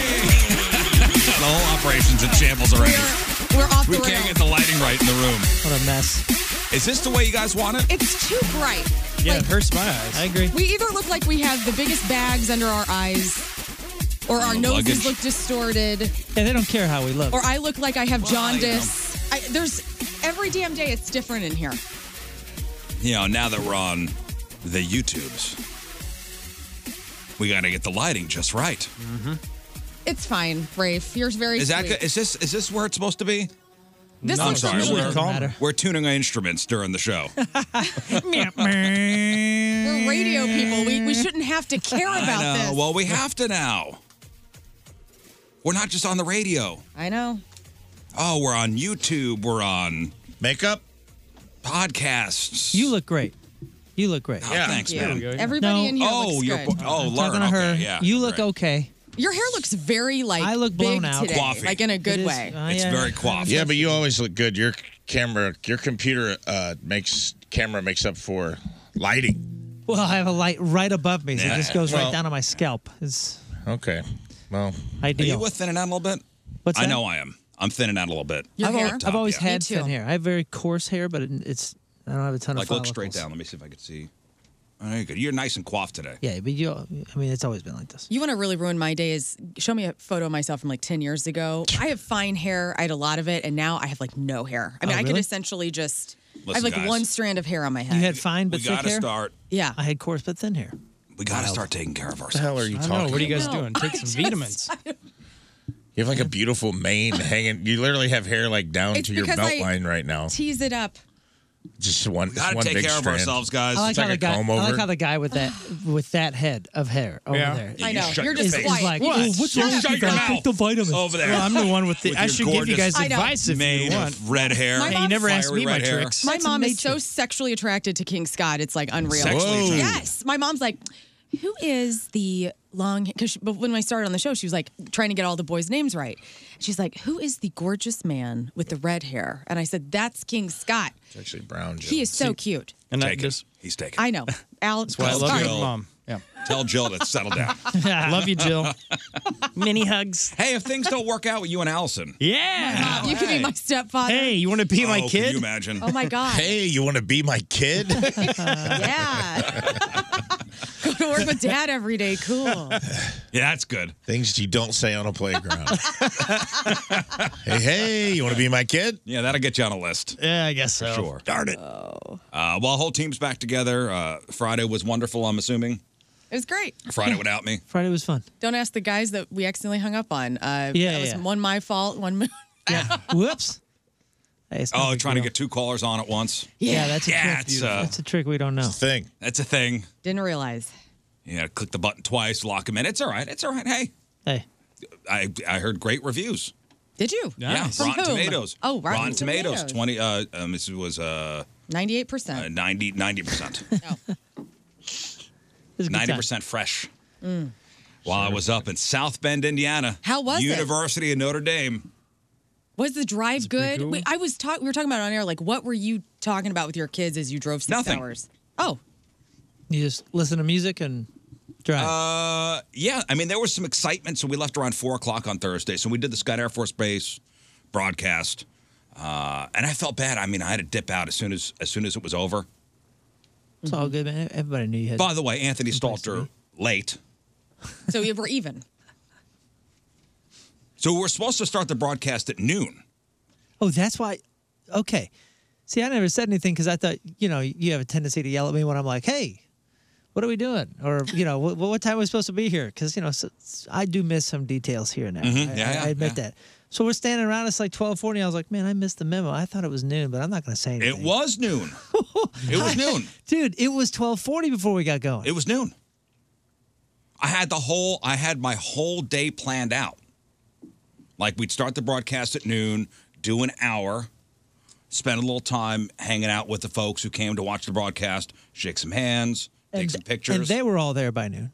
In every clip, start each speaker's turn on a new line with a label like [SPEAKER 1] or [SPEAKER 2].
[SPEAKER 1] the whole operation's in shambles already.
[SPEAKER 2] We're off
[SPEAKER 1] We
[SPEAKER 2] the
[SPEAKER 1] can't
[SPEAKER 2] rail.
[SPEAKER 1] get the lighting right in the room.
[SPEAKER 3] What a mess.
[SPEAKER 1] Is this the way you guys want it?
[SPEAKER 2] It's too bright.
[SPEAKER 3] Yeah,
[SPEAKER 2] Like,
[SPEAKER 3] it hurts my eyes. I agree.
[SPEAKER 2] we either look like we have the biggest bags under our eyes, or our
[SPEAKER 3] Oh,
[SPEAKER 2] noses
[SPEAKER 3] luggage.
[SPEAKER 2] look distorted,
[SPEAKER 3] Yeah, they don't care how we look.
[SPEAKER 2] or I look like I have
[SPEAKER 3] Well, you know.
[SPEAKER 2] jaundice. I, there's every damn day it's different in here.
[SPEAKER 1] You know, now that we're on the YouTubes, we got to get the lighting just right. Mm-hmm.
[SPEAKER 2] It's fine, Rafe. You're very
[SPEAKER 1] Is that
[SPEAKER 2] sweet.
[SPEAKER 1] is this is this where it's supposed to be?
[SPEAKER 2] This
[SPEAKER 1] I'm
[SPEAKER 2] looks
[SPEAKER 1] sorry.
[SPEAKER 2] usually
[SPEAKER 1] We're,
[SPEAKER 2] doesn't matter.
[SPEAKER 1] we're tuning our instruments during the show.
[SPEAKER 2] We're radio people. We, we shouldn't have to care about
[SPEAKER 1] I know.
[SPEAKER 2] this.
[SPEAKER 1] Well, we have to now. We're not just on the radio.
[SPEAKER 2] I know.
[SPEAKER 1] Oh, we're on YouTube. We're on makeup podcasts.
[SPEAKER 3] You look great. You look great.
[SPEAKER 1] Oh, thanks, man.
[SPEAKER 2] Everybody in here looks
[SPEAKER 1] Oh, you're
[SPEAKER 2] good.
[SPEAKER 1] oh,
[SPEAKER 3] I'm
[SPEAKER 1] Lauren.
[SPEAKER 3] talking to her.
[SPEAKER 1] Okay, yeah.
[SPEAKER 3] you look okay.
[SPEAKER 2] Your hair looks very like I look
[SPEAKER 3] blown
[SPEAKER 2] big
[SPEAKER 3] out.
[SPEAKER 2] today,
[SPEAKER 3] Coiffy.
[SPEAKER 2] like in a good
[SPEAKER 3] It is-
[SPEAKER 2] way.
[SPEAKER 3] uh, It's yeah. very coiffy.
[SPEAKER 4] Yeah, but you always look good. Your camera, your computer uh, makes camera makes up for lighting.
[SPEAKER 3] Well, I have a light right above me, so
[SPEAKER 4] Yeah.
[SPEAKER 3] it just goes
[SPEAKER 4] Well-
[SPEAKER 3] right down to my scalp. It's
[SPEAKER 4] Okay, well,
[SPEAKER 1] Are
[SPEAKER 3] ideal.
[SPEAKER 1] you with thinning out a little bit?
[SPEAKER 3] What's
[SPEAKER 1] I
[SPEAKER 3] that?
[SPEAKER 1] know I am. I'm thinning out a little bit.
[SPEAKER 3] I've, al- I've always
[SPEAKER 1] Yeah.
[SPEAKER 3] had thin hair. I have very coarse hair, but it, it's I don't have a ton
[SPEAKER 1] Like,
[SPEAKER 3] of.
[SPEAKER 1] look straight
[SPEAKER 3] follicles.
[SPEAKER 1] down. Let me see if I can see. Oh, there you go. You're nice and coiffed today.
[SPEAKER 3] Yeah, but you. I mean, it's always been like this.
[SPEAKER 2] You want to really ruin my day is show me a photo of myself from like 10 years ago. I have fine hair. I had a lot of it, and now I have like no hair. I mean,
[SPEAKER 3] Oh,
[SPEAKER 2] I could
[SPEAKER 3] really?
[SPEAKER 2] essentially just, I have
[SPEAKER 1] Listen,
[SPEAKER 2] like
[SPEAKER 1] guys.
[SPEAKER 2] one strand of hair on my head.
[SPEAKER 3] You had fine but
[SPEAKER 1] we
[SPEAKER 3] thick
[SPEAKER 1] gotta
[SPEAKER 3] hair.
[SPEAKER 1] start.
[SPEAKER 2] Yeah.
[SPEAKER 3] I had coarse but thin hair.
[SPEAKER 1] We got to start taking care of
[SPEAKER 4] the
[SPEAKER 1] ourselves.
[SPEAKER 4] hell are you talking? about?
[SPEAKER 2] Take some vitamins.
[SPEAKER 4] You have like a beautiful mane hanging. You literally have hair like down
[SPEAKER 2] It's
[SPEAKER 4] to your
[SPEAKER 2] because
[SPEAKER 4] belt
[SPEAKER 2] I
[SPEAKER 4] line right now.
[SPEAKER 2] Tease it up.
[SPEAKER 4] Just one. just
[SPEAKER 1] gotta
[SPEAKER 4] one
[SPEAKER 1] take
[SPEAKER 4] big
[SPEAKER 1] care of
[SPEAKER 4] strand.
[SPEAKER 1] ourselves, guys.
[SPEAKER 3] I like,
[SPEAKER 4] it's
[SPEAKER 3] how
[SPEAKER 4] like
[SPEAKER 3] the
[SPEAKER 4] a
[SPEAKER 3] guy,
[SPEAKER 4] comb
[SPEAKER 3] I
[SPEAKER 4] over.
[SPEAKER 3] like how the guy with that with that head of hair over
[SPEAKER 4] Yeah.
[SPEAKER 3] there.
[SPEAKER 4] Yeah, I you know. shut You're your
[SPEAKER 3] is,
[SPEAKER 4] just
[SPEAKER 3] is
[SPEAKER 4] face.
[SPEAKER 3] like,
[SPEAKER 4] What?
[SPEAKER 3] "Whoa, what's
[SPEAKER 4] You
[SPEAKER 3] wrong with
[SPEAKER 4] shut
[SPEAKER 3] you
[SPEAKER 4] your
[SPEAKER 3] guys? Take
[SPEAKER 4] mouth
[SPEAKER 3] the vitamins
[SPEAKER 1] over there.
[SPEAKER 5] Well, I'm the one with the- I
[SPEAKER 1] your
[SPEAKER 5] should give you
[SPEAKER 1] gorgeous
[SPEAKER 5] guys I know. advice if you
[SPEAKER 1] mane of
[SPEAKER 5] want.
[SPEAKER 1] Red hair.
[SPEAKER 5] My Hey, you never asked
[SPEAKER 1] Fiery
[SPEAKER 5] me my
[SPEAKER 1] red hair.
[SPEAKER 5] tricks.
[SPEAKER 2] My mom is so sexually attracted to King Scott. It's like unreal.
[SPEAKER 1] Sexually Whoa. attracted.
[SPEAKER 2] Yes. My mom's like, who is the long? Because when I started on the show, she was like trying to get all the boys' names right. She's like, who is the gorgeous man with the red hair? And I said, that's King Scott.
[SPEAKER 4] It's actually brown.
[SPEAKER 2] He is so cute.
[SPEAKER 5] And
[SPEAKER 1] Take it. He's taking.
[SPEAKER 2] I know. Al,
[SPEAKER 5] That's why I love
[SPEAKER 2] sorry.
[SPEAKER 5] your mom. Yeah.
[SPEAKER 1] Tell Jill to settle down.
[SPEAKER 5] love you, Jill.
[SPEAKER 3] Mini hugs.
[SPEAKER 1] Hey, if things don't work out with you and Allison.
[SPEAKER 5] Yeah.
[SPEAKER 2] You could be my stepfather.
[SPEAKER 5] Hey, you want to be my
[SPEAKER 1] Oh,
[SPEAKER 5] kid?
[SPEAKER 1] Can you imagine?
[SPEAKER 2] Oh my God.
[SPEAKER 4] Hey, you want to be my kid?
[SPEAKER 2] yeah. to work with dad every day. Cool.
[SPEAKER 1] Yeah, that's good.
[SPEAKER 4] Things you don't say on a playground. hey, hey, you want to be my kid?
[SPEAKER 1] Yeah, that'll get you on a list.
[SPEAKER 3] Yeah, I guess so.
[SPEAKER 1] Sure. Darn it. Uh, well, whole team's back together. Uh, Friday was wonderful, I'm assuming.
[SPEAKER 2] It was great.
[SPEAKER 1] Friday without me.
[SPEAKER 3] Friday was fun.
[SPEAKER 2] Don't ask the guys that we accidentally hung up on. Uh,
[SPEAKER 3] Yeah,
[SPEAKER 2] that was
[SPEAKER 3] yeah.
[SPEAKER 2] one my fault, one
[SPEAKER 3] yeah. Whoops. Hey, it's
[SPEAKER 1] Oh,
[SPEAKER 3] not a big
[SPEAKER 1] trying to
[SPEAKER 3] deal.
[SPEAKER 1] get two callers on at once.
[SPEAKER 3] Yeah, that's a
[SPEAKER 1] yeah,
[SPEAKER 3] trick.
[SPEAKER 1] it's, uh,
[SPEAKER 3] that's a trick we don't know.
[SPEAKER 4] thing.
[SPEAKER 1] That's a thing.
[SPEAKER 2] Didn't realize.
[SPEAKER 1] You gotta click the button twice, lock them in. It's all right. It's all right. Hey.
[SPEAKER 3] Hey.
[SPEAKER 1] I I heard great reviews.
[SPEAKER 2] Did you?
[SPEAKER 1] Yeah.
[SPEAKER 2] From
[SPEAKER 1] Rotten
[SPEAKER 2] whom?
[SPEAKER 1] Tomatoes.
[SPEAKER 2] Oh, Rotten,
[SPEAKER 1] Tomatoes.
[SPEAKER 2] Tomatoes.
[SPEAKER 1] Twenty. Uh, um, this was uh,
[SPEAKER 2] 98%.
[SPEAKER 1] uh 90 percent.
[SPEAKER 2] Oh.
[SPEAKER 1] Ninety percent fresh.
[SPEAKER 2] Mm.
[SPEAKER 1] While I was up in South Bend, Indiana.
[SPEAKER 2] How was it?
[SPEAKER 1] University of Notre Dame.
[SPEAKER 2] Was the drive good?
[SPEAKER 1] cool.
[SPEAKER 2] Wait, I was talking. We were talking about it on air. Like, what were you talking about with your kids as you drove six
[SPEAKER 1] Nothing.
[SPEAKER 2] hours? Oh,
[SPEAKER 3] You just listen to music and drive.
[SPEAKER 1] Uh, yeah. I mean, there was some excitement, so we left around four o'clock on Thursday. So we did the Scott Air Force Base broadcast, uh, and I felt bad. I mean, I had to dip out as soon as as soon as it was over.
[SPEAKER 3] it's
[SPEAKER 2] Mm-hmm.
[SPEAKER 3] all good, man. Everybody knew you had.
[SPEAKER 1] By the way, Anthony Stalter late.
[SPEAKER 2] so you were even.
[SPEAKER 1] So we're supposed to start the broadcast at noon.
[SPEAKER 3] Oh, that's why. Okay. See, I never said anything because I thought, you know, you have a tendency to yell at me when I'm like, hey, what are we doing? Or, you know, what, what time are we supposed to be here? Because, you know, so, I do miss some details here and there.
[SPEAKER 5] Mhm.
[SPEAKER 1] Mm-hmm.
[SPEAKER 3] I,
[SPEAKER 5] Yeah,
[SPEAKER 3] I-
[SPEAKER 5] yeah,
[SPEAKER 3] I admit
[SPEAKER 5] yeah.
[SPEAKER 3] that. So we're standing around. It's like 1240. I was like, man, I missed the memo. I thought it was noon, but I'm not going to say anything.
[SPEAKER 1] It was noon. it was noon.
[SPEAKER 3] Dude, it was 1240 before we got going.
[SPEAKER 1] It was noon. I had the whole I had my whole day planned out. Like we'd start the broadcast at noon, do an hour, spend a little time hanging out with the folks who came to watch the broadcast, shake some hands, take some
[SPEAKER 3] And
[SPEAKER 1] pictures.
[SPEAKER 3] they were all there by noon.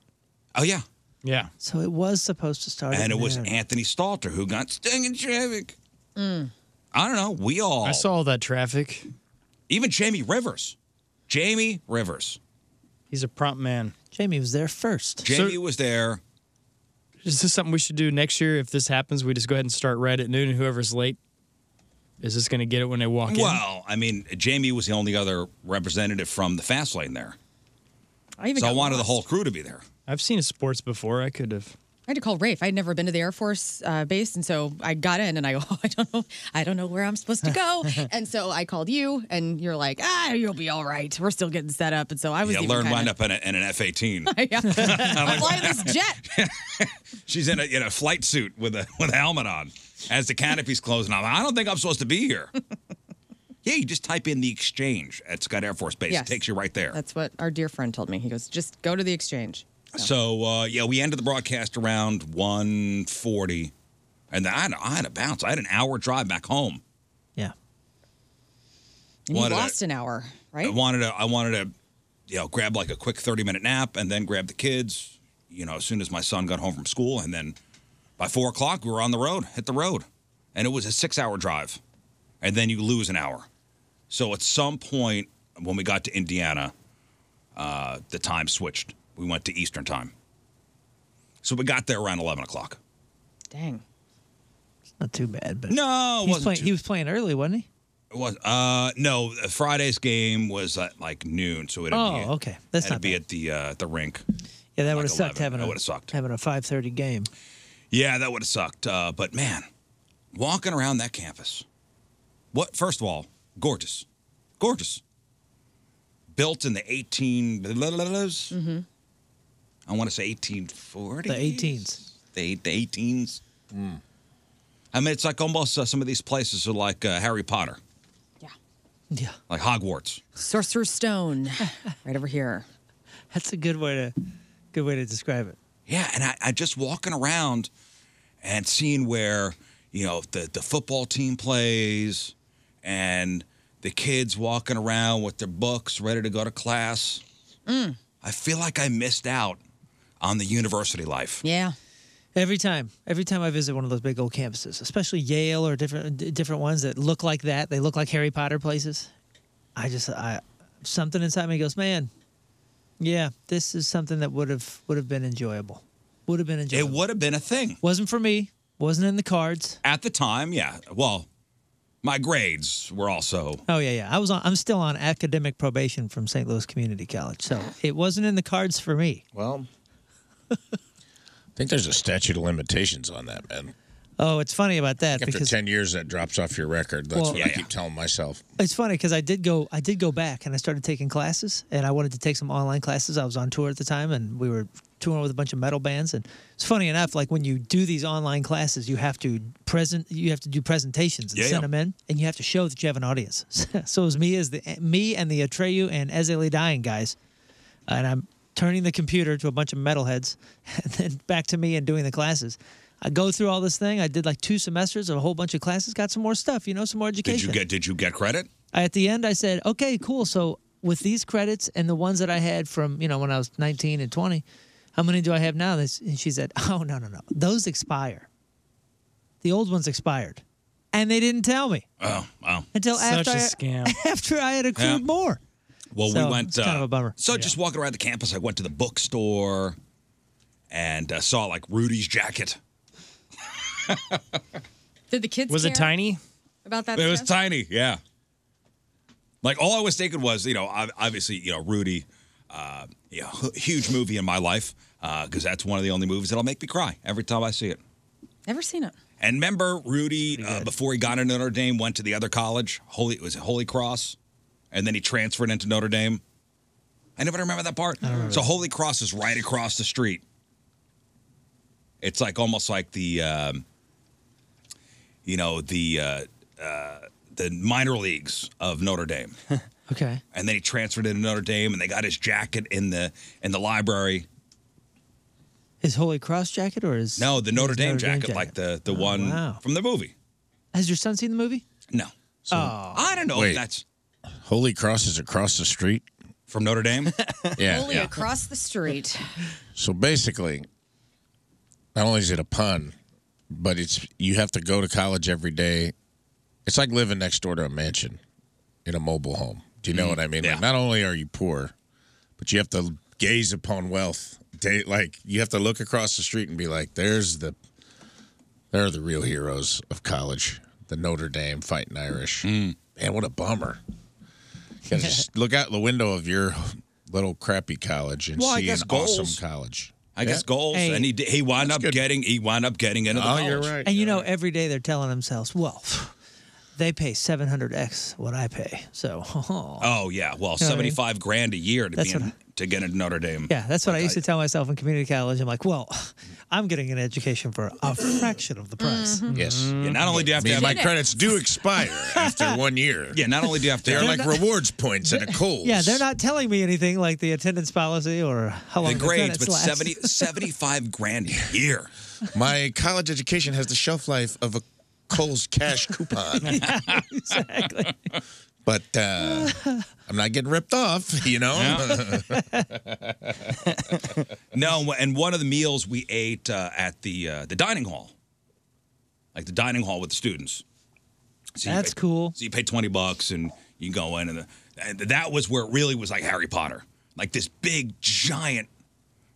[SPEAKER 1] oh yeah. Yeah.
[SPEAKER 3] So it was supposed to start. at
[SPEAKER 1] And it was
[SPEAKER 3] noon.
[SPEAKER 1] Anthony Stalter who got stung in traffic. I don't know. We all
[SPEAKER 5] I saw all that traffic.
[SPEAKER 1] even Jamie Rivers. Jamie Rivers.
[SPEAKER 5] He's a prompt man.
[SPEAKER 3] Jamie was there first.
[SPEAKER 1] Jamie was there.
[SPEAKER 5] Is this something we should do next year? If this happens, we just go ahead and start right at noon, and whoever's late is just going to get it when they walk in.
[SPEAKER 1] Well, I mean, Jamie was the only other representative from the fast lane there.
[SPEAKER 2] I even
[SPEAKER 1] so I
[SPEAKER 2] got
[SPEAKER 1] wanted the
[SPEAKER 2] lost.
[SPEAKER 1] whole crew to be there.
[SPEAKER 5] I've seen sports before. I could have.
[SPEAKER 2] I had to call Rafe. I'd never been to the Air Force uh, base, and so I got in, and I go, I don't know, I don't know where I'm supposed to go, and so I called you, and you're like, ah, you'll be all right. We're still getting set up, and so I was
[SPEAKER 1] yeah,
[SPEAKER 2] even
[SPEAKER 1] Learn
[SPEAKER 2] kinda-
[SPEAKER 1] wound up in, a, in an F 18.
[SPEAKER 2] yeah. I'm flying this jet.
[SPEAKER 1] She's in a, in a flight suit with a, with a helmet on as the canopy's closing. I'm, I don't think I'm supposed to be here. yeah, you just type in the exchange at Scott Air Force Base.
[SPEAKER 2] Yes.
[SPEAKER 1] It takes you right there.
[SPEAKER 2] That's what our dear friend told me. He goes, just go to the exchange.
[SPEAKER 1] So uh, yeah, we ended the broadcast around 1:40, and then I had, I had a bounce. I had an hour drive back home.
[SPEAKER 3] Yeah.
[SPEAKER 2] And
[SPEAKER 1] Wanted
[SPEAKER 2] you
[SPEAKER 1] to-
[SPEAKER 2] lost an hour, right?
[SPEAKER 1] I wanted to I wanted to you know grab like a quick 30 minute nap and then grab the kids. You know, as soon as my son got home from school, and then by four o'clock we were on the road, hit the road, and it was a six hour drive, and then you lose an hour. So at some point when we got to Indiana, uh, the time switched. We went to Eastern time. So we got there around 11 o'clock.
[SPEAKER 2] Dang.
[SPEAKER 3] Not too bad, but
[SPEAKER 1] No, it
[SPEAKER 3] he was,
[SPEAKER 1] wasn't
[SPEAKER 3] playing,
[SPEAKER 1] too-
[SPEAKER 3] he was playing early, wasn't he?
[SPEAKER 1] It was uh no Friday's game was at like noon, so it'd
[SPEAKER 3] Oh,
[SPEAKER 1] be
[SPEAKER 3] okay. That's
[SPEAKER 1] it'd
[SPEAKER 3] not
[SPEAKER 1] be at the uh, the rink.
[SPEAKER 3] Yeah, that
[SPEAKER 1] Like
[SPEAKER 3] would have sucked
[SPEAKER 1] 11.
[SPEAKER 3] having
[SPEAKER 1] That
[SPEAKER 3] a
[SPEAKER 1] would've sucked.
[SPEAKER 3] having a five thirty game.
[SPEAKER 1] Yeah, that would have sucked. Uh, but man, walking around that campus, what? First of all, gorgeous, gorgeous. Built in the 18,
[SPEAKER 2] Mm-hmm.
[SPEAKER 1] I want to say 1840.
[SPEAKER 3] The 18s.
[SPEAKER 1] The, eight- the 18s. I mean, it's like almost uh, some of these places are like uh, Harry Potter.
[SPEAKER 3] Yeah.
[SPEAKER 1] Like Hogwarts.
[SPEAKER 2] Sorcerer's Stone, right over here.
[SPEAKER 3] That's a good way to good way to describe it.
[SPEAKER 1] Yeah, and I, I just walking around and seeing where you know the the football team plays and the kids walking around with their books ready to go to class.
[SPEAKER 2] Mm.
[SPEAKER 1] I feel like I missed out on the university life.
[SPEAKER 2] Yeah.
[SPEAKER 3] Every time, every time I visit one of those big old campuses, especially Yale or different d- different ones that look like that, they look like Harry Potter places. I just I something inside me goes, man. Yeah, this is something that would have would have been enjoyable. Would have been enjoyable.
[SPEAKER 1] It would have been a thing
[SPEAKER 3] Wasn't for me. Wasn't in the cards.
[SPEAKER 1] at the time. Yeah. Well, My grades were also
[SPEAKER 3] Oh yeah, yeah. I was on. I'm still on academic probation from St. Louis Community College, so it wasn't in the cards for me.
[SPEAKER 4] Well, I think there's a statute of limitations on that, man.
[SPEAKER 3] Oh, it's funny about that
[SPEAKER 4] After
[SPEAKER 3] because
[SPEAKER 4] 10 years, that drops off your record. That's
[SPEAKER 3] Well-
[SPEAKER 4] what I
[SPEAKER 3] Yeah,
[SPEAKER 4] keep telling myself.
[SPEAKER 3] it's funny because I did go. I did go back and I started taking classes, and I wanted to take some online classes. I was on tour at the time, and we were touring with a bunch of metal bands. And it's funny enough, like when you do these online classes, you have to present. You have to do presentations and
[SPEAKER 6] Yeah,
[SPEAKER 3] send
[SPEAKER 6] yeah.
[SPEAKER 3] them in, and you have to show that you have an audience. so it was me as the me and the Atreyu and Ezeli Dying guys, and I'm turning the computer to a bunch of metalheads, and then back to me and doing the classes. I go through all this thing. I did like two semesters of a whole bunch of classes, got some more stuff, you know, some more education.
[SPEAKER 1] Did you get did you get credit?
[SPEAKER 3] At the end, I said, okay, cool. So with these credits and the ones that I had from, you know, when I was 19 and 20, how many do I have now? This- And she said, oh, no, no, no. Those expire. The old ones expired. And they didn't tell me
[SPEAKER 1] Oh, wow.
[SPEAKER 3] until after, I- after I had accrued
[SPEAKER 1] Yeah.
[SPEAKER 3] more.
[SPEAKER 1] Well,
[SPEAKER 3] So,
[SPEAKER 1] we went.
[SPEAKER 3] it's kind
[SPEAKER 1] uh,
[SPEAKER 3] of a bummer.
[SPEAKER 1] So just walking around the campus, I went to the bookstore and uh, saw like Rudy's jacket.
[SPEAKER 2] Did the kids
[SPEAKER 1] Was it
[SPEAKER 2] care
[SPEAKER 1] tiny?
[SPEAKER 2] About that
[SPEAKER 1] it was
[SPEAKER 2] stuff?
[SPEAKER 1] tiny, yeah. Like all I was thinking was, you know, ob- obviously, you know, Rudy, uh, you know, hu- huge movie in my life because that's one of the only movies that'll make me cry every time I see it.
[SPEAKER 2] Never seen it.
[SPEAKER 1] And remember, Rudy, uh, before he got into Notre Dame, went to the other college. Holy, it was Holy Cross, and then he transferred into Notre Dame. I never remember that part. So Holy Cross is right across the street. It's like almost like the, um, you know, the uh, uh, the minor leagues of Notre Dame.
[SPEAKER 3] Okay.
[SPEAKER 1] and then he transferred into Notre Dame, and they got his jacket in the in the library.
[SPEAKER 3] His Holy Cross jacket or his.
[SPEAKER 1] No, the Notre
[SPEAKER 3] his
[SPEAKER 1] Dame jacket, Oh, like the the one
[SPEAKER 3] wow.
[SPEAKER 1] from the movie.
[SPEAKER 3] Has your son seen the movie?
[SPEAKER 1] No.
[SPEAKER 3] oh.
[SPEAKER 1] I don't know
[SPEAKER 4] Wait.
[SPEAKER 1] if that's
[SPEAKER 4] Holy Cross is across the street
[SPEAKER 1] from Notre Dame.
[SPEAKER 4] yeah,
[SPEAKER 2] Only
[SPEAKER 4] yeah.
[SPEAKER 2] across the street.
[SPEAKER 4] So basically, not only is it a pun, but it's you have to go to college every day. It's like living next door to a mansion in a mobile home. Do you know
[SPEAKER 1] Mm-hmm.
[SPEAKER 7] Mhm.
[SPEAKER 4] what I mean? Like, not only are you poor, but you have to gaze upon wealth. Day, like you have to look across the street and be like, "There's the, there are the real heroes of college, the Notre Dame fighting Irish."
[SPEAKER 1] Mm.
[SPEAKER 4] Man, what a bummer! You gotta just look out the window of your little crappy college and
[SPEAKER 1] Well, I
[SPEAKER 4] see an
[SPEAKER 1] guess goals.
[SPEAKER 4] awesome college.
[SPEAKER 1] I guess
[SPEAKER 4] Yeah.
[SPEAKER 1] goals, and he did- he wound up getting he wound up getting into the
[SPEAKER 4] Oh, you're
[SPEAKER 1] college.
[SPEAKER 3] And you know, every day they're telling themselves, well, they pay 700x what I pay. So,
[SPEAKER 1] Oh yeah, well
[SPEAKER 3] You know what I mean?
[SPEAKER 1] seventy five grand a year to
[SPEAKER 3] That's
[SPEAKER 1] be in, to get into Notre Dame.
[SPEAKER 3] yeah, that's what I used to tell myself in community college. I'm like, well, I'm getting an education for a fraction of the price.
[SPEAKER 4] Yes.
[SPEAKER 1] Yeah,
[SPEAKER 3] Mm-hmm.
[SPEAKER 1] not only do you have
[SPEAKER 4] I mean,
[SPEAKER 1] to have
[SPEAKER 4] my credits do expire after one year.
[SPEAKER 1] Yeah, not only do you have to
[SPEAKER 4] They're
[SPEAKER 1] have-
[SPEAKER 4] like
[SPEAKER 1] They're not-
[SPEAKER 4] rewards points at a cold.
[SPEAKER 3] Yeah, they're not telling me anything like the attendance policy or how long
[SPEAKER 1] the grades,
[SPEAKER 3] attendance
[SPEAKER 1] but
[SPEAKER 3] lasts.
[SPEAKER 1] 70, 75 grand a year.
[SPEAKER 4] My college education has the shelf life of a Kohl's cash coupon.
[SPEAKER 3] exactly.
[SPEAKER 4] But uh, I'm not getting ripped off, you know?
[SPEAKER 1] no, and one of the meals we ate uh, at the uh, the dining hall, like the dining hall with the students. So you
[SPEAKER 3] That's
[SPEAKER 1] pay-
[SPEAKER 3] cool.
[SPEAKER 1] So you pay twenty bucks and you go in, and, the, and that was where it really was like Harry Potter, like this big giant.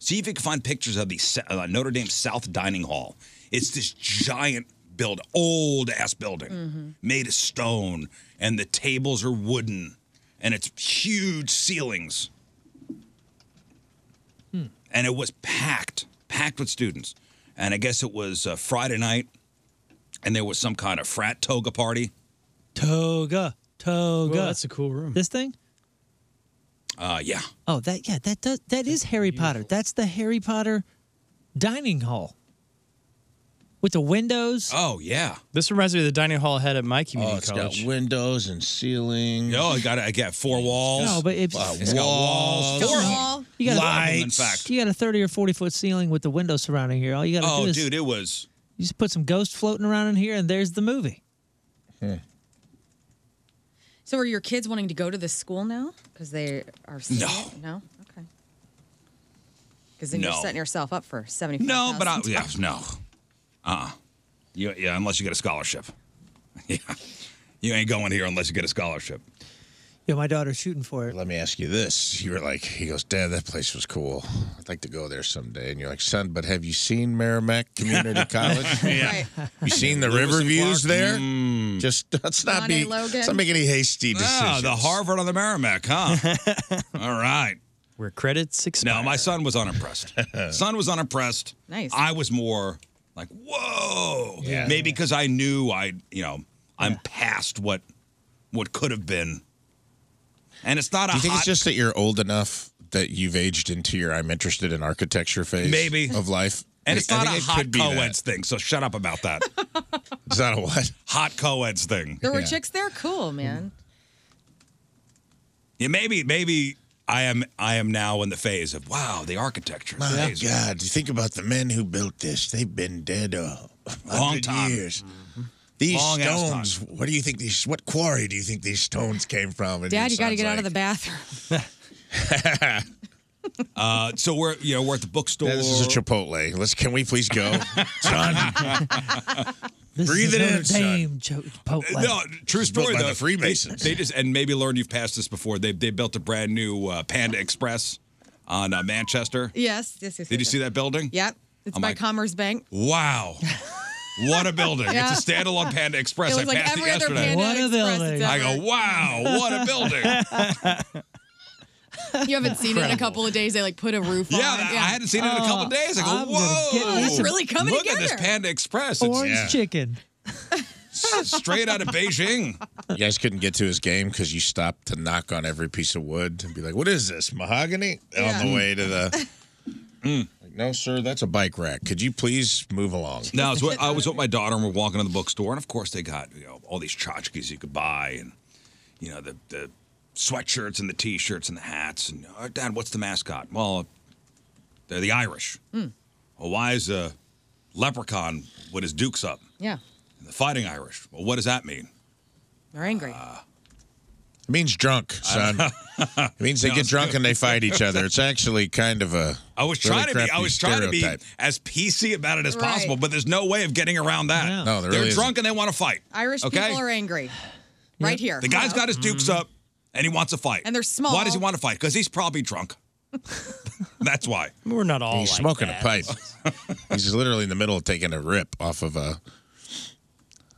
[SPEAKER 1] See if you can find pictures of the Sa- uh, Notre Dame South Dining Hall. It's this giant build, old ass building,
[SPEAKER 3] Mm-hmm.
[SPEAKER 1] made of stone, and the tables are wooden, and it's huge ceilings
[SPEAKER 3] Hmm.
[SPEAKER 1] and it was packed, packed with students. And I guess it was uh, Friday night, and there was some kind of frat toga party.
[SPEAKER 3] Toga, toga.
[SPEAKER 1] Whoa, that's
[SPEAKER 3] a cool room. This thing?
[SPEAKER 1] Uh, yeah,
[SPEAKER 3] Oh, that yeah, that does that is Harry Potter. That's the Harry Potter dining hall with the windows.
[SPEAKER 1] Oh yeah. Oh,
[SPEAKER 5] This reminds me of the dining hall I had at my community college. Oh,
[SPEAKER 4] windows and ceilings.
[SPEAKER 1] No, I got I got four walls.
[SPEAKER 3] No, but it's-
[SPEAKER 1] uh,
[SPEAKER 3] It's got
[SPEAKER 1] walls,
[SPEAKER 3] walls.
[SPEAKER 1] four of
[SPEAKER 3] Come
[SPEAKER 1] them.
[SPEAKER 3] on. You got a-
[SPEAKER 1] lights. In fact,
[SPEAKER 3] You got a thirty or forty foot ceiling with the window surrounding here. All you got to
[SPEAKER 1] oh
[SPEAKER 3] do is
[SPEAKER 1] dude, it was
[SPEAKER 3] you just put some ghosts floating around in here, and there's the movie.
[SPEAKER 1] Hmm.
[SPEAKER 2] So are your kids wanting to go to this school now? Because they are seeing
[SPEAKER 1] No.
[SPEAKER 2] it? No? Okay. Because then you're
[SPEAKER 1] No.
[SPEAKER 2] setting yourself up for 75
[SPEAKER 1] no, but I, yeah, no, uh, you, yeah, unless you get a scholarship. Yeah, you ain't going here unless you get a scholarship.
[SPEAKER 3] Yeah, my daughter's shooting for it.
[SPEAKER 4] Let me ask you this. You were like, he goes, Dad, that place was cool. I'd like to go there someday. And you're like, son, but have you seen Merrimack Community College?
[SPEAKER 1] Yeah.
[SPEAKER 4] You seen the
[SPEAKER 1] Lewis
[SPEAKER 4] river
[SPEAKER 1] and
[SPEAKER 4] views
[SPEAKER 1] Clark? Mm.
[SPEAKER 4] there? Just let's Hmm. not
[SPEAKER 1] Lonnie
[SPEAKER 4] be
[SPEAKER 1] Logan?
[SPEAKER 4] let's not make any hasty
[SPEAKER 1] Ah,
[SPEAKER 4] decisions.
[SPEAKER 1] the Harvard on the Merrimack, huh? All right.
[SPEAKER 5] Where credits expire.
[SPEAKER 1] No, my son was unimpressed. son was unimpressed.
[SPEAKER 2] Nice.
[SPEAKER 1] I was more like, whoa.
[SPEAKER 2] Yeah.
[SPEAKER 1] Maybe because I knew I, you know, I'm past what what could have been. And it's not
[SPEAKER 4] Do
[SPEAKER 1] a
[SPEAKER 4] you think
[SPEAKER 1] hot
[SPEAKER 4] it's just that you're old enough that you've aged into your I'm interested in architecture phase
[SPEAKER 1] Maybe.
[SPEAKER 4] of life?
[SPEAKER 1] and
[SPEAKER 4] I-
[SPEAKER 1] it's
[SPEAKER 4] I
[SPEAKER 1] not a
[SPEAKER 4] think it
[SPEAKER 1] hot
[SPEAKER 4] could be that.
[SPEAKER 1] co-eds thing, so shut up about that.
[SPEAKER 4] it's not a what?
[SPEAKER 1] Hot co-eds thing.
[SPEAKER 2] There were chicks there? Cool, man.
[SPEAKER 1] Yeah, maybe maybe I am I am now in the phase of wow, the architecture. is
[SPEAKER 4] My
[SPEAKER 1] amazing.
[SPEAKER 4] God, you think about the men who built this. They've been dead uh, a
[SPEAKER 1] Long
[SPEAKER 4] hundred
[SPEAKER 1] time. Mm-hmm.
[SPEAKER 4] years. These
[SPEAKER 1] Long ass time.
[SPEAKER 4] stones, what do you think these, what quarry do you think these stones came from? And your
[SPEAKER 2] Dad, you got
[SPEAKER 4] son's
[SPEAKER 2] to get out of the
[SPEAKER 4] like,
[SPEAKER 2] bathroom.
[SPEAKER 1] uh, so we're you know we're at the bookstore.
[SPEAKER 4] This is a Chipotle. Let's can we please go, son? Breathe it in, son.
[SPEAKER 1] Uh, No, true
[SPEAKER 4] It's built
[SPEAKER 1] story
[SPEAKER 4] by
[SPEAKER 1] though.
[SPEAKER 4] the Freemasons.
[SPEAKER 1] They, they just and maybe learn you've passed this before. They they built a brand new uh, Panda Express on uh, Manchester.
[SPEAKER 2] Yes, yes, yes.
[SPEAKER 1] Did you see that building?
[SPEAKER 2] Yep. It's
[SPEAKER 1] I'm
[SPEAKER 2] by
[SPEAKER 1] like-
[SPEAKER 2] Commerce Bank.
[SPEAKER 1] Wow. What a building!
[SPEAKER 2] Yeah.
[SPEAKER 1] It's a standalone Panda Express.
[SPEAKER 2] It was
[SPEAKER 1] I
[SPEAKER 2] like
[SPEAKER 1] passed
[SPEAKER 2] every
[SPEAKER 1] it
[SPEAKER 2] other
[SPEAKER 1] yesterday.
[SPEAKER 2] Panda What a Express building. it's
[SPEAKER 1] I
[SPEAKER 2] ever-
[SPEAKER 1] go, wow! What a building!
[SPEAKER 2] You haven't seen it in a couple of days. They like put a roof on.
[SPEAKER 1] Yeah, I hadn't seen it in a couple of days. I go,
[SPEAKER 2] Oh, I'm gonna
[SPEAKER 1] whoa!
[SPEAKER 2] get me It's some- really coming
[SPEAKER 1] Look at
[SPEAKER 2] together.
[SPEAKER 1] this Panda Express.
[SPEAKER 4] Orange Yeah.
[SPEAKER 3] chicken.
[SPEAKER 1] Straight out of Beijing.
[SPEAKER 4] You guys couldn't get to his game because you stopped to knock on every piece of wood and be like, "What is this mahogany?" On
[SPEAKER 2] Yeah.
[SPEAKER 4] the way to the.
[SPEAKER 1] Mm.
[SPEAKER 4] Like, no, sir, that's a bike rack. Could you please move along?
[SPEAKER 1] No, it's what, I was with my daughter and we're walking to the bookstore, and of course they got you know all these tchotchkes you could buy, and you know the the sweatshirts and the t-shirts and the hats. And oh, Dad, what's the mascot? Well, they're the Irish. Well, why is a leprechaun with his dukes up?
[SPEAKER 2] Yeah,
[SPEAKER 1] The Fighting Irish. Well, what does that mean?
[SPEAKER 2] they're angry.
[SPEAKER 1] Uh,
[SPEAKER 4] It means drunk, son. it means they
[SPEAKER 1] No,
[SPEAKER 4] get
[SPEAKER 1] it's
[SPEAKER 4] drunk
[SPEAKER 1] good.
[SPEAKER 4] and they fight each other. It's actually kind of a.
[SPEAKER 1] I was
[SPEAKER 4] really
[SPEAKER 1] trying to be I
[SPEAKER 4] crappy
[SPEAKER 1] was trying
[SPEAKER 4] stereotype.
[SPEAKER 1] to be as PC about it as
[SPEAKER 2] Right.
[SPEAKER 1] possible, but there's no way of getting around that.
[SPEAKER 4] No. No, there
[SPEAKER 1] they're
[SPEAKER 4] really isn't.
[SPEAKER 1] drunk and they want to fight.
[SPEAKER 2] Irish
[SPEAKER 1] okay?
[SPEAKER 2] people are angry. Right here.
[SPEAKER 1] The guy's
[SPEAKER 2] Hello.
[SPEAKER 1] got his dukes
[SPEAKER 5] Mm-hmm.
[SPEAKER 1] up, and he wants a fight.
[SPEAKER 2] And they're small.
[SPEAKER 1] Why does he want to fight? Because he's probably drunk. That's why.
[SPEAKER 5] We're not all.
[SPEAKER 4] He's
[SPEAKER 5] like
[SPEAKER 4] smoking
[SPEAKER 5] that.
[SPEAKER 4] a pipe. He's literally in the middle of taking a rip off of a,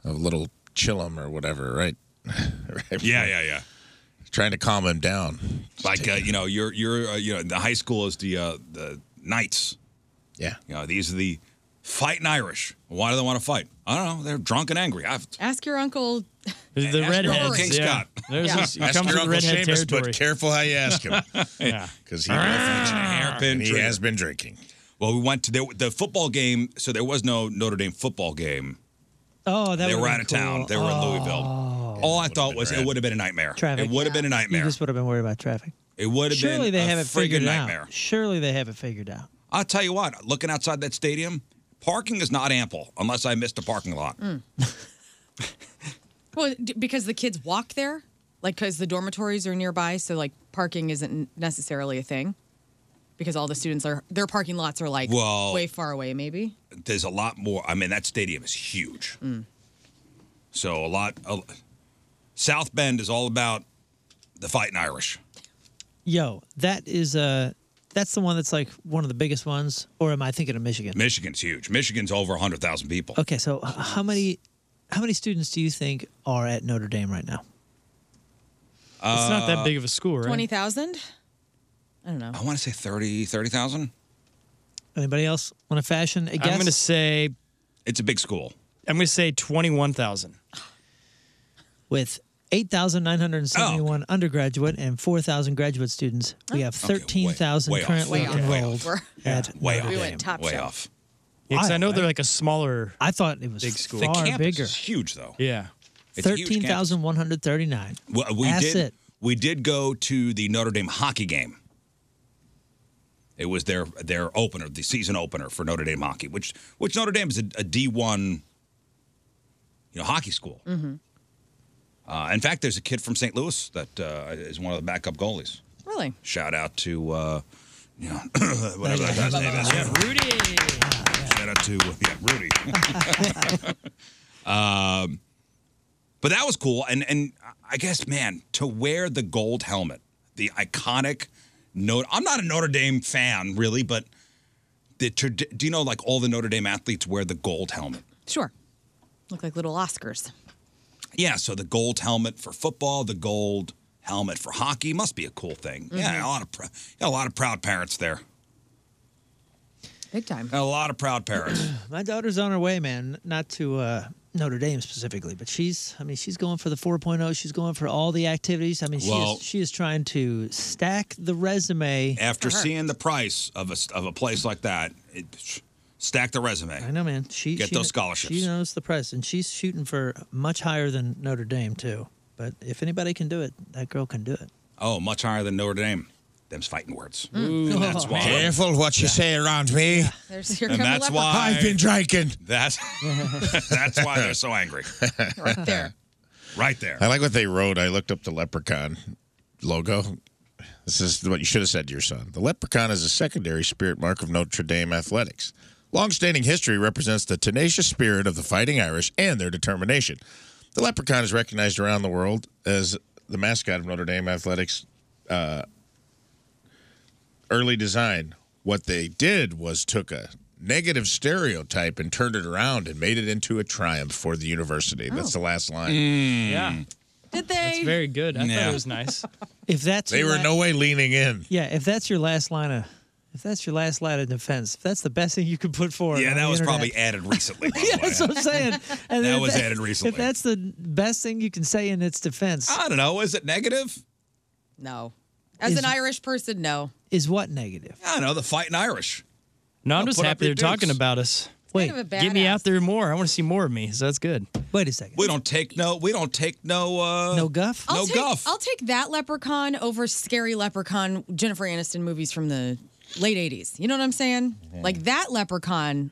[SPEAKER 4] a little chillum or whatever, right? right
[SPEAKER 1] Yeah, yeah, yeah.
[SPEAKER 4] Trying to calm him down.
[SPEAKER 1] Like uh, you know, you're you're uh, you know, the high school is the uh, the knights.
[SPEAKER 4] Yeah.
[SPEAKER 1] You know, these are the fighting Irish. Why do they want to fight? I don't know. They're drunk and angry. I've
[SPEAKER 2] Ask your uncle.
[SPEAKER 5] The, the
[SPEAKER 1] Ask
[SPEAKER 5] redheads.
[SPEAKER 1] King
[SPEAKER 5] yeah.
[SPEAKER 1] Scott.
[SPEAKER 5] There's
[SPEAKER 2] Yeah.
[SPEAKER 5] this- it
[SPEAKER 4] Ask
[SPEAKER 5] comes
[SPEAKER 4] your
[SPEAKER 5] with
[SPEAKER 4] Uncle
[SPEAKER 5] redhead
[SPEAKER 4] Seamus,
[SPEAKER 5] territory.
[SPEAKER 4] but careful how you ask him.
[SPEAKER 5] yeah. Ah.
[SPEAKER 4] Because he, will fetch a hairpin
[SPEAKER 1] Been
[SPEAKER 4] he
[SPEAKER 1] triggered.
[SPEAKER 4] has been drinking.
[SPEAKER 1] Well, we went to the, the football game, so there was no Notre Dame football game.
[SPEAKER 3] Oh, that
[SPEAKER 1] they
[SPEAKER 3] would've
[SPEAKER 1] were
[SPEAKER 3] been
[SPEAKER 1] out of
[SPEAKER 3] cool. Oh,
[SPEAKER 1] town. They were in Louisville. All I thought was it would have been a nightmare.
[SPEAKER 3] Traffic.
[SPEAKER 1] It would have been a
[SPEAKER 3] You
[SPEAKER 1] nightmare.
[SPEAKER 3] just would have been worried about traffic.
[SPEAKER 1] It would have been
[SPEAKER 3] Surely they
[SPEAKER 1] a
[SPEAKER 3] have it
[SPEAKER 1] friggin'
[SPEAKER 3] figured
[SPEAKER 1] nightmare.
[SPEAKER 3] out. Surely they have it figured out.
[SPEAKER 1] I'll tell you what, looking outside that stadium, parking is not ample unless I missed a parking lot.
[SPEAKER 2] Mm. Well, d- because the kids walk there, like because the dormitories are nearby, so like parking isn't necessarily a thing. Because all the students are their parking lots are like
[SPEAKER 1] Well-
[SPEAKER 2] way far away, maybe.
[SPEAKER 1] There's a lot more. I mean, that stadium is huge. So a lot. A, South Bend is all about the fighting Irish.
[SPEAKER 3] Yo, that is uh that's the one that's like one of the biggest ones. Or am I thinking of Michigan?
[SPEAKER 1] Michigan's huge. Michigan's over 100,000 people.
[SPEAKER 3] Okay, so h- how many how many students do you think are at Notre Dame right now?
[SPEAKER 5] it's not that big of a school, right?
[SPEAKER 2] Twenty thousand. I don't know.
[SPEAKER 1] Uh, I want to say 30, 30,000.
[SPEAKER 3] Anybody else want to fashion a guess?
[SPEAKER 5] I'm gonna say
[SPEAKER 1] It's a big school.
[SPEAKER 5] I'm gonna say twenty-one thousand.
[SPEAKER 3] With 8,971 undergraduate and 4,000 graduate students, we have
[SPEAKER 1] Oh. way-
[SPEAKER 3] 13,000
[SPEAKER 1] way off,
[SPEAKER 3] currently
[SPEAKER 1] way off, way
[SPEAKER 3] enrolled
[SPEAKER 2] off.
[SPEAKER 3] at
[SPEAKER 1] Way
[SPEAKER 3] Notre
[SPEAKER 1] off.
[SPEAKER 2] We
[SPEAKER 3] Dame.
[SPEAKER 2] went top
[SPEAKER 1] Way
[SPEAKER 2] shelf.
[SPEAKER 1] off.
[SPEAKER 5] Because I know
[SPEAKER 3] Wild,
[SPEAKER 5] they're
[SPEAKER 3] right?
[SPEAKER 5] like a smaller.
[SPEAKER 3] I thought it was
[SPEAKER 5] Big school.
[SPEAKER 1] The
[SPEAKER 3] far
[SPEAKER 1] campus
[SPEAKER 3] bigger.
[SPEAKER 1] is huge, though.
[SPEAKER 5] Yeah.
[SPEAKER 1] It's a huge campus.
[SPEAKER 3] 13,139.
[SPEAKER 1] Well, we
[SPEAKER 3] That's
[SPEAKER 1] did.
[SPEAKER 3] it.
[SPEAKER 1] We did go to the Notre Dame hockey game. It was their their opener, the season opener for Notre Dame hockey, which which Notre Dame is a, a D one, you know, hockey school.
[SPEAKER 2] Mm-hmm.
[SPEAKER 1] Uh, in fact, there's a kid from St. Louis that uh, is one of the backup goalies.
[SPEAKER 2] Really?
[SPEAKER 1] Shout out to uh, you know whatever that guy's name is. Yeah,
[SPEAKER 2] Rudy.
[SPEAKER 1] Shout out to yeah, Rudy. um, but that was cool, and and I- I guess, man, to wear the gold helmet, the iconic Notre. I'm not a Notre Dame fan really, but the trad- do you know like all the Notre Dame athletes wear the gold helmet?
[SPEAKER 2] Sure. Look like little Oscars.
[SPEAKER 1] Yeah, so the gold helmet for football, the gold helmet for hockey must be a cool thing. Yeah,
[SPEAKER 2] Mhm.
[SPEAKER 1] a lot of pr- yeah, a lot of proud parents there.
[SPEAKER 2] Big time.
[SPEAKER 1] A lot of proud parents.
[SPEAKER 3] My daughter's on her way, man. Not to uh, Notre Dame specifically, but she's, I mean, she's going for the 4.0. She's going for all the activities. I mean, she,
[SPEAKER 1] Well-
[SPEAKER 3] is, she is trying to stack the resume.
[SPEAKER 1] After seeing the price of a s- of a place like that, it, stack the resume.
[SPEAKER 3] I know, man. She
[SPEAKER 1] Get
[SPEAKER 3] she,
[SPEAKER 1] those scholarships.
[SPEAKER 3] She knows the price, and she's shooting for much higher than Notre Dame, too. But if anybody can do it, that girl can do it.
[SPEAKER 1] Oh, much higher than Notre Dame. Them's fighting words.
[SPEAKER 3] Mm.
[SPEAKER 1] And that's why.
[SPEAKER 4] Careful what you say around me.
[SPEAKER 2] There's here
[SPEAKER 1] And
[SPEAKER 2] come
[SPEAKER 1] that's
[SPEAKER 2] the
[SPEAKER 1] why
[SPEAKER 2] leprechaun.
[SPEAKER 4] I've been drinking.
[SPEAKER 1] That's that's why they're so angry.
[SPEAKER 2] Right there.
[SPEAKER 1] Right there.
[SPEAKER 4] I like what they wrote. I looked up the leprechaun logo. This is what you should have said to your son. The leprechaun is a secondary spirit mark of Notre Dame athletics. Long-standing history represents the tenacious spirit of the Fighting Irish and their determination. The leprechaun is recognized around the world as the mascot of Notre Dame athletics. Uh, early design. What they did was took a negative stereotype and turned it around and made it into a triumph for the university. That's the last line.
[SPEAKER 3] Hmm.
[SPEAKER 5] Yeah.
[SPEAKER 2] Did they? That's
[SPEAKER 5] very good. I thought
[SPEAKER 4] Hmm. Yeah.
[SPEAKER 5] it was nice.
[SPEAKER 3] If that's
[SPEAKER 4] They
[SPEAKER 3] your
[SPEAKER 4] were
[SPEAKER 3] la-
[SPEAKER 4] no way leaning in.
[SPEAKER 3] Yeah, if that's your last line of, if that's your last line of defense, if that's the best thing you could put forward.
[SPEAKER 1] Yeah,
[SPEAKER 3] on
[SPEAKER 1] that
[SPEAKER 3] the
[SPEAKER 1] was
[SPEAKER 3] internet-
[SPEAKER 1] probably added recently. by the
[SPEAKER 3] Yeah,
[SPEAKER 1] way.
[SPEAKER 3] that's what I'm saying. And
[SPEAKER 1] That
[SPEAKER 3] if
[SPEAKER 1] was added recently.
[SPEAKER 3] If that's the best thing you can say in its defense,
[SPEAKER 1] I don't know. Is it negative?
[SPEAKER 2] No. As
[SPEAKER 3] Is-
[SPEAKER 2] an Irish person, no.
[SPEAKER 3] is what negative?
[SPEAKER 1] I don't know. The fighting Irish.
[SPEAKER 5] No, I'm
[SPEAKER 1] Well,
[SPEAKER 5] just
[SPEAKER 1] put up
[SPEAKER 5] happy
[SPEAKER 1] your
[SPEAKER 5] they're talking
[SPEAKER 1] dukes.
[SPEAKER 5] about us.
[SPEAKER 2] Wait, kind of a
[SPEAKER 5] get me out there more. I want to see more of me. So that's good.
[SPEAKER 3] Wait a second.
[SPEAKER 1] We don't take no. We don't take no. uh
[SPEAKER 3] No guff.
[SPEAKER 2] I'll
[SPEAKER 1] no
[SPEAKER 2] take,
[SPEAKER 1] guff.
[SPEAKER 2] I'll take that leprechaun over scary leprechaun Jennifer Aniston movies from the late 80s. You know what I'm saying? Like that leprechaun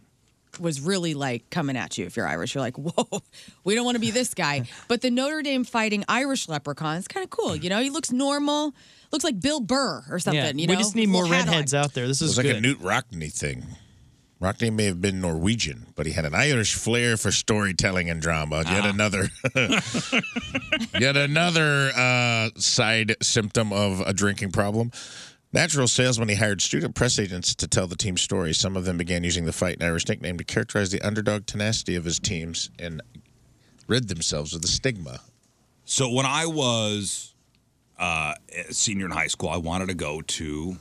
[SPEAKER 2] was really like coming at you if you're Irish. You're like, whoa, we don't want to be this guy. But the Notre Dame fighting Irish leprechaun is kind of cool. You know, he looks normal, looks like Bill Burr or something. you know,
[SPEAKER 5] we just need more
[SPEAKER 2] Little hat on.
[SPEAKER 5] redheads out there. This
[SPEAKER 4] it
[SPEAKER 5] is
[SPEAKER 4] was like
[SPEAKER 5] good.
[SPEAKER 4] a Newt Rockney thing. Rockney may have been Norwegian, but he had an Irish flair for storytelling and drama. Yet
[SPEAKER 5] Ah.
[SPEAKER 4] another, yet another uh, side symptom of a drinking problem. Natural salesman, he hired student press agents to tell the team's story. Some of them began using the fight and Irish nickname to characterize the underdog tenacity of his teams and rid themselves of the stigma.
[SPEAKER 1] So when I was uh, a senior in high school, I wanted to go to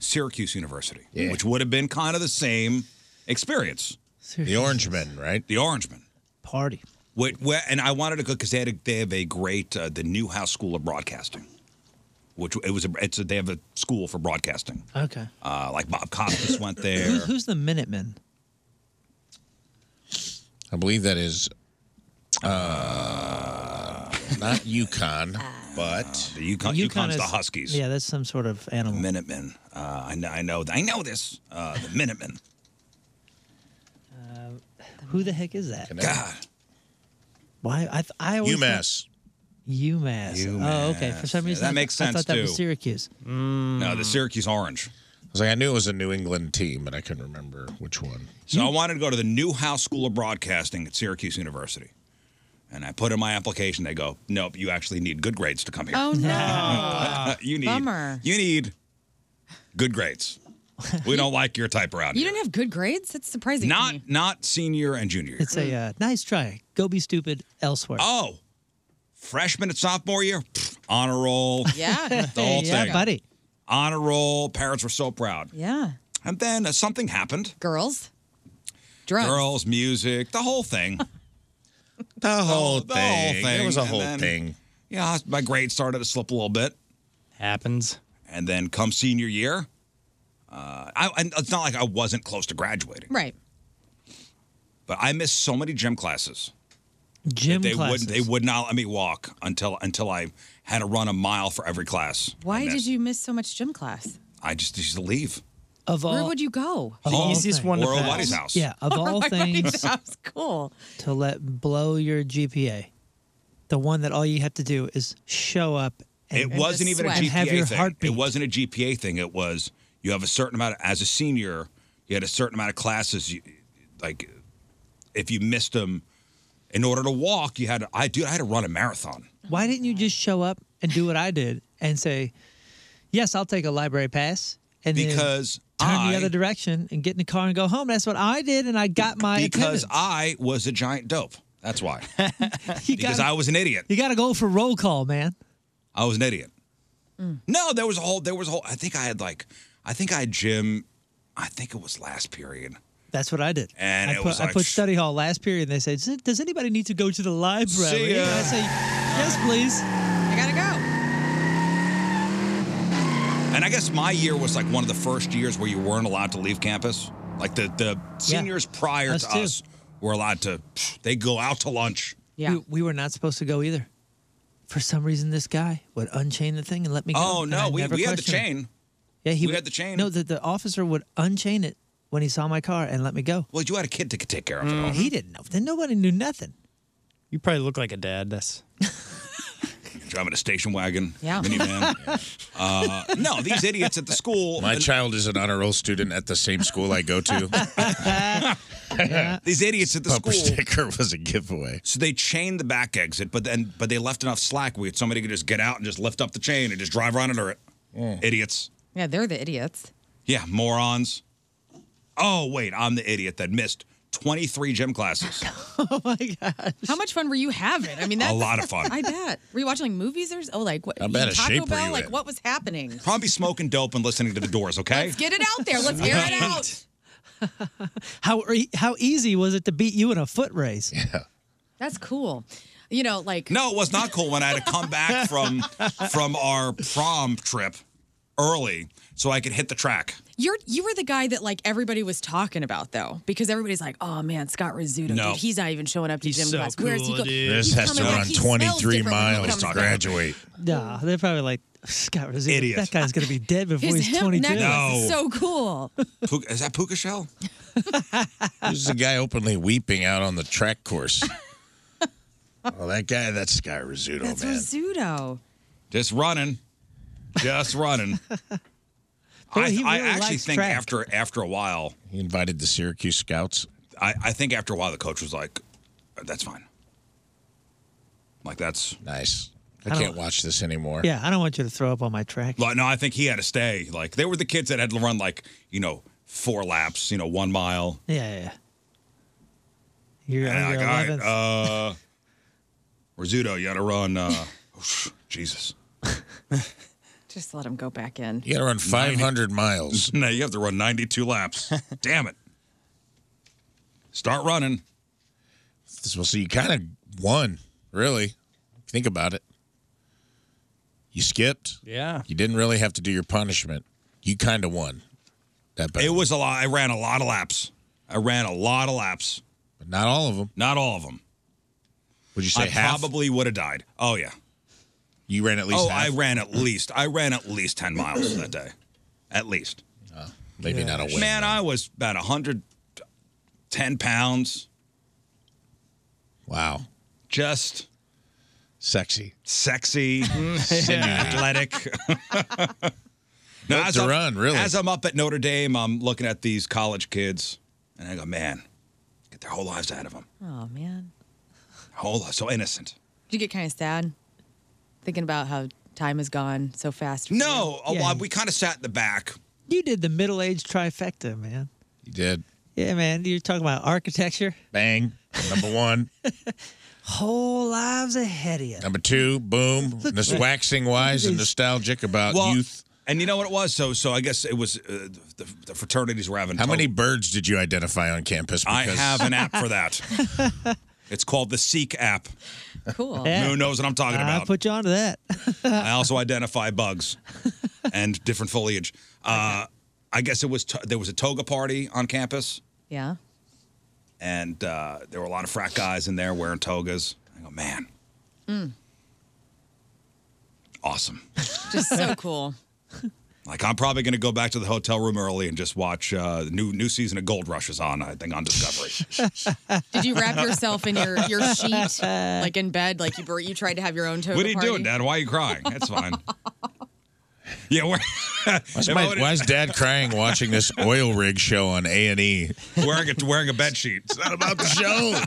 [SPEAKER 1] Syracuse University,
[SPEAKER 4] Yeah.
[SPEAKER 1] which would have been kind of the same experience.
[SPEAKER 4] The Orange Men, right?
[SPEAKER 1] The Orange Men.
[SPEAKER 3] Party.
[SPEAKER 1] Wait, where, and I wanted to go because they had a, they have a great uh, the Newhouse School of Broadcasting, which it was a, it's a, they have a school for broadcasting.
[SPEAKER 3] Okay.
[SPEAKER 1] Uh, like Bob Costas went there. Uh,
[SPEAKER 3] Who's, who's the Minutemen?
[SPEAKER 4] I believe that is uh, not UConn,
[SPEAKER 2] Uh,
[SPEAKER 4] but
[SPEAKER 1] the UConn,
[SPEAKER 3] UConn
[SPEAKER 1] UConn's the
[SPEAKER 3] is-
[SPEAKER 1] Huskies.
[SPEAKER 3] Yeah, that's some sort of animal.
[SPEAKER 1] Minutemen. Uh, I know. I know. I know this. Uh, the Minutemen.
[SPEAKER 3] Uh, Who the heck is that?
[SPEAKER 1] God.
[SPEAKER 3] Why? I, th- I always
[SPEAKER 4] UMass.
[SPEAKER 3] Thought, UMass. Oh, okay. For some
[SPEAKER 1] UMass.
[SPEAKER 3] reason,
[SPEAKER 1] That
[SPEAKER 3] I-
[SPEAKER 1] makes
[SPEAKER 3] I
[SPEAKER 1] sense,
[SPEAKER 3] thought that was
[SPEAKER 1] too. Mm.
[SPEAKER 3] Syracuse. Mm.
[SPEAKER 1] No, the Syracuse Orange.
[SPEAKER 4] I was like, I knew it was a New England team, but I couldn't remember which one.
[SPEAKER 1] So I wanted to go to the Newhouse School of Broadcasting at Syracuse University. And I put in my application. They go, nope, you actually need good grades to come here.
[SPEAKER 2] Oh, no.
[SPEAKER 1] you need,
[SPEAKER 2] Bummer.
[SPEAKER 1] You need good grades. We don't like your type around
[SPEAKER 2] You
[SPEAKER 1] here.
[SPEAKER 2] didn't have good grades? That's surprising. to
[SPEAKER 1] Not
[SPEAKER 2] me.
[SPEAKER 1] not senior and junior.
[SPEAKER 3] It's a uh, nice try. Go be stupid elsewhere.
[SPEAKER 1] Oh, freshman and sophomore year, pfft, honor roll.
[SPEAKER 2] Yeah.
[SPEAKER 1] the whole
[SPEAKER 3] Yeah,
[SPEAKER 1] thing.
[SPEAKER 3] buddy.
[SPEAKER 1] Honor roll. Parents were so proud.
[SPEAKER 2] Yeah.
[SPEAKER 1] And then uh, something happened.
[SPEAKER 2] Girls. Drugs.
[SPEAKER 1] Girls, music, the whole thing.
[SPEAKER 4] the whole
[SPEAKER 1] The whole
[SPEAKER 4] thing.
[SPEAKER 1] thing.
[SPEAKER 4] It was a
[SPEAKER 1] And
[SPEAKER 4] whole
[SPEAKER 1] then-
[SPEAKER 4] thing.
[SPEAKER 1] Yeah, my grades started to slip a little bit.
[SPEAKER 5] Happens.
[SPEAKER 1] And then come senior year, uh, I, and it's not like I wasn't close to graduating,
[SPEAKER 2] Right.
[SPEAKER 1] but I missed so many gym classes.
[SPEAKER 3] Gym
[SPEAKER 1] they
[SPEAKER 3] classes.
[SPEAKER 1] wouldn't. They would not let me walk until until I had to run a mile for every class.
[SPEAKER 2] Why
[SPEAKER 1] I
[SPEAKER 2] did
[SPEAKER 1] missed.
[SPEAKER 2] you miss so much gym class?
[SPEAKER 1] I just used to leave.
[SPEAKER 3] Of
[SPEAKER 2] Where
[SPEAKER 3] all,
[SPEAKER 2] would you go? Oh
[SPEAKER 3] of
[SPEAKER 1] The
[SPEAKER 3] all
[SPEAKER 1] easiest
[SPEAKER 3] things-
[SPEAKER 1] one to Or pass. O'Reilly's house. Oh
[SPEAKER 3] Yeah, of all things
[SPEAKER 2] That was cool.
[SPEAKER 3] to let blow your GPA, the one that all you have to do is show up. And
[SPEAKER 1] It wasn't even a
[SPEAKER 3] sweat. And
[SPEAKER 1] GPA
[SPEAKER 3] have your
[SPEAKER 1] thing.
[SPEAKER 3] heartbeat.
[SPEAKER 1] It wasn't a GPA thing. It was you have a certain amount of, as a senior, you had a certain amount of classes. You, like if you missed them, in order to walk, you had to, I dude, I had to run a marathon.
[SPEAKER 3] Why didn't you just show up and do what I did and say, yes, I'll take a library pass and then
[SPEAKER 1] Because
[SPEAKER 3] turn
[SPEAKER 1] I-
[SPEAKER 3] the other direction and get in the car and go home. That's what I did, and I got my
[SPEAKER 1] because
[SPEAKER 3] attendance.
[SPEAKER 1] I was a giant dope. That's why. because
[SPEAKER 3] gotta-
[SPEAKER 1] I was an idiot.
[SPEAKER 3] You got to go for roll call, man.
[SPEAKER 1] I was an idiot.
[SPEAKER 3] Mm.
[SPEAKER 1] No, there was a whole. There was a whole. I think I had like. I think I had gym. I think it was last period.
[SPEAKER 3] That's what I did.
[SPEAKER 1] And
[SPEAKER 3] I
[SPEAKER 1] it
[SPEAKER 3] put,
[SPEAKER 1] was
[SPEAKER 3] I
[SPEAKER 1] like,
[SPEAKER 3] put
[SPEAKER 1] sh-
[SPEAKER 3] study hall last period, and they said, "Does- "Does anybody need to go to the library?"
[SPEAKER 1] See ya.
[SPEAKER 3] And I say, "Yes, please."
[SPEAKER 2] I gotta go.
[SPEAKER 1] And I guess my year was like one of the first years where you weren't allowed to leave campus. Like the the seniors prior
[SPEAKER 3] us
[SPEAKER 1] to
[SPEAKER 3] too.
[SPEAKER 1] us were allowed to. psh, They go out to lunch.
[SPEAKER 3] Yeah. We, we were not supposed to go either. For some reason, this guy would unchain the thing and let me go.
[SPEAKER 1] Oh
[SPEAKER 3] and
[SPEAKER 1] no,
[SPEAKER 3] I
[SPEAKER 1] we,
[SPEAKER 3] never
[SPEAKER 1] we had the
[SPEAKER 3] questioned him.
[SPEAKER 1] chain.
[SPEAKER 3] Yeah, he
[SPEAKER 1] we
[SPEAKER 3] would-
[SPEAKER 1] had the chain.
[SPEAKER 3] No, the, the officer would unchain it when he saw my car and let me go.
[SPEAKER 1] Well, you had a kid to take care of.
[SPEAKER 3] He didn't know. Then nobody knew nothing.
[SPEAKER 5] You probably look like a dad. That's
[SPEAKER 1] driving a station wagon.
[SPEAKER 3] Yeah.
[SPEAKER 1] Minivan. uh, no, these idiots at the school.
[SPEAKER 4] My child is an honor roll student at the same school I go to.
[SPEAKER 1] These idiots at the
[SPEAKER 4] Bumper
[SPEAKER 1] school.
[SPEAKER 4] sticker was a giveaway.
[SPEAKER 1] So they chained the back exit, but then but they left enough slack where somebody could just get out and just lift up the chain and just drive right under it.
[SPEAKER 4] Mm.
[SPEAKER 1] Idiots.
[SPEAKER 2] Yeah, they're the idiots.
[SPEAKER 1] Yeah, morons. Oh wait, I'm the idiot that missed 23 gym classes.
[SPEAKER 2] Oh my gosh. How much fun were you having? I mean, that's
[SPEAKER 1] lot of fun.
[SPEAKER 2] I bet. Were you watching like movies or s- oh, like what?
[SPEAKER 1] How bad a
[SPEAKER 2] Taco
[SPEAKER 1] shape were
[SPEAKER 2] Bell?
[SPEAKER 1] you
[SPEAKER 2] like
[SPEAKER 1] in?
[SPEAKER 2] what was happening?
[SPEAKER 1] Probably smoking dope and listening to the Doors. Okay.
[SPEAKER 2] Let's get it out there. Let's air it out.
[SPEAKER 3] How e- how easy was it to beat you in a foot race?
[SPEAKER 4] Yeah.
[SPEAKER 2] That's cool. You know, like
[SPEAKER 1] No, it was not cool when I had to come back from from our prom trip early so I could hit the track.
[SPEAKER 2] You're you were the guy that like everybody was talking about though, because everybody's like, "Oh man, Scott Rizzuto,
[SPEAKER 1] No.
[SPEAKER 2] dude, he's not even showing up to
[SPEAKER 4] He's
[SPEAKER 2] gym
[SPEAKER 4] so
[SPEAKER 2] class. Where's he
[SPEAKER 4] cool,
[SPEAKER 2] go?
[SPEAKER 4] dude. This
[SPEAKER 2] He's
[SPEAKER 4] has to
[SPEAKER 2] coming back.
[SPEAKER 4] run
[SPEAKER 2] He smells
[SPEAKER 4] 23
[SPEAKER 2] different when he
[SPEAKER 4] miles
[SPEAKER 2] comes
[SPEAKER 4] to
[SPEAKER 2] back."
[SPEAKER 4] graduate.
[SPEAKER 3] Nah, Ah, they're probably like Scott Rizzuto.
[SPEAKER 1] Idiot.
[SPEAKER 3] That guy's gonna be dead before
[SPEAKER 2] His
[SPEAKER 3] he's
[SPEAKER 2] hemp
[SPEAKER 3] 22.
[SPEAKER 2] necklace
[SPEAKER 1] No.
[SPEAKER 2] is so cool.
[SPEAKER 4] Oh,
[SPEAKER 1] Puka, is that Puka Shell?
[SPEAKER 4] There's a guy openly weeping out on the track course. oh, that guy, that's Sky Rizzuto,
[SPEAKER 2] That's
[SPEAKER 4] man.
[SPEAKER 2] Rizzuto.
[SPEAKER 1] Just running. Just running. I,
[SPEAKER 4] he
[SPEAKER 1] I
[SPEAKER 4] really
[SPEAKER 1] actually
[SPEAKER 4] likes
[SPEAKER 1] think
[SPEAKER 4] track.
[SPEAKER 1] after after a while
[SPEAKER 4] He invited the Syracuse Scouts.
[SPEAKER 1] I, I think after a while the coach was like, "That's fine." Like that's
[SPEAKER 4] nice. I,
[SPEAKER 3] I don't-
[SPEAKER 4] can't watch this anymore.
[SPEAKER 3] Yeah, I don't want you to throw up on my track.
[SPEAKER 1] Like, no, I think he had to stay. Like they were the kids that had to run like you know four laps, you know one mile.
[SPEAKER 3] Yeah, yeah. yeah. You're
[SPEAKER 1] And
[SPEAKER 3] on
[SPEAKER 1] like,
[SPEAKER 3] your
[SPEAKER 1] all
[SPEAKER 3] 11th.
[SPEAKER 1] right, uh, Rizzuto, you got to run. Uh, Jesus,
[SPEAKER 2] Just let him go back in.
[SPEAKER 4] You got to run 500 miles.
[SPEAKER 1] no, you have to run ninety-two laps. Damn it! Start running.
[SPEAKER 4] Well, so you kind of won, really. Think about it. You skipped.
[SPEAKER 5] Yeah.
[SPEAKER 4] You didn't really have to do your punishment. You kind of won. That
[SPEAKER 1] It was a lot. I ran a lot of laps. I ran a lot of laps.
[SPEAKER 4] But not all of them.
[SPEAKER 1] Not all of them.
[SPEAKER 4] Would you say
[SPEAKER 1] I
[SPEAKER 4] half?
[SPEAKER 1] probably would have died. Oh yeah.
[SPEAKER 4] You ran at least
[SPEAKER 1] Oh,
[SPEAKER 4] half?
[SPEAKER 1] I ran at least. I ran at least ten miles that day, at least.
[SPEAKER 4] Oh, Maybe not a win.
[SPEAKER 1] Man, I was about hundred ten pounds.
[SPEAKER 4] Wow.
[SPEAKER 1] Just
[SPEAKER 4] Sexy.
[SPEAKER 1] sexy,
[SPEAKER 4] Sinewy.
[SPEAKER 1] athletic.
[SPEAKER 4] Built to
[SPEAKER 1] I'm-
[SPEAKER 4] run, really.
[SPEAKER 1] As I'm up at Notre Dame, I'm looking at these college kids, and I go, man, get their whole lives out of them.
[SPEAKER 2] Oh man,
[SPEAKER 1] Whole li- so innocent.
[SPEAKER 2] did you get kind of sad thinking about how time has gone so fast? for
[SPEAKER 1] No,
[SPEAKER 2] you?
[SPEAKER 1] oh, well, we kind of sat in the back.
[SPEAKER 3] You did the middle age trifecta, man.
[SPEAKER 4] You did.
[SPEAKER 3] Yeah, man. You're talking about architecture.
[SPEAKER 4] Bang. Number one.
[SPEAKER 3] Whole lives ahead of you.
[SPEAKER 4] Number two. Boom. This waxing wise and nostalgic about
[SPEAKER 1] Well,
[SPEAKER 4] youth.
[SPEAKER 1] and you know what it was? So, so I guess it was uh, the, the fraternities were having.
[SPEAKER 4] How
[SPEAKER 1] total-
[SPEAKER 4] many birds did you identify on campus?
[SPEAKER 1] I have an app for that. it's called the Seek app.
[SPEAKER 2] Cool.
[SPEAKER 1] Who knows what I'm talking
[SPEAKER 3] I'll
[SPEAKER 1] about?
[SPEAKER 3] put you onto that.
[SPEAKER 1] I also identify bugs and different foliage. Uh, I guess it was to- there was a toga party on campus,
[SPEAKER 2] Yeah.
[SPEAKER 1] and uh, there were a lot of frat guys in there wearing togas. I go, man,
[SPEAKER 2] Mm.
[SPEAKER 1] awesome!
[SPEAKER 2] Just so cool.
[SPEAKER 1] Like I'm probably going to go back to the hotel room early and just watch uh, the new new season of Gold Rush is on. I think on Discovery.
[SPEAKER 2] Did you wrap yourself in your, your sheet, like in bed, like you were- you tried to have your own toga
[SPEAKER 1] what are you
[SPEAKER 2] party?
[SPEAKER 1] doing, Dad? Why are you crying? That's fine. yeah, we're
[SPEAKER 4] Why's,
[SPEAKER 1] If I
[SPEAKER 4] my-
[SPEAKER 1] would've-
[SPEAKER 4] why is Dad crying watching this oil rig show on A and E?
[SPEAKER 1] Oh, wearing a wearing a bed sheet. It's not about
[SPEAKER 4] The show.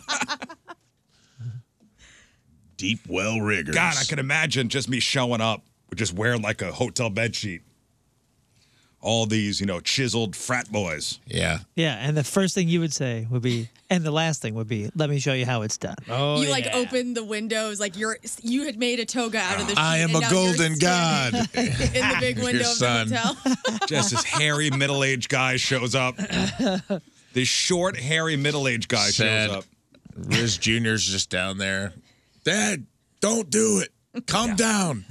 [SPEAKER 4] Deep well riggers.
[SPEAKER 1] God, I could imagine just me showing up, just wearing like a hotel bed sheet. All these, you know, chiseled frat boys.
[SPEAKER 4] Yeah.
[SPEAKER 3] Yeah, and the first thing you would say would be, and the last thing would be, let me show you how it's done.
[SPEAKER 4] Oh,
[SPEAKER 2] you like open the windows, like you're you had made a toga out of the.
[SPEAKER 4] I
[SPEAKER 2] sheet,
[SPEAKER 4] am
[SPEAKER 2] and
[SPEAKER 4] a
[SPEAKER 2] now you're
[SPEAKER 4] golden god.
[SPEAKER 2] in the big
[SPEAKER 1] Your
[SPEAKER 2] window of
[SPEAKER 1] son.
[SPEAKER 2] the hotel.
[SPEAKER 1] Just this hairy middle aged guy shows up. This short, hairy middle aged guy
[SPEAKER 4] Sad.
[SPEAKER 1] shows up.
[SPEAKER 4] Riz Junior's just down there. Dad, don't do it. Calm down.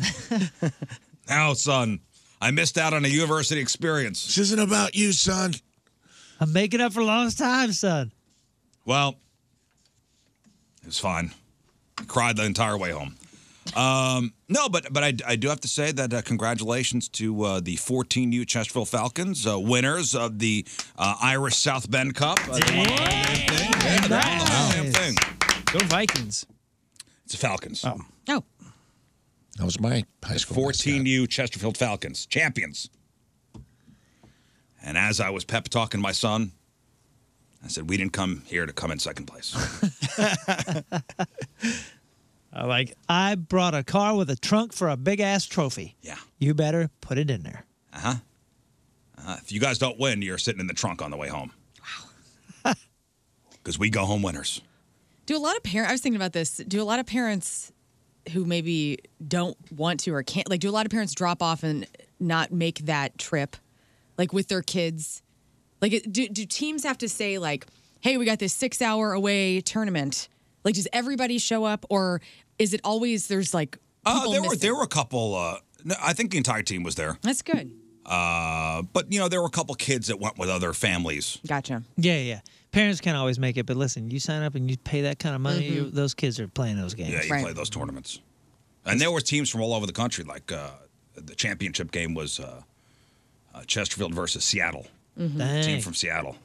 [SPEAKER 1] Now, son, I missed out on a university experience.
[SPEAKER 4] This isn't about you, son.
[SPEAKER 3] I'm making up for lost time, son.
[SPEAKER 1] Well, it was fine. I cried the entire way home. Um, no, but but I, I do have to say that uh, congratulations to uh, the 14U Chesterfield Falcons, uh, winners of the uh, Irish South Bend Cup. Uh, they won the whole damn thing. Yeah, they won the whole damn thing.
[SPEAKER 3] Go Vikings.
[SPEAKER 1] It's the Falcons. Oh.
[SPEAKER 2] Oh.
[SPEAKER 4] That was my high school.
[SPEAKER 1] 14U Chesterfield Falcons, champions. And as I was pep talking my son, I said, We didn't come here to come in second place. Uh-huh.
[SPEAKER 3] I like. I brought a car with a trunk for a big ass trophy.
[SPEAKER 1] Yeah.
[SPEAKER 3] You better put it in there.
[SPEAKER 1] Uh huh. Uh, if you guys don't win, you're sitting in the trunk on the way home. Because we go home winners.
[SPEAKER 2] Do a lot of parents? I was thinking about this. Do a lot of parents who maybe don't want to or can't like? Do a lot of parents drop off and not make that trip, like with their kids? Like, it- do do teams have to say like, "Hey, we got this six hour away tournament"? Like, does everybody show up, or is it always there's like?
[SPEAKER 1] Uh,
[SPEAKER 2] people
[SPEAKER 1] there were
[SPEAKER 2] missing?
[SPEAKER 1] there were a couple. Uh, no, I think the entire team was there.
[SPEAKER 2] That's good.
[SPEAKER 1] Uh, but you know, there were a couple kids that went with other families.
[SPEAKER 2] Gotcha.
[SPEAKER 3] Yeah, yeah. Parents can't always make it, but listen, you sign up and you pay that kind of money.
[SPEAKER 1] Mhm.
[SPEAKER 3] You,
[SPEAKER 2] Mm-hmm.
[SPEAKER 3] those kids are playing those games.
[SPEAKER 1] Yeah, you play those tournaments, and there were teams from all over the country. Like uh, the championship game was uh, uh, Chesterfield versus Seattle.
[SPEAKER 3] Mhm.
[SPEAKER 1] Team
[SPEAKER 3] Dang.
[SPEAKER 1] from Seattle.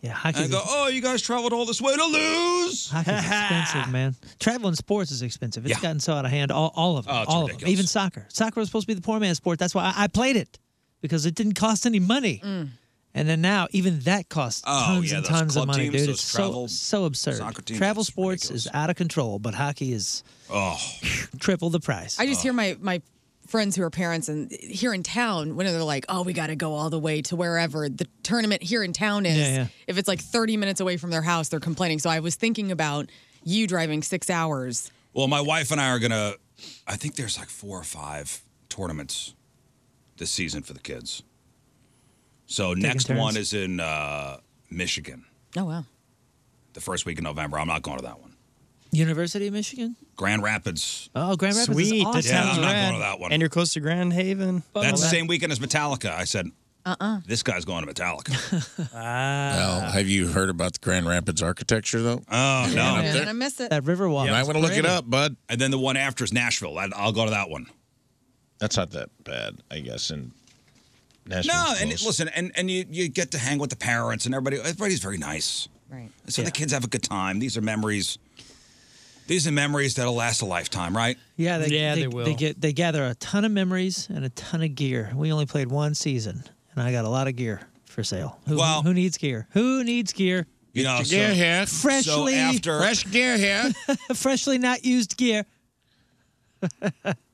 [SPEAKER 3] Yeah,
[SPEAKER 1] And
[SPEAKER 3] hockey's
[SPEAKER 1] go, oh, you guys traveled all this way to lose.
[SPEAKER 3] Hockey's expensive, man. Travel and sports is expensive. It's gotten so out of hand. All, all of them.
[SPEAKER 1] Oh, it's
[SPEAKER 3] all of them. Even soccer. Soccer was supposed to be the poor man's sport. That's why I, I played it because it didn't cost any money.
[SPEAKER 2] Mm.
[SPEAKER 3] And then now, even that costs
[SPEAKER 1] Oh,
[SPEAKER 3] tons
[SPEAKER 1] yeah,
[SPEAKER 3] and
[SPEAKER 1] those
[SPEAKER 3] tons
[SPEAKER 1] club
[SPEAKER 3] of money,
[SPEAKER 1] teams,
[SPEAKER 3] dude.
[SPEAKER 1] those
[SPEAKER 3] It's
[SPEAKER 1] travel
[SPEAKER 3] so so absurd.
[SPEAKER 1] soccer teams,
[SPEAKER 3] travel sports is out of control, but hockey is
[SPEAKER 1] oh
[SPEAKER 3] triple the price.
[SPEAKER 2] I just hear my my friends who are parents and here in town when they're like, "Oh, we got to go all the way to wherever the tournament here in town is."
[SPEAKER 3] Yeah, yeah.
[SPEAKER 2] If it's like 30 minutes away from their house, they're complaining. So I was thinking about you driving 6 hours.
[SPEAKER 1] Well, my wife and I are gonna. I think there's like four or five tournaments this season for the kids. So
[SPEAKER 2] Taking
[SPEAKER 1] next
[SPEAKER 2] turns.
[SPEAKER 1] one is in uh, Michigan,
[SPEAKER 2] Oh wow.
[SPEAKER 1] the first week of November. I'm not going to that one.
[SPEAKER 3] University of Michigan.
[SPEAKER 1] Grand Rapids.
[SPEAKER 3] Oh, Grand Rapids is
[SPEAKER 5] Sweet. That
[SPEAKER 3] awesome.
[SPEAKER 1] Yeah,
[SPEAKER 5] sounds
[SPEAKER 1] I'm not
[SPEAKER 5] rad.
[SPEAKER 1] going to that one.
[SPEAKER 5] And you're close to Grand Haven.
[SPEAKER 1] That's the same weekend as Metallica. I said,
[SPEAKER 2] Uh-uh.
[SPEAKER 1] this guy's going to Metallica.
[SPEAKER 3] Ah.
[SPEAKER 4] Well, have you heard about the Grand Rapids architecture though?
[SPEAKER 1] Oh
[SPEAKER 4] You
[SPEAKER 1] no,
[SPEAKER 4] went up there?
[SPEAKER 2] miss it.
[SPEAKER 3] That Riverwalk.
[SPEAKER 4] I want to look it up, bud.
[SPEAKER 1] And then the one after is Nashville. I, I'll go to that one.
[SPEAKER 4] That's not that bad, I guess. In Nashville,
[SPEAKER 1] no, and listen, and, and you, you get to hang with the parents and everybody. Everybody's very nice.
[SPEAKER 2] Right.
[SPEAKER 1] So the kids have a good time. These are memories. These are memories that'll last a lifetime, right?
[SPEAKER 3] Yeah, they,
[SPEAKER 1] Yeah,
[SPEAKER 3] they,
[SPEAKER 1] they will.
[SPEAKER 3] They, get, they gather a ton of memories and a ton of gear. We only played one season, and I got a lot of gear for sale. Who, who needs gear? Who needs gear?
[SPEAKER 1] You know,
[SPEAKER 3] Get your gear here. Freshly-
[SPEAKER 1] So after
[SPEAKER 4] gear here.
[SPEAKER 3] Freshly not used gear.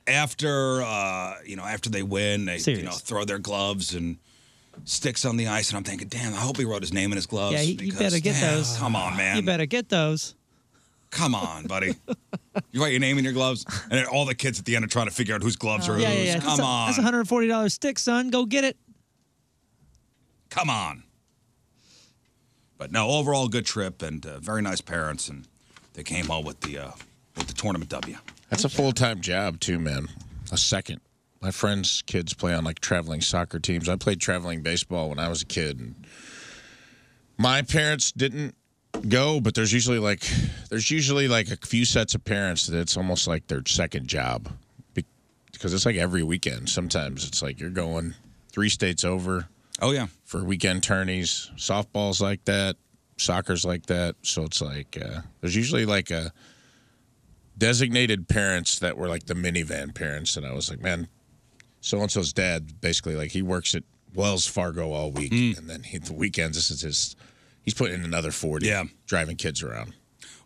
[SPEAKER 1] after uh, you know after they win, they you know
[SPEAKER 3] Serious.
[SPEAKER 1] throw their gloves and sticks on the ice, and I'm thinking, damn, I hope he wrote his name in his gloves.
[SPEAKER 3] Yeah, you- you
[SPEAKER 1] because,
[SPEAKER 3] better get
[SPEAKER 1] damn,
[SPEAKER 3] those.
[SPEAKER 1] Come on, man.
[SPEAKER 3] You better get those.
[SPEAKER 1] Come on, buddy. you write your name in your gloves, and then all the kids at the end are trying to figure out whose gloves are
[SPEAKER 3] yeah, yeah,
[SPEAKER 1] whose.
[SPEAKER 3] yeah.
[SPEAKER 1] Come
[SPEAKER 3] that's, a-
[SPEAKER 1] on,
[SPEAKER 3] that's a hundred forty dollars stick, son. Go get it.
[SPEAKER 1] come on. But no, overall good trip and uh, very nice parents, and they came home with the uh, with the tournament W.
[SPEAKER 4] That's a full time job too, man. A second. My friends' kids play on like traveling soccer teams. I played traveling baseball when I was a kid, and my parents didn't go. But there's usually like there's usually like a few sets of parents that it's almost like their second job Be- because it's like every weekend. Sometimes it's like you're going three states over.
[SPEAKER 1] Oh yeah,
[SPEAKER 4] for weekend tourneys, softballs like that, soccer's like that. So it's like uh, there's usually like a designated parents that were like the minivan parents, and I was like, man, so and so's dad basically like he works at Wells Fargo all
[SPEAKER 1] Mm.
[SPEAKER 4] week, and then he, the weekends this is his. He's putting in another forty. Yeah, driving kids around.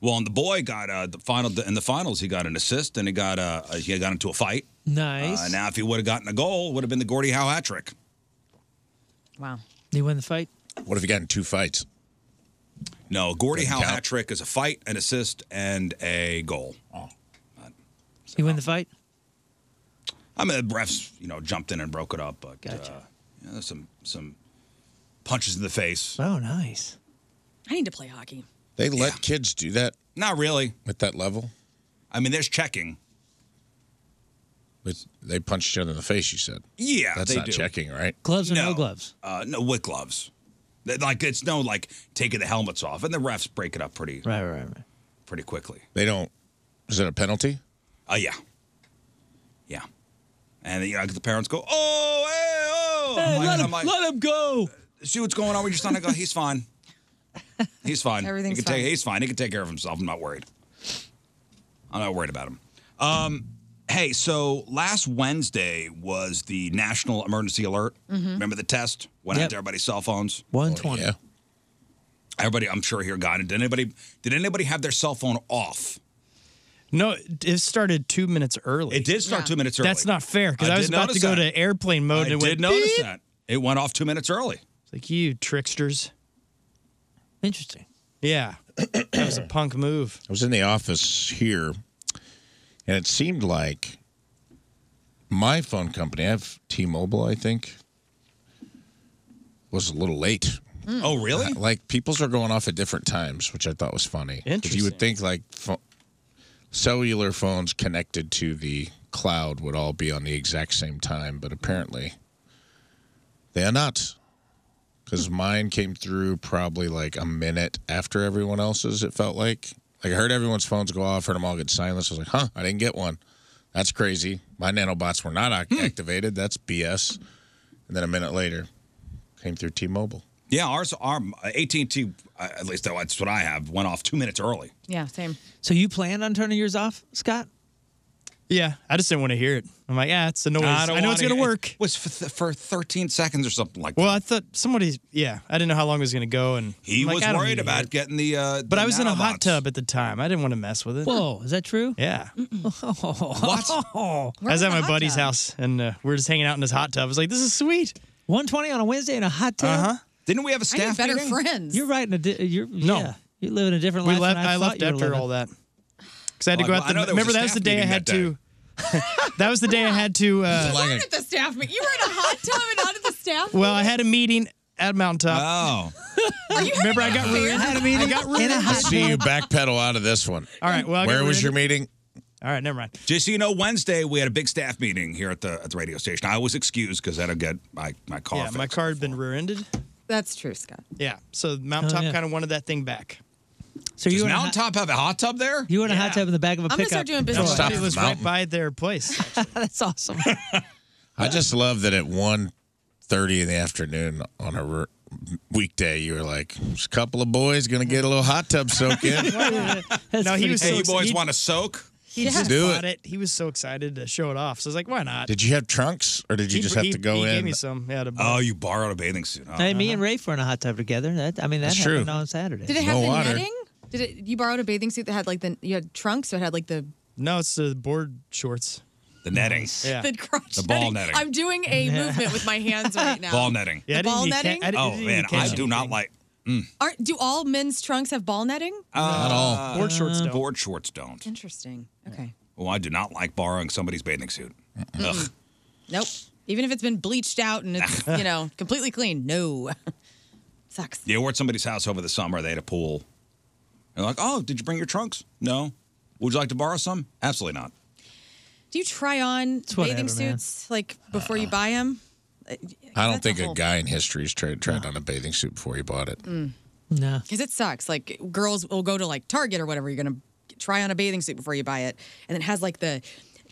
[SPEAKER 1] Well, and the boy got uh, the final in the finals. He got an assist and he got uh, he got into a fight.
[SPEAKER 3] Nice.
[SPEAKER 1] Uh, now, if he would have gotten a goal, would have been the Gordie Howe hat trick.
[SPEAKER 2] Wow.
[SPEAKER 3] Did he win the fight?
[SPEAKER 4] What if he got in two fights?
[SPEAKER 1] No, Gordie
[SPEAKER 4] Doesn't
[SPEAKER 1] Howe
[SPEAKER 4] count.
[SPEAKER 1] hat trick is a fight, an assist, and a goal. Oh.
[SPEAKER 3] He win the fight?
[SPEAKER 1] I mean, the refs, you know, jumped in and broke it up, but uh, yeah, there's some some punches in the face.
[SPEAKER 3] Oh, nice.
[SPEAKER 2] I need to play hockey.
[SPEAKER 4] They let kids do that?
[SPEAKER 1] Not really.
[SPEAKER 4] At that level?
[SPEAKER 1] I mean, there's checking.
[SPEAKER 4] But they punch each other in the face, you said.
[SPEAKER 1] Yeah,
[SPEAKER 4] That's
[SPEAKER 1] they
[SPEAKER 4] not
[SPEAKER 1] do.
[SPEAKER 4] checking, right?
[SPEAKER 3] Gloves
[SPEAKER 1] or no,
[SPEAKER 3] gloves?
[SPEAKER 1] Uh, no, with gloves. They- Like it's no like taking the helmets off, and the refs break it up pretty
[SPEAKER 3] right, right, right.
[SPEAKER 1] pretty quickly.
[SPEAKER 4] They don't. Is it a penalty?
[SPEAKER 1] Oh yeah, yeah. And you know, the parents go, "Oh, hey, oh!"
[SPEAKER 3] Hey, let him-
[SPEAKER 1] let
[SPEAKER 3] him go.
[SPEAKER 1] "Uh, See what's going on with your son? I go, "He's fine. He's fine.
[SPEAKER 2] Everything's
[SPEAKER 1] he can
[SPEAKER 2] fine.
[SPEAKER 1] Take, he's fine. He can take care of himself. I'm not worried. I'm not worried about him." Um, hey, so last Wednesday was the national emergency alert.
[SPEAKER 2] Mm-hmm.
[SPEAKER 3] Mhm.
[SPEAKER 1] Remember the test went
[SPEAKER 3] Yep.
[SPEAKER 1] out to everybody's cell phones. Oh,
[SPEAKER 3] 120. yeah.
[SPEAKER 1] Everybody, I'm sure here got it. Did anybody? Did anybody have their cell phone off?
[SPEAKER 5] No, it started two minutes early. It
[SPEAKER 1] did start two minutes early.
[SPEAKER 5] That's not fair because I,
[SPEAKER 1] I
[SPEAKER 5] was
[SPEAKER 1] did
[SPEAKER 5] about to
[SPEAKER 1] notice
[SPEAKER 5] go
[SPEAKER 1] that.
[SPEAKER 5] to airplane mode.
[SPEAKER 1] I
[SPEAKER 5] and it
[SPEAKER 1] did
[SPEAKER 5] went
[SPEAKER 1] notice
[SPEAKER 5] beep.
[SPEAKER 1] that it went off two minutes early.
[SPEAKER 5] It's like you tricksters.
[SPEAKER 3] Interesting.
[SPEAKER 5] Yeah, that was a punk move.
[SPEAKER 4] I was in the office here, and it seemed like my phone company, I have T Mobile, I think, was a little late.
[SPEAKER 2] Hmm.
[SPEAKER 1] Oh, really?
[SPEAKER 4] Uh, like, people's are going off at different times, which I thought was funny. 'Cause You
[SPEAKER 5] Interesting.
[SPEAKER 4] would think, like, pho- cellular phones connected to the cloud would all be on the exact same time, but apparently they are not. Because mine came through probably like a minute after everyone else's, it felt like. Like I heard everyone's phones go off, heard them all get silenced. I was like, huh, I didn't get one. That's crazy. My nanobots were not ac- activated. That's BS. And then a minute later, came through T Mobile.
[SPEAKER 1] Yeah, ours, our AT and T, uh, at least that's what I have, went off two minutes early.
[SPEAKER 2] Yeah, same.
[SPEAKER 3] So you plan on turning yours off, Scott?
[SPEAKER 5] Yeah, I just didn't want to hear it. I'm like, ah, it's a noise. I, know it's gonna work.
[SPEAKER 1] It was for, th- for 13 seconds or something like
[SPEAKER 5] Well, I thought somebody. Yeah, I didn't know how long it was gonna go, and
[SPEAKER 1] that. He
[SPEAKER 5] I'm like,
[SPEAKER 1] was
[SPEAKER 5] I don't need
[SPEAKER 1] worried
[SPEAKER 5] to hear
[SPEAKER 1] about
[SPEAKER 5] it.
[SPEAKER 1] getting the. Uh,
[SPEAKER 5] But
[SPEAKER 1] the
[SPEAKER 5] I was in a
[SPEAKER 1] nanobots.
[SPEAKER 5] hot tub at the time. I didn't want to mess with it.
[SPEAKER 3] Whoa, is that true?
[SPEAKER 5] Yeah.
[SPEAKER 3] what?
[SPEAKER 5] I was at my buddy's house, and uh, we are just hanging out in his hot tub. I was like, this is sweet.
[SPEAKER 3] 120 on a Wednesday in a hot tub.
[SPEAKER 5] Uh-huh.
[SPEAKER 1] Didn't we have a
[SPEAKER 3] staff
[SPEAKER 2] better
[SPEAKER 3] meeting?
[SPEAKER 2] friends.
[SPEAKER 3] You're right. In a di- you're,
[SPEAKER 5] No.
[SPEAKER 3] yeah. you live in a different
[SPEAKER 5] We
[SPEAKER 3] life.
[SPEAKER 5] left.
[SPEAKER 3] than I,
[SPEAKER 5] I,
[SPEAKER 3] thought
[SPEAKER 5] left
[SPEAKER 3] you were
[SPEAKER 5] after
[SPEAKER 3] living.
[SPEAKER 5] all that because Oh, I had to
[SPEAKER 3] Well,
[SPEAKER 5] go
[SPEAKER 3] Oh, I-
[SPEAKER 5] out.
[SPEAKER 3] I
[SPEAKER 5] the,
[SPEAKER 3] know there was a
[SPEAKER 5] remember that was the
[SPEAKER 3] staff
[SPEAKER 5] day I
[SPEAKER 3] meeting
[SPEAKER 5] had
[SPEAKER 3] that
[SPEAKER 5] to. that was the day I had to. Uh,
[SPEAKER 2] you weren't at the staff meeting. You were in a hot tub and not at the staff
[SPEAKER 5] well, I had a meeting at Mountain Top.
[SPEAKER 2] Oh.
[SPEAKER 5] remember I got ruined.
[SPEAKER 3] I had a
[SPEAKER 5] I
[SPEAKER 3] meeting
[SPEAKER 5] got
[SPEAKER 3] in
[SPEAKER 5] ruined.
[SPEAKER 3] a
[SPEAKER 4] I see you backpedal out of this one.
[SPEAKER 5] All right. Well, I got
[SPEAKER 4] where was
[SPEAKER 5] ruined.
[SPEAKER 4] your meeting?
[SPEAKER 5] All right. Never mind.
[SPEAKER 1] Just so you know, Wednesday we had a big staff meeting here at the at the radio station. I was excused because that'll get my my car.
[SPEAKER 5] Yeah, my car had been ruined.
[SPEAKER 2] That's true, Scott.
[SPEAKER 5] Yeah. So Mountain
[SPEAKER 3] Oh,
[SPEAKER 5] Top
[SPEAKER 3] yeah.
[SPEAKER 5] kind of wanted that thing back.
[SPEAKER 3] So you were in a hot,
[SPEAKER 1] Top have a hot tub there?
[SPEAKER 3] you were in a hot tub in the back of a
[SPEAKER 5] I'm
[SPEAKER 3] pickup.
[SPEAKER 5] gonna start doing business
[SPEAKER 4] Don't stop
[SPEAKER 5] it
[SPEAKER 4] at
[SPEAKER 5] was
[SPEAKER 4] the
[SPEAKER 5] right
[SPEAKER 4] mountain.
[SPEAKER 5] by their place.
[SPEAKER 3] That's awesome.
[SPEAKER 4] I just love that at 1.30 in the afternoon on a r- weekday, you were like, "There's a couple of boys going to get a little hot tub soak in.
[SPEAKER 5] no, he was so
[SPEAKER 1] Hey, you
[SPEAKER 5] ex-
[SPEAKER 1] boys
[SPEAKER 5] he-
[SPEAKER 1] want to soak?
[SPEAKER 5] He
[SPEAKER 4] Let's
[SPEAKER 5] just
[SPEAKER 4] do
[SPEAKER 5] bought it. He was so excited to show it off. So I was like, why not?
[SPEAKER 4] Did you have trunks or did you
[SPEAKER 5] He-
[SPEAKER 4] just have
[SPEAKER 5] he-
[SPEAKER 4] to go
[SPEAKER 5] he
[SPEAKER 4] in?
[SPEAKER 5] Gave me some. Yeah, to
[SPEAKER 1] Oh,
[SPEAKER 5] borrow.
[SPEAKER 1] you borrowed a bathing suit. huh?
[SPEAKER 3] hey, me and Rafe were in a hot tub together. That I mean, that
[SPEAKER 4] That's
[SPEAKER 3] happened
[SPEAKER 4] true.
[SPEAKER 3] on Saturday.
[SPEAKER 2] Did it
[SPEAKER 4] No
[SPEAKER 2] have the
[SPEAKER 4] water.
[SPEAKER 2] netting? Did it? You borrowed a bathing suit that had like the you had trunks, so it had like the
[SPEAKER 5] no, it's the board shorts.
[SPEAKER 1] The netting,
[SPEAKER 5] Yeah.
[SPEAKER 2] the crotch
[SPEAKER 1] The ball netting.
[SPEAKER 2] I'm doing a movement with my hands right now.
[SPEAKER 1] ball netting.
[SPEAKER 5] yeah,
[SPEAKER 2] the
[SPEAKER 5] I didn't
[SPEAKER 2] ball
[SPEAKER 5] need ca-
[SPEAKER 2] netting?
[SPEAKER 5] I didn't-
[SPEAKER 1] Oh
[SPEAKER 5] didn't
[SPEAKER 1] man,
[SPEAKER 5] need
[SPEAKER 1] I
[SPEAKER 5] catch
[SPEAKER 1] do not like
[SPEAKER 2] Aren't do all men's trunks have ball netting?
[SPEAKER 4] Not all.
[SPEAKER 5] board shorts. Don't.
[SPEAKER 1] uh, board shorts. Don't.
[SPEAKER 2] Interesting. Okay.
[SPEAKER 1] Oh, I do not like borrowing somebody's bathing suit. Ugh.
[SPEAKER 2] Nope. Even if it's been bleached out and it's you know completely clean, no. Sucks.
[SPEAKER 1] Yeah, we're at somebody's house over the summer. They had a pool. They're like, oh, did you bring your trunks? No. Would you like to borrow some? Absolutely not.
[SPEAKER 2] Do you try on
[SPEAKER 3] whatever,
[SPEAKER 2] bathing
[SPEAKER 3] man. Uh-uh.
[SPEAKER 2] suits like before you buy them?
[SPEAKER 4] I don't
[SPEAKER 2] That's
[SPEAKER 4] think
[SPEAKER 2] a
[SPEAKER 4] a,
[SPEAKER 2] whole-
[SPEAKER 4] guy in history has tried, tried on a bathing suit before he bought it.
[SPEAKER 3] Mm. no.
[SPEAKER 2] Because it sucks. Like girls will go to like Target or whatever. You're gonna try on a bathing suit before you buy it, and it has like the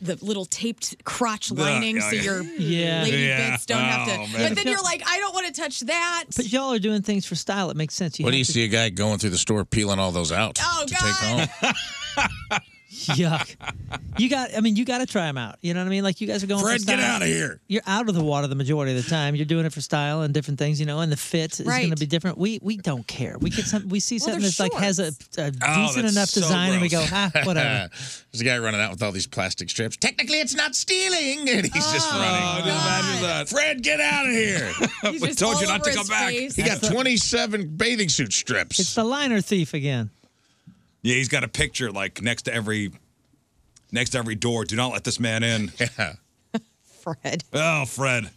[SPEAKER 2] the little taped crotch lining,
[SPEAKER 1] yeah,
[SPEAKER 2] so
[SPEAKER 1] yeah.
[SPEAKER 2] your
[SPEAKER 3] Yeah.
[SPEAKER 2] lady
[SPEAKER 1] Yeah.
[SPEAKER 2] bits don't have
[SPEAKER 1] Oh,
[SPEAKER 2] to.
[SPEAKER 1] man.
[SPEAKER 2] But then you're like, I don't want to touch that.
[SPEAKER 3] But y'all are doing things for style. It makes sense.
[SPEAKER 4] What do
[SPEAKER 3] have
[SPEAKER 4] you
[SPEAKER 3] to-
[SPEAKER 4] Oh,
[SPEAKER 3] Oh,
[SPEAKER 4] see a guy going through the store peeling all those out
[SPEAKER 2] Oh,
[SPEAKER 4] to
[SPEAKER 2] God.
[SPEAKER 4] take home?
[SPEAKER 3] Yuck. You got. I mean, you got to try them out. You know what I mean? Like you guys are going.
[SPEAKER 4] Fred,
[SPEAKER 3] for
[SPEAKER 4] get
[SPEAKER 3] style.
[SPEAKER 4] outta here.
[SPEAKER 3] You're out of the water the majority of the time. You're doing it for style and different things. You know, and the fit is
[SPEAKER 2] Right.
[SPEAKER 3] going to be different. We we don't care. We get some. We see
[SPEAKER 2] Well,
[SPEAKER 3] something
[SPEAKER 2] they're
[SPEAKER 3] that's like has a, a
[SPEAKER 4] Oh,
[SPEAKER 1] Oh,
[SPEAKER 3] decent enough design, and we go, ah, whatever.
[SPEAKER 4] There's a guy running out with all these plastic strips. Technically, it's not stealing, and he's just
[SPEAKER 1] Oh,
[SPEAKER 4] running.
[SPEAKER 1] just imagine that.
[SPEAKER 4] Fred, get out of here!
[SPEAKER 1] He's We just told you all not to over come his back. face.
[SPEAKER 4] He got
[SPEAKER 1] That's the-
[SPEAKER 4] 27 bathing suit strips.
[SPEAKER 3] it's the liner thief again.
[SPEAKER 1] Yeah, he's got a picture like next to every next to every door. Do not let this man in. Yeah.
[SPEAKER 2] Fred.
[SPEAKER 1] Oh, Fred.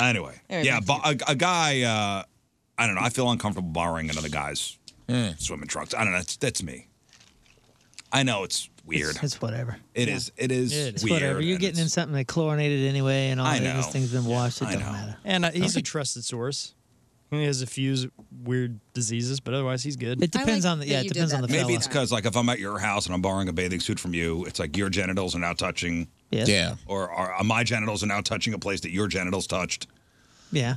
[SPEAKER 1] anyway,
[SPEAKER 2] All right,
[SPEAKER 1] yeah, bo- a, a guy. Uh, I don't know. I feel uncomfortable borrowing another guy's
[SPEAKER 4] Hmm.
[SPEAKER 1] swimming trunks. I don't know. That's, that's me. I know it's weird.
[SPEAKER 3] It's, it's whatever.
[SPEAKER 1] It is. It is
[SPEAKER 3] It's
[SPEAKER 1] weird.
[SPEAKER 3] whatever. You're getting in something that chlorinated anyway, and all
[SPEAKER 1] I
[SPEAKER 3] that.
[SPEAKER 1] know.
[SPEAKER 3] This thing's been washed. It
[SPEAKER 5] I
[SPEAKER 3] don't
[SPEAKER 5] know.
[SPEAKER 3] matter.
[SPEAKER 5] And uh, he's a trusted source. He has a few weird diseases, but otherwise he's good.
[SPEAKER 3] It depends on the yeah. It depends on the
[SPEAKER 1] Maybe
[SPEAKER 3] fella.
[SPEAKER 1] it's because like if I'm at your house and I'm borrowing a bathing suit from you, it's like your genitals are now touching.
[SPEAKER 3] Yes. Yeah.
[SPEAKER 1] Or are, my genitals are now touching a place that your genitals touched.
[SPEAKER 3] yeah.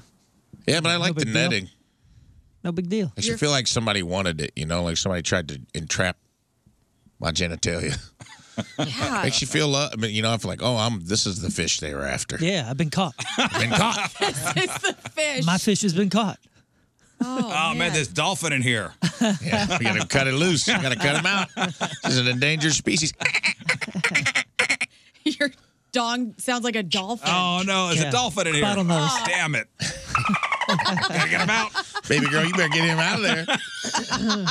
[SPEAKER 4] Yeah, but I like
[SPEAKER 3] No
[SPEAKER 4] the
[SPEAKER 3] big deal.
[SPEAKER 4] netting.
[SPEAKER 3] No big deal.
[SPEAKER 4] I should feel like somebody wanted it, you know, like somebody tried to entrap my genitalia.
[SPEAKER 2] Yeah.
[SPEAKER 4] Makes you feel, lo- I mean, you know, I feel like, oh, I'm. This is the fish they were after.
[SPEAKER 3] Yeah, I've been caught.
[SPEAKER 4] Been caught.
[SPEAKER 2] it's the fish.
[SPEAKER 3] My fish has been caught.
[SPEAKER 2] Oh,
[SPEAKER 1] man. there's dolphin in here.
[SPEAKER 4] yeah, we gotta cut it loose. We gotta cut him out. This is an endangered species.
[SPEAKER 2] Your dong sounds like a dolphin.
[SPEAKER 1] Oh no, there's a dolphin in here.
[SPEAKER 2] Bottlenose.
[SPEAKER 1] Damn it. Gotta get him out.
[SPEAKER 4] Baby girl, you better get him out of there.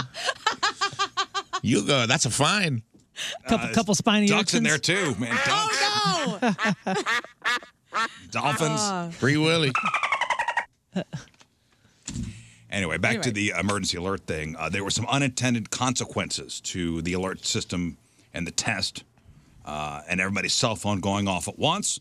[SPEAKER 4] You go. That's a fine. Uh,
[SPEAKER 3] Couple, couple spiny
[SPEAKER 1] Ducks in
[SPEAKER 3] urchins.
[SPEAKER 1] there too, man. Ducks,
[SPEAKER 2] Oh no.
[SPEAKER 1] dolphins.
[SPEAKER 2] Ah.
[SPEAKER 4] Free Willy.
[SPEAKER 1] Anyway, back to
[SPEAKER 2] Anyway.
[SPEAKER 1] the emergency alert thing. Uh, there were some unintended consequences to the alert system and the test, uh, and everybody's cell phone going off at once.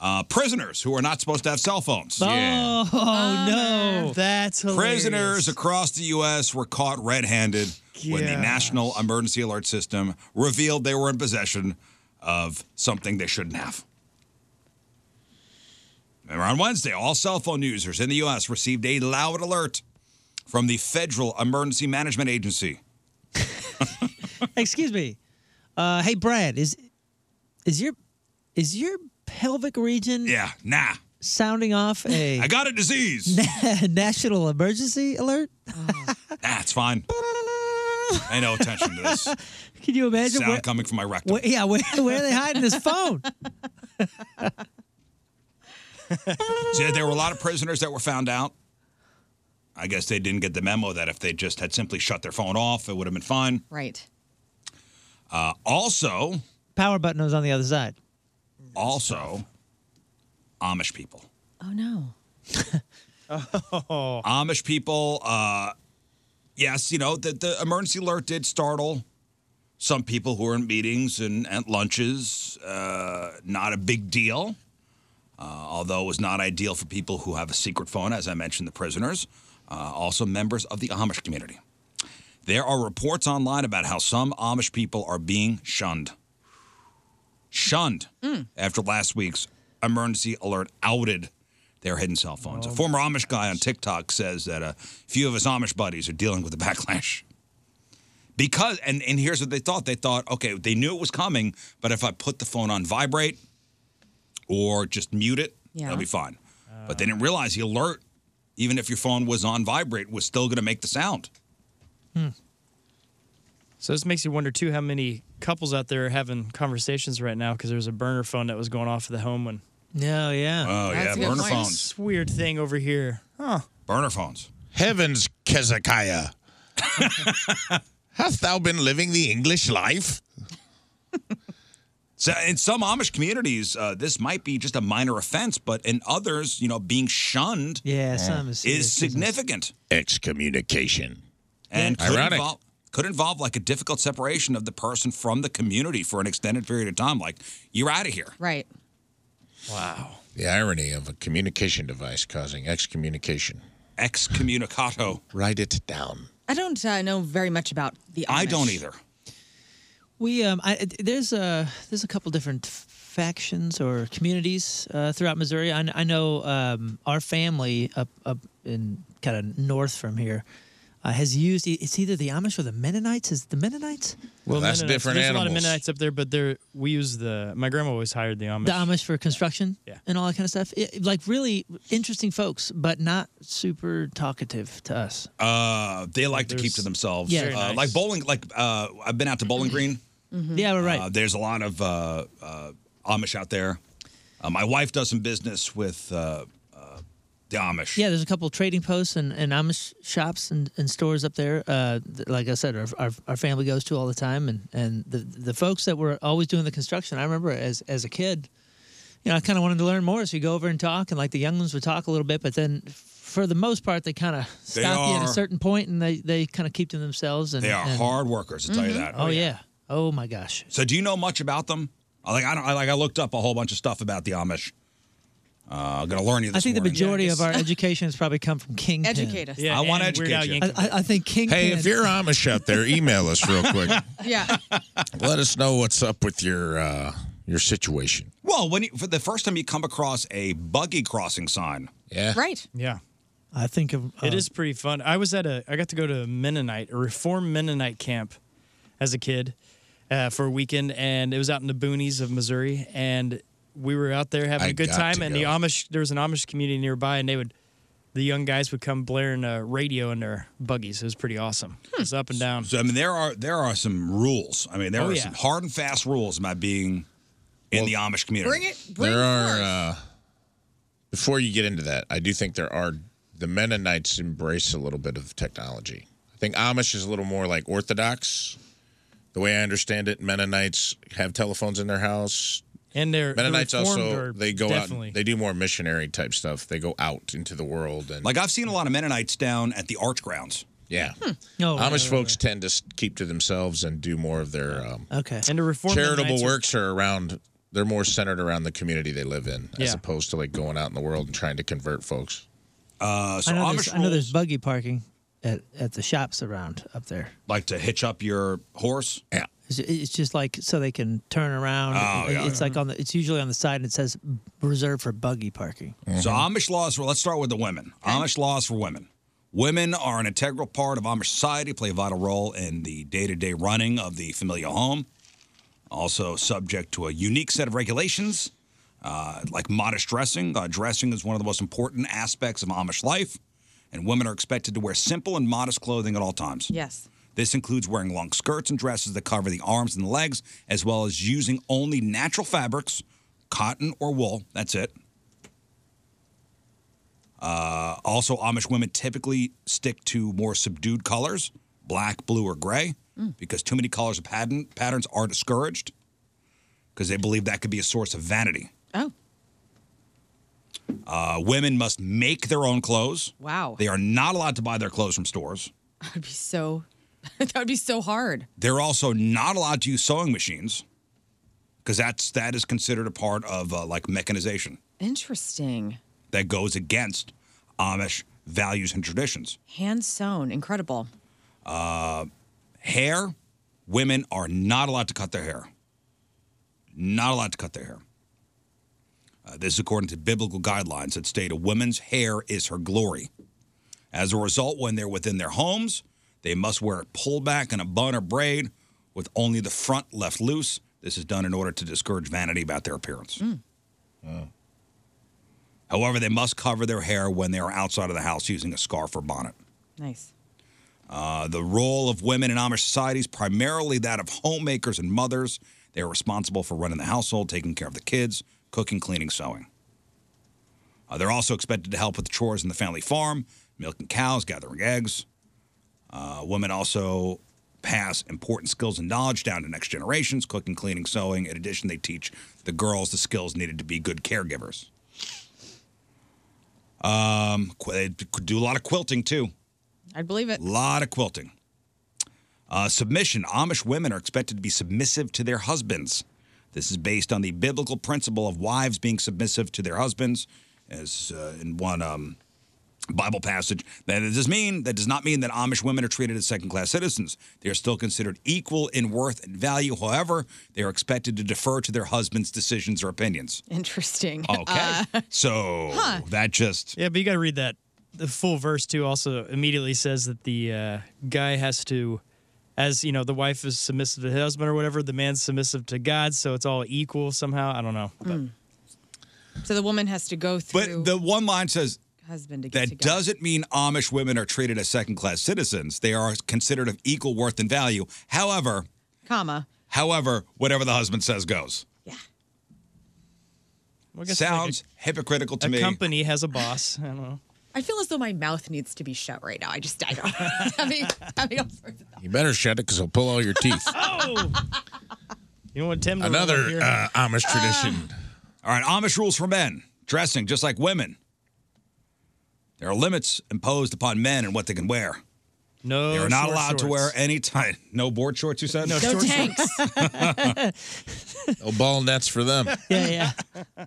[SPEAKER 1] Uh, prisoners who are not supposed to have cell phones.
[SPEAKER 3] Oh, no, that's hilarious.
[SPEAKER 1] Prisoners across the U.S. were caught red handed when the
[SPEAKER 3] Gosh.
[SPEAKER 1] National Emergency Alert System revealed they were in possession of something they shouldn't have. Remember, on Wednesday, all cell phone users in the U.S. received a loud alert from the Federal Emergency Management Agency.
[SPEAKER 3] Excuse me. Uh, hey, Brad, is is your is your pelvic region
[SPEAKER 1] Yeah, nah.
[SPEAKER 3] sounding off a
[SPEAKER 1] I got a disease.
[SPEAKER 3] national emergency alert?
[SPEAKER 1] That's fine. Pay no attention to this
[SPEAKER 3] Can you imagine?
[SPEAKER 1] sound
[SPEAKER 3] Where,
[SPEAKER 1] coming from my rectum.
[SPEAKER 3] where- yeah, where, where are they hiding this phone?
[SPEAKER 1] See, there were a lot of prisoners that were found out. I guess they didn't get the memo that if they just had simply shut their phone off, it would have been fine.
[SPEAKER 2] Right.
[SPEAKER 1] Uh, also,
[SPEAKER 3] Power button was on the other side.
[SPEAKER 1] also, Amish people.
[SPEAKER 2] Oh no.
[SPEAKER 1] Oh.
[SPEAKER 3] Oh,
[SPEAKER 1] Amish people. Uh, yes, you know the the emergency alert did startle some people who were in meetings and at lunches. Uh, not a big deal, uh, although it was not ideal for people who have a secret phone, as I mentioned, the prisoners, uh, also members of the Amish community. There are reports online about how some Amish people are being shunned. Shunned
[SPEAKER 2] Mm.
[SPEAKER 1] after last week's emergency alert outed their hidden cell phones. a former Amish guy on TikTok says that a few of his Amish buddies are dealing with the backlash. Because, and, and here's what they thought they thought, okay, they knew it was coming, but if I put the phone on vibrate or just mute it,
[SPEAKER 2] Yeah.
[SPEAKER 1] that'll be fine. but they didn't realize the alert, even if your phone was on vibrate, was still going to make the sound.
[SPEAKER 5] So this makes you wonder too how many couples out there are having conversations right now because there's a burner phone that was going off at the home when
[SPEAKER 3] No, yeah.
[SPEAKER 1] Oh,
[SPEAKER 2] That's a
[SPEAKER 1] yeah,
[SPEAKER 2] good
[SPEAKER 1] burner
[SPEAKER 2] point.
[SPEAKER 1] phones.
[SPEAKER 5] this weird thing over here. Huh.
[SPEAKER 1] Burner phones.
[SPEAKER 4] Heavens, Kezekiah. Hast thou been living the English life?
[SPEAKER 1] So in some Amish communities, uh, this might be just a minor offense, but in others, you know, being shunned
[SPEAKER 3] yeah, some is,
[SPEAKER 1] is significant
[SPEAKER 4] Excommunication.
[SPEAKER 1] and could
[SPEAKER 4] Ironic.
[SPEAKER 1] involve, could involve like a difficult separation of the person from the community for an extended period of time. Like you're out of here.
[SPEAKER 2] Right.
[SPEAKER 4] The irony of a communication device causing excommunication.
[SPEAKER 1] Excommunicato.
[SPEAKER 4] Write it down.
[SPEAKER 2] I don't uh, know very much about the. Amish.
[SPEAKER 1] I don't either.
[SPEAKER 3] We um, I, there's a there's a couple different factions or communities uh, throughout Missouri. I, I know um, our family up up in kind of north from here. uh, has used. It's either the Amish or the Mennonites. Is it the Mennonites?
[SPEAKER 4] Well, that's
[SPEAKER 5] Mennonites.
[SPEAKER 4] different
[SPEAKER 5] There's a lot of
[SPEAKER 4] animals.
[SPEAKER 5] Mennonites up there, but they're we use the. My grandma always hired the Amish.
[SPEAKER 3] The Amish for construction and all that kind of stuff. It- like really interesting folks, but not super talkative to us.
[SPEAKER 1] Uh, they like to keep to themselves.
[SPEAKER 3] Yeah. Very
[SPEAKER 1] Uh,
[SPEAKER 3] nice.
[SPEAKER 1] like bowling. Like uh, I've been out to Bowling Green.
[SPEAKER 3] Mm-hmm. Yeah, we're right.
[SPEAKER 1] Uh, there's a lot of uh, uh, Amish out there. Uh, my wife does some business with uh, uh, the Amish.
[SPEAKER 3] Yeah, there's a couple trading posts and, and Amish shops and, and stores up there. Uh, th- like I said, our, our, our family goes to all the time, and, and the the folks that were always doing the construction. I remember as as a kid, you know, I kind of wanted to learn more, so you go over and talk, and like the young ones would talk a little bit, but then for the most part, they kind of
[SPEAKER 1] They
[SPEAKER 3] stop you at a
[SPEAKER 1] are-
[SPEAKER 3] certain point, and they they kind of keep to themselves. And
[SPEAKER 1] They are
[SPEAKER 3] and-
[SPEAKER 1] hard workers. I tell you
[SPEAKER 2] Mm-hmm.
[SPEAKER 3] Mhm.
[SPEAKER 1] that.
[SPEAKER 3] Oh, yeah. Oh my gosh.
[SPEAKER 1] So do you know much about them? I Like I don't. I, like I looked up a whole bunch of stuff about the Amish. Uh, I'm gonna learn you. This
[SPEAKER 3] I think the
[SPEAKER 1] morning.
[SPEAKER 3] majority of our education has probably come from Kingpin.
[SPEAKER 2] Educate us.
[SPEAKER 1] I want to educate you.
[SPEAKER 3] I, I- I think Kingpin.
[SPEAKER 4] Hey, if you're Amish out there, email us real quick.
[SPEAKER 2] Yeah.
[SPEAKER 4] Let us know what's up with your uh, your situation.
[SPEAKER 1] Well, when you, for the first time you come across a buggy crossing sign,
[SPEAKER 4] yeah,
[SPEAKER 2] right,
[SPEAKER 5] yeah.
[SPEAKER 3] I think of uh,
[SPEAKER 5] it is pretty fun. I was at a I got to go to a Mennonite, a Reform Mennonite camp, as a kid, uh, for a weekend, and it was out in the boonies of Missouri, and we were out there having
[SPEAKER 6] I
[SPEAKER 5] a good
[SPEAKER 6] got
[SPEAKER 5] time,
[SPEAKER 6] to
[SPEAKER 5] and
[SPEAKER 6] go.
[SPEAKER 5] the Amish there was an Amish community nearby, and they would. The young guys would come blaring uh, radio in their buggies. It was pretty awesome. It was up and down.
[SPEAKER 1] So I mean, there are there are some rules. I mean, there
[SPEAKER 5] Oh,
[SPEAKER 1] are
[SPEAKER 5] yeah.
[SPEAKER 1] some hard and fast rules about being in the Amish community.
[SPEAKER 2] Bring it. Bring
[SPEAKER 4] there
[SPEAKER 2] it
[SPEAKER 4] are.
[SPEAKER 2] forth.
[SPEAKER 4] Uh, before you get into that, I do think there are the Mennonites embrace a little bit of technology. I think Amish is a little more like Orthodox. The way I understand it, Mennonites have telephones in their house.
[SPEAKER 5] And they're the
[SPEAKER 4] Mennonites
[SPEAKER 5] Reformed
[SPEAKER 4] also
[SPEAKER 5] are
[SPEAKER 4] they go
[SPEAKER 5] definitely-
[SPEAKER 4] out. They do more missionary type stuff. They go out into the world and
[SPEAKER 1] Like I've seen a lot of Mennonites down at the Arch Grounds.
[SPEAKER 4] yeah.
[SPEAKER 5] Oh,
[SPEAKER 3] No,
[SPEAKER 4] Amish folks tend to s- keep to themselves and do more of their um,
[SPEAKER 3] Okay.
[SPEAKER 5] And the reform
[SPEAKER 4] charitable works are around. They're more centered around the community they live in, as
[SPEAKER 3] Yeah.
[SPEAKER 4] opposed to like going out in the world and trying to convert folks.
[SPEAKER 1] Uh, so
[SPEAKER 3] I know,
[SPEAKER 1] Amish
[SPEAKER 3] there's, I know there's
[SPEAKER 1] rules-
[SPEAKER 3] buggy parking at, at the shops around up there.
[SPEAKER 1] like to hitch up your horse.
[SPEAKER 4] Yeah.
[SPEAKER 3] It's, it's just like so they can turn around.
[SPEAKER 1] Oh,
[SPEAKER 3] It-
[SPEAKER 1] yeah,
[SPEAKER 3] it's
[SPEAKER 1] yeah.
[SPEAKER 3] like on the. It's usually on the side and it says reserved for buggy parking.
[SPEAKER 1] So Amish laws for let's start with the women. Amish laws for women. Women are an integral part of Amish society, play a vital role in the day-to-day running of the familial home. Also subject to a unique set of regulations, uh, like modest dressing. Uh, dressing is one of the most important aspects of Amish life, and women are expected to wear simple and modest clothing at all times.
[SPEAKER 2] Yes.
[SPEAKER 1] This includes wearing long skirts and dresses that cover the arms and legs, as well as using only natural fabrics, cotton or wool. That's it. Uh, also, Amish women typically stick to more subdued colors, black, blue, or gray, because too many colors of pattern, patterns are discouraged because they believe that could be a source of vanity.
[SPEAKER 2] Oh.
[SPEAKER 1] Uh, women must make their own clothes.
[SPEAKER 2] Wow.
[SPEAKER 1] They are not allowed to buy their clothes from stores.
[SPEAKER 2] That would be so. that would be so hard.
[SPEAKER 1] They're also not allowed to use sewing machines because that's that is considered a part of uh, like mechanization
[SPEAKER 2] Interesting.
[SPEAKER 1] that goes against Amish values and traditions.
[SPEAKER 2] Hand sewn. Incredible.
[SPEAKER 1] Uh, hair, women are not allowed to cut their hair. Not allowed to cut their hair. Uh, this is according to biblical guidelines that state a woman's hair is her glory. As a result, when they're within their homes, they must wear it pulled back in a bun or braid with only the front left loose. This is done in order to discourage vanity about their appearance. Oh. However, they must cover their hair when they are outside of the house using a scarf or bonnet.
[SPEAKER 2] Nice.
[SPEAKER 1] Uh, the role of women in Amish society is primarily that of homemakers and mothers. They are responsible for running the household, taking care of the kids, cooking, cleaning, sewing. Uh, they're also expected to help with the chores in the family farm, milking cows, gathering eggs. Uh, women also pass important skills and knowledge down to next generations cooking, cleaning, sewing. In addition, they teach the girls the skills needed to be good caregivers. Um, qu- they do a lot of quilting too.
[SPEAKER 2] I'd believe it.
[SPEAKER 1] A lot of quilting. Uh, submission. Amish women are expected to be submissive to their husbands. This is based on the biblical principle of wives being submissive to their husbands, as uh, in one um, Bible passage. That does mean that does not mean that Amish women are treated as second-class citizens. They are still considered equal in worth and value. However, they are expected to defer to their husbands' decisions or opinions.
[SPEAKER 2] Interesting.
[SPEAKER 1] Okay,
[SPEAKER 2] Uh,
[SPEAKER 1] so
[SPEAKER 2] Huh.
[SPEAKER 1] that just
[SPEAKER 5] Yeah, but you got to read that the full verse too also immediately says that the uh, guy has to, as you know, the wife is submissive to her husband or whatever. The man's submissive to God, so it's all equal somehow. I don't know.
[SPEAKER 2] Mm. So the woman has to go
[SPEAKER 1] But
[SPEAKER 2] through
[SPEAKER 1] the one line says
[SPEAKER 2] husband to get
[SPEAKER 1] that
[SPEAKER 2] to God.
[SPEAKER 1] doesn't mean Amish women are treated as second class citizens. They are considered of equal worth and value. However,
[SPEAKER 2] comma.
[SPEAKER 1] however, whatever the husband says goes.
[SPEAKER 5] Well, I guess, like, a-
[SPEAKER 1] Sounds hypocritical to
[SPEAKER 5] a
[SPEAKER 1] me.
[SPEAKER 5] company has a boss. I don't know.
[SPEAKER 2] I feel as though my mouth needs to be shut right now. I just I don't. I mean, I mean,
[SPEAKER 4] You better shut it because I'll pull all your teeth.
[SPEAKER 5] oh. You know what, Tim?
[SPEAKER 4] Another uh, Amish
[SPEAKER 5] Ah.
[SPEAKER 4] tradition.
[SPEAKER 1] All right, Amish rules for men dressing just like women. There are limits imposed upon men and what they can wear.
[SPEAKER 5] No,
[SPEAKER 1] they are not
[SPEAKER 5] short
[SPEAKER 1] allowed to
[SPEAKER 5] shorts.
[SPEAKER 1] wear any type. No board shorts. You said
[SPEAKER 5] No No short tanks.
[SPEAKER 4] no ball nets for them.
[SPEAKER 3] Yeah, yeah.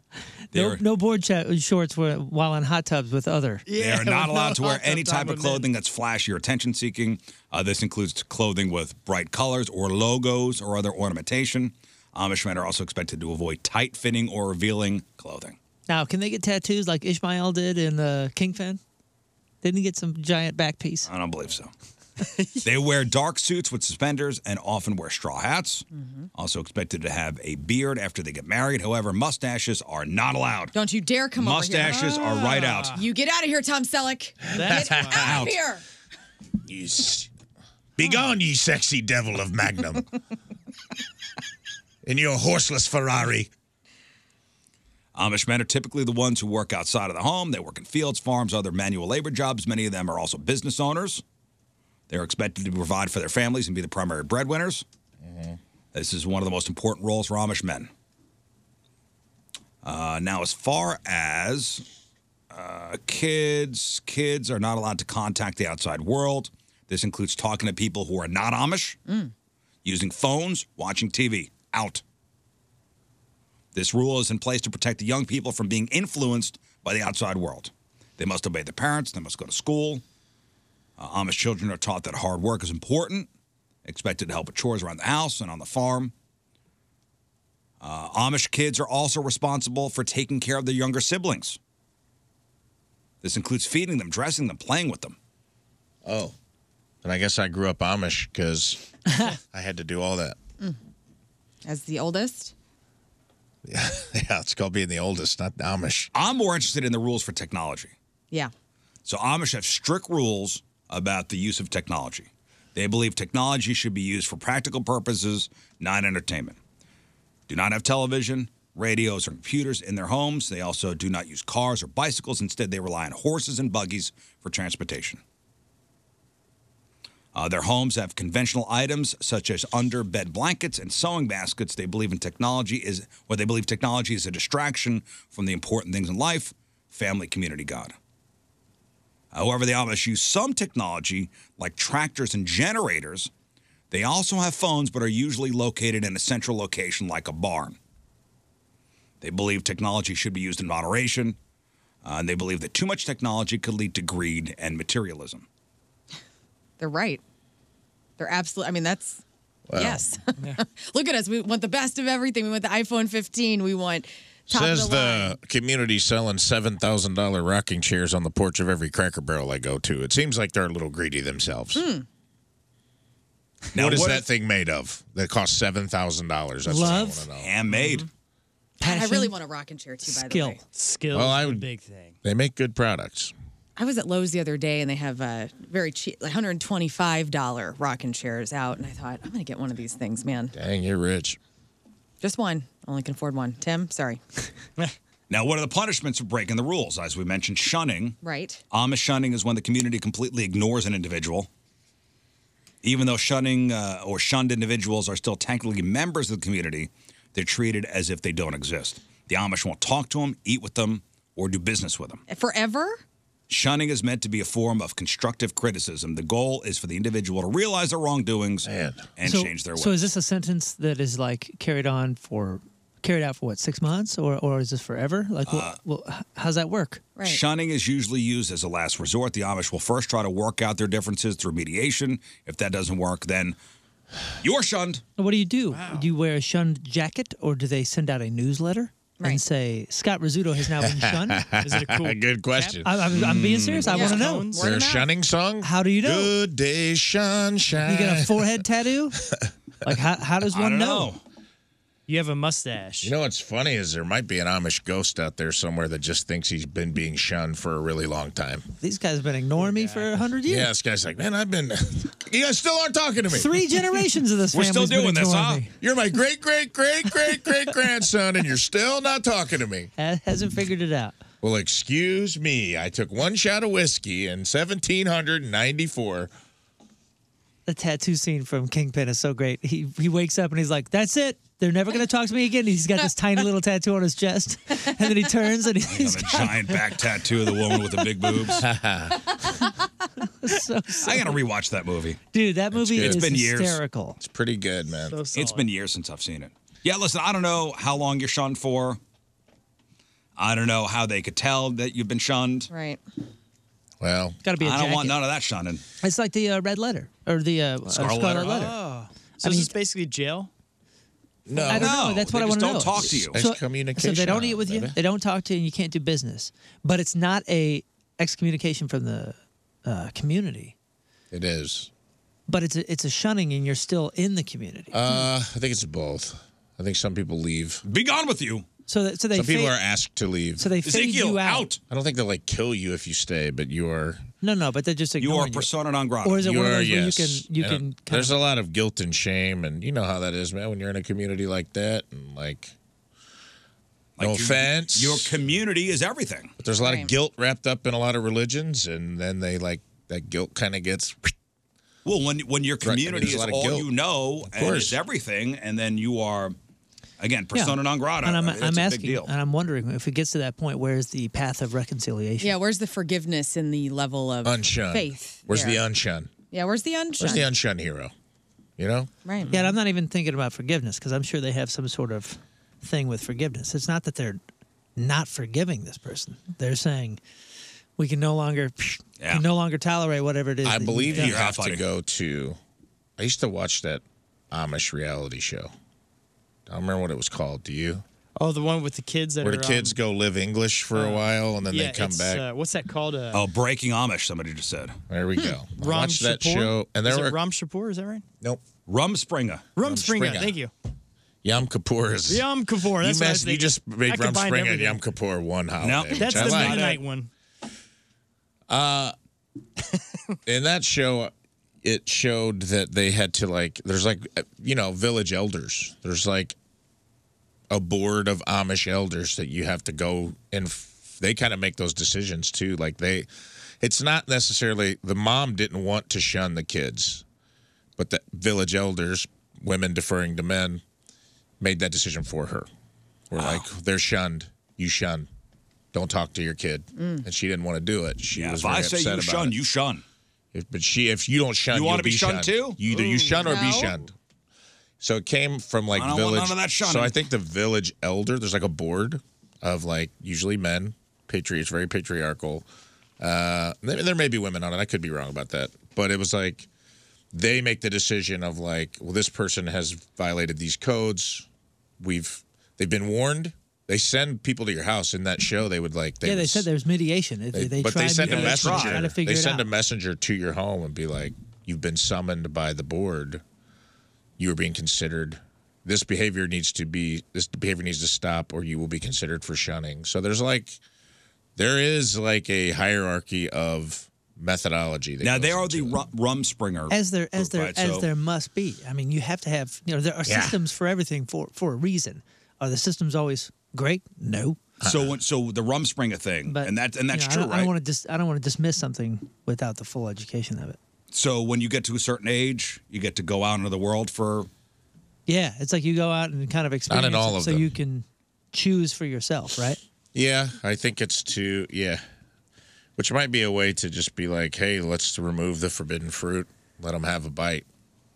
[SPEAKER 1] They
[SPEAKER 3] no,
[SPEAKER 1] were-
[SPEAKER 3] no board cha- shorts were- while on hot tubs with other.
[SPEAKER 1] they are not allowed to wear any
[SPEAKER 3] Hot tubs
[SPEAKER 1] type
[SPEAKER 3] on
[SPEAKER 1] of
[SPEAKER 3] with
[SPEAKER 1] clothing that's flashy or attention seeking. Uh, this includes clothing with bright colors or logos or other ornamentation. Amish men are also expected to avoid tight fitting or revealing clothing.
[SPEAKER 3] Now, can they get tattoos like Ishmael did in uh, Kingpin? Didn't he get some giant back piece?
[SPEAKER 1] I don't believe so. they wear dark suits with suspenders and often wear straw hats.
[SPEAKER 2] Mm-hmm.
[SPEAKER 1] Also expected to have a beard after they get married. However, mustaches are not allowed.
[SPEAKER 2] Don't you dare come
[SPEAKER 1] Mustaches
[SPEAKER 2] over here. Ah.
[SPEAKER 1] are right
[SPEAKER 5] Ah.
[SPEAKER 1] out.
[SPEAKER 2] You get out of here, Tom Selleck.
[SPEAKER 1] That's
[SPEAKER 2] get out
[SPEAKER 1] out.
[SPEAKER 2] of here.
[SPEAKER 4] You s- Begone, ye sexy devil of Magnum. In your horseless Ferrari.
[SPEAKER 1] Amish men are typically the ones who work outside of the home. They work in fields, farms, other manual labor jobs. Many of them are also business owners. They're expected to provide for their families and be the primary breadwinners.
[SPEAKER 4] Mm-hmm.
[SPEAKER 1] This is one of the most important roles for Amish men. Uh, now, as far as uh, kids, kids are not allowed to contact the outside world. This includes talking to people who are not Amish,
[SPEAKER 4] Mm.
[SPEAKER 1] using phones, watching TV. Out. This rule is in place to protect the young people from being influenced by the outside world. They must obey their parents, they must go to school. Uh, Amish children are taught that hard work is important, expected to help with chores around the house and on the farm. Uh, Amish kids are also responsible for taking care of their younger siblings. This includes feeding them, dressing them, playing with them.
[SPEAKER 4] Oh. And I guess I grew up Amish because I had to do all that.
[SPEAKER 2] As the oldest,
[SPEAKER 4] Yeah, it's called being the oldest, not Amish.
[SPEAKER 1] I'm more interested in the rules for technology.
[SPEAKER 2] yeah.
[SPEAKER 1] So Amish have strict rules about the use of technology. They believe technology should be used for practical purposes, not entertainment. Do not have television, radios, or computers in their homes. They also do not use cars or bicycles. Instead, they rely on horses and buggies for transportation. Uh, their homes have conventional items such as under bed blankets and sewing baskets. They believe in technology is what they believe technology is a distraction from the important things in life, family, community, God. However, the Amish use some technology like tractors and generators. They also have phones, but are usually located in a central location like a barn. They believe technology should be used in moderation, uh, and they believe that too much technology could lead to greed and materialism.
[SPEAKER 2] They're right. They're absolutely. I mean, that's
[SPEAKER 1] Well.
[SPEAKER 2] yes. Look at us. We want the best of everything. We want the iPhone 15. We want top
[SPEAKER 4] Says
[SPEAKER 2] of the, line.
[SPEAKER 4] the, community selling $7,000 rocking chairs on the porch of every cracker barrel I go to. It seems like they're a little greedy themselves.
[SPEAKER 2] Hmm.
[SPEAKER 4] what is
[SPEAKER 1] what
[SPEAKER 4] that
[SPEAKER 1] if-
[SPEAKER 4] thing made of that costs $7,000? That's
[SPEAKER 2] Love?
[SPEAKER 4] what I want to know.
[SPEAKER 1] Handmade.
[SPEAKER 2] God, I really want a rocking chair too. By the way,
[SPEAKER 5] skill.
[SPEAKER 4] Well, I would, big
[SPEAKER 5] thing.
[SPEAKER 4] They make good products.
[SPEAKER 2] I was at Lowe's the other day and they have uh, very cheap, like $125 rocking chairs out. And I thought, I'm going to get one of these things, man.
[SPEAKER 4] Dang, you're rich.
[SPEAKER 2] Just one. Only can afford one. Tim, sorry.
[SPEAKER 1] Now, what are the punishments for breaking the rules? As we mentioned, shunning.
[SPEAKER 2] Right.
[SPEAKER 1] Amish shunning is when the community completely ignores an individual. Even though shunning uh, or shunned individuals are still technically members of the community, they're treated as if they don't exist. The Amish won't talk to them, eat with them, or do business with them.
[SPEAKER 2] Forever?
[SPEAKER 1] Shunning is meant to be a form of constructive criticism. The goal is for the individual to realize their wrongdoings and
[SPEAKER 3] so,
[SPEAKER 1] change their ways.
[SPEAKER 3] So is this a sentence that is like carried on for carried out for what six months or or is this forever? Like,
[SPEAKER 4] Uh,
[SPEAKER 3] wha- well, h- how's that work?
[SPEAKER 1] Shunning is usually used as a last resort. The Amish will first try to work out their differences through mediation. If that doesn't work, then you're shunned.
[SPEAKER 3] What do you do? Do you wear a shunned jacket or do they send out a newsletter? and say Scott Rizzuto has now been shunned?
[SPEAKER 4] Is it a cool Mm. Good question.
[SPEAKER 3] I- I'm- I'm being serious. I Hmm. Yeah. wanna know. Word
[SPEAKER 4] Their
[SPEAKER 3] of mouth.
[SPEAKER 4] shunning song?
[SPEAKER 3] How do you know?
[SPEAKER 4] Good day, sunshine.
[SPEAKER 3] You get a forehead tattoo? Like, how, how does
[SPEAKER 4] I
[SPEAKER 3] one
[SPEAKER 4] don't
[SPEAKER 3] know?
[SPEAKER 4] know.
[SPEAKER 3] You have a mustache.
[SPEAKER 4] You know what's funny is there might be an Amish ghost out there somewhere that just thinks he's been being shunned for a really long time.
[SPEAKER 3] These guys have been ignoring me for 100 years.
[SPEAKER 4] Yeah, this guy's like, man, I've been. You guys still aren't talking to me.
[SPEAKER 3] Three generations of this
[SPEAKER 4] We're still
[SPEAKER 3] family's been
[SPEAKER 4] doing this,
[SPEAKER 3] ignoring
[SPEAKER 4] huh?
[SPEAKER 3] me.
[SPEAKER 4] You're my great, great, great, great, great grandson, and you're still not talking to me.
[SPEAKER 3] Ha- Hasn't figured it out.
[SPEAKER 4] Well, excuse me. I took one shot of whiskey in 1794.
[SPEAKER 3] The tattoo scene from Kingpin is so great. He he wakes up and he's like, "That's it. They're never gonna talk to me again." He's got this tiny little tattoo on his chest, and then he turns and he's
[SPEAKER 1] A
[SPEAKER 3] got
[SPEAKER 1] giant back tattoo of the woman with the big boobs. I
[SPEAKER 3] so
[SPEAKER 1] gotta rewatch that movie.
[SPEAKER 3] Dude, that movie
[SPEAKER 1] good. It's
[SPEAKER 3] is
[SPEAKER 1] been years.
[SPEAKER 3] hysterical.
[SPEAKER 4] It's pretty good, man.
[SPEAKER 1] it's been years since I've seen it. Yeah, listen, I don't know how long you're shunned for. I don't know how they could tell that you've been shunned.
[SPEAKER 2] Right.
[SPEAKER 4] Well,
[SPEAKER 3] Gotta be a
[SPEAKER 1] I don't want
[SPEAKER 3] jacket.
[SPEAKER 1] none of that shunning.
[SPEAKER 3] It's like the uh, red letter or the uh, uh,
[SPEAKER 1] Scarlet
[SPEAKER 3] scarlet,
[SPEAKER 1] Letter.
[SPEAKER 3] letter.
[SPEAKER 1] Oh.
[SPEAKER 5] So
[SPEAKER 3] I
[SPEAKER 5] this
[SPEAKER 3] mean,
[SPEAKER 5] is basically jail.
[SPEAKER 4] No,
[SPEAKER 3] I don't know.
[SPEAKER 5] No,
[SPEAKER 3] That's
[SPEAKER 5] they
[SPEAKER 3] what I
[SPEAKER 5] just
[SPEAKER 3] want to know.
[SPEAKER 5] don't talk to you.
[SPEAKER 3] So,
[SPEAKER 4] Excommunication
[SPEAKER 3] so they don't eat with you.
[SPEAKER 4] baby.
[SPEAKER 3] They don't talk to you, and you can't do business. But it's not a excommunication from the uh, community.
[SPEAKER 4] It is.
[SPEAKER 3] But it's a, it's a shunning, and you're still in the community.
[SPEAKER 4] Uh, I think it's both. I think some people leave.
[SPEAKER 1] Be gone with you.
[SPEAKER 3] So that, so they
[SPEAKER 4] some people
[SPEAKER 3] fade-
[SPEAKER 4] are asked to leave.
[SPEAKER 3] so they fade Ezekiel, you out. out.
[SPEAKER 4] I don't think they'll like kill you if you stay, but you are.
[SPEAKER 3] No, no, but they're just ignoring you.
[SPEAKER 1] non
[SPEAKER 3] grata. Or is it one of those where you can- you
[SPEAKER 4] And
[SPEAKER 3] can kind
[SPEAKER 4] there's a lot of guilt and shame, and you know how that is, man. When you're in a community like that, and like, no
[SPEAKER 1] Like, you-
[SPEAKER 4] offense,
[SPEAKER 1] Your community is everything.
[SPEAKER 4] but there's a lot of guilt wrapped up in a lot of religions, and then they like that guilt kind of gets.
[SPEAKER 1] Well, when when your
[SPEAKER 4] Right, I mean,
[SPEAKER 1] community
[SPEAKER 4] there's a
[SPEAKER 1] is
[SPEAKER 4] lot of
[SPEAKER 1] all
[SPEAKER 4] guilt.
[SPEAKER 1] you know
[SPEAKER 4] Of
[SPEAKER 1] and it's
[SPEAKER 4] course.
[SPEAKER 1] everything, and then you are, again, persona non grata.
[SPEAKER 3] And I'm,
[SPEAKER 1] I mean,
[SPEAKER 3] I'm
[SPEAKER 1] it's a
[SPEAKER 3] asking,
[SPEAKER 1] big deal.
[SPEAKER 3] and I'm wondering if it gets to that point, where is the path of reconciliation?
[SPEAKER 2] Yeah, where's the forgiveness in the level of
[SPEAKER 4] Unshun.
[SPEAKER 2] faith?
[SPEAKER 4] Where's
[SPEAKER 2] there?
[SPEAKER 4] the unshun?
[SPEAKER 2] Yeah, where's the unshun?
[SPEAKER 4] Where's the unshun hero? You know,
[SPEAKER 2] Right.
[SPEAKER 3] Yeah, and I'm not even thinking about forgiveness because I'm sure they have some sort of thing with forgiveness. It's not that they're not forgiving this person. They're saying we can no longer
[SPEAKER 4] Yeah.
[SPEAKER 3] can no longer tolerate whatever it is.
[SPEAKER 4] I
[SPEAKER 3] that
[SPEAKER 4] believe
[SPEAKER 3] you've
[SPEAKER 4] you
[SPEAKER 3] done.
[SPEAKER 4] have to go to. I used to watch that Amish reality show. I don't remember what it was called. Do you?
[SPEAKER 5] Oh, the one with the kids that
[SPEAKER 4] Where
[SPEAKER 5] are um,
[SPEAKER 4] the kids go live English for
[SPEAKER 3] Oh.
[SPEAKER 4] a while and then
[SPEAKER 5] yeah,
[SPEAKER 4] they come
[SPEAKER 5] it's,
[SPEAKER 4] back.
[SPEAKER 5] Uh, what's that called? Uh,
[SPEAKER 1] oh, Breaking Amish, somebody just said.
[SPEAKER 4] there we go. I
[SPEAKER 5] Ram
[SPEAKER 4] watched that
[SPEAKER 5] Shapur?
[SPEAKER 4] show, and there
[SPEAKER 5] is
[SPEAKER 4] were
[SPEAKER 5] it Ram Shapur. Is that right?
[SPEAKER 4] nope.
[SPEAKER 1] Rum Springer.
[SPEAKER 5] Rum Springer.
[SPEAKER 4] Springer.
[SPEAKER 5] Thank you.
[SPEAKER 4] Yam Kippur is.
[SPEAKER 5] Yom Kippur. That's
[SPEAKER 4] you,
[SPEAKER 5] what I
[SPEAKER 4] messed-
[SPEAKER 5] was
[SPEAKER 4] you
[SPEAKER 5] thinking.
[SPEAKER 4] just
[SPEAKER 5] I
[SPEAKER 4] made Rum
[SPEAKER 5] combined
[SPEAKER 4] Spring and
[SPEAKER 5] everything.
[SPEAKER 4] Yam Kippur one holiday.
[SPEAKER 1] That's
[SPEAKER 4] which I
[SPEAKER 5] the
[SPEAKER 4] like.
[SPEAKER 5] midnight one.
[SPEAKER 4] Uh, in that show, it showed that they had to like. There's like uh, you know village elders. There's like a board of Amish elders that you have to go and f- they kind of make those decisions too. Like they, it's not necessarily the mom didn't want to shun the kids, but the village elders, women deferring to men, made that decision for her. We're like they're shunned. You shun. Don't talk to your kid.
[SPEAKER 1] Mm.
[SPEAKER 4] And she didn't want to do it. She
[SPEAKER 1] Yeah,
[SPEAKER 4] was
[SPEAKER 1] if
[SPEAKER 4] very
[SPEAKER 1] I say
[SPEAKER 4] upset
[SPEAKER 1] you
[SPEAKER 4] about
[SPEAKER 1] shun,
[SPEAKER 4] it.
[SPEAKER 1] you shun.
[SPEAKER 4] If- but she, if you don't shun,
[SPEAKER 1] You
[SPEAKER 4] want
[SPEAKER 1] wanna
[SPEAKER 4] to
[SPEAKER 1] be shunned too?
[SPEAKER 4] You either you
[SPEAKER 1] Ooh,
[SPEAKER 4] shun or be
[SPEAKER 1] no.
[SPEAKER 4] shunned. So it came from like
[SPEAKER 1] I don't want
[SPEAKER 4] village.
[SPEAKER 1] none of that shunning.
[SPEAKER 4] so I think the village elder. There's like a board of like usually men, patriots, very patriarchal. Uh, there, there may be women on it. I could be wrong about that, but it was like they make the decision of like, well, this person has violated these codes. We've they've been warned. They send people to your house. In that show, they would like
[SPEAKER 3] yeah,
[SPEAKER 4] would
[SPEAKER 3] they said there's mediation. If they, they
[SPEAKER 4] but
[SPEAKER 3] try
[SPEAKER 4] they
[SPEAKER 3] and
[SPEAKER 4] send a
[SPEAKER 3] mediate, they're
[SPEAKER 4] messenger.
[SPEAKER 3] trying to figure
[SPEAKER 4] they
[SPEAKER 3] it
[SPEAKER 4] send a
[SPEAKER 3] out.
[SPEAKER 4] messenger to your home and be like, "You've been summoned by the board. You are being considered. This behavior needs to be. This behavior needs to stop, or you will be considered for shunning." So there's like, there is like a hierarchy of methodology. That
[SPEAKER 1] Now,
[SPEAKER 4] goes
[SPEAKER 1] they are
[SPEAKER 4] into
[SPEAKER 1] the Ru- Rum Springer.
[SPEAKER 3] as there as there
[SPEAKER 1] Right,
[SPEAKER 3] as
[SPEAKER 1] so-
[SPEAKER 3] there must be. I mean, you have to have you know there are
[SPEAKER 1] Yeah.
[SPEAKER 3] systems for everything for for a reason. Are the systems always great? No.
[SPEAKER 1] Uh, So, when- so the Rum Springer thing,
[SPEAKER 3] But
[SPEAKER 1] and that and
[SPEAKER 3] you
[SPEAKER 1] that's
[SPEAKER 3] know, I
[SPEAKER 1] true,
[SPEAKER 3] don't- I
[SPEAKER 1] right?
[SPEAKER 3] don't want to dis- I don't want to dismiss something without the full education of it.
[SPEAKER 1] So when you get to a certain age, you get to go out into the world for
[SPEAKER 3] Yeah, it's like you go out and kind of experience
[SPEAKER 4] all
[SPEAKER 3] it
[SPEAKER 4] of
[SPEAKER 3] so
[SPEAKER 4] them.
[SPEAKER 3] you can choose for yourself, right?
[SPEAKER 4] Yeah, I think it's to yeah, which might be a way to just be like, "Hey, let's remove the forbidden fruit. Let them have a bite."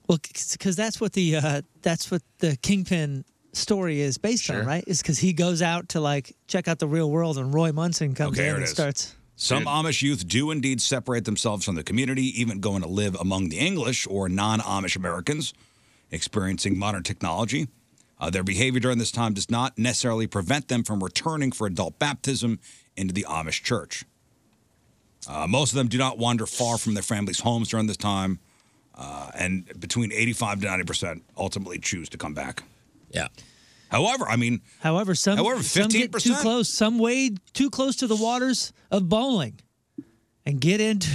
[SPEAKER 3] Well, because that's what the uh, that's what the kingpin story is based on, right? Is because he goes out to like check out the real world, and Roy Munson comes
[SPEAKER 1] Okay,
[SPEAKER 3] in
[SPEAKER 1] here it
[SPEAKER 3] and
[SPEAKER 1] is.
[SPEAKER 3] starts.
[SPEAKER 1] Some Amish youth do indeed separate themselves from the community, even going to live among the English or non Amish Americans, experiencing modern technology. Uh, their behavior during this time does not necessarily prevent them from returning for adult baptism into the Amish church. Uh, most of them do not wander far from their families' homes during this time, uh, and between 85 to 90 percent ultimately choose to come back.
[SPEAKER 4] Yeah.
[SPEAKER 1] However, I mean,
[SPEAKER 3] However, some
[SPEAKER 1] However,
[SPEAKER 3] some get too
[SPEAKER 1] 15%.
[SPEAKER 3] close. Some wade too close to the waters of bowling, and get into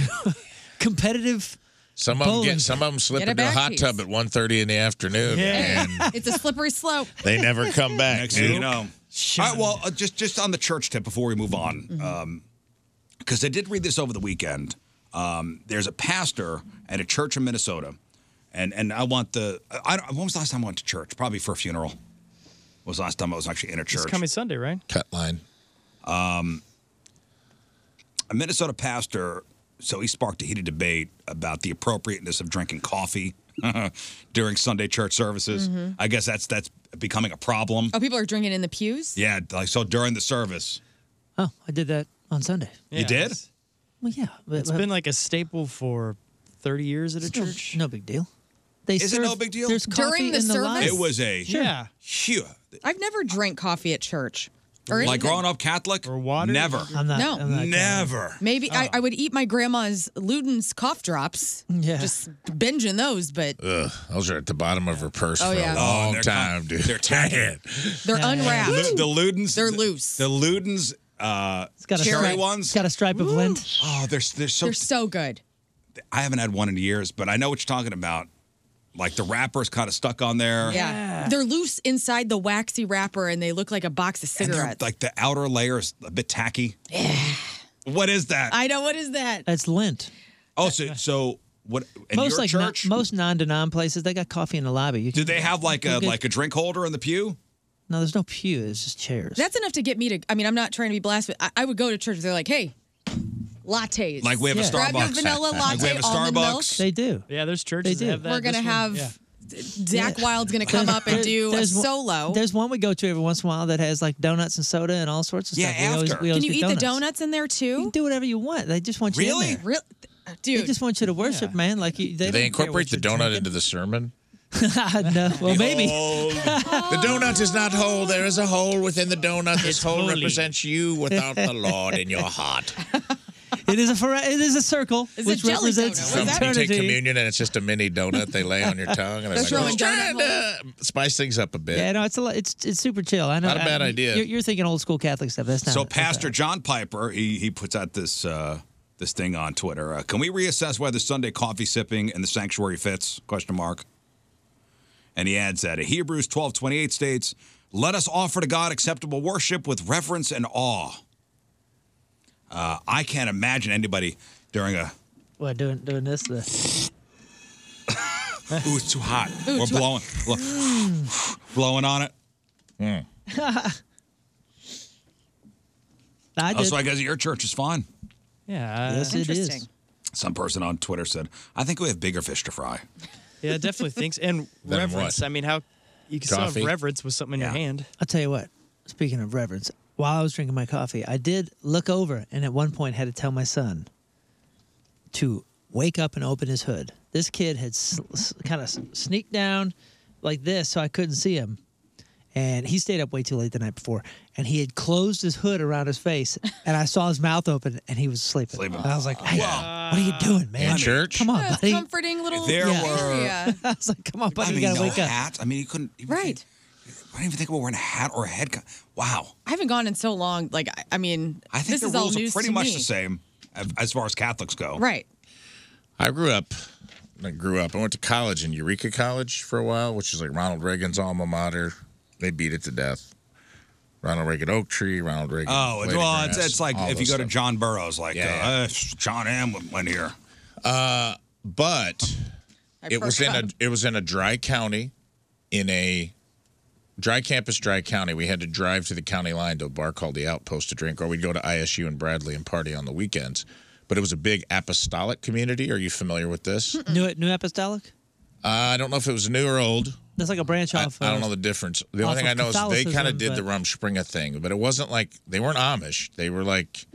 [SPEAKER 3] competitive.
[SPEAKER 4] Some of them
[SPEAKER 3] Bowling.
[SPEAKER 4] get some of them slip
[SPEAKER 2] Get a
[SPEAKER 4] into a
[SPEAKER 2] back
[SPEAKER 4] hot
[SPEAKER 2] piece.
[SPEAKER 4] tub at 1.30 in the afternoon.
[SPEAKER 2] Yeah.
[SPEAKER 4] and
[SPEAKER 2] it's a slippery slope.
[SPEAKER 4] they never come back.
[SPEAKER 1] Next thing you
[SPEAKER 4] dude.
[SPEAKER 1] know. All right, well, uh, just just on the church tip before we move on,
[SPEAKER 2] Mm-hmm.
[SPEAKER 1] because I did read this over the weekend. Um, there's a pastor at a church in Minnesota, and and I want the I don't, when was the last time I went to church? Probably for a funeral. Was the last time I was actually in a
[SPEAKER 5] It's
[SPEAKER 1] church.
[SPEAKER 5] coming Sunday, right?
[SPEAKER 3] Uh,
[SPEAKER 4] Cut line.
[SPEAKER 1] Um, a Minnesota pastor, so he sparked a heated debate about the appropriateness of drinking coffee during Sunday church services.
[SPEAKER 2] Mhm.
[SPEAKER 1] I guess that's that's becoming a problem.
[SPEAKER 2] Oh, people are drinking in the pews.
[SPEAKER 1] Yeah, like so during the service.
[SPEAKER 3] Oh, I did that on Sunday.
[SPEAKER 1] you did?
[SPEAKER 3] Well, yeah,
[SPEAKER 5] It's been like a staple for 30 years at a church.
[SPEAKER 3] No big deal. They
[SPEAKER 1] Is it no big deal?
[SPEAKER 3] There's
[SPEAKER 2] During
[SPEAKER 3] coffee
[SPEAKER 2] the
[SPEAKER 3] in
[SPEAKER 2] service?
[SPEAKER 3] line.
[SPEAKER 1] It was a
[SPEAKER 2] Sure. Yeah.
[SPEAKER 1] Phew.
[SPEAKER 2] I've never drank coffee at church. Or
[SPEAKER 1] like
[SPEAKER 2] anything.
[SPEAKER 1] growing up Catholic or water. Never.
[SPEAKER 2] I'm not- No. I'm not Catholic.
[SPEAKER 1] never. Oh.
[SPEAKER 2] Maybe I, I would eat my grandma's Luden's cough drops. Yeah. Just binging those, but
[SPEAKER 4] Ugh, those are at the bottom of her purse
[SPEAKER 2] Oh,
[SPEAKER 4] for
[SPEAKER 2] yeah.
[SPEAKER 4] a
[SPEAKER 2] Oh,
[SPEAKER 4] long
[SPEAKER 1] they're
[SPEAKER 4] time, dude. They're tight.
[SPEAKER 2] they're unwrapped.
[SPEAKER 1] The, the Ludens.
[SPEAKER 2] They're loose.
[SPEAKER 1] The Ludens. Uh,
[SPEAKER 3] got a
[SPEAKER 1] cherry
[SPEAKER 3] stripe.
[SPEAKER 1] ones.
[SPEAKER 3] Got a stripe of lint.
[SPEAKER 1] Oh, they're they're so.
[SPEAKER 2] they're so good.
[SPEAKER 1] I haven't had one in years, but I know what you're talking about. Like the wrapper's kind of stuck on there.
[SPEAKER 2] Yeah. They're loose inside the waxy wrapper and they look like a box of
[SPEAKER 1] And they're-
[SPEAKER 2] cigarettes.
[SPEAKER 1] like the outer layer is a bit tacky. What is that?
[SPEAKER 2] I know. What is that?
[SPEAKER 3] That's lint.
[SPEAKER 1] oh, so so what? In
[SPEAKER 3] most
[SPEAKER 1] your
[SPEAKER 3] like non-
[SPEAKER 1] church,
[SPEAKER 3] most non-denom places, they got coffee in the lobby. You
[SPEAKER 1] do
[SPEAKER 3] can-
[SPEAKER 1] they have like
[SPEAKER 3] you
[SPEAKER 1] a
[SPEAKER 3] get-
[SPEAKER 1] like a drink holder in the pew?
[SPEAKER 3] No, there's no pew. It's just chairs.
[SPEAKER 2] That's enough to get me to. I mean, I'm not trying to be blasphemous. I, I would go to church. They're like, hey, lattes.
[SPEAKER 1] Like we have a Yeah.
[SPEAKER 2] Grab your
[SPEAKER 1] Starbucks.
[SPEAKER 2] vanilla latte,
[SPEAKER 1] Like we have a
[SPEAKER 2] almond milk.
[SPEAKER 1] Starbucks.
[SPEAKER 3] They do.
[SPEAKER 5] Yeah, there's churches that
[SPEAKER 3] They do.
[SPEAKER 5] have that.
[SPEAKER 2] We're gonna
[SPEAKER 5] This one-
[SPEAKER 2] have
[SPEAKER 5] yeah.
[SPEAKER 2] Zach Wild's gonna come up and do a
[SPEAKER 3] There's one-
[SPEAKER 2] solo.
[SPEAKER 3] there's one we go to every once in a while that has like donuts and soda and all sorts of
[SPEAKER 2] Yeah,
[SPEAKER 3] stuff. We always-
[SPEAKER 2] after.
[SPEAKER 3] we always
[SPEAKER 2] Can you
[SPEAKER 3] get
[SPEAKER 2] eat the
[SPEAKER 3] donuts.
[SPEAKER 2] donuts in there too? You
[SPEAKER 3] can do whatever you want. They just want you
[SPEAKER 2] Really?
[SPEAKER 3] in there.
[SPEAKER 2] Really, uh, dude.
[SPEAKER 3] They just want you to worship, man. Like you, they,
[SPEAKER 4] Do they
[SPEAKER 3] don't care
[SPEAKER 4] incorporate the donut into the sermon?
[SPEAKER 3] what- no. Well, maybe.
[SPEAKER 4] the donut is not whole. There is a hole within the donut. This hole
[SPEAKER 3] holy.
[SPEAKER 4] represents you without the Lord in your heart.
[SPEAKER 2] Oh,
[SPEAKER 3] It is a fer- it is a circle
[SPEAKER 2] It's a
[SPEAKER 3] which
[SPEAKER 2] jelly
[SPEAKER 3] represents
[SPEAKER 2] donut.
[SPEAKER 4] Some people take
[SPEAKER 3] eternity.
[SPEAKER 4] communion and it's just a mini donut they lay on your tongue and
[SPEAKER 2] They're
[SPEAKER 4] they're like,
[SPEAKER 2] throwing
[SPEAKER 4] "Let's
[SPEAKER 2] donut holes.
[SPEAKER 4] try to spice things up a bit.
[SPEAKER 3] Yeah, no, it's a lot, it's it's super chill. I know.
[SPEAKER 4] Not a bad
[SPEAKER 3] I-
[SPEAKER 4] idea.
[SPEAKER 3] You're, you're thinking old school Catholic stuff. That's not.
[SPEAKER 1] So Pastor John Piper, he, he puts out this uh, this thing on Twitter. Uh, Can we reassess whether Sunday coffee sipping in the sanctuary fits? Question mark. And he adds that Hebrews twelve twenty eight states, "Let us offer to God acceptable worship with reverence and awe." Uh, I can't imagine anybody during a
[SPEAKER 3] what doing doing this? uh, The,
[SPEAKER 1] ooh it's too hot
[SPEAKER 3] Ooh,
[SPEAKER 1] we're
[SPEAKER 3] too
[SPEAKER 1] blowing bl- blowing on it. Oh,
[SPEAKER 3] I
[SPEAKER 1] Oh,
[SPEAKER 3] did.
[SPEAKER 1] so I guess your church is fine.
[SPEAKER 3] yeah. Yes, it is.
[SPEAKER 1] Some person on Twitter said, "I think we have bigger fish to fry."
[SPEAKER 5] Yeah, it definitely thinks. And
[SPEAKER 1] Then
[SPEAKER 5] reverence.
[SPEAKER 1] what?
[SPEAKER 5] I mean, how you can still have
[SPEAKER 1] Coffee?
[SPEAKER 5] reverence with something in your hand.
[SPEAKER 3] I'll tell you what. Speaking of reverence, while I was drinking my coffee, I did look over and at one point had to tell my son to wake up and open his hood. This kid had s kind of sneaked down like this, so I couldn't see him. And he stayed up way too late the night before, and he had closed his hood around his face, and I saw his mouth open, and he was sleeping. I was like, "Hey, what are you doing, man?
[SPEAKER 4] church?
[SPEAKER 3] Come on, buddy."
[SPEAKER 2] comforting little
[SPEAKER 1] There
[SPEAKER 2] area.
[SPEAKER 3] I was like, "Come on, buddy,
[SPEAKER 1] I mean,
[SPEAKER 3] you gotta
[SPEAKER 1] no
[SPEAKER 3] wake up."
[SPEAKER 1] hat. I mean, you couldn't. Even right. Think, I didn't even think about wearing a hat or a head. co- Wow.
[SPEAKER 2] I haven't gone in so long. Like, I, I mean,
[SPEAKER 1] I think
[SPEAKER 2] this is
[SPEAKER 1] the rules
[SPEAKER 2] all
[SPEAKER 1] are
[SPEAKER 2] news
[SPEAKER 1] pretty
[SPEAKER 2] to
[SPEAKER 1] much
[SPEAKER 2] me.
[SPEAKER 1] the same as- as far as Catholics go.
[SPEAKER 2] Right.
[SPEAKER 4] I grew up. I grew up. I went to college in Eureka College for a while, which is like Ronald Reagan's alma mater. They beat it to death. Ronald Reagan Oak Tree, Ronald Reagan.
[SPEAKER 1] Oh,
[SPEAKER 4] Lady
[SPEAKER 1] well, it's,
[SPEAKER 4] Grass,
[SPEAKER 1] it's like
[SPEAKER 4] all
[SPEAKER 1] if you
[SPEAKER 4] those
[SPEAKER 1] go to
[SPEAKER 4] stuff.
[SPEAKER 1] John Burroughs, like uh, eh, John M went here.
[SPEAKER 4] Uh, but
[SPEAKER 1] I
[SPEAKER 4] it was in
[SPEAKER 1] forgot.
[SPEAKER 4] a it was in a dry county, in a dry campus, dry county. We had to drive to the county line to a bar called the Outpost to drink, or we'd go to ISU and Bradley and party on the weekends. But it was a big apostolic community. Are you familiar with this?
[SPEAKER 3] New New Apostolic.
[SPEAKER 4] Uh, I don't know if it was new or old.
[SPEAKER 3] That's like a branch off.
[SPEAKER 4] I
[SPEAKER 3] uh,
[SPEAKER 4] don't know the difference. The
[SPEAKER 3] off
[SPEAKER 4] only thing I
[SPEAKER 3] of
[SPEAKER 4] know is they kind
[SPEAKER 3] Catholicism,
[SPEAKER 4] of did the
[SPEAKER 3] but-
[SPEAKER 4] Rumspringa thing, but it wasn't like they weren't Amish. They were like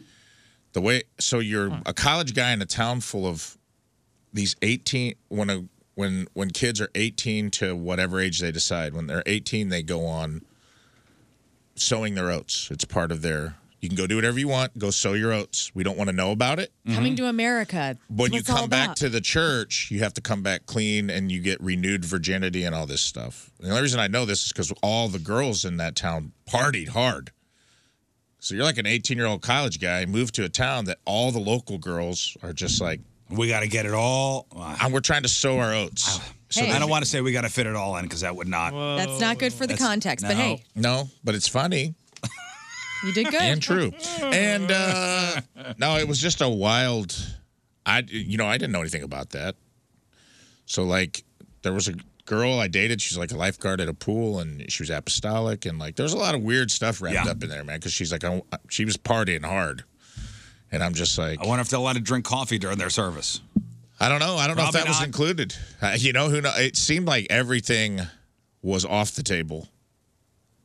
[SPEAKER 4] the way. So you're a college guy in a town full of these eighteen. When a when when kids are 18 to whatever age they decide when they're 18 they go on sowing their oats it's part of their you can go do whatever you want go sow your oats we don't want to know about it
[SPEAKER 1] Mm-hmm.
[SPEAKER 2] Coming to America. That's
[SPEAKER 4] when
[SPEAKER 2] what
[SPEAKER 4] you
[SPEAKER 2] it's all
[SPEAKER 4] come back
[SPEAKER 2] about.
[SPEAKER 4] to the church you have to come back clean and you get renewed virginity and all this stuff and the only reason i know this is because all the girls in that town partied hard so you're like an 18 year old college guy moved to a town that all the local girls are just like
[SPEAKER 1] we got to get it all and
[SPEAKER 4] we're trying to sow our oats
[SPEAKER 2] Hey.
[SPEAKER 1] I don't want to say we got to fit it all in because that would not.
[SPEAKER 2] That's not good for the
[SPEAKER 1] That's-
[SPEAKER 2] context, but
[SPEAKER 1] no.
[SPEAKER 2] hey,
[SPEAKER 4] no but it's funny
[SPEAKER 2] you did good.
[SPEAKER 4] and true. And uh, no, it was just a wild. I you know I didn't know anything about that. So like there was a girl I dated. She's like a lifeguard at a pool, and she was apostolic, and like there was a lot of weird stuff wrapped up in there, man. Because she's like I, don't- she was partying hard, and I'm just like
[SPEAKER 1] I wonder if they'll let it drink coffee during their service.
[SPEAKER 4] I don't know. I don't know if
[SPEAKER 1] Probably
[SPEAKER 4] that was
[SPEAKER 1] not.
[SPEAKER 4] included. Uh, you know who? Know, it seemed like everything was off the table.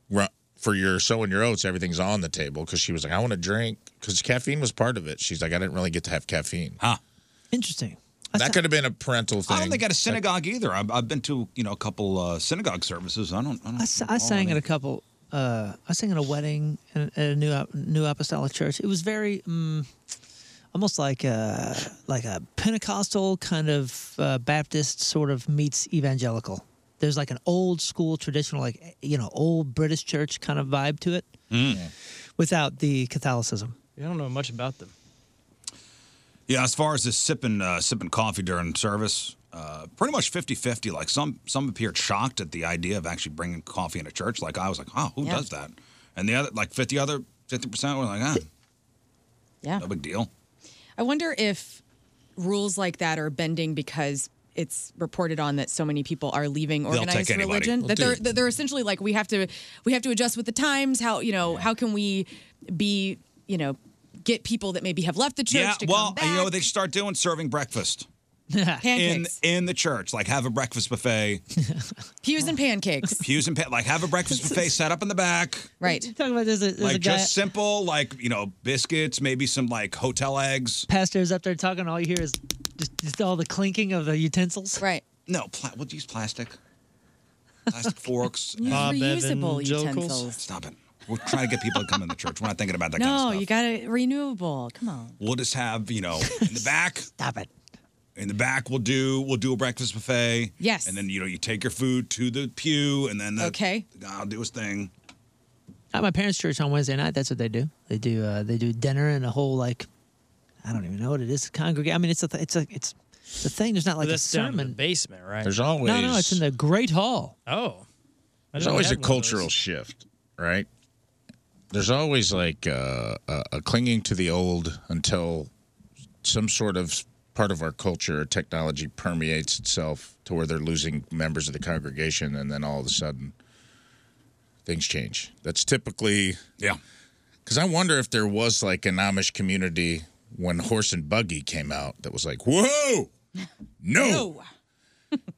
[SPEAKER 4] Ru- For your sowing your oats, everything's on the table because she was like, "I want to drink," because caffeine was part of it. She's like, "I didn't really get to have caffeine."
[SPEAKER 1] Huh?
[SPEAKER 3] Interesting.
[SPEAKER 4] That could have been a parental thing.
[SPEAKER 1] I don't think at a synagogue either. I've, I've been to you know a couple uh, synagogue services. I don't. I, don't
[SPEAKER 3] I, s- I sang at a couple. Uh, I sang at a wedding at at a new ap- new apostolic church. It was very um, almost like a like a Pentecostal kind of uh, Baptist sort of meets evangelical. There's like an old school traditional, like you know, old British church kind of vibe to it,
[SPEAKER 1] Mm.
[SPEAKER 3] without the Catholicism.
[SPEAKER 5] I don't know much about them.
[SPEAKER 1] Yeah, as far as this sipping uh, sipping coffee during service, uh, pretty much 50-50. Like some some appeared shocked at the idea of actually bringing coffee in a church. Like I was like, oh, who
[SPEAKER 2] Yeah.
[SPEAKER 1] does that? And the other like fifty other fifty percent were like, ah,
[SPEAKER 2] Yeah.
[SPEAKER 1] no big deal.
[SPEAKER 2] I wonder if rules like that are bending because it's reported on that so many people are leaving
[SPEAKER 1] They'll take
[SPEAKER 2] organized
[SPEAKER 1] anybody.
[SPEAKER 2] religion
[SPEAKER 1] Well,
[SPEAKER 2] that they're
[SPEAKER 1] dude.
[SPEAKER 2] that they're essentially like we have to we have to adjust with the times how you know how can we be you know get people that maybe have left the church
[SPEAKER 1] yeah,
[SPEAKER 2] to
[SPEAKER 1] well,
[SPEAKER 2] come back.
[SPEAKER 1] you know what they start doing serving breakfast in
[SPEAKER 2] pancakes
[SPEAKER 1] in the church. Like have a breakfast buffet,
[SPEAKER 2] pews and pancakes
[SPEAKER 1] pews and pa- like have a breakfast buffet set up in the back.
[SPEAKER 2] right
[SPEAKER 3] talking about this, there's a
[SPEAKER 1] like
[SPEAKER 3] guy,
[SPEAKER 1] just simple, like you know, biscuits, maybe some like hotel eggs.
[SPEAKER 3] pastors up there talking. All you hear is just, just all the clinking of the utensils.
[SPEAKER 2] Right.
[SPEAKER 1] No, pla- we'll use plastic, plastic forks, Um,
[SPEAKER 2] Use Bob reusable evangelicals. utensils.
[SPEAKER 1] Stop it. We're trying to get people to come in the church. We're not thinking about that kind of
[SPEAKER 2] no
[SPEAKER 1] stuff.
[SPEAKER 2] you got to renewable come on
[SPEAKER 1] We'll just have you know in the back.
[SPEAKER 3] Stop it.
[SPEAKER 1] In the back, we'll do we'll do a breakfast buffet.
[SPEAKER 2] Yes.
[SPEAKER 1] And then you know you take your food to the pew, and then the,
[SPEAKER 2] Okay.
[SPEAKER 1] the guy will do his thing.
[SPEAKER 3] At my parents' church on Wednesday night, that's what they do. They do uh, they do dinner and a whole like I don't even know what it is. Congregate. I mean, it's a th- it's a it's it's a thing. There's not like a
[SPEAKER 5] That's down in
[SPEAKER 3] sermon.
[SPEAKER 5] the basement, right?
[SPEAKER 4] There's always
[SPEAKER 3] no, no, it's in the Great Hall.
[SPEAKER 5] Oh,
[SPEAKER 4] There's always a cultural shift, right? There's always like uh, a, a clinging to the old until some sort of part of our culture or technology permeates itself to where they're losing members of the congregation, and then all of a sudden things change. That's typically
[SPEAKER 1] yeah.
[SPEAKER 4] Because I wonder if there was like an Amish community when Horse and Buggy came out that was like, whoa, no.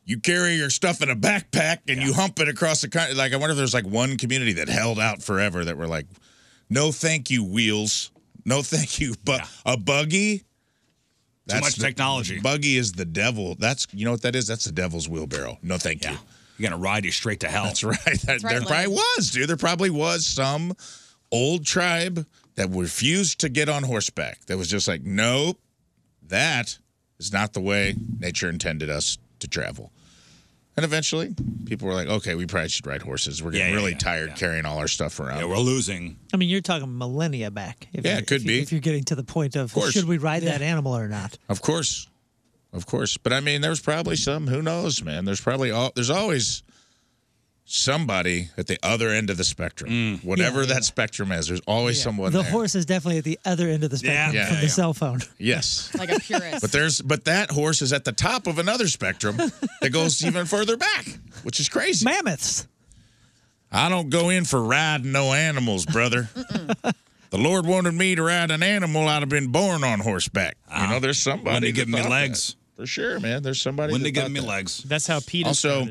[SPEAKER 4] You carry your stuff in a backpack and you hump it across the country. Like, I wonder if there's like one community that held out forever that were like, no, thank you, wheels. No, thank you. But a buggy?
[SPEAKER 1] much technology.
[SPEAKER 4] Buggy is the devil. That's, you know what that is? That's the devil's wheelbarrow. No, thank you.
[SPEAKER 1] You're going to ride you straight to hell.
[SPEAKER 4] That's right.
[SPEAKER 1] That's right,
[SPEAKER 4] there probably
[SPEAKER 1] Lenny.
[SPEAKER 4] was, dude. There probably was some old tribe that refused to get on horseback. That was just like, nope, that is not the way nature intended us to travel. And eventually, people were like, okay, we probably should ride horses. We're getting really tired carrying all our stuff around. Yeah,
[SPEAKER 1] we're losing.
[SPEAKER 3] I mean, you're talking millennia back. If
[SPEAKER 4] Yeah,
[SPEAKER 3] you-
[SPEAKER 4] it could
[SPEAKER 3] if you-
[SPEAKER 4] be.
[SPEAKER 3] If you're getting to the point of,
[SPEAKER 4] course.
[SPEAKER 3] should we ride that animal or not?
[SPEAKER 4] Of course. Of course. But I mean, there's probably some, who knows, man. There's probably all, there's always somebody at the other end of the spectrum. Whatever
[SPEAKER 3] Yeah,
[SPEAKER 4] that spectrum is, there's always someone
[SPEAKER 3] the
[SPEAKER 4] there.
[SPEAKER 3] horse is definitely at the other end of the spectrum
[SPEAKER 4] Yeah,
[SPEAKER 3] from
[SPEAKER 4] yeah,
[SPEAKER 3] the
[SPEAKER 4] yeah.
[SPEAKER 3] cell phone.
[SPEAKER 4] Yes.
[SPEAKER 2] like a purist
[SPEAKER 4] But there's but that horse is at the top of another spectrum that goes even further back, which is crazy.
[SPEAKER 3] Mammoths.
[SPEAKER 4] I don't go in for riding no animals, brother. the Lord wanted me to ride an animal. I'd have been born on horseback. You know, there's somebody
[SPEAKER 1] Ah. When they
[SPEAKER 4] that
[SPEAKER 1] give me
[SPEAKER 4] thought that.
[SPEAKER 1] legs.
[SPEAKER 4] For sure, man. There's somebody.
[SPEAKER 1] When
[SPEAKER 4] that
[SPEAKER 1] they give
[SPEAKER 4] thought
[SPEAKER 1] me
[SPEAKER 4] that.
[SPEAKER 1] legs.
[SPEAKER 5] That's how Peter
[SPEAKER 4] Also,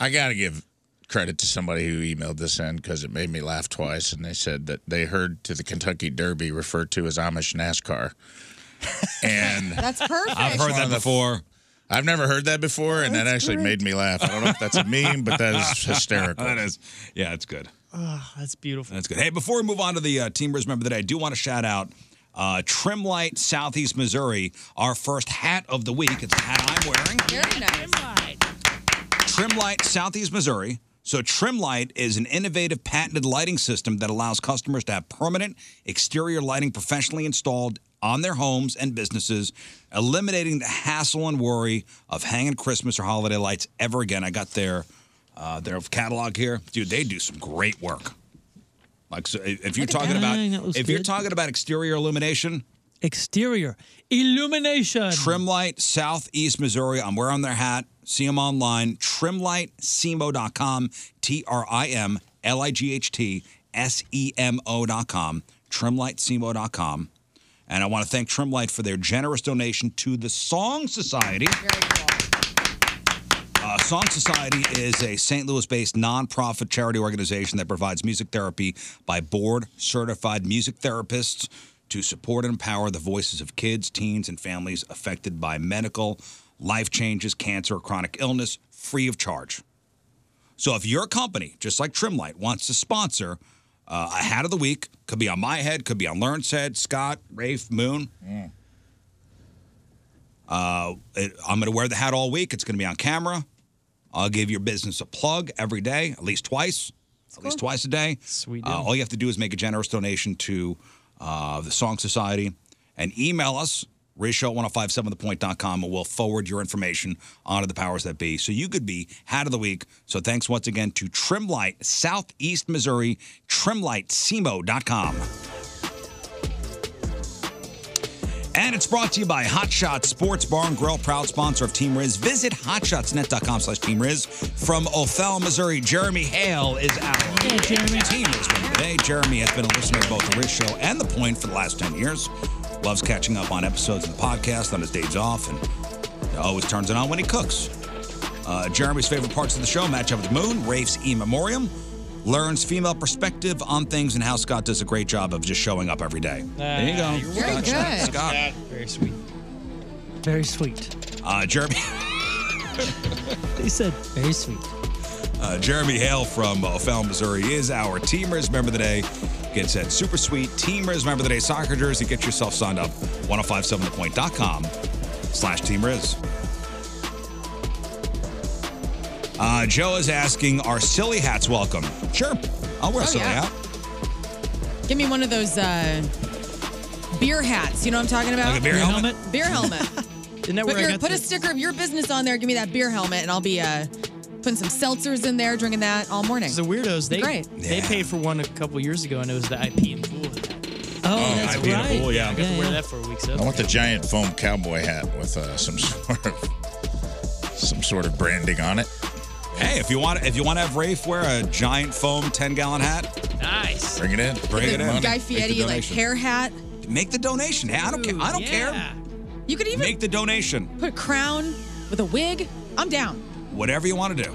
[SPEAKER 4] I got to give credit to somebody who emailed this in because it made me laugh twice. And they said that they heard to the Kentucky Derby referred to as Amish NASCAR. and
[SPEAKER 2] that's perfect
[SPEAKER 4] It's one of the- I've never heard that before, and that
[SPEAKER 3] That's
[SPEAKER 4] actually
[SPEAKER 3] great.
[SPEAKER 4] made me laugh. I don't know if that's a meme, but that is hysterical.
[SPEAKER 1] That is. Yeah, it's good.
[SPEAKER 5] Ah,
[SPEAKER 3] Oh, that's beautiful.
[SPEAKER 1] That's good. Hey, before we move on to the uh, Team Riz member of the day, I do want to shout out uh, Trimlight Southeast Missouri, our first hat of the week. It's a hat I'm wearing.
[SPEAKER 2] Very nice.
[SPEAKER 1] Trimlight Southeast Missouri. So Trimlight is an innovative patented lighting system that allows customers to have permanent exterior lighting professionally installed on their homes and businesses, eliminating the hassle and worry of hanging Christmas or holiday lights ever again. I got their uh, their catalog here. Dude, they do some great work. Like so if if you're
[SPEAKER 3] Look at
[SPEAKER 1] talking
[SPEAKER 3] that.
[SPEAKER 1] about
[SPEAKER 3] Dang, that
[SPEAKER 1] if
[SPEAKER 3] looks
[SPEAKER 1] you're
[SPEAKER 3] good.
[SPEAKER 1] talking about exterior illumination,
[SPEAKER 3] Exterior illumination.
[SPEAKER 1] Trimlight Southeast Missouri. I'm wearing their hat. See them online. Trimlightsemo.com. T R I M L I G H T S E M O.com. Trimlightsemo.com. And I want to thank Trimlight for their generous donation to the Song Society. Uh, Song Society is a St. Louis based nonprofit charity organization that provides music therapy by board certified music therapists to support and empower the voices of kids, teens, and families affected by medical, life changes, cancer, or chronic illness free of charge. So if your company, just like Trimlight, wants to sponsor uh, a hat of the week, could be on my head, could be on Learn's head, Scott, Rafe, Moon. Uh, it- I'm going to wear the hat all week. It's going to be on camera. I'll give your business a plug every day, at least twice, at least twice a day. Sweet. Uh, all you have to do is make a generous donation to uh, the Song Society and email us, ratio1057thepoint.com, and we'll forward your information onto the powers that be. So you could be hat of the week. So thanks once again to Trimlight, Southeast Missouri, trimlightsemo.com. And it's brought to you by Hot Shots Sports Bar and Grill, proud sponsor of Team Riz. Visit hotshotsnet.com slash Team Riz. From Othell, Missouri, Jeremy Hale is our Jeremy. Team Riz member today. Jeremy has been a listener of both the Riz Show and The Point for the last 10 years. Loves catching up on episodes of the podcast on his days off and always turns it on when he cooks. Uh, Jeremy's favorite parts of the show match up with Moon, Rafe's E Memoriam, learns female perspective on things, and how Scott does a great job of just showing up every day.
[SPEAKER 5] Ah,
[SPEAKER 1] there you go. Scott, Scott, Scott.
[SPEAKER 3] Very sweet. Very sweet.
[SPEAKER 1] Uh, Jeremy,
[SPEAKER 3] They said very sweet.
[SPEAKER 1] uh, Jeremy Hale from O'Fallon, Missouri is our Teamers member of the day. Gets that super sweet Teamers member of the day soccer jersey. Get yourself signed up 1057thepoint.com slash Team Riz. Uh, Joe is asking, are silly hats welcome? Sure. I'll wear a
[SPEAKER 2] Oh,
[SPEAKER 1] silly
[SPEAKER 2] yeah.
[SPEAKER 1] hat.
[SPEAKER 2] Give me one of those uh, beer hats. You know what I'm talking about?
[SPEAKER 1] Like a beer Beer helmet?
[SPEAKER 2] Beer helmet.
[SPEAKER 3] Isn't that
[SPEAKER 2] put
[SPEAKER 3] where I
[SPEAKER 2] your,
[SPEAKER 3] got
[SPEAKER 2] put a
[SPEAKER 3] the-
[SPEAKER 2] sticker of your business on there. Give me that beer helmet, and I'll be uh, putting some seltzers in there, drinking that all morning.
[SPEAKER 3] The weirdos, they
[SPEAKER 2] Great.
[SPEAKER 3] they paid for one a couple years ago, and it was the IP and pool. Oh, that's
[SPEAKER 4] IP and
[SPEAKER 3] right.
[SPEAKER 4] pool, yeah.
[SPEAKER 3] I got
[SPEAKER 4] Yeah,
[SPEAKER 3] to wear
[SPEAKER 4] yeah.
[SPEAKER 3] that for a week. So
[SPEAKER 4] I want the giant foam cowboy hat with uh, some sort of some sort of branding on it.
[SPEAKER 1] Hey, if you want, if you want to have Rafe wear a giant foam 10 gallon hat,
[SPEAKER 3] nice.
[SPEAKER 4] Bring it in.
[SPEAKER 1] Bring it in.
[SPEAKER 2] Guy
[SPEAKER 1] Make the
[SPEAKER 2] Fieri like
[SPEAKER 1] donation.
[SPEAKER 2] hair hat.
[SPEAKER 1] Make the donation. Hey, I don't care. I don't care.
[SPEAKER 2] You could even
[SPEAKER 1] Make the donation.
[SPEAKER 2] put a crown with a wig. I'm down.
[SPEAKER 1] Whatever you want to do.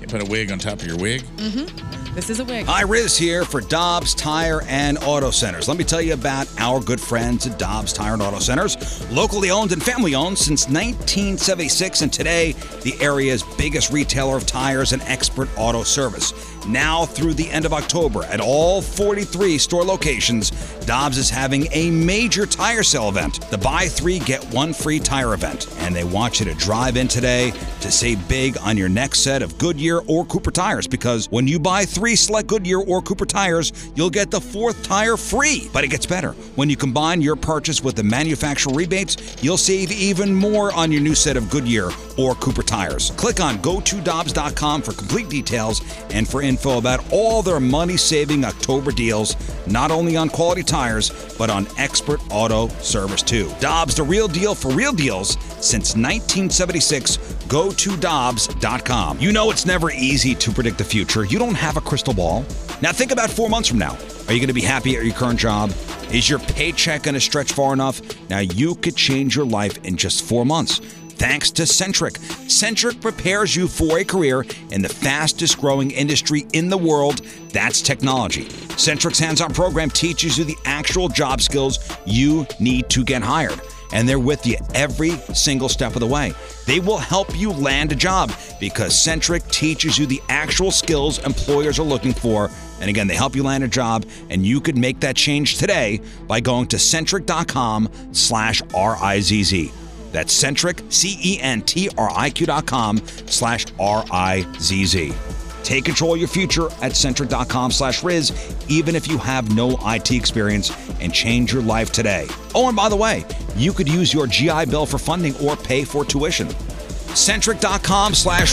[SPEAKER 4] You put a wig on top of your wig.
[SPEAKER 2] Mm-hmm. This is a wig.
[SPEAKER 1] Hi, Riz here for Dobbs Tire and Auto Centers. Let me tell you about our good friends at Dobbs Tire and Auto Centers, locally owned and family owned since 1976, and today the area's biggest retailer of tires and expert auto service. Now through the end of October, at all 43 store locations, Dobbs is having a major tire sale event, the Buy Three Get One Free Tire event, and they want you to drive in today to save big on your next set of Goodyear or Cooper tires because when you buy three select Goodyear or Cooper tires, you'll get the fourth tire free. But it gets better. When you combine your purchase with the manufacturer rebates, you'll save even more on your new set of Goodyear or Cooper tires. Click on gotodobbs.com for complete details and for info about all their money saving October deals, not only on quality tires, but on expert auto service too. Dobbs, the real deal for real deals since 1976. Go to Dobbs.com. You know it's never easy to predict the future. You don't have a crystal ball. Now think about four months from now. Are you going to be happy at your current job? Is your paycheck going to stretch far enough? Now you could change your life in just four months thanks to Centric. Centric prepares you for a career in the fastest growing industry in the world that's technology. Centric's hands on program teaches you the actual job skills you need to get hired. and they're with you every single step of the way. They will help you land a job because Centric teaches you the actual skills employers are looking for. And again, they help you land a job, and you could make that change today by going to centric.com slash R-I-Z-Z. That's centric, E C-E-N-T-R-I-Q dot com slash R-I-Z-Z. Take control of your future at centric.com slash Riz, even if you have no IT experience, and change your life today. Oh, and by the way, you could use your GI Bill for funding or pay for tuition. Centric.com slash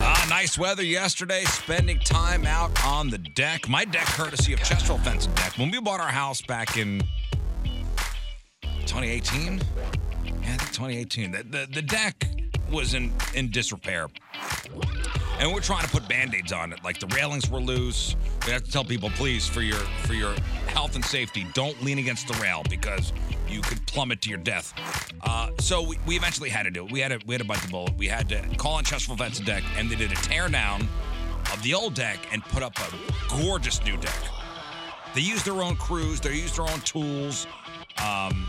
[SPEAKER 1] Ah, nice weather yesterday. Spending time out on the deck. My deck, courtesy of Chesterfield Fencing Deck. When we bought our house back in 2018, yeah, I think 2018. The, the, the deck was in, in disrepair. And we're trying to put band-aids on it. Like the railings were loose. We have to tell people, please, for your for your health and safety, don't lean against the rail because you could plummet to your death. Uh, so we, we eventually had to do it. We had to we had to bite the bullet. We had to call on Chesterfield Vets Deck, and they did a tear down of the old deck and put up a gorgeous new deck. They used their own crews. They used their own tools. Um,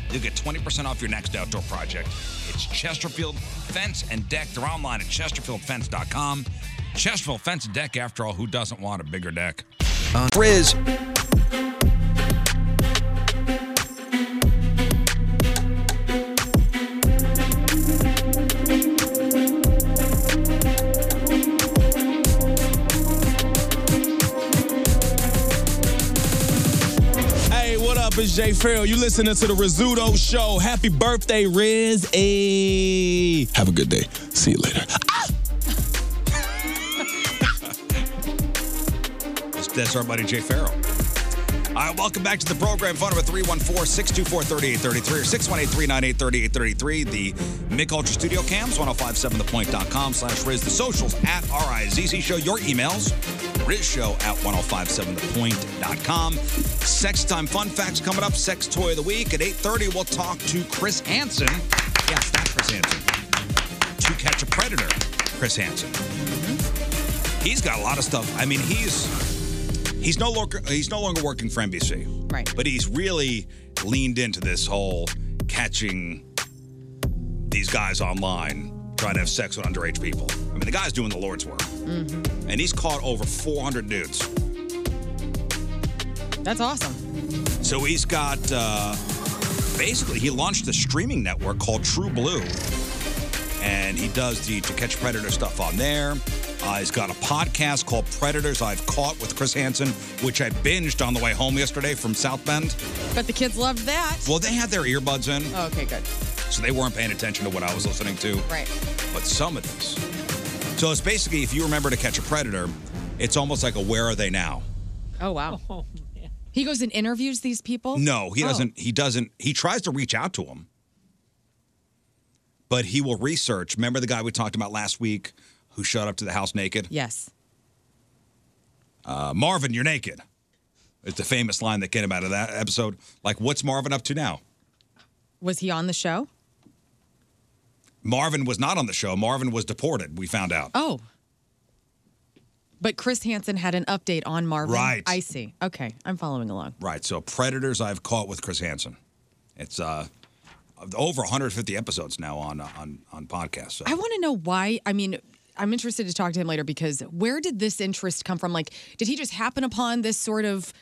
[SPEAKER 1] you'll get 20% off your next outdoor project. It's Chesterfield Fence and Deck. They're online at chesterfieldfence.com. Chesterfield Fence and Deck, after all, who doesn't want a bigger deck? Uh, Riz.
[SPEAKER 7] Hey, what up? It's Jay Farrell. You listening to the Rizzuto Show. Happy birthday, Riz. Hey. Have a good day. See you later.
[SPEAKER 1] That's, that's our buddy Jay Farrell. All right, welcome back to the program. Phone number 314 624 3833 or 618 398 3833. The Mick Ultra Studio Cams, 1057thepoint.com slash Riz. The socials at RIZZ Show. Your emails, RizShow at 1057thepoint.com. Sex time fun facts coming up. Sex toy of the week. At 830, we'll talk to Chris Hansen. Yes, that Chris Hansen. To catch a predator, Chris Hansen. He's got a lot of stuff. I mean, he's he's no longer he's no longer working for NBC. Right. But he's really leaned into this whole catching these guys online trying to have sex with underage people. I mean, the guy's doing the Lord's work,
[SPEAKER 2] Mm-hmm.
[SPEAKER 1] and he's caught over 400 dudes.
[SPEAKER 2] That's awesome.
[SPEAKER 1] So he's got uh, basically he launched a streaming network called True Blue, and he does the To Catch a Predator stuff on there. Uh, he's got a podcast called Predators I've Caught with Chris Hansen, which I binged on the way home yesterday from South Bend.
[SPEAKER 2] But the kids loved that.
[SPEAKER 1] Well, they had their earbuds in,
[SPEAKER 2] Oh, okay, good.
[SPEAKER 1] so they weren't paying attention to what I was listening to.
[SPEAKER 2] Right.
[SPEAKER 1] But some of these. So it's basically if you remember to catch a predator, it's almost like a where are they now?
[SPEAKER 2] Oh wow. He goes and interviews these people.
[SPEAKER 1] No, he
[SPEAKER 2] Oh.
[SPEAKER 1] doesn't. He doesn't. He tries to reach out to him, but he will research. Remember the guy we talked about last week who showed up to the house naked?
[SPEAKER 2] Yes.
[SPEAKER 1] Uh, Marvin, you're naked. It's the famous line that came out of that episode. Like, what's Marvin up to now?
[SPEAKER 2] Was he on the show?
[SPEAKER 1] Marvin was not on the show. Marvin was deported. We found out.
[SPEAKER 2] Oh. But Chris Hansen had an update on Marvin.
[SPEAKER 1] Right.
[SPEAKER 2] I see. Okay, I'm following along.
[SPEAKER 1] Right. So predators I've caught with Chris Hansen. It's uh, over 150 episodes now on on on podcast. So.
[SPEAKER 2] I want to know why. I mean, I'm interested to talk to him later because where did this interest come from? Like, did he just happen upon this sort of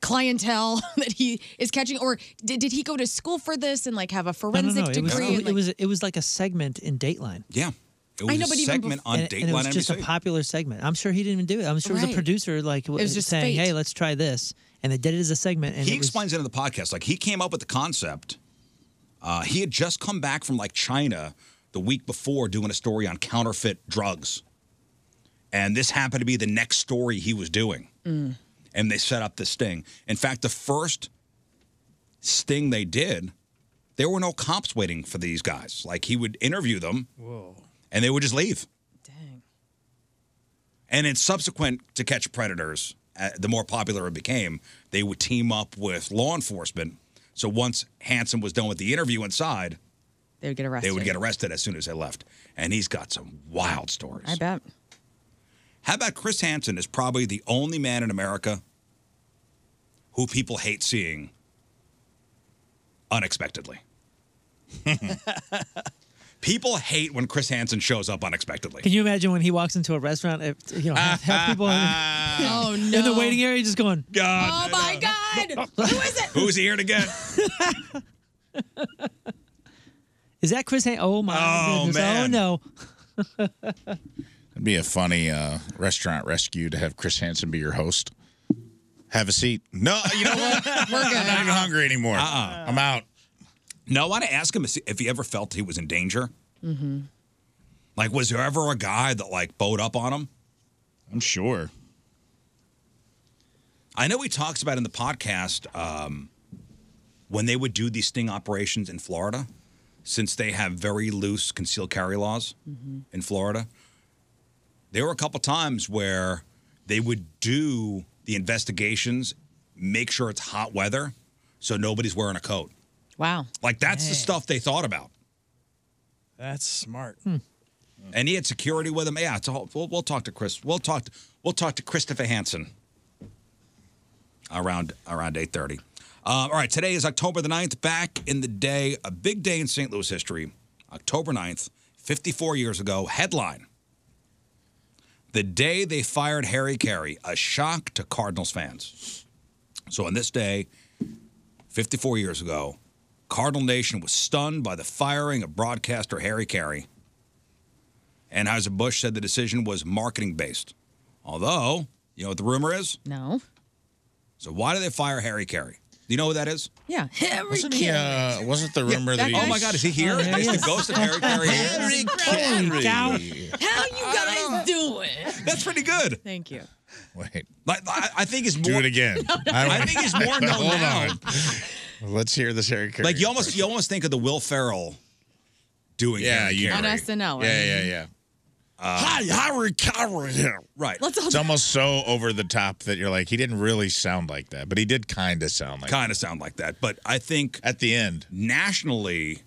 [SPEAKER 2] clientele that he is catching, or did, did he go to school for this and like have a
[SPEAKER 3] No, no,
[SPEAKER 2] forensic
[SPEAKER 3] no. It was,
[SPEAKER 2] degree?
[SPEAKER 3] it,
[SPEAKER 2] and, like-
[SPEAKER 3] was, it was like a segment in Dateline.
[SPEAKER 1] Yeah. It was
[SPEAKER 2] I know,
[SPEAKER 1] a
[SPEAKER 2] but even
[SPEAKER 1] segment on
[SPEAKER 3] and,
[SPEAKER 1] Dateline
[SPEAKER 3] and it was just
[SPEAKER 1] NBC.
[SPEAKER 3] a popular segment. I'm sure he didn't even do it. I'm sure it was
[SPEAKER 1] Right.
[SPEAKER 3] a producer like w-
[SPEAKER 1] was just
[SPEAKER 3] saying,
[SPEAKER 1] fate.
[SPEAKER 3] "Hey, let's try this," and they did it as a segment. And
[SPEAKER 1] he
[SPEAKER 3] it was,
[SPEAKER 1] explains it in the podcast. Like he came up with the concept. Uh, he had just come back from like China the week before doing a story on counterfeit drugs, and this happened to be the next story he was doing.
[SPEAKER 8] Mm.
[SPEAKER 1] And they set up this sting. In fact, the first sting they did, there were no cops waiting for these guys. Like he would interview them,
[SPEAKER 5] Whoa.
[SPEAKER 1] and they would just leave. Dang. And it's subsequent to catch predators, uh, the more popular it became, they would team up with law enforcement. So once Hanson was done with the interview inside,
[SPEAKER 2] They would get arrested.
[SPEAKER 1] they would get arrested as soon as they left. And he's got some wild stories.
[SPEAKER 2] I bet.
[SPEAKER 1] How about Chris Hansen is probably the only man in America who people hate seeing unexpectedly. people hate when Chris Hansen shows up unexpectedly.
[SPEAKER 3] Can you imagine when he walks into a restaurant? If, you know, have, have people in,
[SPEAKER 1] Oh,
[SPEAKER 3] in the waiting area just going,
[SPEAKER 1] God,
[SPEAKER 2] Oh my God! Who is it?
[SPEAKER 1] Who's he here to get?
[SPEAKER 3] "Is that Chris?" Han- oh my
[SPEAKER 4] Oh,
[SPEAKER 3] goodness!
[SPEAKER 4] man.
[SPEAKER 3] Oh no!
[SPEAKER 4] It'd be a funny uh, restaurant rescue to have Chris Hansen be your host. Have a seat. No, you know what?
[SPEAKER 1] We're good.
[SPEAKER 4] I'm not even hungry anymore.
[SPEAKER 1] Uh-uh.
[SPEAKER 4] I'm out.
[SPEAKER 1] No, I want to ask him if he ever felt he was in danger.
[SPEAKER 4] Mm-hmm.
[SPEAKER 1] Like, was there ever a guy that like bowed up on him?
[SPEAKER 4] I'm sure.
[SPEAKER 1] I know he talks about in the podcast um, when they would do these sting operations in Florida, since they have very loose concealed carry laws in Florida. There were a couple times where they would do the investigations, make sure it's hot weather, so nobody's wearing a coat.
[SPEAKER 2] Wow.
[SPEAKER 1] Like that's the stuff they thought about.
[SPEAKER 5] That's smart.
[SPEAKER 3] Hmm.
[SPEAKER 1] And he had security with him. Yeah, it's a whole, we'll, we'll talk to Chris. We'll talk. To, we'll talk to Christopher Hansen around around eight thirty. Um, all right, today is October the 9th. Back in the day, a big day in St. Louis history. October 9th, 54 years ago. Headline: The day they fired Harry Carey, a shock to Cardinals fans. So on this day, 54 years ago, Cardinal Nation was stunned by the firing of broadcaster Harry Carey. Anheuser-Busch said the decision was marketing based. Although, you know what the rumor is?
[SPEAKER 2] No.
[SPEAKER 1] So why did they fire Harry Carey? Do you know who that is?
[SPEAKER 2] Yeah. Harry
[SPEAKER 4] Wasn't he, uh, wasn't the rumor that he
[SPEAKER 1] Oh my God, is he here? Is the ghost of Harry Carey here?
[SPEAKER 4] Harry
[SPEAKER 1] Carey.
[SPEAKER 4] Cow.
[SPEAKER 2] How you guys doing?
[SPEAKER 1] That's pretty good.
[SPEAKER 2] Thank you.
[SPEAKER 4] Wait.
[SPEAKER 1] Like, I, I think it's more.
[SPEAKER 4] Do it again.
[SPEAKER 1] I, think he's more known
[SPEAKER 4] Hold
[SPEAKER 1] now.
[SPEAKER 4] on. Let's hear this Harry Carey.
[SPEAKER 1] Like you almost you almost think of the Will Ferrell doing
[SPEAKER 4] Yeah,
[SPEAKER 1] Harry
[SPEAKER 4] you-
[SPEAKER 1] Carey.
[SPEAKER 2] On SNL.
[SPEAKER 4] Yeah, yeah, yeah. Hi, Harry Carey.
[SPEAKER 1] Uh, Right.
[SPEAKER 2] Let's all
[SPEAKER 4] It's almost so over the top that you're like, he didn't really sound like that, but he did kind of sound like
[SPEAKER 1] kind of sound like that. But I think
[SPEAKER 4] at the end,
[SPEAKER 1] nationally,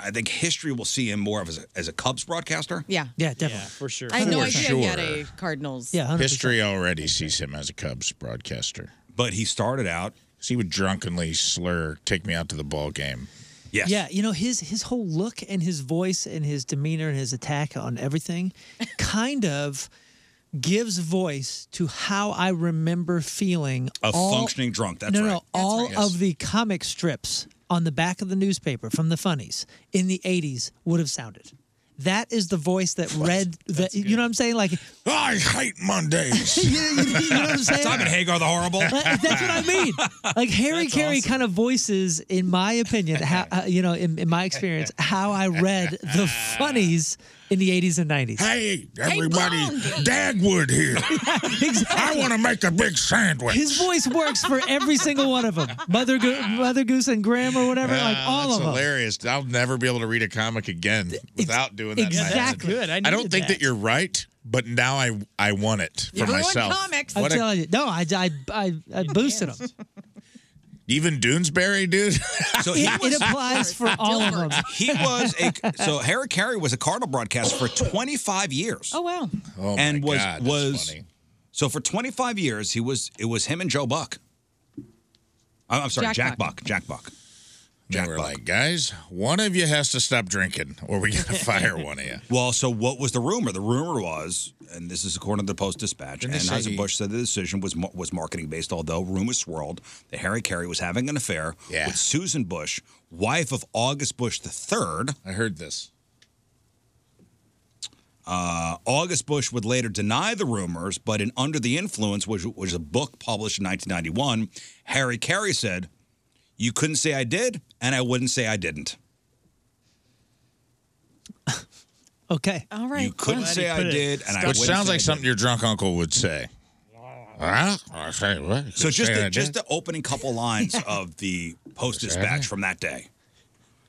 [SPEAKER 1] I think history will see him more of as a, as a Cubs broadcaster.
[SPEAKER 2] Yeah.
[SPEAKER 3] Yeah, definitely.
[SPEAKER 5] for sure.
[SPEAKER 2] I had no
[SPEAKER 4] For
[SPEAKER 2] idea he had a
[SPEAKER 4] sure.
[SPEAKER 2] Cardinals.
[SPEAKER 4] History already sees him as a Cubs broadcaster.
[SPEAKER 1] But he started out.
[SPEAKER 4] He would drunkenly slur, take me out to the ball game.
[SPEAKER 1] Yes.
[SPEAKER 3] Yeah, you know his his whole look and his voice and his demeanor and his attack on everything kind of gives voice to how I remember feeling
[SPEAKER 1] A
[SPEAKER 3] all-
[SPEAKER 1] functioning drunk. That's
[SPEAKER 3] Oh. no,
[SPEAKER 1] right.
[SPEAKER 3] no, all
[SPEAKER 1] Yes.
[SPEAKER 3] of the comic strips on the back of the newspaper from the funnies in the 80s would have sounded. That is the voice that read that you know what I'm saying like
[SPEAKER 4] I hate Mondays.
[SPEAKER 3] you, you- you know what I'm saying?
[SPEAKER 1] Simon Hagar the Horrible.
[SPEAKER 3] Like, That's what I mean. Like Harry Carey kind of voices, in my opinion, how, uh, you know, in, in my experience, how I read the funnies in the 80s and 90s.
[SPEAKER 4] Hey, everybody, Dagwood here. I want to make a big sandwich.
[SPEAKER 3] His voice works for every single one of them. Mother, Go- Mother Goose and Graham or whatever, like
[SPEAKER 4] Ah,
[SPEAKER 3] all
[SPEAKER 4] that's
[SPEAKER 3] of them.
[SPEAKER 4] hilarious. I'll never be able to read a comic again without doing that. in my head.
[SPEAKER 3] exactly. Yeah, that's good. I
[SPEAKER 4] don't
[SPEAKER 3] needed
[SPEAKER 4] think that.
[SPEAKER 3] that.
[SPEAKER 4] you're right, but now I I want it for
[SPEAKER 3] You ruined
[SPEAKER 4] myself.
[SPEAKER 3] comics. I'm
[SPEAKER 4] What a,
[SPEAKER 3] telling you. No, I, I, I, I boosted him.
[SPEAKER 4] even Doonesbury, dude.
[SPEAKER 1] So
[SPEAKER 3] it, it applies for all of them.
[SPEAKER 1] He was a so Harry Carey was a Cardinal broadcaster for 25 years.
[SPEAKER 2] Oh wow.
[SPEAKER 4] Oh
[SPEAKER 1] and
[SPEAKER 4] my
[SPEAKER 1] was
[SPEAKER 4] God, that's
[SPEAKER 1] was
[SPEAKER 4] funny.
[SPEAKER 1] so for 25 years he was it was him and Joe Buck. I- I'm sorry, Jack,
[SPEAKER 4] Jack
[SPEAKER 1] Buck. Jack Buck. Jack
[SPEAKER 4] they were
[SPEAKER 1] Buck.
[SPEAKER 4] like, guys, one of you has to stop drinking, or we gotta fire one of you.
[SPEAKER 1] Well, so what was the rumor? The rumor was, and this is according to the Post Dispatch,
[SPEAKER 4] Didn't
[SPEAKER 1] and
[SPEAKER 4] they say
[SPEAKER 1] Anheuser
[SPEAKER 4] he-
[SPEAKER 1] Busch said the decision was mar- was marketing based, although rumors swirled that Harry Carey was having an affair with Susan Bush, wife of August Bush the third.
[SPEAKER 4] I heard this.
[SPEAKER 1] Uh, August Bush would later deny the rumors, but in Under the Influence, which was a book published in 1991, Harry Carey said, You couldn't say I did, and I wouldn't say I didn't.
[SPEAKER 3] Okay.
[SPEAKER 2] All right.
[SPEAKER 1] You couldn't say I did, and I
[SPEAKER 4] Which
[SPEAKER 1] wouldn't
[SPEAKER 4] sounds
[SPEAKER 1] say I
[SPEAKER 4] like something your drunk uncle would say. Huh? I say what? You
[SPEAKER 1] So just
[SPEAKER 4] say I
[SPEAKER 1] the,
[SPEAKER 4] did?
[SPEAKER 1] just the opening couple lines of the Post Dispatch from that day.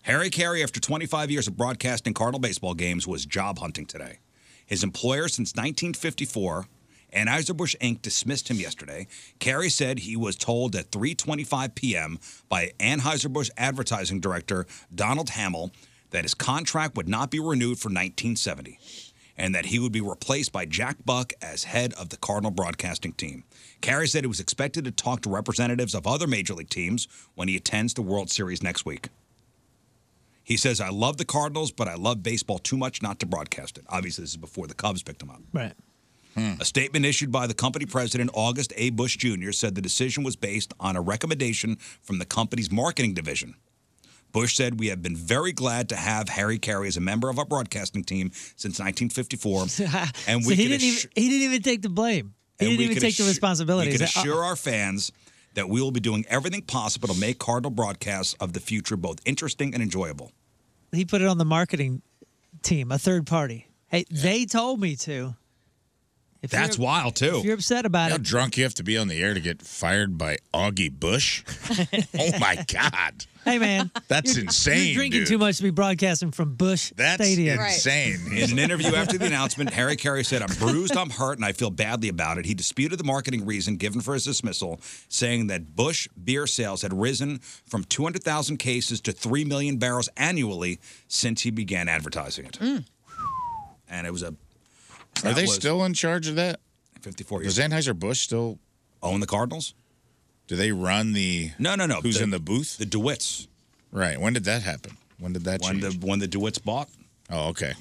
[SPEAKER 1] Harry Carey, after 25 years of broadcasting Cardinal baseball games, was job hunting today. His employer since 1954, Anheuser-Busch Inc. dismissed him yesterday. Carey said he was told at 3:25 p.m. by Anheuser-Busch advertising director Donald Hamill that his contract would not be renewed for 1970 and that he would be replaced by Jack Buck as head of the Cardinal broadcasting team. Carey said he was expected to talk to representatives of other major league teams when he attends the World Series next week. He says, I love the Cardinals, but I love baseball too much not to broadcast it. Obviously, this is before the Cubs picked him up.
[SPEAKER 3] Right. Hmm.
[SPEAKER 1] A statement issued by the company president, August A. Bush Jr., said the decision was based on a recommendation from the company's marketing division. Bush said, We have been very glad to have Harry Carey as a member of our broadcasting team since 1954. and
[SPEAKER 3] so
[SPEAKER 1] we
[SPEAKER 3] he
[SPEAKER 1] can assure-
[SPEAKER 3] didn't even he didn't even take the blame. He
[SPEAKER 1] and
[SPEAKER 3] didn't
[SPEAKER 1] we
[SPEAKER 3] even
[SPEAKER 1] can
[SPEAKER 3] take the
[SPEAKER 1] assu-
[SPEAKER 3] responsibility.
[SPEAKER 1] We can
[SPEAKER 3] He's like,
[SPEAKER 1] assure our fans that we will be doing everything possible to make Cardinal broadcasts of the future both interesting and enjoyable.
[SPEAKER 3] "Uh-uh." he put it on the marketing team, a third party. Hey, they told me to. If
[SPEAKER 4] That's
[SPEAKER 3] you're-
[SPEAKER 4] wild, too.
[SPEAKER 3] If you're upset about
[SPEAKER 4] How
[SPEAKER 3] it,
[SPEAKER 4] drunk you have to be on the air to get fired by Augie Bush? oh my God.
[SPEAKER 3] hey man,
[SPEAKER 4] That's
[SPEAKER 3] you're-
[SPEAKER 4] insane.
[SPEAKER 3] You're drinking
[SPEAKER 4] dude.
[SPEAKER 3] too much to be broadcasting from Bush
[SPEAKER 4] That's
[SPEAKER 3] Stadium.
[SPEAKER 4] insane.
[SPEAKER 1] In an interview after the announcement, Harry Carey said, I'm bruised, I'm hurt, and I feel badly about it. He disputed the marketing reason given for his dismissal, saying that Bush beer sales had risen from 200,000 cases to 3 million barrels annually since he began advertising it. And it was a.
[SPEAKER 4] Are
[SPEAKER 1] that
[SPEAKER 4] they
[SPEAKER 1] was
[SPEAKER 4] still in charge of that?
[SPEAKER 1] 54 years.
[SPEAKER 4] Does Anheuser Busch still
[SPEAKER 1] own the Cardinals?
[SPEAKER 4] Do they run the
[SPEAKER 1] no no no?
[SPEAKER 4] Who's
[SPEAKER 1] the-
[SPEAKER 4] in the booth?
[SPEAKER 1] The Dewitts.
[SPEAKER 4] Right. When did that happen? When did that
[SPEAKER 1] When the-
[SPEAKER 4] change?
[SPEAKER 1] when the Dewitts bought?
[SPEAKER 4] Oh, okay.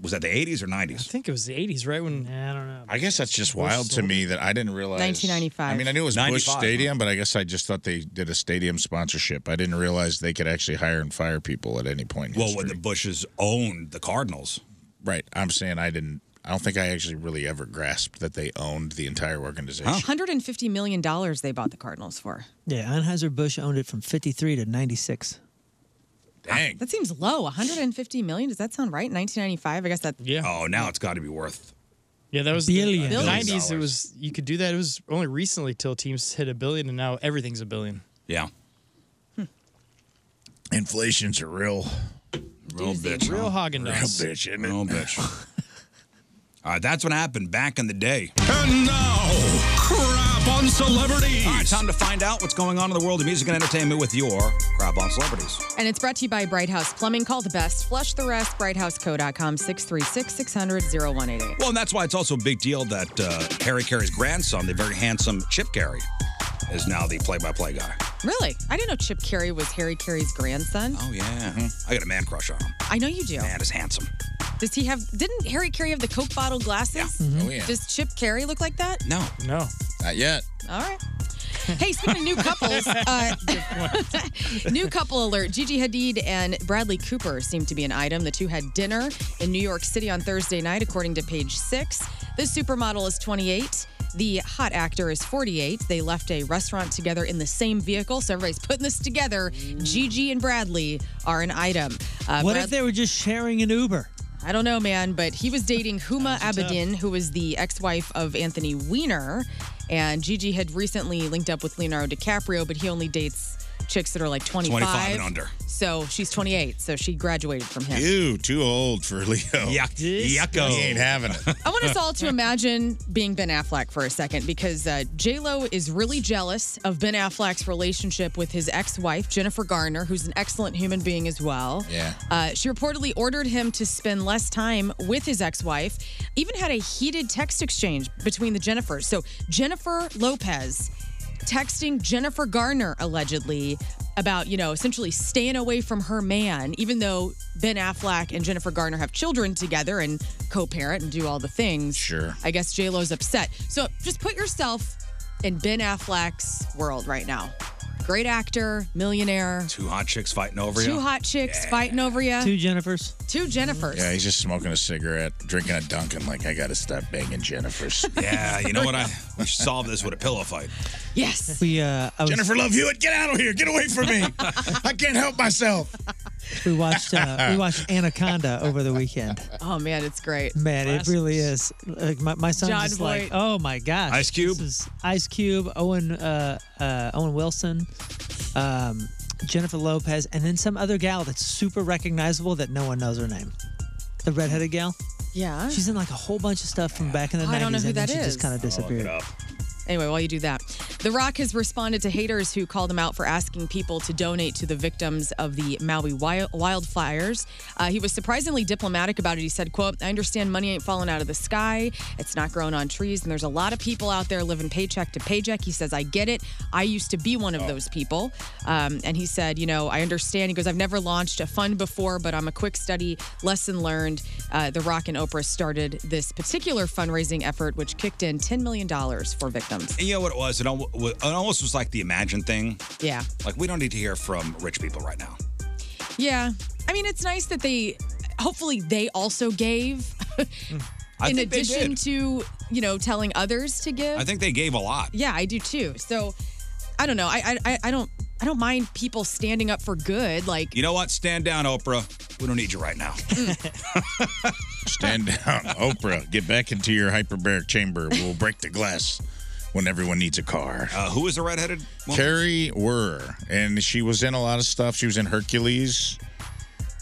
[SPEAKER 1] Was that the 80s or 90s?
[SPEAKER 5] I think it was the 80s, right? When
[SPEAKER 3] I don't know.
[SPEAKER 4] I guess that's just wild to me that I didn't realize.
[SPEAKER 2] 1995.
[SPEAKER 4] I mean, I knew it was
[SPEAKER 1] 95,
[SPEAKER 4] Bush Stadium, but I guess I just thought they did a stadium sponsorship. I didn't realize they could actually hire and fire people at any point.
[SPEAKER 1] Well, when the Bushes owned the Cardinals.
[SPEAKER 4] Right. I'm saying I didn't. I don't think I actually really ever grasped that they owned the entire organization.
[SPEAKER 2] $150 million they bought the Cardinals for.
[SPEAKER 3] Yeah, Anheuser Busch owned it from '53 to '96.
[SPEAKER 4] Dang.
[SPEAKER 2] That seems low. 150 million. Does that sound right? 1995. I guess that.
[SPEAKER 5] Yeah.
[SPEAKER 1] Oh, now it's got to be worth.
[SPEAKER 5] Yeah, that was billion. The,
[SPEAKER 2] Billion.
[SPEAKER 5] 90s. It
[SPEAKER 2] Dollars.
[SPEAKER 5] was you could do that. It was only recently till teams hit a billion, and now everything's a billion.
[SPEAKER 1] Yeah.
[SPEAKER 4] Hmm. Inflation's a real,
[SPEAKER 1] real bitch.
[SPEAKER 5] Real
[SPEAKER 1] huh?
[SPEAKER 5] Haagen
[SPEAKER 1] Real
[SPEAKER 5] Dazs.
[SPEAKER 4] bitch, isn't it?
[SPEAKER 1] Real bitch. All right, that's what happened back in the day.
[SPEAKER 9] And now, crap on celebrities.
[SPEAKER 1] All right, time to find out what's going on in the world of music and entertainment with your crap on celebrities.
[SPEAKER 2] And it's brought to you by Bright House Plumbing. Call the best. Flush the rest. BrightHouseCo.com 636 600 0188.
[SPEAKER 1] Well, and that's why it's also a big deal that uh, Harry Carey's grandson, the very handsome Chip Carey, is now the play-by-play guy.
[SPEAKER 2] Really? I didn't know Chip Carey was Harry Carey's grandson.
[SPEAKER 1] Oh yeah, I got a man crush on him.
[SPEAKER 2] I know you do.
[SPEAKER 1] Man is handsome.
[SPEAKER 2] Does he have. Didn't Harry Carey have the Coke bottle glasses?
[SPEAKER 4] Oh, yeah.
[SPEAKER 2] Does Chip Carey look like that?
[SPEAKER 1] No,
[SPEAKER 5] no,
[SPEAKER 4] not yet.
[SPEAKER 2] All right. Hey, speaking of new couples, uh, new couple alert. Gigi Hadid and Bradley Cooper seem to be an item. The two had dinner in New York City on Thursday night, according to page six. The supermodel is 28. The hot actor is 48. They left a restaurant together in the same vehicle, so everybody's putting this together. Gigi and Bradley are an item. Uh,
[SPEAKER 3] what
[SPEAKER 2] Brad-
[SPEAKER 3] if they were just sharing an Uber?
[SPEAKER 2] I don't know, man, but he was dating Huma Abedin, who was the ex wife of Anthony Weiner. And Gigi had recently linked up with Leonardo DiCaprio, but he only dates chicks that are like 25.
[SPEAKER 4] 25 and under.
[SPEAKER 2] So she's 28, so she graduated from him.
[SPEAKER 4] Ew, too old for Leo. Yuck,
[SPEAKER 1] yucko.
[SPEAKER 4] He ain't having it.
[SPEAKER 2] I want us all to imagine being Ben Affleck for a second because uh, J Lo is really jealous of Ben Affleck's relationship with his ex-wife Jennifer Garner, who's an excellent human being as well.
[SPEAKER 4] Yeah.
[SPEAKER 2] Uh, she reportedly ordered him to spend less time with his ex-wife. Even had a heated text exchange between the Jennifers. So Jennifer Lopez texting Jennifer Garner allegedly about, you know, essentially staying away from her man, even though Ben Affleck and Jennifer Garner have children together and co parent and do all the things.
[SPEAKER 4] Sure.
[SPEAKER 2] I guess JLo's upset. So just put yourself in Ben Affleck's world right now. Great actor, millionaire.
[SPEAKER 1] Two hot chicks fighting over
[SPEAKER 2] Two
[SPEAKER 1] you.
[SPEAKER 2] hot chicks fighting over you.
[SPEAKER 4] Jennifers.
[SPEAKER 2] Two Jennifers.
[SPEAKER 4] Yeah, he's just smoking a cigarette, drinking a Dunkin'. Like I gotta stop banging Jennifers.
[SPEAKER 1] yeah, you know what? I we should solve this with a pillow fight.
[SPEAKER 2] Yes.
[SPEAKER 3] We uh, I was,
[SPEAKER 4] Jennifer Love Hewitt, get out of here! Get away from me! I can't help myself.
[SPEAKER 3] We watched uh, we watched Anaconda over the weekend.
[SPEAKER 2] Oh man, it's great.
[SPEAKER 3] Man, it really is. Like my, my son's
[SPEAKER 2] John
[SPEAKER 3] just like,
[SPEAKER 2] Voight.
[SPEAKER 3] oh my gosh,
[SPEAKER 2] Ice Cube?
[SPEAKER 3] This is Ice Cube, Owen uh, uh, Owen Wilson, um, Jennifer Lopez, and then some other gal that's super recognizable that no one knows her name. The redheaded gal.
[SPEAKER 2] Yeah.
[SPEAKER 3] She's in like a whole bunch of stuff from back in the
[SPEAKER 2] I
[SPEAKER 3] 90s
[SPEAKER 2] don't know who
[SPEAKER 3] and then
[SPEAKER 2] that
[SPEAKER 3] she
[SPEAKER 2] is.
[SPEAKER 3] just kind of
[SPEAKER 2] I'll look
[SPEAKER 3] disappeared.
[SPEAKER 2] Anyway, while you do that, The Rock has responded to haters who called him out for asking people to donate to the victims of the Maui wi- wildfires. Uh, he was surprisingly diplomatic about it. He said, "quote I understand money ain't falling out of the sky. It's not growing on trees, and there's a lot of people out there living paycheck to paycheck." He says, "I get it. I used to be
[SPEAKER 1] Oh.
[SPEAKER 2] one of those people." Um, and he said, "You know, I understand." He goes, "I've never launched a fund before, but I'm a quick study. Lesson learned." Uh, the Rock and Oprah started this particular fundraising effort, which kicked in $10 million for victims.
[SPEAKER 1] And you know what it was? It, al- it almost was like the Imagine thing.
[SPEAKER 2] Yeah.
[SPEAKER 1] Like we don't need to hear from rich people right now.
[SPEAKER 2] Yeah. I mean, it's nice that they, hopefully, they also gave
[SPEAKER 1] I
[SPEAKER 2] in
[SPEAKER 1] think they
[SPEAKER 2] addition
[SPEAKER 1] did.
[SPEAKER 2] to, you know, telling others to give.
[SPEAKER 1] I think they gave a lot.
[SPEAKER 2] Yeah, I do too. So I don't know. I, I, I- I don't. I don't mind people standing up for good. Like,
[SPEAKER 1] You know what? Stand down, Oprah. We don't need you right now.
[SPEAKER 4] Stand down, Oprah. Get back into your hyperbaric chamber. We'll break the glass when everyone needs a car.
[SPEAKER 1] Uh, who was the redheaded? woman?
[SPEAKER 4] Carrie Wurr, and she was in a lot of stuff. She was in Hercules.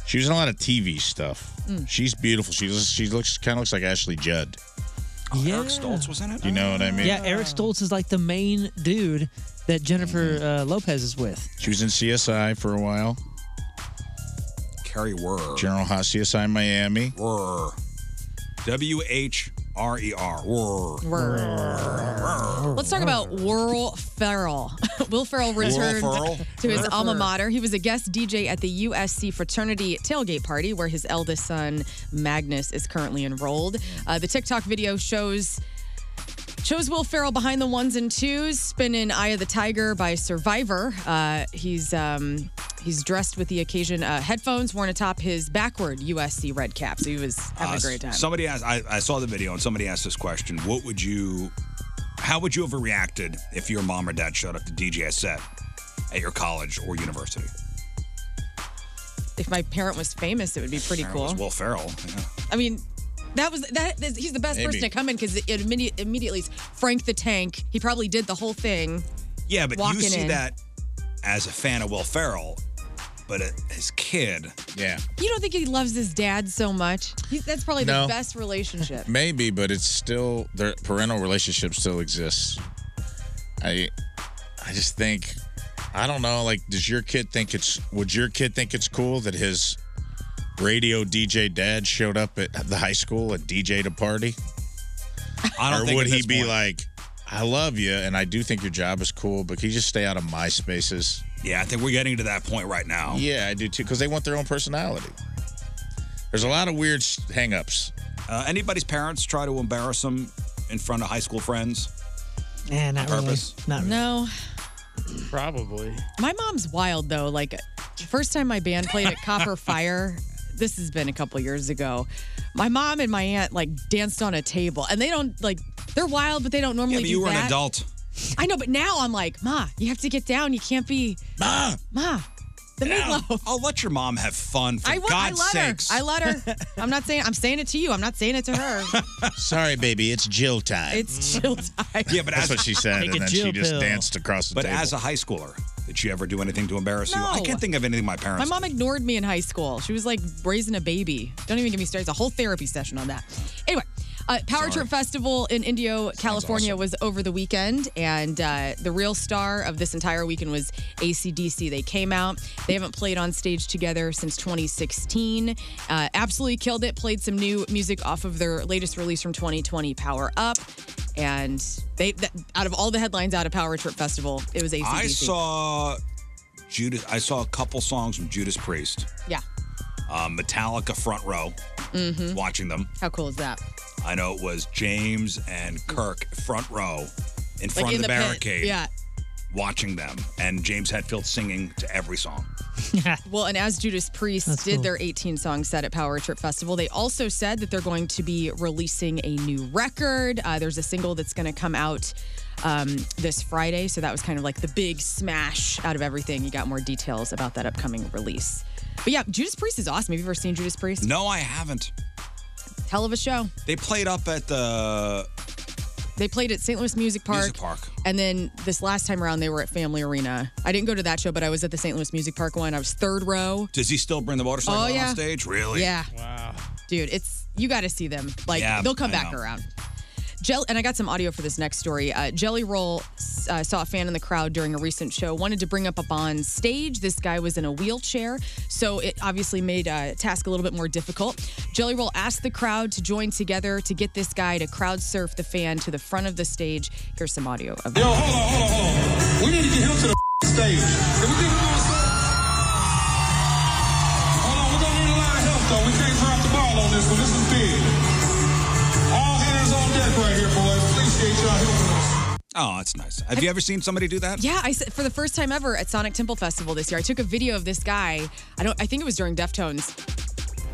[SPEAKER 4] She was in a lot of TV stuff.
[SPEAKER 1] Mm.
[SPEAKER 4] She's beautiful. She looks, she looks kind of looks like Ashley Judd.
[SPEAKER 3] yeah.
[SPEAKER 4] Eric
[SPEAKER 1] Stoltz was in it.
[SPEAKER 4] You know what I mean?
[SPEAKER 3] Yeah, Eric Stoltz is like the main dude that Jennifer uh, Lopez is with.
[SPEAKER 4] She was in CSI for a while.
[SPEAKER 1] Carrie Wurr.
[SPEAKER 4] General Haas, CSI Miami.
[SPEAKER 1] Wurr. W H R E R. Wurr. Wurr.
[SPEAKER 2] let's talk about Will Ferrell. Will Ferrell
[SPEAKER 1] Oh, Will
[SPEAKER 2] returned
[SPEAKER 1] Ferrell?
[SPEAKER 2] to his
[SPEAKER 1] Ferrell.
[SPEAKER 2] alma mater. He was a guest DJ at the USC fraternity tailgate party where his eldest son Magnus is currently enrolled. Uh, the TikTok video shows Shows Will Ferrell behind the ones and twos, spin in Eye of the Tiger by Survivor. Uh, he's um, he's dressed with the occasion uh, headphones worn atop his backward USC red cap. So he was having
[SPEAKER 1] Uh,
[SPEAKER 2] a great time.
[SPEAKER 1] Somebody asked. I, I saw the video and somebody asked this question. What would you? How would you have reacted if your mom or dad showed up to DJ a set at your college or university?
[SPEAKER 2] if my parent was famous, it would be pretty
[SPEAKER 1] That
[SPEAKER 2] cool.
[SPEAKER 1] was Will Ferrell. yeah.
[SPEAKER 2] I mean, that was that. that- He's the best
[SPEAKER 1] Maybe.
[SPEAKER 2] person to come in because it immedi- immediately is Frank the Tank. He probably did the whole thing.
[SPEAKER 1] Yeah, but
[SPEAKER 2] Walking
[SPEAKER 1] you see
[SPEAKER 2] in.
[SPEAKER 1] that as a fan of Will Ferrell, but a, his kid.
[SPEAKER 4] Yeah.
[SPEAKER 2] You don't think he loves his dad so much? He, that's probably the
[SPEAKER 4] No.
[SPEAKER 2] best relationship.
[SPEAKER 4] Maybe, but it's still their parental relationship still exists. I I just think I don't know, like does your kid think it's would your kid think it's cool that his radio DJ dad showed up at the high school and DJ'd a party?
[SPEAKER 1] I don't
[SPEAKER 4] or
[SPEAKER 1] think
[SPEAKER 4] would
[SPEAKER 1] at
[SPEAKER 4] he
[SPEAKER 1] this
[SPEAKER 4] be
[SPEAKER 1] point-
[SPEAKER 4] like, I love you and I do think your job is cool, but can you just stay out of my spaces?
[SPEAKER 1] Yeah, I think we're getting to that point right now.
[SPEAKER 4] Yeah, I do too, because they want their own personality. There's a lot of weird s- hangups.
[SPEAKER 1] Uh, anybody's parents try to embarrass him in front of high school friends.
[SPEAKER 3] Yeah, Eh, not really.
[SPEAKER 1] purpose?
[SPEAKER 3] Not really.
[SPEAKER 2] No,
[SPEAKER 5] Probably.
[SPEAKER 2] my mom's wild though. Like, first time my band played at Copper Fire. This has been a couple years ago. My mom and my aunt like danced on a table, and they don't like they're wild, but they don't normally
[SPEAKER 1] yeah, but
[SPEAKER 2] do
[SPEAKER 1] you were
[SPEAKER 2] that.
[SPEAKER 1] an adult.
[SPEAKER 2] I know, but now I'm like, Ma, you have to get down. You can't be
[SPEAKER 1] Ma,
[SPEAKER 2] Ma. The meatloaf.
[SPEAKER 1] I'll let your mom have fun. For
[SPEAKER 2] I, wa- I
[SPEAKER 1] God's
[SPEAKER 2] let
[SPEAKER 1] sakes.
[SPEAKER 2] her. I let her. I'm not saying. I'm saying it to you. I'm not saying it to
[SPEAKER 1] Mm.
[SPEAKER 2] her.
[SPEAKER 4] Sorry, baby, it's Jill time.
[SPEAKER 2] It's chill time.
[SPEAKER 1] Yeah, but
[SPEAKER 4] That's
[SPEAKER 1] as-
[SPEAKER 4] what she said, and then she just danced across the
[SPEAKER 1] but
[SPEAKER 4] table.
[SPEAKER 1] as a high schooler, did she ever do anything to embarrass you? I
[SPEAKER 2] No.
[SPEAKER 1] can't think of anything my
[SPEAKER 2] My
[SPEAKER 1] parents.
[SPEAKER 2] mom ignored me in high school. She was like raising a baby. Don't even get me started. It's a whole therapy session on that. Anyway, uh, Power
[SPEAKER 8] Sorry.
[SPEAKER 2] Trip Festival in Indio, California was over the weekend, and uh, the real star of this entire weekend was ACDC. They came out. They haven't played on stage together since 2016. Uh, absolutely killed it. Played some new music off of their latest release from 2020, Power Up. And they, that, out of all the headlines out of Power Trip Festival, it was ACDC.
[SPEAKER 1] I saw Judas. I saw a couple songs from Judas Priest,
[SPEAKER 2] Yeah.
[SPEAKER 1] um, Metallica front row,
[SPEAKER 2] Mm-hmm.
[SPEAKER 1] watching them.
[SPEAKER 2] How cool is that?
[SPEAKER 1] I know it was James and Kirk front row in front of
[SPEAKER 2] like in
[SPEAKER 1] the,
[SPEAKER 2] pit.
[SPEAKER 1] barricade.
[SPEAKER 2] Yeah.
[SPEAKER 1] watching them and James Hetfield singing to every song.
[SPEAKER 2] well, and as Judas Priest did their 18 song set at Power Trip Festival, they also said that they're going to be releasing a new record. Uh, there's a single that's going to come out um, this Friday. So that was kind of like the big smash out of everything. You got more details about that upcoming release. But yeah, Judas Priest is awesome. Have you ever seen Judas Priest?
[SPEAKER 1] No, I haven't.
[SPEAKER 2] Hell of a show.
[SPEAKER 1] They played up at the
[SPEAKER 2] They played at St. Louis Music Park.
[SPEAKER 1] music park.
[SPEAKER 2] And then this last time around, they were at Family Arena. I didn't go to that show, but I was at the St. Louis Music Park one. I was third row.
[SPEAKER 1] Does he still bring the motorcycle
[SPEAKER 2] Oh,
[SPEAKER 1] out
[SPEAKER 2] yeah.
[SPEAKER 1] on stage? Really?
[SPEAKER 2] Yeah. Wow. Dude, it's you got to see them. Like
[SPEAKER 1] Yeah,
[SPEAKER 2] they'll come
[SPEAKER 1] I
[SPEAKER 2] back
[SPEAKER 1] know.
[SPEAKER 2] around. Jell and I got some audio for this next story. Uh, Jelly Roll uh, saw a fan in the crowd during a recent show. Wanted to bring up a on stage. This guy was in a wheelchair, so it obviously made uh, task a little bit more difficult. Jelly Roll asked the crowd to join together to get this guy to crowd surf the fan to the front of the stage. Here's some audio of that.
[SPEAKER 8] We need to get him to the stage. Can we get him on stage? Hold on, we're gonna need a lot of help though. We can't drop the ball on this one. This is big. All hands on deck right here, boys. Appreciate y'all helping us.
[SPEAKER 1] Oh, that's nice. Have you ever seen somebody do that?
[SPEAKER 2] Yeah, I s- for the first time ever at Sonic Temple Festival this year, I took a video of this guy. I don't. I think it was during Deftones.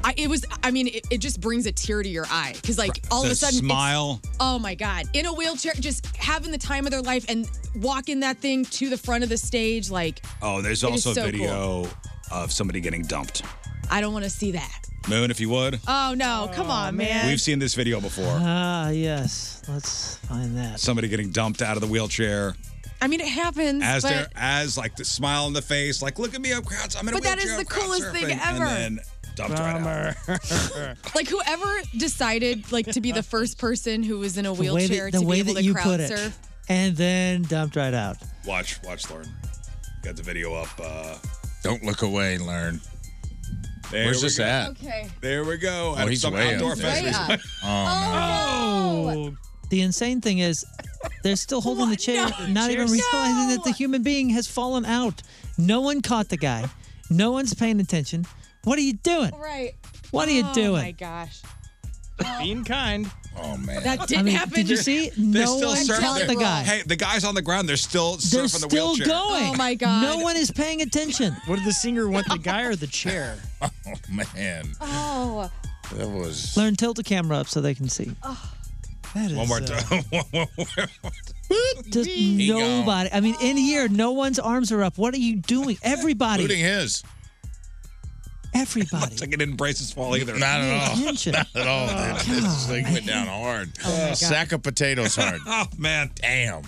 [SPEAKER 2] I, it was. I mean, it, it just brings a tear to your eye because, like, all of
[SPEAKER 1] The
[SPEAKER 2] a sudden, it's-
[SPEAKER 1] smile.
[SPEAKER 2] Oh my God! In a wheelchair, just having the time of their life and walking that thing to the front of the stage, like,
[SPEAKER 1] Oh, there's
[SPEAKER 2] It is
[SPEAKER 1] also a
[SPEAKER 2] so
[SPEAKER 1] video of somebody getting dumped.
[SPEAKER 2] I don't want to see that.
[SPEAKER 1] Moon, if you would.
[SPEAKER 2] Oh no! come on, man.
[SPEAKER 1] We've seen this video before.
[SPEAKER 3] Ah, yes. Let's find that.
[SPEAKER 1] Somebody getting dumped out of the wheelchair
[SPEAKER 2] I mean, it happens.
[SPEAKER 1] as
[SPEAKER 2] but-
[SPEAKER 1] they're as like the smile on the face, like look at me, I'm crowds, I'm in a
[SPEAKER 2] But that is
[SPEAKER 1] wheelchair,
[SPEAKER 2] the
[SPEAKER 1] I'm crowd
[SPEAKER 2] coolest thing
[SPEAKER 1] surfing,"
[SPEAKER 2] ever.
[SPEAKER 1] And then dumped right out.
[SPEAKER 2] like whoever decided like to be the first person who was in a wheelchair
[SPEAKER 3] the
[SPEAKER 2] to
[SPEAKER 3] way
[SPEAKER 2] be able
[SPEAKER 3] that
[SPEAKER 2] to
[SPEAKER 3] you
[SPEAKER 2] crowd
[SPEAKER 3] put it.
[SPEAKER 2] surf.
[SPEAKER 3] And then dumped right out.
[SPEAKER 1] watch, watch, Lauren. Got the video up. Uh,
[SPEAKER 4] Don't look away, learn.
[SPEAKER 1] There
[SPEAKER 4] Where's
[SPEAKER 1] we
[SPEAKER 4] this
[SPEAKER 1] go.
[SPEAKER 4] at?
[SPEAKER 2] Okay.
[SPEAKER 1] There we go.
[SPEAKER 4] Oh,
[SPEAKER 1] At
[SPEAKER 4] he's
[SPEAKER 1] some
[SPEAKER 4] way
[SPEAKER 1] outdoor
[SPEAKER 4] up there.
[SPEAKER 1] fest
[SPEAKER 2] Way up.
[SPEAKER 1] recently.
[SPEAKER 3] Oh. The insane thing is, they're still holding the chair, not even
[SPEAKER 2] Cheers.
[SPEAKER 3] realizing that the human being has fallen out. No one caught the guy. No one's paying attention. What are you doing?
[SPEAKER 2] Right.
[SPEAKER 3] What are you
[SPEAKER 2] oh,
[SPEAKER 3] doing?
[SPEAKER 2] my gosh.
[SPEAKER 3] Being kind.
[SPEAKER 1] Oh man,
[SPEAKER 3] That didn't I mean, happen. did you see? No one caught the guy.
[SPEAKER 1] Hey, the guy's on the ground. They're still
[SPEAKER 3] They're
[SPEAKER 1] surfing the
[SPEAKER 3] still
[SPEAKER 1] wheelchair. Oh
[SPEAKER 3] going.
[SPEAKER 2] Oh, god.
[SPEAKER 3] No one is paying attention.
[SPEAKER 5] What did the singer want? The guy or the chair?
[SPEAKER 4] Man,
[SPEAKER 2] Oh.
[SPEAKER 4] that was
[SPEAKER 3] Learn tilt the camera up so they can see. That is
[SPEAKER 4] one more
[SPEAKER 3] uh,
[SPEAKER 4] time. One more-
[SPEAKER 3] Just
[SPEAKER 4] He gone.
[SPEAKER 3] nobody. I mean, in here, no one's arms are up. What are you doing? Everybody.
[SPEAKER 4] Including his.
[SPEAKER 3] Everybody.
[SPEAKER 1] It's like it didn't brace his fall either.
[SPEAKER 4] Not at all.
[SPEAKER 3] Attention.
[SPEAKER 4] Not at all.
[SPEAKER 3] Oh,
[SPEAKER 4] dude. This thing went down hard.
[SPEAKER 3] Oh, my God.
[SPEAKER 4] Sack of potatoes hard.
[SPEAKER 1] oh man,
[SPEAKER 4] damn.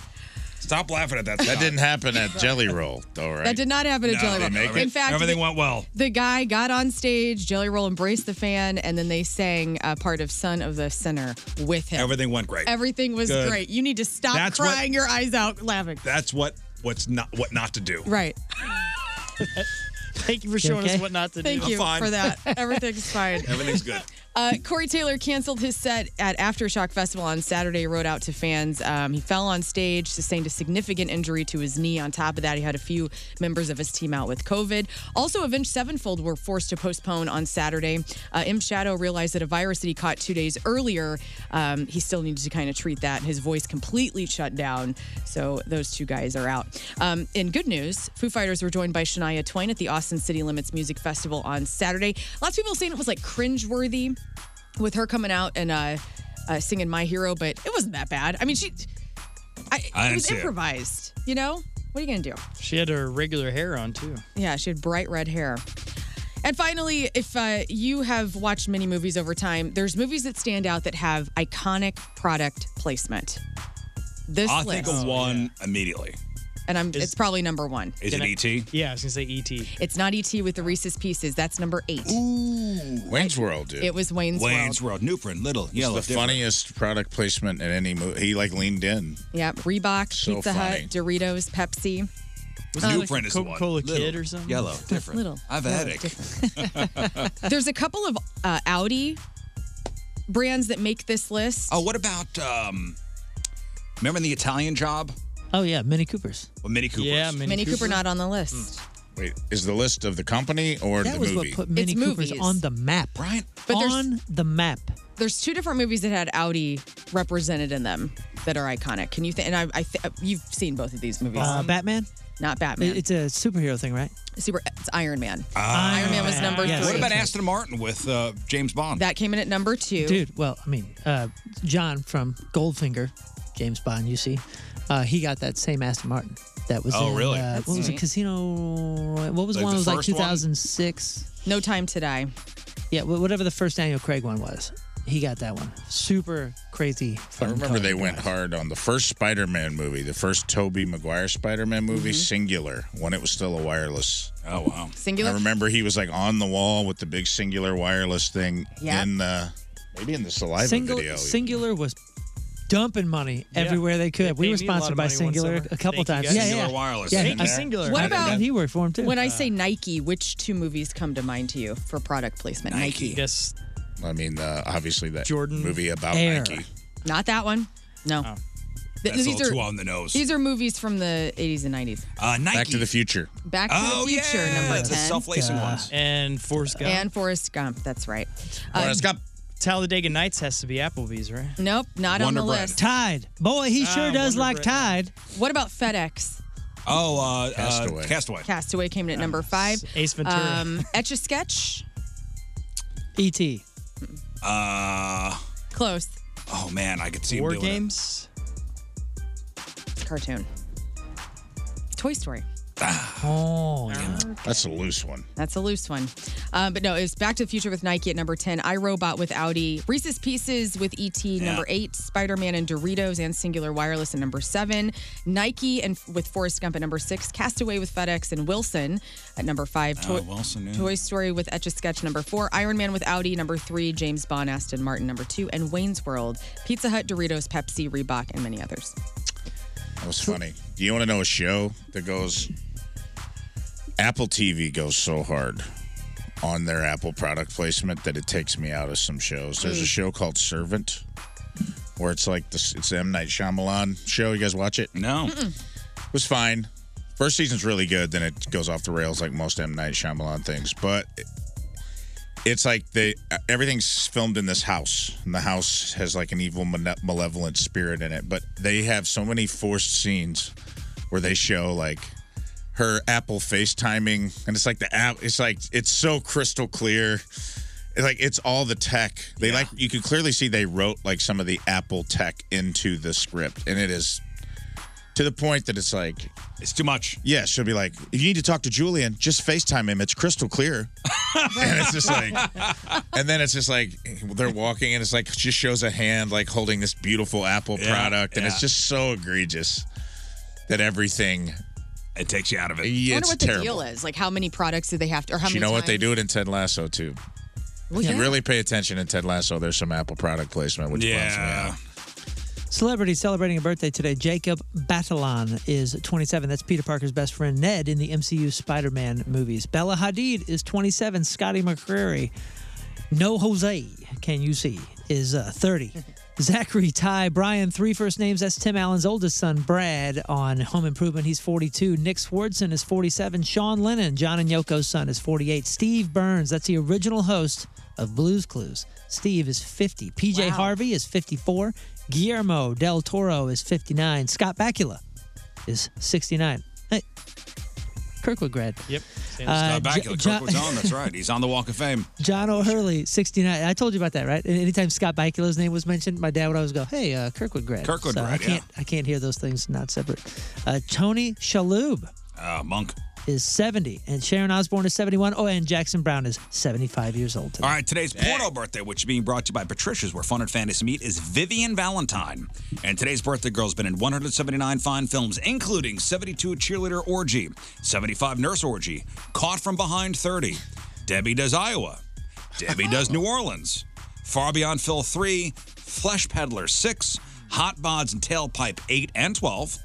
[SPEAKER 1] Stop laughing at that.
[SPEAKER 4] That didn't happen at Jelly Roll, though, right?
[SPEAKER 2] That did not happen at
[SPEAKER 4] No,
[SPEAKER 2] Jelly
[SPEAKER 4] they
[SPEAKER 2] Roll.
[SPEAKER 4] make
[SPEAKER 2] In
[SPEAKER 4] it.
[SPEAKER 2] fact,
[SPEAKER 4] Everything
[SPEAKER 2] the,
[SPEAKER 4] went well.
[SPEAKER 2] the guy got on stage, Jelly Roll embraced the fan, and then they sang a part of Son of the Sinner with him.
[SPEAKER 1] Everything went great.
[SPEAKER 2] Everything was
[SPEAKER 1] Good.
[SPEAKER 2] great. You need to stop
[SPEAKER 1] That's what-
[SPEAKER 2] crying your eyes out laughing.
[SPEAKER 1] That's what what's not what not to do.
[SPEAKER 2] Right.
[SPEAKER 5] Thank you for showing us what not to
[SPEAKER 2] Thank
[SPEAKER 5] do.
[SPEAKER 2] you for that. Everything's fine.
[SPEAKER 1] Everything's good.
[SPEAKER 2] Uh, Corey Taylor canceled his set at Aftershock Festival on Saturday, wrote out to fans. Um, he fell on stage, sustained a significant injury to his knee. On top of that, he had a few members of his team out with COVID. Also, Avenged Sevenfold were forced to postpone on Saturday. Uh, M. Shadow realized that a virus that he caught two days earlier, um, he still needed to kind of treat that. His voice completely shut down. So those two guys are out. Um, in good news, Foo Fighters were joined by Shania Twain at the Austin City Limits Music Festival on Saturday. Lots of people saying it was like cringeworthy with her coming out and uh, uh, singing "My Hero," but it wasn't that bad. I mean, she, I,
[SPEAKER 5] I
[SPEAKER 2] it
[SPEAKER 5] didn't
[SPEAKER 2] was
[SPEAKER 5] see it.
[SPEAKER 2] improvised. You know, what are you gonna do?
[SPEAKER 5] She had her regular hair on too.
[SPEAKER 2] Yeah, she had bright red hair. And finally, if uh, you have watched many movies over time, there's movies that stand out that have iconic product placement. This
[SPEAKER 1] I'll
[SPEAKER 2] list,
[SPEAKER 1] think of one immediately.
[SPEAKER 2] and I'm, it's probably number one.
[SPEAKER 1] Is it E E.T.?
[SPEAKER 5] Yeah, I was gonna say E E.T.
[SPEAKER 2] It's not ET with the Reese's Pieces. That's number eight.
[SPEAKER 4] Wayne's World, dude.
[SPEAKER 2] It was Wayne's World.
[SPEAKER 4] Wayne's
[SPEAKER 1] World. Newprint, Little,
[SPEAKER 4] It's
[SPEAKER 1] yellow,
[SPEAKER 4] the
[SPEAKER 1] different.
[SPEAKER 4] funniest product placement in any movie. He like leaned in.
[SPEAKER 2] Yep. Reebok,
[SPEAKER 4] So
[SPEAKER 2] Pizza
[SPEAKER 4] funny.
[SPEAKER 2] Hut, Doritos, Pepsi. Oh,
[SPEAKER 4] Was it Newprint is the one.
[SPEAKER 5] Coca-Cola
[SPEAKER 4] Little,
[SPEAKER 5] Kid or something.
[SPEAKER 4] yellow,
[SPEAKER 1] different.
[SPEAKER 2] Little.
[SPEAKER 1] I have a
[SPEAKER 2] Yellow,
[SPEAKER 1] headache.
[SPEAKER 2] There's a couple of uh, Audi brands that make this list.
[SPEAKER 1] Oh, what about um remember the Italian job?
[SPEAKER 3] Oh yeah, Mini Coopers.
[SPEAKER 1] Well, Mini Coopers. Yeah,
[SPEAKER 2] Mini Cooper not on the list.
[SPEAKER 4] Wait, is the list of the company or
[SPEAKER 3] That
[SPEAKER 4] the
[SPEAKER 3] was
[SPEAKER 4] movie?
[SPEAKER 3] what put Mini
[SPEAKER 2] It's
[SPEAKER 3] Coopers
[SPEAKER 2] movies.
[SPEAKER 3] on the map. Right.
[SPEAKER 2] But there's-
[SPEAKER 3] on the map.
[SPEAKER 2] There's two different movies that had Audi represented in them that are iconic. Can you think? And I, I th- you've seen both of these movies. Um,
[SPEAKER 3] Uh, Batman?
[SPEAKER 2] Not Batman.
[SPEAKER 3] It's a superhero thing, right?
[SPEAKER 2] Super. It's Iron Man.
[SPEAKER 1] Ah.
[SPEAKER 2] Iron Man was number
[SPEAKER 3] Yes.
[SPEAKER 2] three.
[SPEAKER 1] What about Aston Martin with uh, James Bond?
[SPEAKER 2] That came in at number two.
[SPEAKER 3] Dude, well, I mean, uh, John from Goldfinger, James Bond, you see, uh, he got that same Aston Martin. That was
[SPEAKER 1] Oh,
[SPEAKER 3] in,
[SPEAKER 1] really?
[SPEAKER 3] Uh,
[SPEAKER 2] That's
[SPEAKER 3] what was it?
[SPEAKER 2] neat.
[SPEAKER 3] Casino. Royale- What was
[SPEAKER 2] Like
[SPEAKER 3] one?
[SPEAKER 2] the
[SPEAKER 3] It was like
[SPEAKER 2] first one?
[SPEAKER 3] 2006.
[SPEAKER 2] No Time to Die.
[SPEAKER 3] Yeah, wh- whatever the first Daniel Craig one was, he got that one. Super crazy.
[SPEAKER 4] I remember they went hard on the first Spider-Man movie, the first Tobey Maguire Spider-Man movie,
[SPEAKER 2] Mhm.
[SPEAKER 4] Singular, when it was still a wireless.
[SPEAKER 1] Oh wow,
[SPEAKER 2] Singular?
[SPEAKER 4] I remember he was like on the wall with the big Singular wireless thing
[SPEAKER 3] Yeah.
[SPEAKER 4] in the maybe in the saliva
[SPEAKER 3] Single,
[SPEAKER 4] video.
[SPEAKER 3] Singular was dumping money
[SPEAKER 4] Yeah.
[SPEAKER 3] everywhere they could.
[SPEAKER 4] paid me
[SPEAKER 3] we
[SPEAKER 4] a
[SPEAKER 3] were
[SPEAKER 4] lot
[SPEAKER 3] sponsored
[SPEAKER 4] of
[SPEAKER 3] by
[SPEAKER 4] money one
[SPEAKER 3] Singular
[SPEAKER 4] summer.
[SPEAKER 3] a couple
[SPEAKER 4] Thank you,
[SPEAKER 3] times.
[SPEAKER 4] guys.
[SPEAKER 3] Yeah,
[SPEAKER 4] Singular
[SPEAKER 3] yeah.
[SPEAKER 2] Oh,
[SPEAKER 4] Wireless.
[SPEAKER 3] Yeah,
[SPEAKER 4] Thank you,
[SPEAKER 3] I-
[SPEAKER 4] Singular.
[SPEAKER 3] What
[SPEAKER 4] I did
[SPEAKER 3] about
[SPEAKER 4] that.
[SPEAKER 3] he worked for him too? Uh,
[SPEAKER 2] When I say Nike, which two movies come to mind to you for product placement? Nike.
[SPEAKER 4] Yes. I mean, uh, obviously that Jordan movie about
[SPEAKER 2] Air.
[SPEAKER 4] Oh, Nike.
[SPEAKER 2] Not that one.
[SPEAKER 3] Oh.
[SPEAKER 2] No. Th-
[SPEAKER 4] That's a little too on the nose.
[SPEAKER 2] These are movies from the 80s and 90s.
[SPEAKER 1] Uh, Nike.
[SPEAKER 4] Back to the Future.
[SPEAKER 2] Back to
[SPEAKER 1] Oh,
[SPEAKER 2] the Future,
[SPEAKER 1] yeah,
[SPEAKER 2] number 10.
[SPEAKER 1] the self-lacing
[SPEAKER 5] Duh.
[SPEAKER 1] ones.
[SPEAKER 5] And Forrest Gump.
[SPEAKER 2] And uh, Forrest Gump. That's right.
[SPEAKER 5] Forrest
[SPEAKER 4] Gump.
[SPEAKER 5] Talladega Nights has to be Applebee's, right?
[SPEAKER 2] Nope, not on the list.
[SPEAKER 3] Tide. Boy, he sure
[SPEAKER 5] Ah,
[SPEAKER 3] does
[SPEAKER 5] Wonder
[SPEAKER 3] like
[SPEAKER 5] Bread.
[SPEAKER 3] Tide.
[SPEAKER 2] What about FedEx?
[SPEAKER 1] Oh, uh,
[SPEAKER 4] Castaway.
[SPEAKER 1] Uh, Castaway.
[SPEAKER 2] Castaway came in at number five. Um,
[SPEAKER 3] Ace Ventura. E
[SPEAKER 2] Etch a Sketch.
[SPEAKER 3] E.T.
[SPEAKER 1] Uh,
[SPEAKER 2] Close.
[SPEAKER 1] oh man, I could see
[SPEAKER 2] War
[SPEAKER 1] him doing
[SPEAKER 5] Games.
[SPEAKER 2] Cartoon. Toy Story.
[SPEAKER 1] Ah.
[SPEAKER 3] Oh,
[SPEAKER 4] That's a loose one.
[SPEAKER 2] That's a loose one. Um, but no, it's Back to the Future with Nike at number 10, iRobot with Audi, Reese's Pieces with ET number 8, Spider Man and Doritos and Singular Wireless at number 7, Nike and with Forrest Gump at number 6, Castaway with FedEx and Wilson at number 5,
[SPEAKER 1] Oh, Wilson, yeah.
[SPEAKER 2] Toy Story with Etch a Sketch number 4, Iron Man with Audi number 3, James Bond, Aston Martin number 2, and Wayne's World, Pizza Hut, Doritos, Pepsi, Reebok, and many others.
[SPEAKER 4] That was funny. Do you want to know a show that goes? Apple TV goes so hard on their Apple product placement that it takes me out of some shows. There's a
[SPEAKER 10] Mm.
[SPEAKER 4] show called Servant, where it's like this. It's the M Night Shyamalan show. You guys watch it? No. It was fine. First season's really good. Then it goes off the rails like most M Night Shyamalan things. But it's like they everything's filmed in this house and the house has like an evil male- malevolent spirit in it but they have so many forced scenes where they show like her apple facetiming and it's like the app it's like it's so crystal clear It's like it's all the tech they like you can clearly see they wrote like some of the apple tech into the script and it is to the point that it's like
[SPEAKER 1] it's too much
[SPEAKER 4] yeah she'll be like if you need to talk to julian just facetime him it's crystal clear and it's just like and then it's just like they're walking and it's like just shows a hand like holding this beautiful apple
[SPEAKER 1] Yeah,
[SPEAKER 4] product and it's
[SPEAKER 1] yeah.
[SPEAKER 4] just so egregious that everything
[SPEAKER 1] it takes you out of it.
[SPEAKER 2] I
[SPEAKER 4] Yeah,
[SPEAKER 2] wonder
[SPEAKER 4] it's
[SPEAKER 2] what
[SPEAKER 4] terrible.
[SPEAKER 2] the deal is. Like, how many products do they have to, or how
[SPEAKER 4] Do you
[SPEAKER 2] many
[SPEAKER 4] know what they
[SPEAKER 2] times-
[SPEAKER 4] do it in Ted Lasso too.
[SPEAKER 2] Well,
[SPEAKER 4] If
[SPEAKER 2] yeah.
[SPEAKER 4] you really pay attention in Ted Lasso, there's some Apple product placement which yeah. me out.
[SPEAKER 3] Celebrity celebrating a birthday today. Jacob Batalon is 27. That's Peter Parker's best friend Ned in the MCU Spider Man movies. Bella Hadid is 27. Scotty McCreery, no Jose, can you see, is uh, 30. Zachary Ty Brian, three first names. That's Tim Allen's oldest son, Brad, on Home Improvement. He's 42. Nick Swardson is 47. Sean Lennon, John and Yoko's son, is 48. Steve Burns, that's the original host of Blues Clues. Steve is 50. PJ Harvey is 54. Guillermo del Toro is 59. Scott Bakula is 69. Hey, Kirkwood grad.
[SPEAKER 5] Yep.
[SPEAKER 3] Uh,
[SPEAKER 1] Uh, back
[SPEAKER 3] Jo-
[SPEAKER 1] Kirk
[SPEAKER 3] Jo-
[SPEAKER 1] was on. That's right. He's on the Walk of Fame.
[SPEAKER 3] John O'Hurley, 69. I told you about that, right? And Anytime Scott Bakula's name was mentioned, my dad would always go, hey, uh, Kirkwood grad.
[SPEAKER 1] Kirkwood
[SPEAKER 3] so I
[SPEAKER 1] grad, yeah.
[SPEAKER 3] can't, I can't hear those things not separate. Uh, Tony Shalhoub
[SPEAKER 1] Uh, Monk.
[SPEAKER 3] is 70, and Sharon Osbourne is 71. Oh, and Jackson Brown is 75 years old.
[SPEAKER 1] All right, today's porno birthday, which is being brought to you by Patricia's, where fun and fantasy meet, is Vivian Valentine. And today's birthday girl's been in 179 fine films, including 72 Cheerleader Orgy, 75 Nurse Orgy, Caught from Behind 30, Debbie Does Iowa, Debbie Does New Orleans, Far Beyond Phil 3, Flesh Peddler 6, Hot Bods and Tailpipe 8 and 12,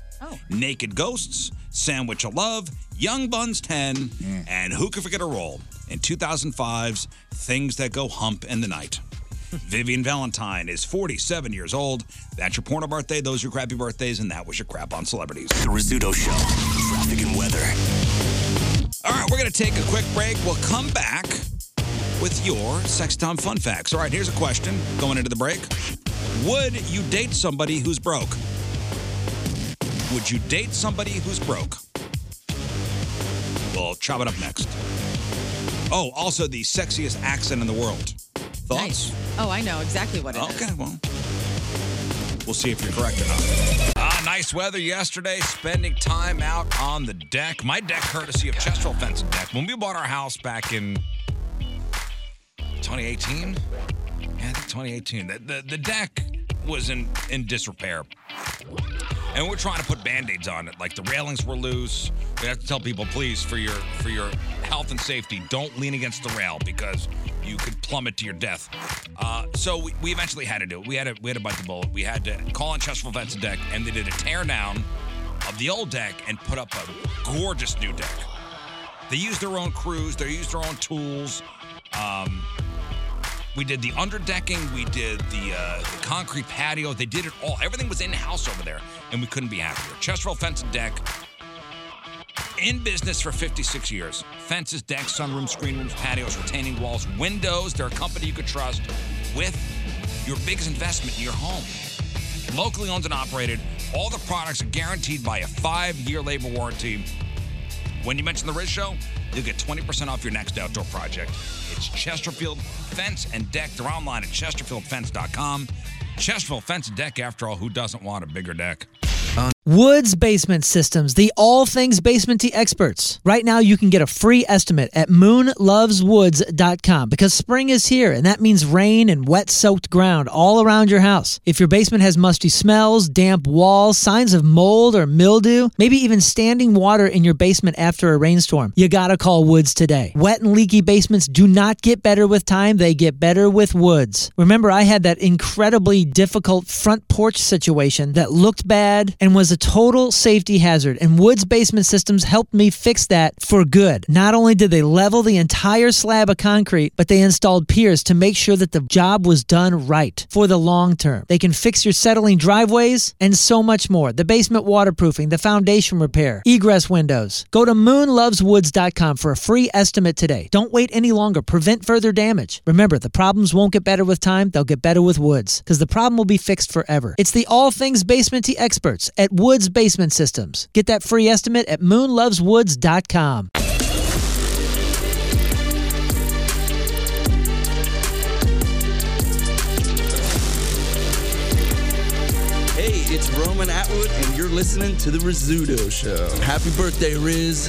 [SPEAKER 1] Naked Ghosts, Sandwich of Love, Young Buns 10, and Who Could Forget a Roll in 2005's Things That Go Hump in the Night. Vivian Valentine is 47 years old. That's your porno birthday. Those are your crappy birthdays, and that was your crap on celebrities. The Rizzuto Show. Traffic and weather. All right, we're going to take a quick break. We'll come back with your sex time fun facts. All right, here's a question going into the break. Would you date somebody who's broke? Would you date somebody who's broke? We'll chop it up next. Oh, also the sexiest accent in the world. Thoughts?
[SPEAKER 2] Oh, I know exactly what it is.
[SPEAKER 1] Okay, well. We'll see if you're correct or not. Ah, nice weather yesterday. Spending time out on the deck. My deck, courtesy of Chesterfield Fence and Deck. When we bought our house back in 2018, yeah, I think 2018. The, the, the deck was in, in disrepair. And we're trying to put band-aids on it. Like the railings were loose. We have to tell people, please, for your for your health and safety, don't lean against the rail because you could plummet to your death. Uh, so we, we eventually had to do it. We had to we had to bite the bullet. We had to call on Chesterfield Vets Deck, and they did a tear down of the old deck and put up a gorgeous new deck. They used their own crews. They used their own tools. Um, we did the underdecking. We did the, uh, the concrete patio. They did it all. Everything was in house over there, and we couldn't be happier. Chesterfield Fence and Deck, in business for 56 years. Fences, decks, sunrooms, screen rooms, patios, retaining walls, windows. They're a company you could trust with your biggest investment in your home. Locally owned and operated. All the products are guaranteed by a five year labor warranty. When you mention the Riz Show, you'll get 20% off your next outdoor project. It's Chesterfield Fence and Deck. They're online at chesterfieldfence.com. Chesterfield Fence and Deck, after all, who doesn't want a bigger deck?
[SPEAKER 3] Woods Basement Systems, the all things basement experts. Right now, you can get a free estimate at moonloveswoods.com because spring is here and that means rain and wet soaked ground all around your house. If your basement has musty smells, damp walls, signs of mold or mildew, maybe even standing water in your basement after a rainstorm, you gotta call Woods today. Wet and leaky basements do not get better with time, they get better with Woods. Remember, I had that incredibly difficult front porch situation that looked bad and was a total safety hazard, and Woods Basement Systems helped me fix that for good. Not only did they level the entire slab of concrete, but they installed piers to make sure that the job was done right for the long term. They can fix your settling driveways and so much more. The basement waterproofing, the foundation repair, egress windows. Go to moonloveswoods.com for a free estimate today. Don't wait any longer. Prevent further damage. Remember, the problems won't get better with time, they'll get better with Woods because the problem will be fixed forever. It's the all things basement experts at Woods Basement Systems. Get that free estimate at moonloveswoods.com.
[SPEAKER 10] Hey, it's Roman Atwood, and you're listening to The Rizzuto Show. Happy birthday, Riz.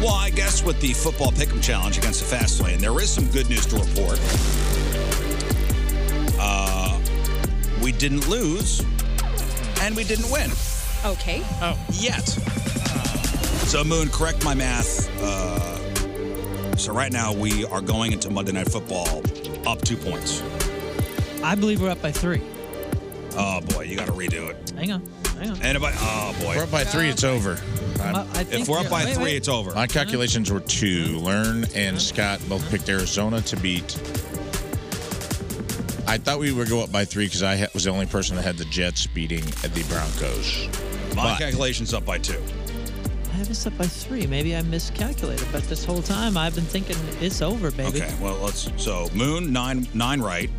[SPEAKER 1] Well, I guess with the football pick'em challenge against the fast lane, there is some good news to report. Uh, we didn't lose, and we didn't win
[SPEAKER 2] Okay.
[SPEAKER 1] Oh. yet. So Moon, correct my math. Uh, so right now we are going into Monday Night Football up two points.
[SPEAKER 3] I believe we're up by three.
[SPEAKER 1] Oh boy, you got to redo it.
[SPEAKER 3] Hang on. Hang on.
[SPEAKER 1] And if I, oh boy,
[SPEAKER 4] If we're up by three, it's over. I'm-
[SPEAKER 3] Well, I If think
[SPEAKER 1] we're up you're- by wait, three, wait. it's over.
[SPEAKER 4] My calculations were two. Learn and Scott both picked Arizona to beat. I thought we would go up by three because I ha- was the only person that had the Jets beating the Broncos.
[SPEAKER 1] my calculations up by two.
[SPEAKER 3] I have us up by three. Maybe I miscalculated, but this whole time I've been thinking it's over, baby.
[SPEAKER 1] Okay, well let's. So Moon nine nine right.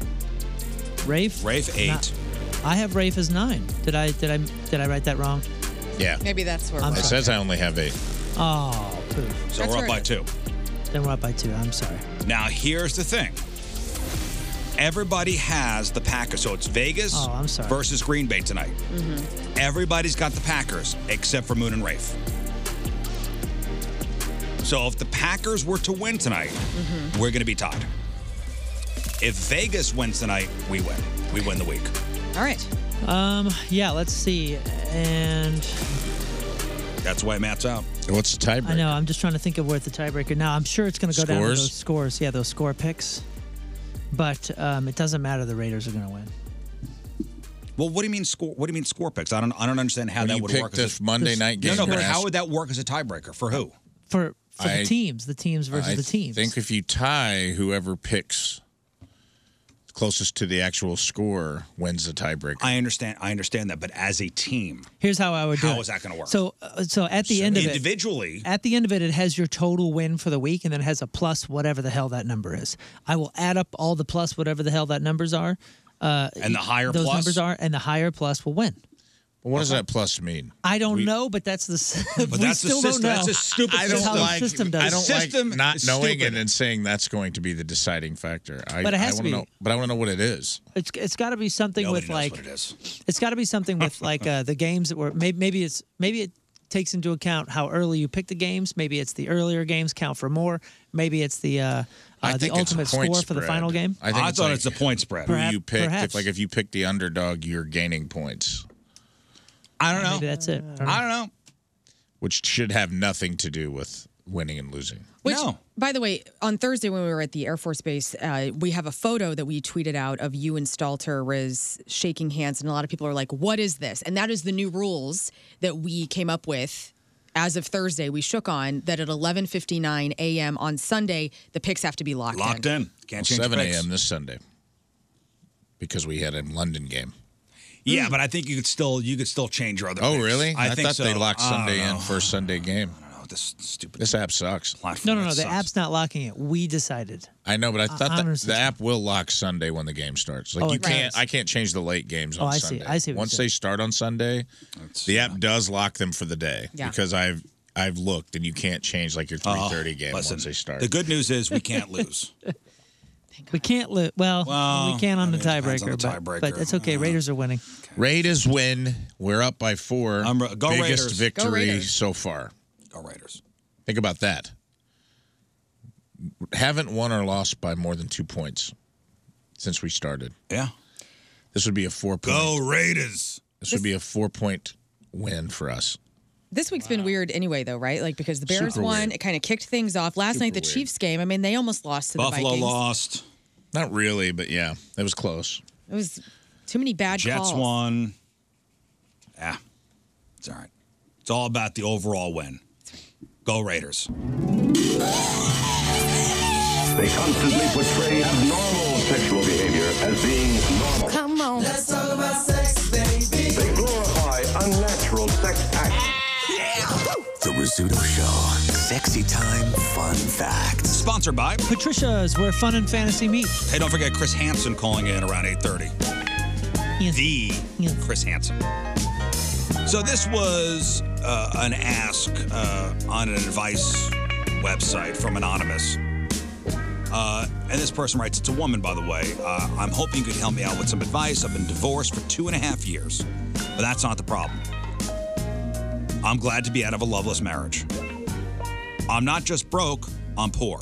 [SPEAKER 3] Rafe.
[SPEAKER 1] Rafe eight.
[SPEAKER 3] Not- I have Rafe as nine. Did I did I did I write that wrong?
[SPEAKER 4] Yeah.
[SPEAKER 2] Maybe that's where
[SPEAKER 3] I'm
[SPEAKER 4] It
[SPEAKER 3] sorry.
[SPEAKER 4] says I only have eight.
[SPEAKER 3] Oh, poo.
[SPEAKER 1] So we're up by two.
[SPEAKER 3] Then we're up by two. I'm sorry.
[SPEAKER 1] Now here's the thing. Everybody has the Packers, so it's Vegas
[SPEAKER 3] Oh, I'm sorry.
[SPEAKER 1] versus Green Bay tonight. Everybody's got the Packers except for Moon and Rafe. So if the Packers were to win tonight, we're going to be tied. If Vegas wins tonight, we win. We win the week.
[SPEAKER 2] All right.
[SPEAKER 3] Um, yeah, let's see. And
[SPEAKER 1] That's why Matt's out.
[SPEAKER 4] What's the tiebreaker?
[SPEAKER 3] I know I'm just trying to think of where the tiebreaker. Now I'm sure it's going to go down to
[SPEAKER 4] Scores?
[SPEAKER 3] those scores. Yeah, those score picks. But um, it doesn't matter. The Raiders are going to win.
[SPEAKER 1] Well, what do you mean score? What do you mean score picks? I don't. I don't understand how
[SPEAKER 4] When
[SPEAKER 1] that
[SPEAKER 4] you
[SPEAKER 1] would
[SPEAKER 4] pick
[SPEAKER 1] work.
[SPEAKER 4] the
[SPEAKER 1] as a-
[SPEAKER 4] Monday night game,
[SPEAKER 1] No, no.
[SPEAKER 4] you're
[SPEAKER 1] But
[SPEAKER 4] gonna
[SPEAKER 1] how
[SPEAKER 4] ask-
[SPEAKER 1] would that work as a tiebreaker for who?
[SPEAKER 3] For for
[SPEAKER 4] I-
[SPEAKER 3] the teams, the teams versus
[SPEAKER 4] I
[SPEAKER 3] the teams.
[SPEAKER 4] think if you tie, whoever picks closest to the actual score wins the tiebreaker.
[SPEAKER 1] I understand. I understand that, but as a team,
[SPEAKER 3] Here's how I would do it.
[SPEAKER 1] How is that gonna work?
[SPEAKER 3] So, uh, so at the
[SPEAKER 1] So
[SPEAKER 3] end of it,
[SPEAKER 1] individually,
[SPEAKER 3] at the end of it, it has your total win for the week, and then it has a plus whatever the hell that number is. I will add up all the plus whatever the hell that numbers are. Uh,
[SPEAKER 4] And the higher
[SPEAKER 3] those
[SPEAKER 4] plus?
[SPEAKER 3] numbers are, and the higher plus will win.
[SPEAKER 4] Well, what does that plus mean?
[SPEAKER 3] I don't
[SPEAKER 4] We-
[SPEAKER 3] know, but that's the. we
[SPEAKER 4] But that's the
[SPEAKER 3] still
[SPEAKER 4] system.
[SPEAKER 3] Don't know.
[SPEAKER 4] That's a stupid
[SPEAKER 3] I don't
[SPEAKER 4] system.
[SPEAKER 3] Like, system does.
[SPEAKER 4] I don't
[SPEAKER 3] system
[SPEAKER 4] like not
[SPEAKER 3] is
[SPEAKER 4] knowing
[SPEAKER 3] stupid.
[SPEAKER 4] it and saying that's going to be the deciding factor. I,
[SPEAKER 3] But it has
[SPEAKER 4] I
[SPEAKER 3] to
[SPEAKER 4] wanna
[SPEAKER 3] be. Uh,
[SPEAKER 4] Know, but I want to know what it is.
[SPEAKER 3] It's it's got to be something
[SPEAKER 4] Nobody
[SPEAKER 3] with
[SPEAKER 4] knows
[SPEAKER 3] like
[SPEAKER 4] what it
[SPEAKER 3] has got to be something with like uh, the games that were maybe maybe it's maybe it takes into account how early you pick the games. Maybe it's the earlier games count for more. Maybe it's the uh,
[SPEAKER 4] I
[SPEAKER 3] uh, the
[SPEAKER 4] think it's
[SPEAKER 3] ultimate score
[SPEAKER 4] point
[SPEAKER 3] for the
[SPEAKER 4] spread.
[SPEAKER 3] final game.
[SPEAKER 4] I, think like
[SPEAKER 1] the point spread.
[SPEAKER 4] Who
[SPEAKER 3] Perhap-
[SPEAKER 4] you picked? If,
[SPEAKER 3] perhaps.
[SPEAKER 4] like if you pick the underdog, you're gaining points.
[SPEAKER 1] I don't know.
[SPEAKER 3] Maybe that's it. I don't know.
[SPEAKER 4] which should have nothing to do with winning and losing.
[SPEAKER 2] Which, by the way, on Thursday when we were at the Air Force Base, uh, we have a photo that we tweeted out of you and Stalter, Riz, shaking hands. And a lot of people are like, what is this? And that is the new rules that we came up with as of Thursday. We shook on that at 11.59 a.m. on Sunday, the picks have to be locked,
[SPEAKER 4] Locked
[SPEAKER 1] in. Can't change
[SPEAKER 4] Seven
[SPEAKER 1] the picks.
[SPEAKER 4] a.m. this Sunday because we had a London game.
[SPEAKER 3] Hmm.
[SPEAKER 1] Yeah, but I think you could still you could still change your other.
[SPEAKER 4] Oh,
[SPEAKER 1] picks.
[SPEAKER 4] really?
[SPEAKER 1] I, think
[SPEAKER 4] thought
[SPEAKER 1] so.
[SPEAKER 4] they locked
[SPEAKER 1] I don't
[SPEAKER 4] Sunday in
[SPEAKER 1] know.
[SPEAKER 4] for a Sunday game. I
[SPEAKER 1] don't know. This stupid.
[SPEAKER 4] This app sucks.
[SPEAKER 3] No, no, no. The app's not locking it. We decided.
[SPEAKER 4] I know, but I
[SPEAKER 3] I-
[SPEAKER 4] thought
[SPEAKER 3] I
[SPEAKER 4] that
[SPEAKER 3] understand.
[SPEAKER 4] the app will lock Sunday when the game starts. Like
[SPEAKER 3] Oh,
[SPEAKER 4] you
[SPEAKER 3] it
[SPEAKER 4] can't,
[SPEAKER 3] does.
[SPEAKER 4] I can't change the late games
[SPEAKER 3] Oh,
[SPEAKER 4] on
[SPEAKER 3] I see.
[SPEAKER 4] Sunday.
[SPEAKER 3] I see what you're
[SPEAKER 4] Once
[SPEAKER 3] saying.
[SPEAKER 4] they start on Sunday, the app does lock them for the day
[SPEAKER 1] Yeah.
[SPEAKER 4] because I've I've looked and you can't change like your
[SPEAKER 1] Oh,
[SPEAKER 4] 3:30 game
[SPEAKER 1] listen,
[SPEAKER 4] once they start.
[SPEAKER 1] The good news is we can't lose.
[SPEAKER 3] We can't live. Well,
[SPEAKER 4] Well,
[SPEAKER 3] we can on,
[SPEAKER 4] I
[SPEAKER 3] the
[SPEAKER 4] mean, it depends on
[SPEAKER 3] tiebreaker,
[SPEAKER 4] the
[SPEAKER 3] but,
[SPEAKER 4] tiebreaker. Uh,
[SPEAKER 3] but it's okay. Raiders are winning.
[SPEAKER 4] Raiders win. We're up by four. I'm,
[SPEAKER 1] go
[SPEAKER 4] Biggest
[SPEAKER 1] Raiders.
[SPEAKER 4] victory
[SPEAKER 1] Go Raiders.
[SPEAKER 4] so far.
[SPEAKER 1] Go Raiders.
[SPEAKER 4] Think about that. Haven't won or lost by more than two points since we started.
[SPEAKER 1] Yeah.
[SPEAKER 4] This would be a four point.
[SPEAKER 1] Go Raiders.
[SPEAKER 4] This would be a four point win for us.
[SPEAKER 2] This week's been weird anyway, though, right? Like because the Bears
[SPEAKER 4] Super
[SPEAKER 2] won,
[SPEAKER 4] weird.
[SPEAKER 2] it kind of kicked things off. Last
[SPEAKER 4] Super
[SPEAKER 2] night, the
[SPEAKER 4] weird.
[SPEAKER 2] Chiefs game. I mean, they almost lost to the Vikings.
[SPEAKER 1] lost.
[SPEAKER 4] Not really, but yeah, it was close.
[SPEAKER 2] It was too many bad
[SPEAKER 1] Jets
[SPEAKER 2] calls.
[SPEAKER 1] won. Yeah, it's all right. It's all about the overall win. Go Raiders.
[SPEAKER 11] They constantly portray abnormal sexual behavior as being normal.
[SPEAKER 8] Come on. Let's talk about sex, baby.
[SPEAKER 11] They glorify unnatural sex acts.
[SPEAKER 12] The Rizzuto Show. Sexy time fun fact.
[SPEAKER 1] Sponsored by.
[SPEAKER 3] Patricia's, where fun and fantasy meet.
[SPEAKER 1] Hey, don't forget Chris Hansen calling in around 8.30. The Chris Hansen. So this was uh, an ask uh, on an advice website from Anonymous. Uh, and this person writes, it's a woman, by the way. Uh, I'm hoping you could help me out with some advice. I've been divorced for two and a half years, but that's not the problem. I'm glad to be out of a loveless marriage. I'm not just broke, I'm poor.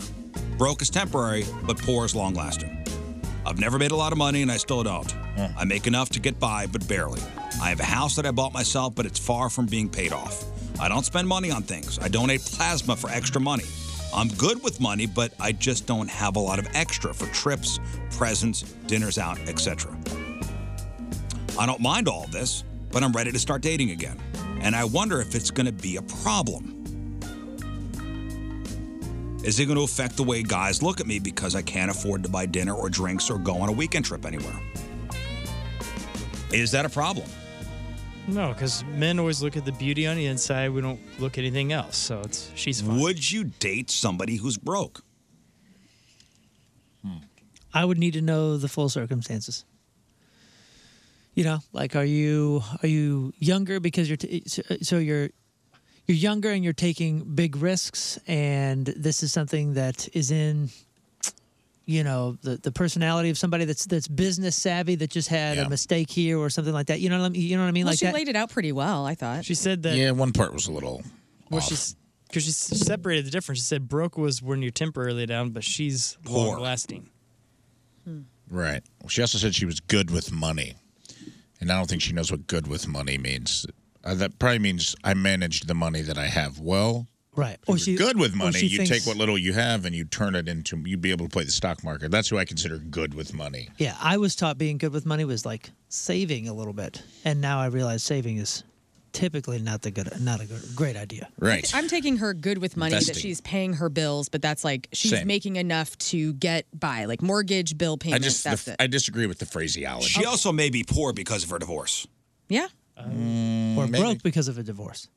[SPEAKER 1] Broke is temporary, but poor is long lasting. I've never made a lot of money and I still don't. I make enough to get by, but barely. I have a house that I bought myself, but it's far from being paid off. I don't spend money on things. I donate plasma for extra money. I'm good with money, but I just don't have a lot of extra for trips, presents, dinners out, etc. I don't mind all of this, but I'm ready to start dating again. And I wonder if it's going to be a problem. Is it going to affect the way guys look at me because I can't afford to buy dinner or drinks or go on a weekend trip anywhere? Is that a problem?
[SPEAKER 5] No, because men always look at the beauty on the inside. We don't look at anything else. So it's she's fine.
[SPEAKER 1] Would you date somebody who's broke?
[SPEAKER 3] I would need to know the full circumstances. You know, like are you are you younger because you're t- so- so you're you're younger and you're taking big risks and this is something that is in you know the the personality of somebody that's that's business savvy that just had a mistake here or something like that. You know what I mean? You know what I mean?
[SPEAKER 2] well,
[SPEAKER 3] like
[SPEAKER 2] she
[SPEAKER 3] that.
[SPEAKER 2] laid it out pretty well, I thought.
[SPEAKER 5] She said that.
[SPEAKER 4] Yeah, one part was a little.
[SPEAKER 5] Well, she's because she s- separated the difference. She said broke was when you're temporarily down, but she's
[SPEAKER 4] Poor.
[SPEAKER 5] long lasting.
[SPEAKER 4] Right. Well, she also said she was good with money, and I don't think she knows what good with money means. Uh, that probably means I managed the money that I have well.
[SPEAKER 3] right. Or she
[SPEAKER 4] good with
[SPEAKER 3] or
[SPEAKER 4] money.
[SPEAKER 3] she
[SPEAKER 4] You
[SPEAKER 3] thinks-
[SPEAKER 4] take what little you have and you turn it into you'd be able to play the stock market. That's who I consider good with money.
[SPEAKER 3] Yeah, I was taught being good with money was like saving a little bit, and now I realize saving is typically not the good, not a good, great idea.
[SPEAKER 4] Right.
[SPEAKER 2] I'm taking her good with money that
[SPEAKER 3] Investing.
[SPEAKER 2] she's paying her bills, but that's like she's
[SPEAKER 4] Same.
[SPEAKER 2] making enough to get by, like mortgage, bill
[SPEAKER 4] I
[SPEAKER 2] payments.
[SPEAKER 4] just
[SPEAKER 2] that's
[SPEAKER 4] the,
[SPEAKER 2] it.
[SPEAKER 4] I disagree with the phraseology.
[SPEAKER 1] She also may be poor because of her divorce.
[SPEAKER 2] yeah.
[SPEAKER 3] Uh, or broke because of a divorce.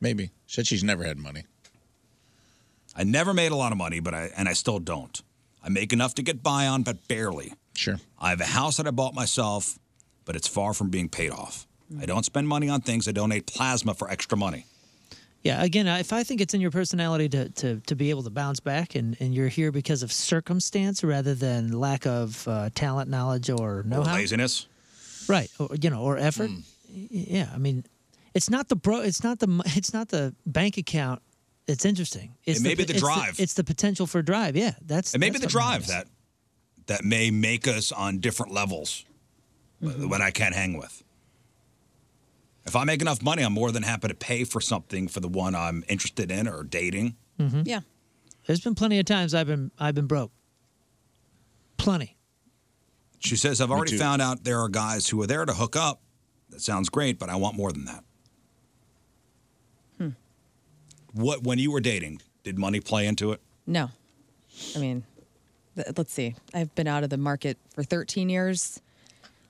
[SPEAKER 4] Maybe said she's never had money.
[SPEAKER 1] I never made a lot of money, but I and I still don't. I make enough to get by on, but barely.
[SPEAKER 4] Sure.
[SPEAKER 1] I have a house that I bought myself, but it's far from being paid off. I don't spend money on things. I donate plasma for extra money.
[SPEAKER 3] Yeah, again, I- if I think it's in your personality to, to, to be able to bounce back and, and you're here because of circumstance rather than lack of uh, talent, knowledge, or know
[SPEAKER 1] Or
[SPEAKER 3] how.
[SPEAKER 1] laziness.
[SPEAKER 3] Right. Or, you know, or effort.
[SPEAKER 1] Hmm.
[SPEAKER 3] Y- Yeah. I mean, it's not the bro, it's not the, mo- it's not the bank account that's interesting.
[SPEAKER 1] It
[SPEAKER 3] It's
[SPEAKER 1] may be the
[SPEAKER 3] it's
[SPEAKER 1] drive.
[SPEAKER 3] it's the potential for drive. Yeah. That's,
[SPEAKER 1] And maybe
[SPEAKER 3] that's
[SPEAKER 1] the
[SPEAKER 3] what
[SPEAKER 1] drive
[SPEAKER 3] matters.
[SPEAKER 1] that that may make us on different levels
[SPEAKER 3] Mm-hmm.
[SPEAKER 1] uh, that I can't hang with. If I make enough money, I'm more than happy to pay for something for the one I'm interested in or dating.
[SPEAKER 3] Mhm.
[SPEAKER 2] Yeah.
[SPEAKER 3] There's been plenty of times I've been, I've been broke. Plenty.
[SPEAKER 1] She says, I've
[SPEAKER 3] Me
[SPEAKER 1] already
[SPEAKER 3] too.
[SPEAKER 1] found out there are guys who are there to hook up. That sounds great, but I want more than that.
[SPEAKER 2] Hmm.
[SPEAKER 1] What when you were dating, did money play into it?
[SPEAKER 2] No. I mean, th- let's see. I've been out of the market for 13 years.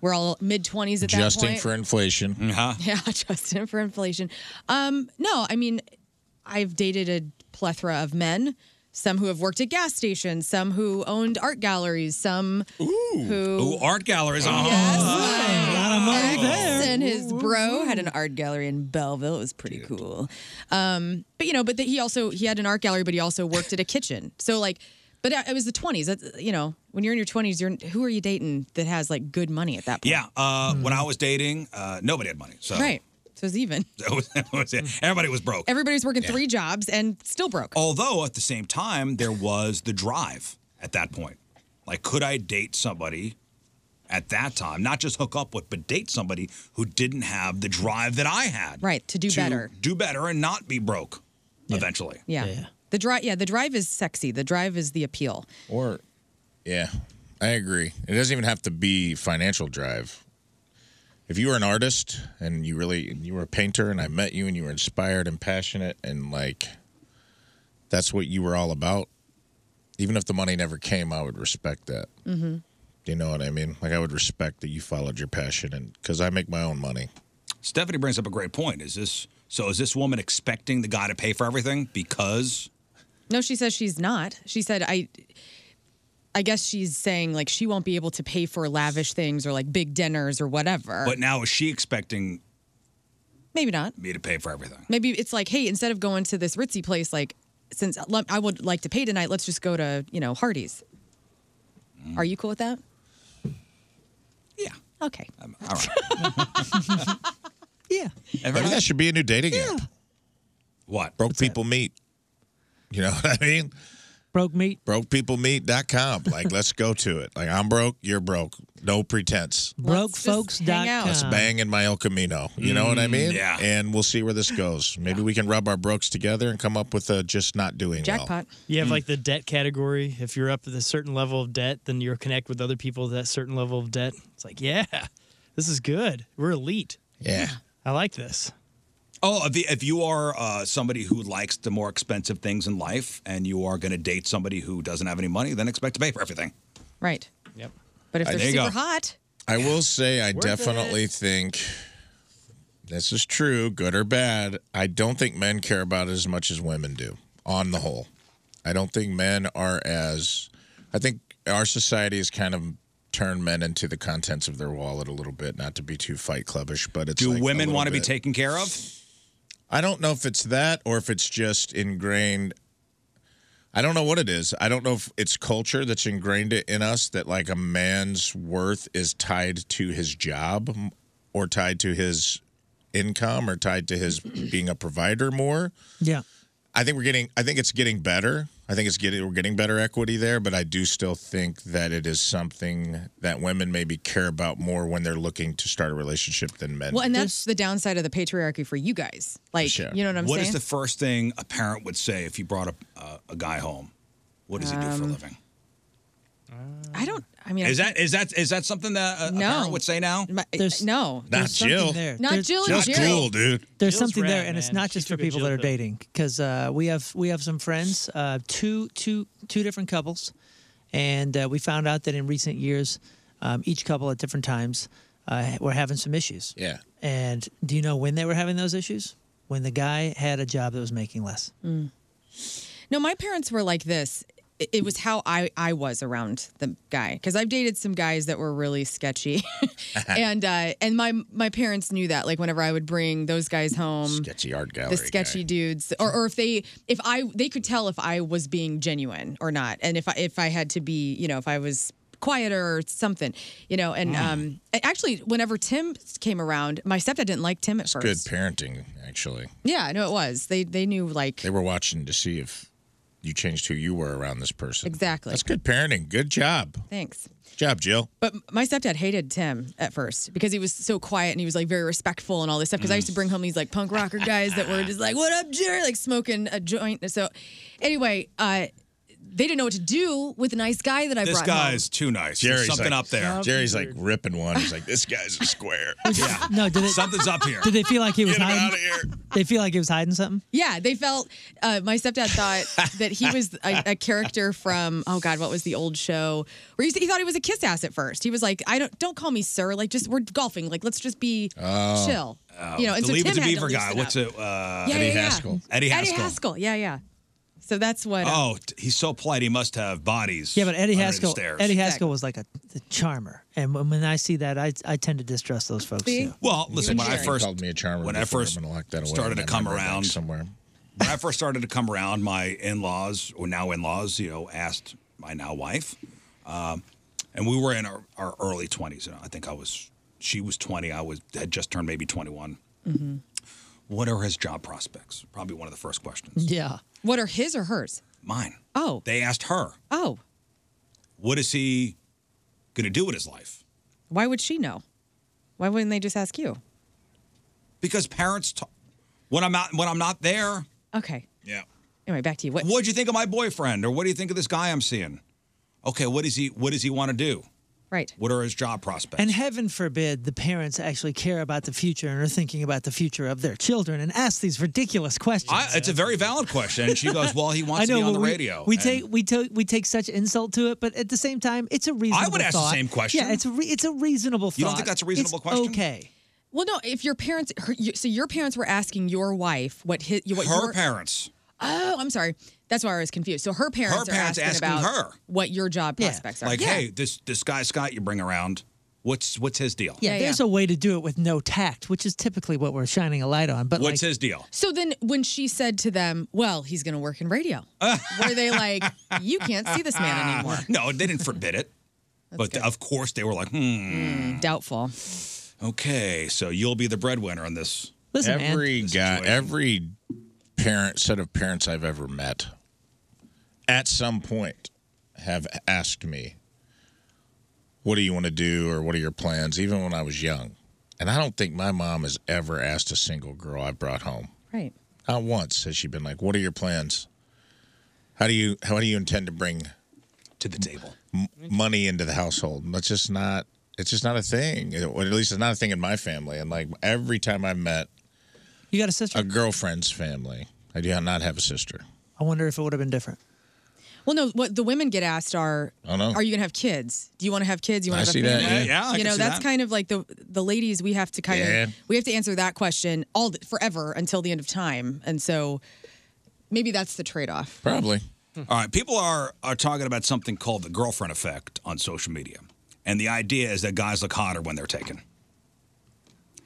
[SPEAKER 2] We're all mid 20s at that
[SPEAKER 4] Adjusting
[SPEAKER 2] point.
[SPEAKER 4] for inflation.
[SPEAKER 1] Uh-huh.
[SPEAKER 2] yeah, adjusting for inflation. Um, no, I mean, I've dated a plethora of men. Some who have worked at gas stations, some who owned art galleries, some who
[SPEAKER 1] Ooh, art galleries. Oh,
[SPEAKER 2] X and his bro had an art gallery in Belleville. It was pretty cool. Um, but you know, but the, he also he had an art gallery, but he also worked at a kitchen. So like, but it was the twenties. That's you know, when you're in your twenties, you're who are you dating that has like good money at that point?
[SPEAKER 1] Yeah. Uh, When I was dating, uh, nobody had money. So
[SPEAKER 2] Right. So it's even.
[SPEAKER 1] that was- that was it. Everybody was broke.
[SPEAKER 2] Everybody's working
[SPEAKER 1] Yeah. Oh.
[SPEAKER 2] three jobs and still broke.
[SPEAKER 1] Although at the same time, there was the drive at that point. Like, could I date somebody at that time? Not just hook up with, but date somebody who didn't have the drive that I had.
[SPEAKER 2] Right, to do better.
[SPEAKER 1] Do better and not be broke eventually.
[SPEAKER 2] Yeah. The drive. Yeah, the drive is sexy. The drive is the appeal.
[SPEAKER 4] Or, yeah, I agree. It doesn't even have to be financial drive. If you were an artist and you really and you were a painter and I met you and you were inspired and passionate and like that's what you were all about, even if the money never came, I would respect that.
[SPEAKER 8] Mm-hmm.
[SPEAKER 4] You know what I mean? Like I would respect that you followed your passion and because I make my own money.
[SPEAKER 1] Stephanie brings up a great point. Is this so? Is this woman expecting the guy to pay for everything because
[SPEAKER 2] No, she says she's not. She said I I guess she's saying like she won't be able to pay for lavish things or like big dinners or whatever.
[SPEAKER 1] But now is she expecting
[SPEAKER 2] Maybe not.
[SPEAKER 1] me to pay for everything?
[SPEAKER 2] Maybe it's like, hey, instead of going to this ritzy place, like since l- I would like to pay tonight, let's just go to you know Hardee's.
[SPEAKER 1] Mm.
[SPEAKER 2] Are you cool with that? Yeah. Okay.
[SPEAKER 1] All right.
[SPEAKER 2] yeah.
[SPEAKER 4] Maybe that should be a new dating app.
[SPEAKER 1] What?
[SPEAKER 4] Broke people meet. You know what I mean?
[SPEAKER 3] Broke meet.
[SPEAKER 4] Brokepeoplemeet.com. Like, let's go to it. Like, I'm broke, you're broke. No pretense.
[SPEAKER 3] Brokefolks.com.
[SPEAKER 4] Let's bang in my El Camino. You know what I
[SPEAKER 3] Mm,
[SPEAKER 4] mean?
[SPEAKER 3] yeah.
[SPEAKER 4] And we'll see where this goes. Maybe we can rub our brokes together and come up with a just not doing well.
[SPEAKER 5] You have
[SPEAKER 4] Mm.
[SPEAKER 5] like the debt category. If you're up at a certain level of debt, then you're connect with other people at that certain level of debt. It's like, yeah, this is good. We're elite.
[SPEAKER 4] Yeah.
[SPEAKER 5] I like this.
[SPEAKER 1] Oh, if, if you are uh, somebody who likes the more expensive things in life and you are going to date somebody who doesn't have any money, then expect to pay for everything.
[SPEAKER 2] Right.
[SPEAKER 5] Yep.
[SPEAKER 2] But if
[SPEAKER 4] Uh,
[SPEAKER 2] they're
[SPEAKER 4] there you
[SPEAKER 2] super
[SPEAKER 4] go.
[SPEAKER 2] hot,
[SPEAKER 4] I will say, I
[SPEAKER 2] Worth
[SPEAKER 4] definitely think this is true, good or bad. I don't think men care about it as much as women do, on the whole. I don't think men are as. I think our society has kind of turned men into the contents of their wallet a little bit, not to be too fight clubbish, but it's.
[SPEAKER 1] Do
[SPEAKER 4] like a
[SPEAKER 1] women
[SPEAKER 4] little
[SPEAKER 1] want to be
[SPEAKER 4] bit-
[SPEAKER 1] taken care of?
[SPEAKER 4] I don't know if it's that or if it's just ingrained. I don't know what it is. I don't know if it's culture that's ingrained it in us that like a man's worth is tied to his job m- or tied to his income or tied to his being a provider more.
[SPEAKER 3] Yeah.
[SPEAKER 4] I think we're getting. I think it's getting better. I think it's getting. We're getting better equity there, but I do still think that it is something that women maybe care about more when they're looking to start a relationship than men.
[SPEAKER 2] well, and that's the downside of the patriarchy for you guys. Like, you know what I'm
[SPEAKER 1] What
[SPEAKER 2] saying?
[SPEAKER 1] is the first thing a parent would say if you brought a, uh, a guy home? What does he do for a
[SPEAKER 2] Um,
[SPEAKER 1] living?
[SPEAKER 2] I don't. I I mean,
[SPEAKER 1] is
[SPEAKER 2] I
[SPEAKER 1] that is that is that something that a, a
[SPEAKER 2] No.
[SPEAKER 1] parent would say now?
[SPEAKER 2] There's, no,
[SPEAKER 1] Not there's something Jill. there.
[SPEAKER 2] Not
[SPEAKER 1] There's-
[SPEAKER 2] Jill.
[SPEAKER 1] Jill's
[SPEAKER 2] and Jerry.
[SPEAKER 1] cool, dude.
[SPEAKER 3] There's
[SPEAKER 2] Jill's
[SPEAKER 3] something there,
[SPEAKER 2] rad,
[SPEAKER 3] and it's
[SPEAKER 2] man.
[SPEAKER 3] not just for people that are dating, because uh, we have we have some friends, uh, two two two different couples, and uh, we found out that in recent years, um, each couple at different times uh, were having some issues.
[SPEAKER 4] Yeah.
[SPEAKER 3] And do you know when they were having those issues? When the guy had a job that was making less.
[SPEAKER 2] Mm. No, my parents were like this. It- It was how I, I was around the guy because I've dated some guys that were really sketchy, and uh, and my my parents knew that. Like whenever I would bring those guys home,
[SPEAKER 4] sketchy art gallery.
[SPEAKER 2] the sketchy dudes, or or if they if I they could tell if I was being genuine or not, and if I if I had to be you know if I was quieter or something, you know. And
[SPEAKER 4] Mm.
[SPEAKER 2] um, actually, whenever Tim came around, my stepdad didn't like Tim at
[SPEAKER 4] It's
[SPEAKER 2] first.
[SPEAKER 4] good parenting, actually.
[SPEAKER 2] Yeah, no, it was. They they knew like
[SPEAKER 4] They were watching to see if you changed who you were around this person.
[SPEAKER 2] Exactly.
[SPEAKER 4] That's good parenting. Good job.
[SPEAKER 2] thanks.
[SPEAKER 4] Good job, Jill.
[SPEAKER 2] But my stepdad hated Tim at first because he was so quiet and he was like very respectful and all this stuff. Because I used to bring home these like punk rocker guys that were just like, "What up, Jerry?" like smoking a joint. So, anyway, uh, they didn't know what to do with a nice guy that I
[SPEAKER 1] This
[SPEAKER 2] brought
[SPEAKER 1] guy's too nice. There's
[SPEAKER 4] Jerry's
[SPEAKER 1] something
[SPEAKER 4] like-
[SPEAKER 1] up there.
[SPEAKER 4] Jerry's like ripping one. He's like, this guy's a square.
[SPEAKER 1] yeah.
[SPEAKER 3] No, did it,
[SPEAKER 1] Something's up here.
[SPEAKER 3] did they feel like he was
[SPEAKER 4] Get him
[SPEAKER 3] hiding?
[SPEAKER 4] outta
[SPEAKER 3] They feel like he was hiding something.
[SPEAKER 2] Yeah, they felt. Uh, my stepdad thought that he was a, a character from oh god, what was the old show? Where he, he thought he was a kiss ass at first. He was like, I don't don't call me sir. Like just we're golfing. Like let's just be
[SPEAKER 1] Oh.
[SPEAKER 2] chill.
[SPEAKER 1] Oh,
[SPEAKER 2] you know, and
[SPEAKER 1] the
[SPEAKER 2] so
[SPEAKER 1] Leave
[SPEAKER 2] Tim
[SPEAKER 1] it to
[SPEAKER 2] had
[SPEAKER 1] Beaver
[SPEAKER 2] to
[SPEAKER 1] guy.
[SPEAKER 2] loosen
[SPEAKER 1] What's
[SPEAKER 2] up.
[SPEAKER 1] it? Uh,
[SPEAKER 2] Yeah, yeah, yeah.
[SPEAKER 1] Eddie Haskell.
[SPEAKER 2] Eddie Haskell. Yeah, yeah. So that's what. uh,
[SPEAKER 1] Oh, t- he's so polite. He must have bodies.
[SPEAKER 3] Yeah, but
[SPEAKER 1] under
[SPEAKER 3] Eddie
[SPEAKER 1] the
[SPEAKER 3] Haskell,
[SPEAKER 1] stairs.
[SPEAKER 3] Eddie Haskell was like a, a charmer, and when, when I see that, I I tend to distrust those folks. Too.
[SPEAKER 1] Well, listen. When I
[SPEAKER 4] He
[SPEAKER 1] first
[SPEAKER 4] called me a charmer
[SPEAKER 1] when I
[SPEAKER 4] before. I'm
[SPEAKER 1] first
[SPEAKER 4] gonna lock that away
[SPEAKER 1] started
[SPEAKER 4] in
[SPEAKER 1] to
[SPEAKER 4] my
[SPEAKER 1] come
[SPEAKER 4] memory bank
[SPEAKER 1] around
[SPEAKER 4] somewhere.
[SPEAKER 1] When I first started to come around, my in-laws or now in-laws, you know, asked my now wife, um, and we were in our, our early twenties. You know, I think I was, she was twenty. I was had just turned maybe twenty-one.
[SPEAKER 2] uh, mm-hmm.
[SPEAKER 1] What are his job prospects? Probably one of the first questions.
[SPEAKER 2] Yeah. What are his or hers?
[SPEAKER 1] Mine.
[SPEAKER 2] Oh.
[SPEAKER 1] They asked her,
[SPEAKER 2] Oh,
[SPEAKER 1] "What is he going to do with his life?"
[SPEAKER 2] why would she know? Why wouldn't they just ask you?
[SPEAKER 1] Because parents, t- when I'm out, when I'm not there,
[SPEAKER 2] Okay.
[SPEAKER 1] yeah.
[SPEAKER 2] Anyway, back to you. What?
[SPEAKER 1] What'd you think of my boyfriend, or what do you think of this guy I'm seeing? Okay, what is he? What does he want to do?
[SPEAKER 2] Right.
[SPEAKER 1] What are his job prospects?
[SPEAKER 3] And heaven forbid the parents actually care about the future and are thinking about the future of their children and ask these ridiculous questions.
[SPEAKER 1] I, it's a very valid question. And she goes, "Well, he wants
[SPEAKER 3] I know,
[SPEAKER 1] to be on
[SPEAKER 3] but
[SPEAKER 1] the
[SPEAKER 3] we-
[SPEAKER 1] radio."
[SPEAKER 3] We
[SPEAKER 1] And
[SPEAKER 3] take we take we take such insult to it, but at the same time, it's a reasonable.
[SPEAKER 1] ask the
[SPEAKER 3] thought.
[SPEAKER 1] same question.
[SPEAKER 3] Yeah, it's a re- it's a reasonable.
[SPEAKER 1] You don't
[SPEAKER 3] thought.
[SPEAKER 1] think that's a reasonable
[SPEAKER 3] It's
[SPEAKER 1] question?
[SPEAKER 3] Okay.
[SPEAKER 2] Well, no. If your parents, her, you, so your parents were asking your wife what his, what
[SPEAKER 1] her
[SPEAKER 2] your,
[SPEAKER 1] parents.
[SPEAKER 2] Oh, I'm sorry. That's why I was confused. So her parents,
[SPEAKER 1] Her parents
[SPEAKER 2] are asking,
[SPEAKER 1] asking her.
[SPEAKER 2] about what your job prospects are.
[SPEAKER 1] Like,
[SPEAKER 2] Yeah.
[SPEAKER 1] hey, this this guy Scott you bring around, what's what's his deal?
[SPEAKER 3] Yeah, there's a way to do it with no tact, which is typically what we're shining a light on. But
[SPEAKER 1] what's
[SPEAKER 3] like,
[SPEAKER 1] his deal?
[SPEAKER 2] So then, when she said to them, "Well, he's going to work in radio," were they like, "You can't see this man anymore"?
[SPEAKER 1] no, they didn't forbid it, but of course they were like, hmm,
[SPEAKER 2] doubtful.
[SPEAKER 1] Okay, so you'll be the breadwinner on this.
[SPEAKER 4] every guy, every parent set of parents I've ever met, at some point, have asked me, "What do you want to do?" or "What are your plans?" Even when I was young, and I don't think my mom has ever asked a single girl I brought home.
[SPEAKER 2] Right.
[SPEAKER 4] Not once has she been like, "What are your plans? How do you how do you intend to bring
[SPEAKER 1] to the table
[SPEAKER 4] m- money into the household?" That's just not. It's just not a thing. It- or at least it's not a thing in my family. And like every time I met
[SPEAKER 3] you got a sister.
[SPEAKER 4] a girlfriend's family, I do not have a sister.
[SPEAKER 3] I wonder if it would have been different.
[SPEAKER 2] Well, no. What the women get asked are,
[SPEAKER 4] I don't know.
[SPEAKER 2] "Are you going to have kids? Do you want to have kids? You want
[SPEAKER 4] I
[SPEAKER 2] to have
[SPEAKER 4] see
[SPEAKER 2] a
[SPEAKER 4] that, yeah.
[SPEAKER 2] family?"
[SPEAKER 4] Yeah, I
[SPEAKER 2] you
[SPEAKER 4] can
[SPEAKER 2] know,
[SPEAKER 4] see
[SPEAKER 2] that's
[SPEAKER 4] that.
[SPEAKER 2] kind of like the the ladies. We have to kind
[SPEAKER 4] Yeah.
[SPEAKER 2] of we have to answer that question all the, forever until the end of time, and so maybe that's the trade off.
[SPEAKER 4] Probably.
[SPEAKER 1] All right, people are are talking about something called the girlfriend effect on social media, and the idea is that guys look hotter when they're taken.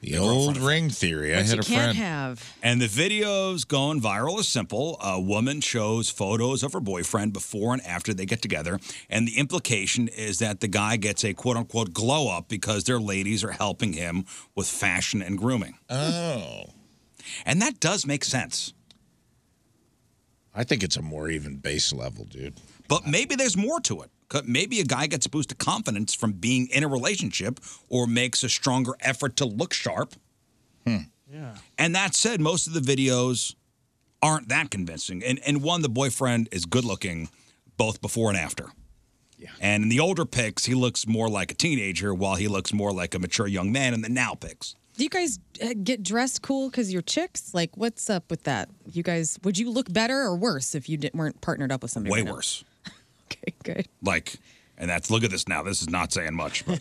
[SPEAKER 4] The, old ring theory. I
[SPEAKER 1] Which
[SPEAKER 4] had
[SPEAKER 1] you
[SPEAKER 4] a
[SPEAKER 1] can't
[SPEAKER 4] friend.
[SPEAKER 2] have.
[SPEAKER 1] And the videos going viral is simple. A woman shows photos of her boyfriend before and after they get together. And the implication is that the guy gets a quote unquote glow up because their ladies are helping him with fashion and grooming.
[SPEAKER 4] Oh.
[SPEAKER 1] And that does make sense.
[SPEAKER 4] I think it's a more even base level, dude.
[SPEAKER 1] But maybe there's more to it. 'Cause Maybe a guy gets a boost of confidence from being in a relationship or makes a stronger effort to look sharp.
[SPEAKER 5] Yeah.
[SPEAKER 1] And that said, most of the videos aren't that convincing. And and one, the boyfriend is good looking, both before and after. And in the older pics, he looks more like a teenager, while he looks more like a mature young man in the now pics.
[SPEAKER 2] Do you guys uh, get dressed cool because you're chicks? Like, what's up with that? You guys, would you look better or worse if you didn't, weren't partnered up with somebody?
[SPEAKER 1] Way
[SPEAKER 2] right now?
[SPEAKER 1] worse.
[SPEAKER 2] Okay, good.
[SPEAKER 1] Like, and that's look at this now. This is not saying much, but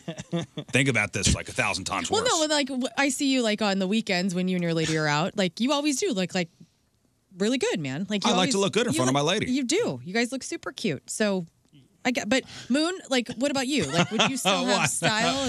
[SPEAKER 1] think about this like a thousand times
[SPEAKER 2] Well,
[SPEAKER 1] worse.
[SPEAKER 2] no, like w- I see you like on the weekends when you and your lady are out. Like you always do look like really good, man. Like
[SPEAKER 1] I
[SPEAKER 2] you
[SPEAKER 1] like
[SPEAKER 2] always-
[SPEAKER 1] to look good in
[SPEAKER 2] you
[SPEAKER 1] front of
[SPEAKER 2] look-
[SPEAKER 1] my lady.
[SPEAKER 2] You do. You guys look super cute. So I get, but Moon, like, what about you? Like, would you still
[SPEAKER 4] What?
[SPEAKER 2] have style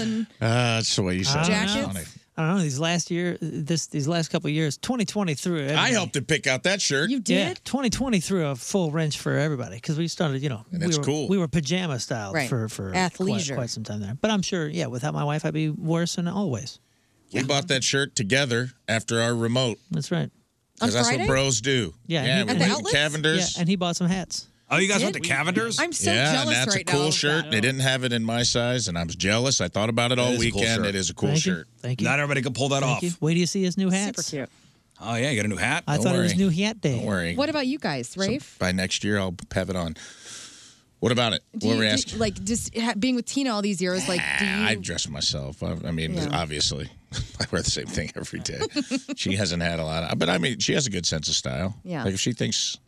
[SPEAKER 2] and
[SPEAKER 4] Uh, that's the way you said it.
[SPEAKER 2] Jackets?
[SPEAKER 4] That's funny.
[SPEAKER 3] I don't know. These last year, this these last couple of years, 2020 through.
[SPEAKER 4] I helped to pick out that shirt.
[SPEAKER 3] You Yeah, 2020 threw a full wrench for everybody because we started, you know,
[SPEAKER 4] And
[SPEAKER 3] we
[SPEAKER 4] it's
[SPEAKER 3] were,
[SPEAKER 4] cool.
[SPEAKER 3] We were pajama styled
[SPEAKER 4] Right.
[SPEAKER 3] for for
[SPEAKER 4] Athleisure.
[SPEAKER 3] quite, quite some time there. But I'm sure, yeah, without my wife, I'd be worse than always.
[SPEAKER 4] We bought that shirt together after our remote.
[SPEAKER 3] That's right.
[SPEAKER 4] Because that's what bros do.
[SPEAKER 3] Yeah, and
[SPEAKER 4] yeah.
[SPEAKER 3] he-
[SPEAKER 4] we
[SPEAKER 3] and-
[SPEAKER 4] went to Cavender's.
[SPEAKER 3] Yeah, and he bought some hats.
[SPEAKER 1] Oh, you guys
[SPEAKER 3] Did
[SPEAKER 1] went to
[SPEAKER 3] we?
[SPEAKER 1] Cavender's?
[SPEAKER 3] I'm so
[SPEAKER 4] yeah,
[SPEAKER 3] jealous
[SPEAKER 4] and that's
[SPEAKER 3] right
[SPEAKER 4] a
[SPEAKER 3] now
[SPEAKER 4] cool
[SPEAKER 3] of
[SPEAKER 4] shirt. They didn't have it in my size, and I was jealous. I thought about it all
[SPEAKER 1] It is a cool
[SPEAKER 4] weekend.
[SPEAKER 1] shirt.
[SPEAKER 4] it is a cool
[SPEAKER 3] Thank you.
[SPEAKER 4] shirt.
[SPEAKER 3] Thank you.
[SPEAKER 1] Not everybody could pull that
[SPEAKER 3] Thank
[SPEAKER 1] off.
[SPEAKER 3] you. Wait till you see his new hats.
[SPEAKER 2] Super cute.
[SPEAKER 1] Oh yeah, you got a new hat.
[SPEAKER 3] I
[SPEAKER 4] Don't
[SPEAKER 3] thought
[SPEAKER 4] worry.
[SPEAKER 3] it was new hat day.
[SPEAKER 4] Don't worry.
[SPEAKER 2] What about you guys, Rafe?
[SPEAKER 4] By next year, I'll have it on. What about it?
[SPEAKER 2] Do
[SPEAKER 4] what
[SPEAKER 2] you,
[SPEAKER 4] were we
[SPEAKER 2] do-
[SPEAKER 4] asking? Ah.
[SPEAKER 2] like just ha- being with Tina all these years, like do you,
[SPEAKER 4] I dress myself. I, I mean,
[SPEAKER 2] Yeah.
[SPEAKER 4] obviously, I wear the same thing every day. she hasn't had a lot, of, but I mean, she has a good sense of style.
[SPEAKER 2] Yeah.
[SPEAKER 4] Like if she thinks,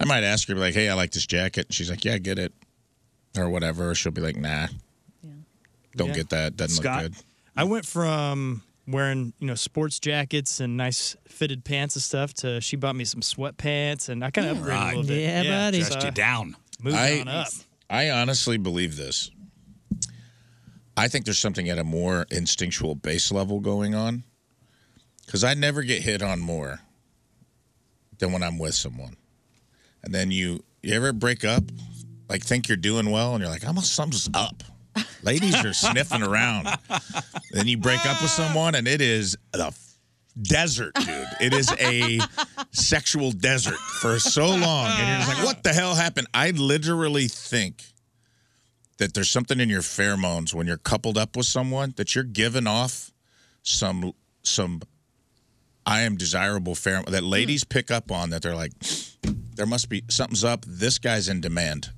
[SPEAKER 4] I might ask her like, "Hey, I like this jacket." And she's like, "Yeah, get it," or whatever. Or She'll be like, "Nah, don't
[SPEAKER 5] Yeah.
[SPEAKER 4] get that. Doesn't
[SPEAKER 5] Scott,
[SPEAKER 4] look good."
[SPEAKER 5] I went from wearing you know sports jackets and nice fitted pants and stuff to she bought me some sweatpants and I kind of upgraded a little bit. So, Moved
[SPEAKER 4] I,
[SPEAKER 5] on up.
[SPEAKER 4] I honestly believe this. I think there's something at a more instinctual base level going on, because I never get hit on more than when I'm with someone. And then you, you ever break up, like think you're doing well, and you're like, I'm something's up. Ladies are sniffing around. Then you break up with someone, and it is the f- desert, dude. It is a sexual desert for so long, and you're just like, what the hell happened? I literally think that there's something in your pheromones when you're coupled up with someone that you're giving off some some I am desirable pheromone that ladies pick up on that they're like, there must be something's up. This guy's in demand.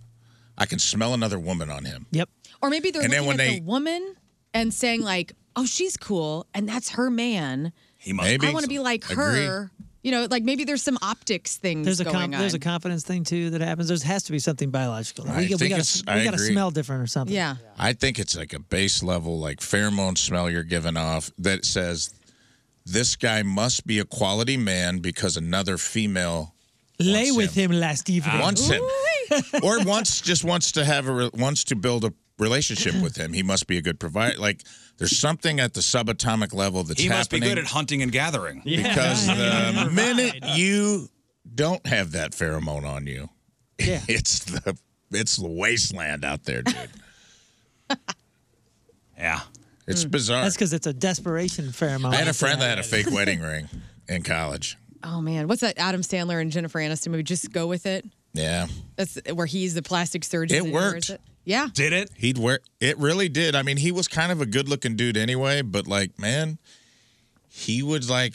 [SPEAKER 4] I can smell another woman on him.
[SPEAKER 3] Yep.
[SPEAKER 2] or maybe they're
[SPEAKER 4] And then
[SPEAKER 2] looking
[SPEAKER 4] when
[SPEAKER 2] at
[SPEAKER 4] they-
[SPEAKER 2] the woman and saying like, oh, she's cool and that's her man.
[SPEAKER 4] He must. Maybe.
[SPEAKER 2] I want to be like her. You know, like maybe there's some optics things
[SPEAKER 3] There's a
[SPEAKER 2] going
[SPEAKER 3] com-
[SPEAKER 2] on.
[SPEAKER 3] there's a confidence thing too that happens. There has to be something biological.
[SPEAKER 4] I
[SPEAKER 3] we
[SPEAKER 4] think
[SPEAKER 3] got
[SPEAKER 4] it's-
[SPEAKER 3] to
[SPEAKER 4] I
[SPEAKER 3] we got to
[SPEAKER 4] agree.
[SPEAKER 3] smell different or something.
[SPEAKER 2] yeah.
[SPEAKER 4] I think it's like a base level, like pheromone smell you're giving off that says this guy must be a quality man because another female
[SPEAKER 3] Lay with him, last evening.
[SPEAKER 4] wants him, or wants just wants to have a re- wants to build a relationship with him. He must be a good provider. Like there's something at the subatomic level that's
[SPEAKER 1] he
[SPEAKER 4] happening.
[SPEAKER 1] must be good at hunting and gathering.
[SPEAKER 4] because the minute you don't have that pheromone on you, it's the it's the wasteland out there, dude. yeah, it's bizarre.
[SPEAKER 3] Hmm. That's because it's a desperation pheromone.
[SPEAKER 4] I had a friend that had a fake wedding ring in college.
[SPEAKER 2] Oh man, what's that? Adam Sandler and Jennifer Aniston movie? Just go with it.
[SPEAKER 4] Yeah,
[SPEAKER 2] That's where he's the plastic surgeon.
[SPEAKER 4] It
[SPEAKER 2] and wears
[SPEAKER 4] worked.
[SPEAKER 2] it. Yeah.
[SPEAKER 4] did it? He'd wear it. Really did. I mean, he was kind of a good-looking dude anyway, but like, man, he would like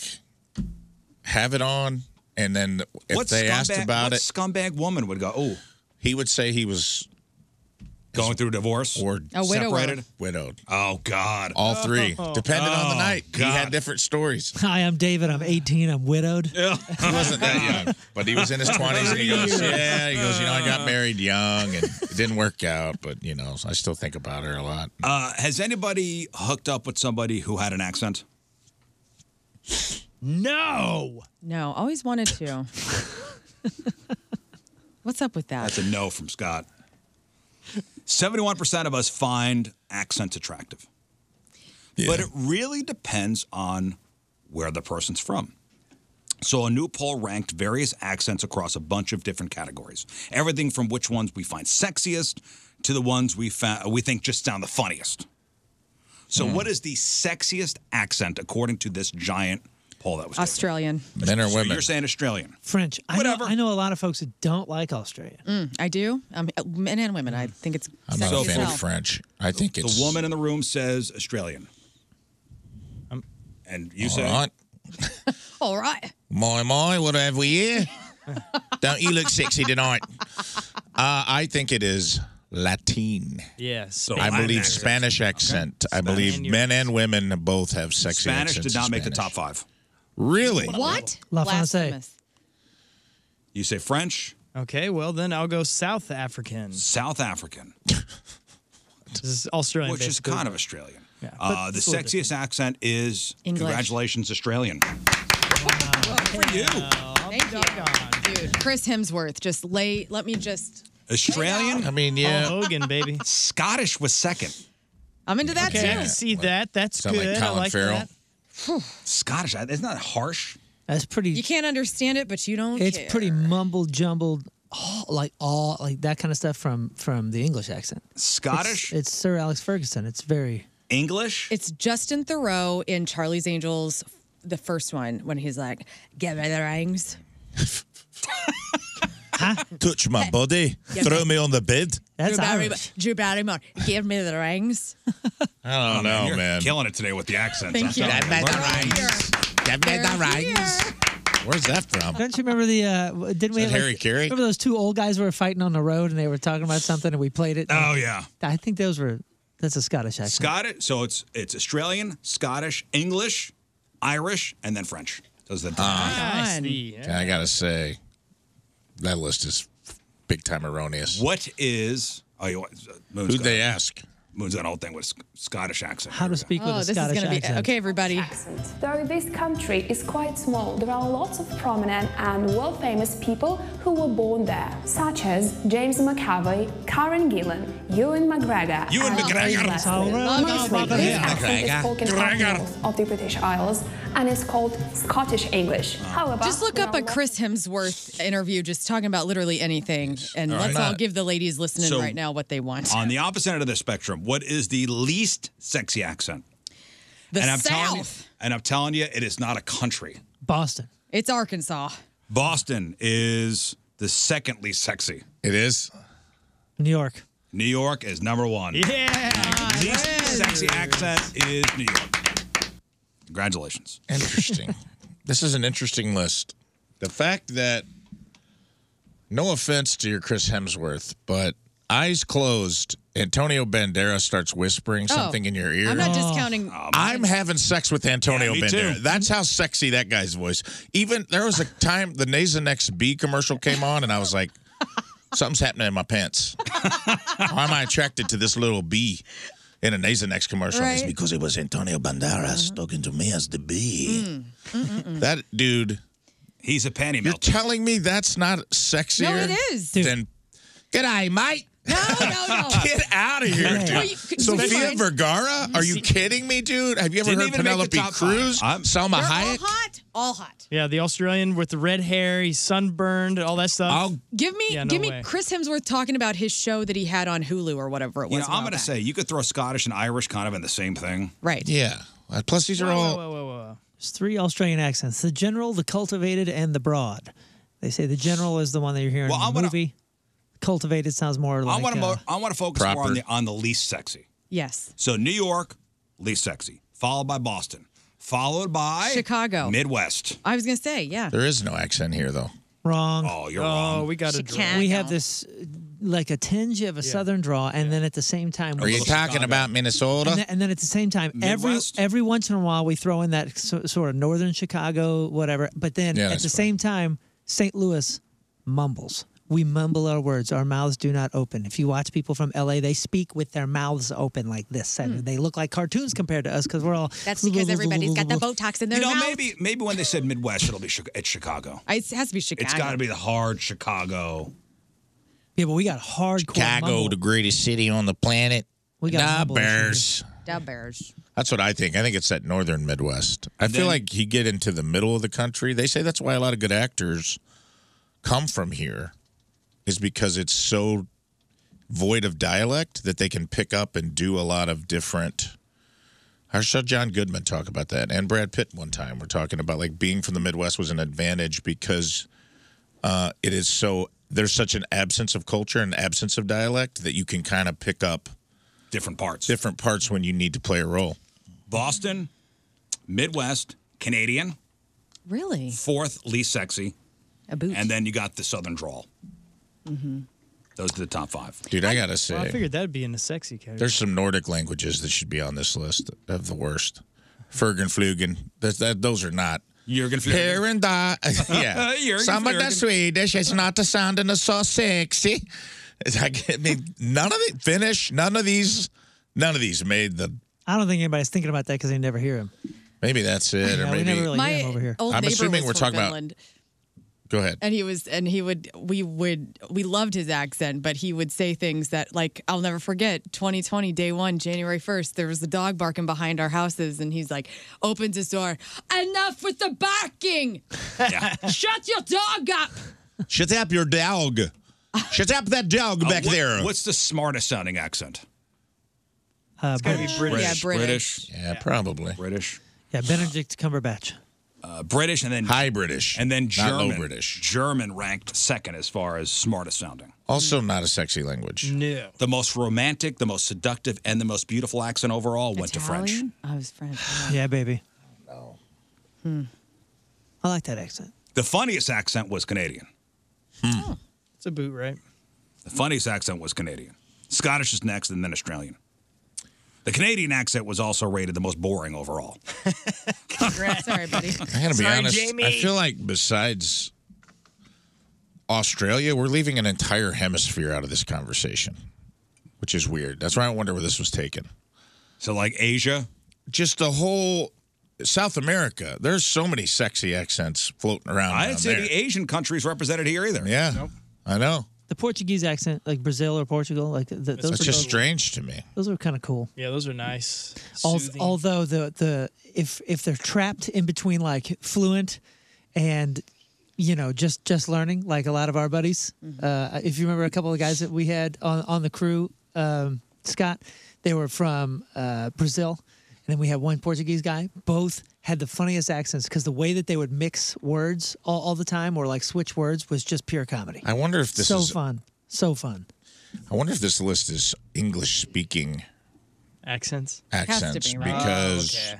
[SPEAKER 4] have it on, and then if
[SPEAKER 1] What
[SPEAKER 4] they asked
[SPEAKER 1] scumbag-
[SPEAKER 4] about
[SPEAKER 1] what
[SPEAKER 4] it,
[SPEAKER 1] scumbag woman would go, "Oh."
[SPEAKER 4] He would say he was
[SPEAKER 1] going through divorce
[SPEAKER 4] or
[SPEAKER 1] A widower.
[SPEAKER 4] separated, widowed.
[SPEAKER 1] Oh God!
[SPEAKER 4] All three,
[SPEAKER 3] Oh.
[SPEAKER 4] depending on the
[SPEAKER 3] Oh,
[SPEAKER 4] night. He
[SPEAKER 3] God.
[SPEAKER 4] had different stories.
[SPEAKER 3] Hi, I'm David. I'm 18. I'm widowed.
[SPEAKER 4] he wasn't that young, but he was in his twenties, and he goes, "Yeah." He goes, "You know, I got married young, and it didn't work out, but you know, I still think about her a lot."
[SPEAKER 1] Uh, has anybody hooked up with somebody who had an accent?
[SPEAKER 2] No. No, always wanted to. What's up with that?
[SPEAKER 1] That's a no from Scott. Seventy-one percent of us find accents attractive, but it really depends on where the person's from. So, a new poll ranked various accents across a bunch of different categories. Everything from which ones we find sexiest to the ones we fa- we think just sound the funniest. So,
[SPEAKER 4] Hmm.
[SPEAKER 1] what is the sexiest accent according to this giant poll that was taken?
[SPEAKER 2] Australian.
[SPEAKER 4] Men or
[SPEAKER 1] So
[SPEAKER 4] women?
[SPEAKER 1] You're saying Australian.
[SPEAKER 3] French. I Whatever. Know, I know a lot of folks that don't like Australia.
[SPEAKER 2] Mm, I do. Um, men and women. I think it's.
[SPEAKER 4] I'm not
[SPEAKER 2] sexy
[SPEAKER 4] a
[SPEAKER 2] as
[SPEAKER 4] fan
[SPEAKER 2] hell.
[SPEAKER 4] of French. I think it's
[SPEAKER 1] the woman in the room says Australian.
[SPEAKER 5] Um,
[SPEAKER 1] and you
[SPEAKER 4] All
[SPEAKER 1] say
[SPEAKER 4] right.
[SPEAKER 2] All right.
[SPEAKER 4] My my, what have we here? Don't you look sexy tonight? Uh, I think it is Latin.
[SPEAKER 5] Yeah,
[SPEAKER 4] So
[SPEAKER 5] Spanish.
[SPEAKER 4] I believe
[SPEAKER 5] Accent.
[SPEAKER 4] Spanish accent. I believe men and women both have sexy
[SPEAKER 1] Spanish
[SPEAKER 4] accents
[SPEAKER 1] did
[SPEAKER 4] in
[SPEAKER 1] not make the
[SPEAKER 4] Spanish.
[SPEAKER 1] top five.
[SPEAKER 4] Really?
[SPEAKER 2] What?
[SPEAKER 3] La
[SPEAKER 2] Blasphemous.
[SPEAKER 1] You say French,
[SPEAKER 5] Okay, well then I'll go South African.
[SPEAKER 1] South African,
[SPEAKER 5] This is Australian.
[SPEAKER 1] which is
[SPEAKER 5] basically.
[SPEAKER 1] kind of Australian.
[SPEAKER 5] Yeah,
[SPEAKER 1] Uh,
[SPEAKER 5] but
[SPEAKER 1] the
[SPEAKER 5] it's a little
[SPEAKER 1] sexiest accent is
[SPEAKER 2] English.
[SPEAKER 1] congratulations, Australian.
[SPEAKER 2] For you. Thank you. Dude, Chris Hemsworth, just lay, let me just,
[SPEAKER 1] Australian? I
[SPEAKER 4] mean,
[SPEAKER 5] yeah. Hulk Hogan, baby.
[SPEAKER 1] Scottish was second.
[SPEAKER 2] I'm into that
[SPEAKER 5] okay, I
[SPEAKER 2] too.
[SPEAKER 5] can see that. That's
[SPEAKER 1] Sound like
[SPEAKER 5] good. I
[SPEAKER 1] Colin
[SPEAKER 5] like
[SPEAKER 1] Farrell.
[SPEAKER 5] that.
[SPEAKER 1] Scottish, uh, I- isn't that harsh?
[SPEAKER 3] That's pretty.
[SPEAKER 2] You can't understand it, but you don't
[SPEAKER 3] It's
[SPEAKER 2] care.
[SPEAKER 3] pretty mumbled jumbled, all- like all like that kind of stuff from from the English accent.
[SPEAKER 1] Scottish?
[SPEAKER 3] It's, it's Sir Alex Ferguson. It's very
[SPEAKER 1] English?
[SPEAKER 2] It's Justin Thoreau in Charlie's Angels, the first one, when he's like, get me the rings.
[SPEAKER 4] Touch my body.
[SPEAKER 2] Yeah.
[SPEAKER 4] Throw me on the bed.
[SPEAKER 2] Drew Barrymore, Drew Barrymore, give me the rings.
[SPEAKER 4] I don't know, man.
[SPEAKER 1] Oh, Killing it today with the accents.
[SPEAKER 2] Thank
[SPEAKER 1] I'm
[SPEAKER 2] you.
[SPEAKER 1] telling
[SPEAKER 2] That-
[SPEAKER 1] Learn-
[SPEAKER 2] that-
[SPEAKER 4] Where's that from?
[SPEAKER 3] Don't you remember the? Uh, w- didn't we
[SPEAKER 4] Is that
[SPEAKER 3] have like-
[SPEAKER 4] Harry Carey?
[SPEAKER 3] Remember those two old guys were fighting on the road and they were talking about something and we played it.
[SPEAKER 1] Oh, yeah.
[SPEAKER 3] I think those were. That's a Scottish accent.
[SPEAKER 1] Scottish. So it's it's Australian, Scottish, English, Irish, and then French. Those are the
[SPEAKER 4] Ah.
[SPEAKER 5] Nice.
[SPEAKER 4] I gotta say, that list is big time erroneous.
[SPEAKER 1] What is? Oh, you want, Moon's
[SPEAKER 4] Who'd
[SPEAKER 1] got
[SPEAKER 4] they
[SPEAKER 1] it.
[SPEAKER 4] ask?
[SPEAKER 1] Moon's got a whole thing with Sc- Scottish accent.
[SPEAKER 3] How to speak
[SPEAKER 2] Oh, this is going to be, okay, everybody.
[SPEAKER 13] Though this country is quite small, there are lots of prominent and world famous people who were born there, such as James McAvoy, Karen Gillan, Ewan McGregor,
[SPEAKER 8] Ewan
[SPEAKER 13] and
[SPEAKER 8] McGregor.
[SPEAKER 13] Ian Leslie.
[SPEAKER 8] Oh,
[SPEAKER 13] Mostly,
[SPEAKER 8] McGregor.
[SPEAKER 13] this accent is
[SPEAKER 8] McGregor.
[SPEAKER 13] spoken up
[SPEAKER 8] McGregor.
[SPEAKER 13] north of the British Isles and is called Scottish English. However,
[SPEAKER 2] Just look
[SPEAKER 13] there
[SPEAKER 2] up a Chris Hemsworth interview, just talking about literally anything. And
[SPEAKER 1] All right.
[SPEAKER 2] let's all give the ladies listening
[SPEAKER 1] So-
[SPEAKER 2] right now what they want.
[SPEAKER 1] On the opposite end of the spectrum, what is the least sexy accent?
[SPEAKER 2] The
[SPEAKER 1] telling you-
[SPEAKER 2] South.
[SPEAKER 1] and I'm telling you, it is not a country.
[SPEAKER 3] Boston.
[SPEAKER 2] It's Arkansas.
[SPEAKER 1] Boston is the second least sexy.
[SPEAKER 4] It is.
[SPEAKER 3] New York.
[SPEAKER 1] New York is number one.
[SPEAKER 5] Yeah.
[SPEAKER 1] Least sexy accent is New York. Congratulations.
[SPEAKER 4] Interesting. this is an interesting list. The fact that, no offense to your Chris Hemsworth, but eyes closed, Antonio Banderas starts whispering
[SPEAKER 2] Oh,
[SPEAKER 4] something in your ear.
[SPEAKER 2] I'm not discounting.
[SPEAKER 4] I'm having sex with Antonio
[SPEAKER 1] Oh, Yeah, me
[SPEAKER 4] Banderas.
[SPEAKER 1] too.
[SPEAKER 4] That's how sexy that guy's voice. Even there was a time the Nasonex B commercial came on, and I was like, something's happening in my pants. Why am I attracted to this little bee in a Nasonex commercial? It's
[SPEAKER 14] Right.
[SPEAKER 4] because it was Antonio Banderas talking to me as the bee. That dude.
[SPEAKER 1] He's a panty
[SPEAKER 4] You're telling me that's not sexier?
[SPEAKER 2] No, it is.
[SPEAKER 4] Then, good eye, mate.
[SPEAKER 2] No, no, no.
[SPEAKER 4] Get out of here,
[SPEAKER 1] Yeah.
[SPEAKER 4] dude.
[SPEAKER 1] Well, you- could- did you
[SPEAKER 4] Sophia
[SPEAKER 1] find-
[SPEAKER 4] Vergara? Are you kidding me, dude? Have you ever
[SPEAKER 5] Didn't
[SPEAKER 4] heard
[SPEAKER 5] even make the
[SPEAKER 4] Penelope
[SPEAKER 5] top five.
[SPEAKER 4] Cruz?
[SPEAKER 5] I'm-
[SPEAKER 4] Selma
[SPEAKER 5] They're all
[SPEAKER 4] Hayek?
[SPEAKER 2] hot, all hot.
[SPEAKER 5] Yeah, the Australian with the red hair, he's sunburned, all that stuff. I'll
[SPEAKER 2] Give me,
[SPEAKER 5] Yeah, no
[SPEAKER 2] give me
[SPEAKER 5] way.
[SPEAKER 2] Chris Hemsworth talking about his show that he had on Hulu or whatever it was.
[SPEAKER 1] You know,
[SPEAKER 2] a while
[SPEAKER 1] I'm going to
[SPEAKER 2] back.
[SPEAKER 1] say you could throw Scottish and Irish kind of in the same thing.
[SPEAKER 2] Right.
[SPEAKER 4] Yeah. Uh, Plus, these are all.
[SPEAKER 3] There's three Australian accents: the general, the cultivated, and the broad. They say the general is the one that you're hearing
[SPEAKER 1] Well,
[SPEAKER 3] in
[SPEAKER 1] I
[SPEAKER 3] the
[SPEAKER 1] wanna-
[SPEAKER 3] movie. Cultivated sounds more like.
[SPEAKER 1] I want to
[SPEAKER 3] uh,
[SPEAKER 1] mo- I want to focus more
[SPEAKER 3] proper.
[SPEAKER 1] on the on the least sexy.
[SPEAKER 2] Yes.
[SPEAKER 1] So New York, least sexy, followed by Boston, followed by
[SPEAKER 2] Chicago.
[SPEAKER 1] Midwest.
[SPEAKER 2] I was going to say, yeah.
[SPEAKER 4] There is no accent here, though.
[SPEAKER 3] Wrong.
[SPEAKER 1] Oh, you're Oh, wrong.
[SPEAKER 5] we got
[SPEAKER 1] a
[SPEAKER 2] draw. Chicago.
[SPEAKER 3] We have this uh, like a tinge of a southern draw, and then at the same time,
[SPEAKER 4] Are
[SPEAKER 3] we-
[SPEAKER 4] you talking about Minnesota?
[SPEAKER 3] And then, and then at the same time,
[SPEAKER 4] Midwest?
[SPEAKER 3] every every once in a while we throw in that so, sort of northern Chicago, whatever. But then
[SPEAKER 4] Yeah,
[SPEAKER 3] at
[SPEAKER 4] that's
[SPEAKER 3] the same time, St. Louis mumbles. We mumble our words. Our mouths do not open. If you watch people from LA, they speak with their mouths open like this, and they look like cartoons compared to us because we're all.
[SPEAKER 2] Hmm. That's because everybody's got the Botox in their
[SPEAKER 1] You know,
[SPEAKER 2] mouth.
[SPEAKER 1] maybe maybe when they said Midwest, it'll be Chi- it's Chicago.
[SPEAKER 2] I- It has to be Chicago.
[SPEAKER 1] It's got to be the hard Chicago.
[SPEAKER 3] Yeah, but we got hardcore.
[SPEAKER 4] Chicago, the greatest city on the planet.
[SPEAKER 3] We got
[SPEAKER 4] nah,
[SPEAKER 3] mumble issues.
[SPEAKER 4] Bears.
[SPEAKER 2] Da Bears.
[SPEAKER 4] That's what I think. I think it's that northern Midwest. I feel
[SPEAKER 1] then-
[SPEAKER 4] like you get into the middle of the country. They say that's why a lot of good actors come from here, is because it's so void of dialect that they can pick up and do a lot of different. I saw John Goodman talk about that, and Brad Pitt one time. We're talking about like being from the Midwest was an advantage because uh, it is so there's such an absence of culture and absence of dialect that you can kind of pick up
[SPEAKER 1] different parts,
[SPEAKER 4] different parts when you need to play a role.
[SPEAKER 1] Boston, Midwest, Canadian,
[SPEAKER 2] Really?
[SPEAKER 1] fourth least sexy,
[SPEAKER 2] a boot.
[SPEAKER 1] and then you got the Southern drawl.
[SPEAKER 2] Mm-hmm.
[SPEAKER 1] Those are the top five.
[SPEAKER 4] Dude, I gotta say,
[SPEAKER 5] Well, I figured that'd be in the sexy category.
[SPEAKER 4] there's some Nordic languages that should be on this list of the worst. Fergenflugen. That's that. Those are not.
[SPEAKER 1] Jurgenflugen.
[SPEAKER 4] Here and da. yeah.
[SPEAKER 8] Jürgen
[SPEAKER 4] some of the
[SPEAKER 8] Flügen.
[SPEAKER 4] Swedish is not the sound and the so sexy. It's like, I mean, none of it. Finnish. None of these. None of these made the.
[SPEAKER 3] I don't think anybody's thinking about that because they never hear him.
[SPEAKER 4] Maybe that's it, or
[SPEAKER 3] Yeah, we
[SPEAKER 4] maybe
[SPEAKER 3] never really
[SPEAKER 2] My old
[SPEAKER 4] I'm
[SPEAKER 2] neighbor
[SPEAKER 4] assuming
[SPEAKER 2] was
[SPEAKER 4] we're
[SPEAKER 2] from
[SPEAKER 4] talking
[SPEAKER 2] Finland,
[SPEAKER 4] about. Go ahead.
[SPEAKER 2] and he was, and he would, we would, we loved his accent, but he would say things that, like, I'll never forget. 2020, day one, January 1st, there was a dog barking behind our houses, and he's like, opens his door, enough with the barking, shut your dog up.
[SPEAKER 4] Shut up your dog. Shut up that dog
[SPEAKER 1] back there. Uh, What's the smartest sounding accent?
[SPEAKER 3] Uh,
[SPEAKER 1] It's gotta be
[SPEAKER 3] British.
[SPEAKER 1] British.
[SPEAKER 3] Yeah, British.
[SPEAKER 4] Yeah, probably.
[SPEAKER 1] British.
[SPEAKER 3] Yeah, Benedict Cumberbatch.
[SPEAKER 1] Uh, British and then
[SPEAKER 4] high British
[SPEAKER 1] and then
[SPEAKER 4] not low
[SPEAKER 1] German. British. German ranked second as far as smartest sounding.
[SPEAKER 4] Also, not a sexy language.
[SPEAKER 3] No.
[SPEAKER 1] The most romantic, the most seductive, and the most beautiful accent overall went to French.
[SPEAKER 2] I was French.
[SPEAKER 3] yeah, baby. No. Hmm. I like that accent.
[SPEAKER 1] The funniest accent was Canadian.
[SPEAKER 3] Hmm. It's a boot, right?
[SPEAKER 1] The funniest accent was Canadian. Scottish is next, and then Australian. The Canadian accent was also rated the most boring overall.
[SPEAKER 2] Sorry, buddy.
[SPEAKER 4] I gotta be honest. I feel like besides Australia, we're leaving an entire hemisphere out of this conversation, which is weird. That's why I wonder where this was taken.
[SPEAKER 1] So, like Asia,
[SPEAKER 4] just the whole South America. There's so many sexy accents floating around.
[SPEAKER 1] I
[SPEAKER 4] down
[SPEAKER 1] didn't see
[SPEAKER 4] there.
[SPEAKER 1] any Asian countries represented here either.
[SPEAKER 4] Yeah, I know.
[SPEAKER 3] The Portuguese accent, like Brazil or Portugal, like th- those.
[SPEAKER 4] That's
[SPEAKER 3] are
[SPEAKER 4] just
[SPEAKER 3] both-
[SPEAKER 4] strange to me.
[SPEAKER 3] Those are kind of cool.
[SPEAKER 5] Yeah, those are nice.
[SPEAKER 3] Al-
[SPEAKER 5] Soothing.
[SPEAKER 3] although the the if if they're trapped in between like fluent and you know just just learning like a lot of our buddies
[SPEAKER 5] Mm-hmm.
[SPEAKER 3] uh, if you remember a couple of guys that we had on on the crew um, scott they were from uh, brazil and then we had one portuguese guy both had the funniest accents because the way that they would mix words all, all the time or like switch words was just pure comedy
[SPEAKER 4] I wonder if this
[SPEAKER 3] so
[SPEAKER 4] is.
[SPEAKER 3] fun so fun
[SPEAKER 4] I wonder if this list is English speaking
[SPEAKER 5] Accents.
[SPEAKER 4] accents
[SPEAKER 5] Oh,
[SPEAKER 4] because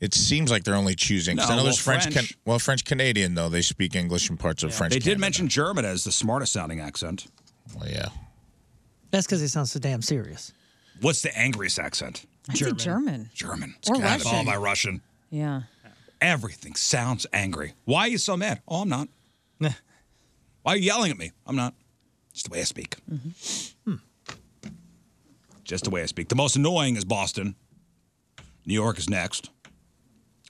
[SPEAKER 4] it seems like they're only choosing. 'cause I
[SPEAKER 1] Oh, No,
[SPEAKER 4] know there's
[SPEAKER 1] well,
[SPEAKER 4] French.
[SPEAKER 1] French-
[SPEAKER 4] Can, well, French Canadian though they speak English in parts of French.
[SPEAKER 1] they did
[SPEAKER 4] Canada.
[SPEAKER 1] mention German as the smartest sounding accent.
[SPEAKER 4] Well, yeah.
[SPEAKER 3] that's because it sounds so damn serious
[SPEAKER 1] What's the angriest accent?
[SPEAKER 2] I said German.
[SPEAKER 1] German.
[SPEAKER 2] Or Russian.
[SPEAKER 1] All my Russian.
[SPEAKER 2] Yeah.
[SPEAKER 1] Everything sounds angry. Why are you so mad? Oh, I'm not. Why are you yelling at me? I'm not. Just the way I speak. Hmm. Just the way I speak. The most annoying is Boston. New York is next.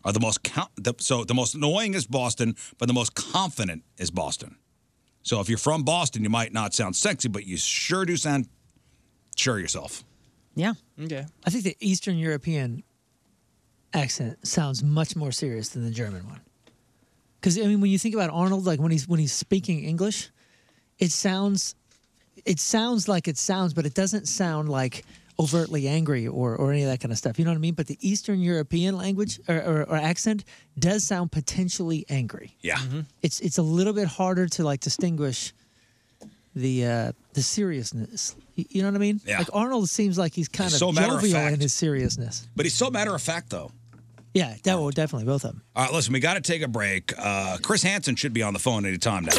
[SPEAKER 1] Are the most count the, so the most annoying is Boston, but the most confident is Boston. So if you're from Boston, you might not sound sexy, but you sure do sound sure of yourself.
[SPEAKER 2] yeah
[SPEAKER 3] okay i think the eastern european accent sounds much more serious than the german one because i mean when you think about arnold like when he's when he's speaking english it sounds it sounds like it sounds but it doesn't sound like overtly angry or or any of that kind of stuff you know what i mean but the eastern european language or, or, or accent does sound potentially angry
[SPEAKER 1] Yeah.
[SPEAKER 3] it's it's a little bit harder to like distinguish the uh the seriousness Y- you know what i mean
[SPEAKER 1] Yeah.
[SPEAKER 3] like arnold seems like he's kind
[SPEAKER 1] He's
[SPEAKER 3] of
[SPEAKER 1] so matter of
[SPEAKER 3] jovial in
[SPEAKER 1] fact.
[SPEAKER 3] his seriousness
[SPEAKER 1] But he's so matter of fact though.
[SPEAKER 3] yeah that will definitely both of them
[SPEAKER 1] All right, listen, we got to take a break. Uh, Chris Hansen should be on the phone any time now.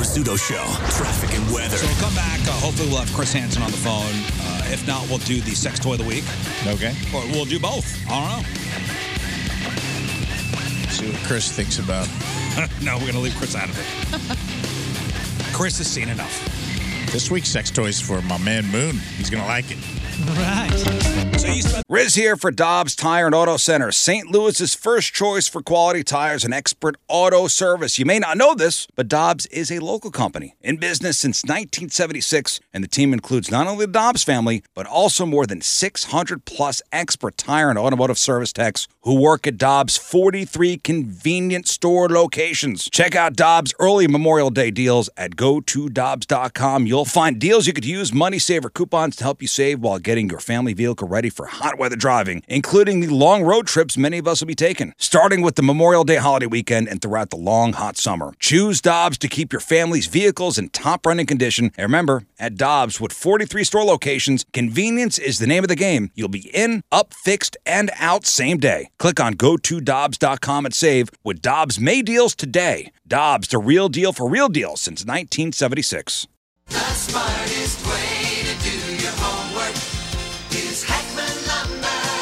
[SPEAKER 1] Rizzuto Show, traffic and weather. So we'll come back. Uh, hopefully, we'll have Chris Hansen on the phone. Uh, if not, we'll do the sex toy of the week.
[SPEAKER 4] Okay.
[SPEAKER 1] Or we'll do both. I
[SPEAKER 4] See what Chris thinks about.
[SPEAKER 1] don't know. no, we're going to leave Chris out of it. Chris has seen enough.
[SPEAKER 4] This week's sex toys for my man Moon. He's gonna like it.
[SPEAKER 1] So you spent- Riz here for Dobbs Tire and Auto Center, St. Louis's first choice for quality tires and expert auto service. You may not know this, but Dobbs is a local company in business since 1976, and the team includes not only the Dobbs family, but also more than 600 plus expert tire and automotive service techs who work at Dobbs' 43 convenient store locations. Check out Dobbs' early Memorial Day deals at gotodobbs.com. You'll find deals you could use, money saver coupons to help you save while getting your family vehicle ready for hot weather driving, including the long road trips many of us will be taking, starting with the Memorial Day holiday weekend and throughout the long hot summer. Choose Dobbs to keep your family's vehicles in top running condition. And remember, at Dobbs with 43 store locations, convenience is the name of the game. You'll be in, up, fixed, and out same day. Click on gotodobbs.com and save with Dobbs May deals today. Dobbs, the real deal for real deals since 1976.
[SPEAKER 12] The smartest way to do your homework is Heckman Lumber.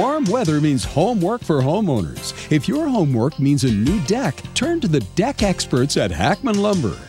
[SPEAKER 14] Warm weather means homework for homeowners. If your homework means a new deck, turn to the deck experts at Hackman Lumber.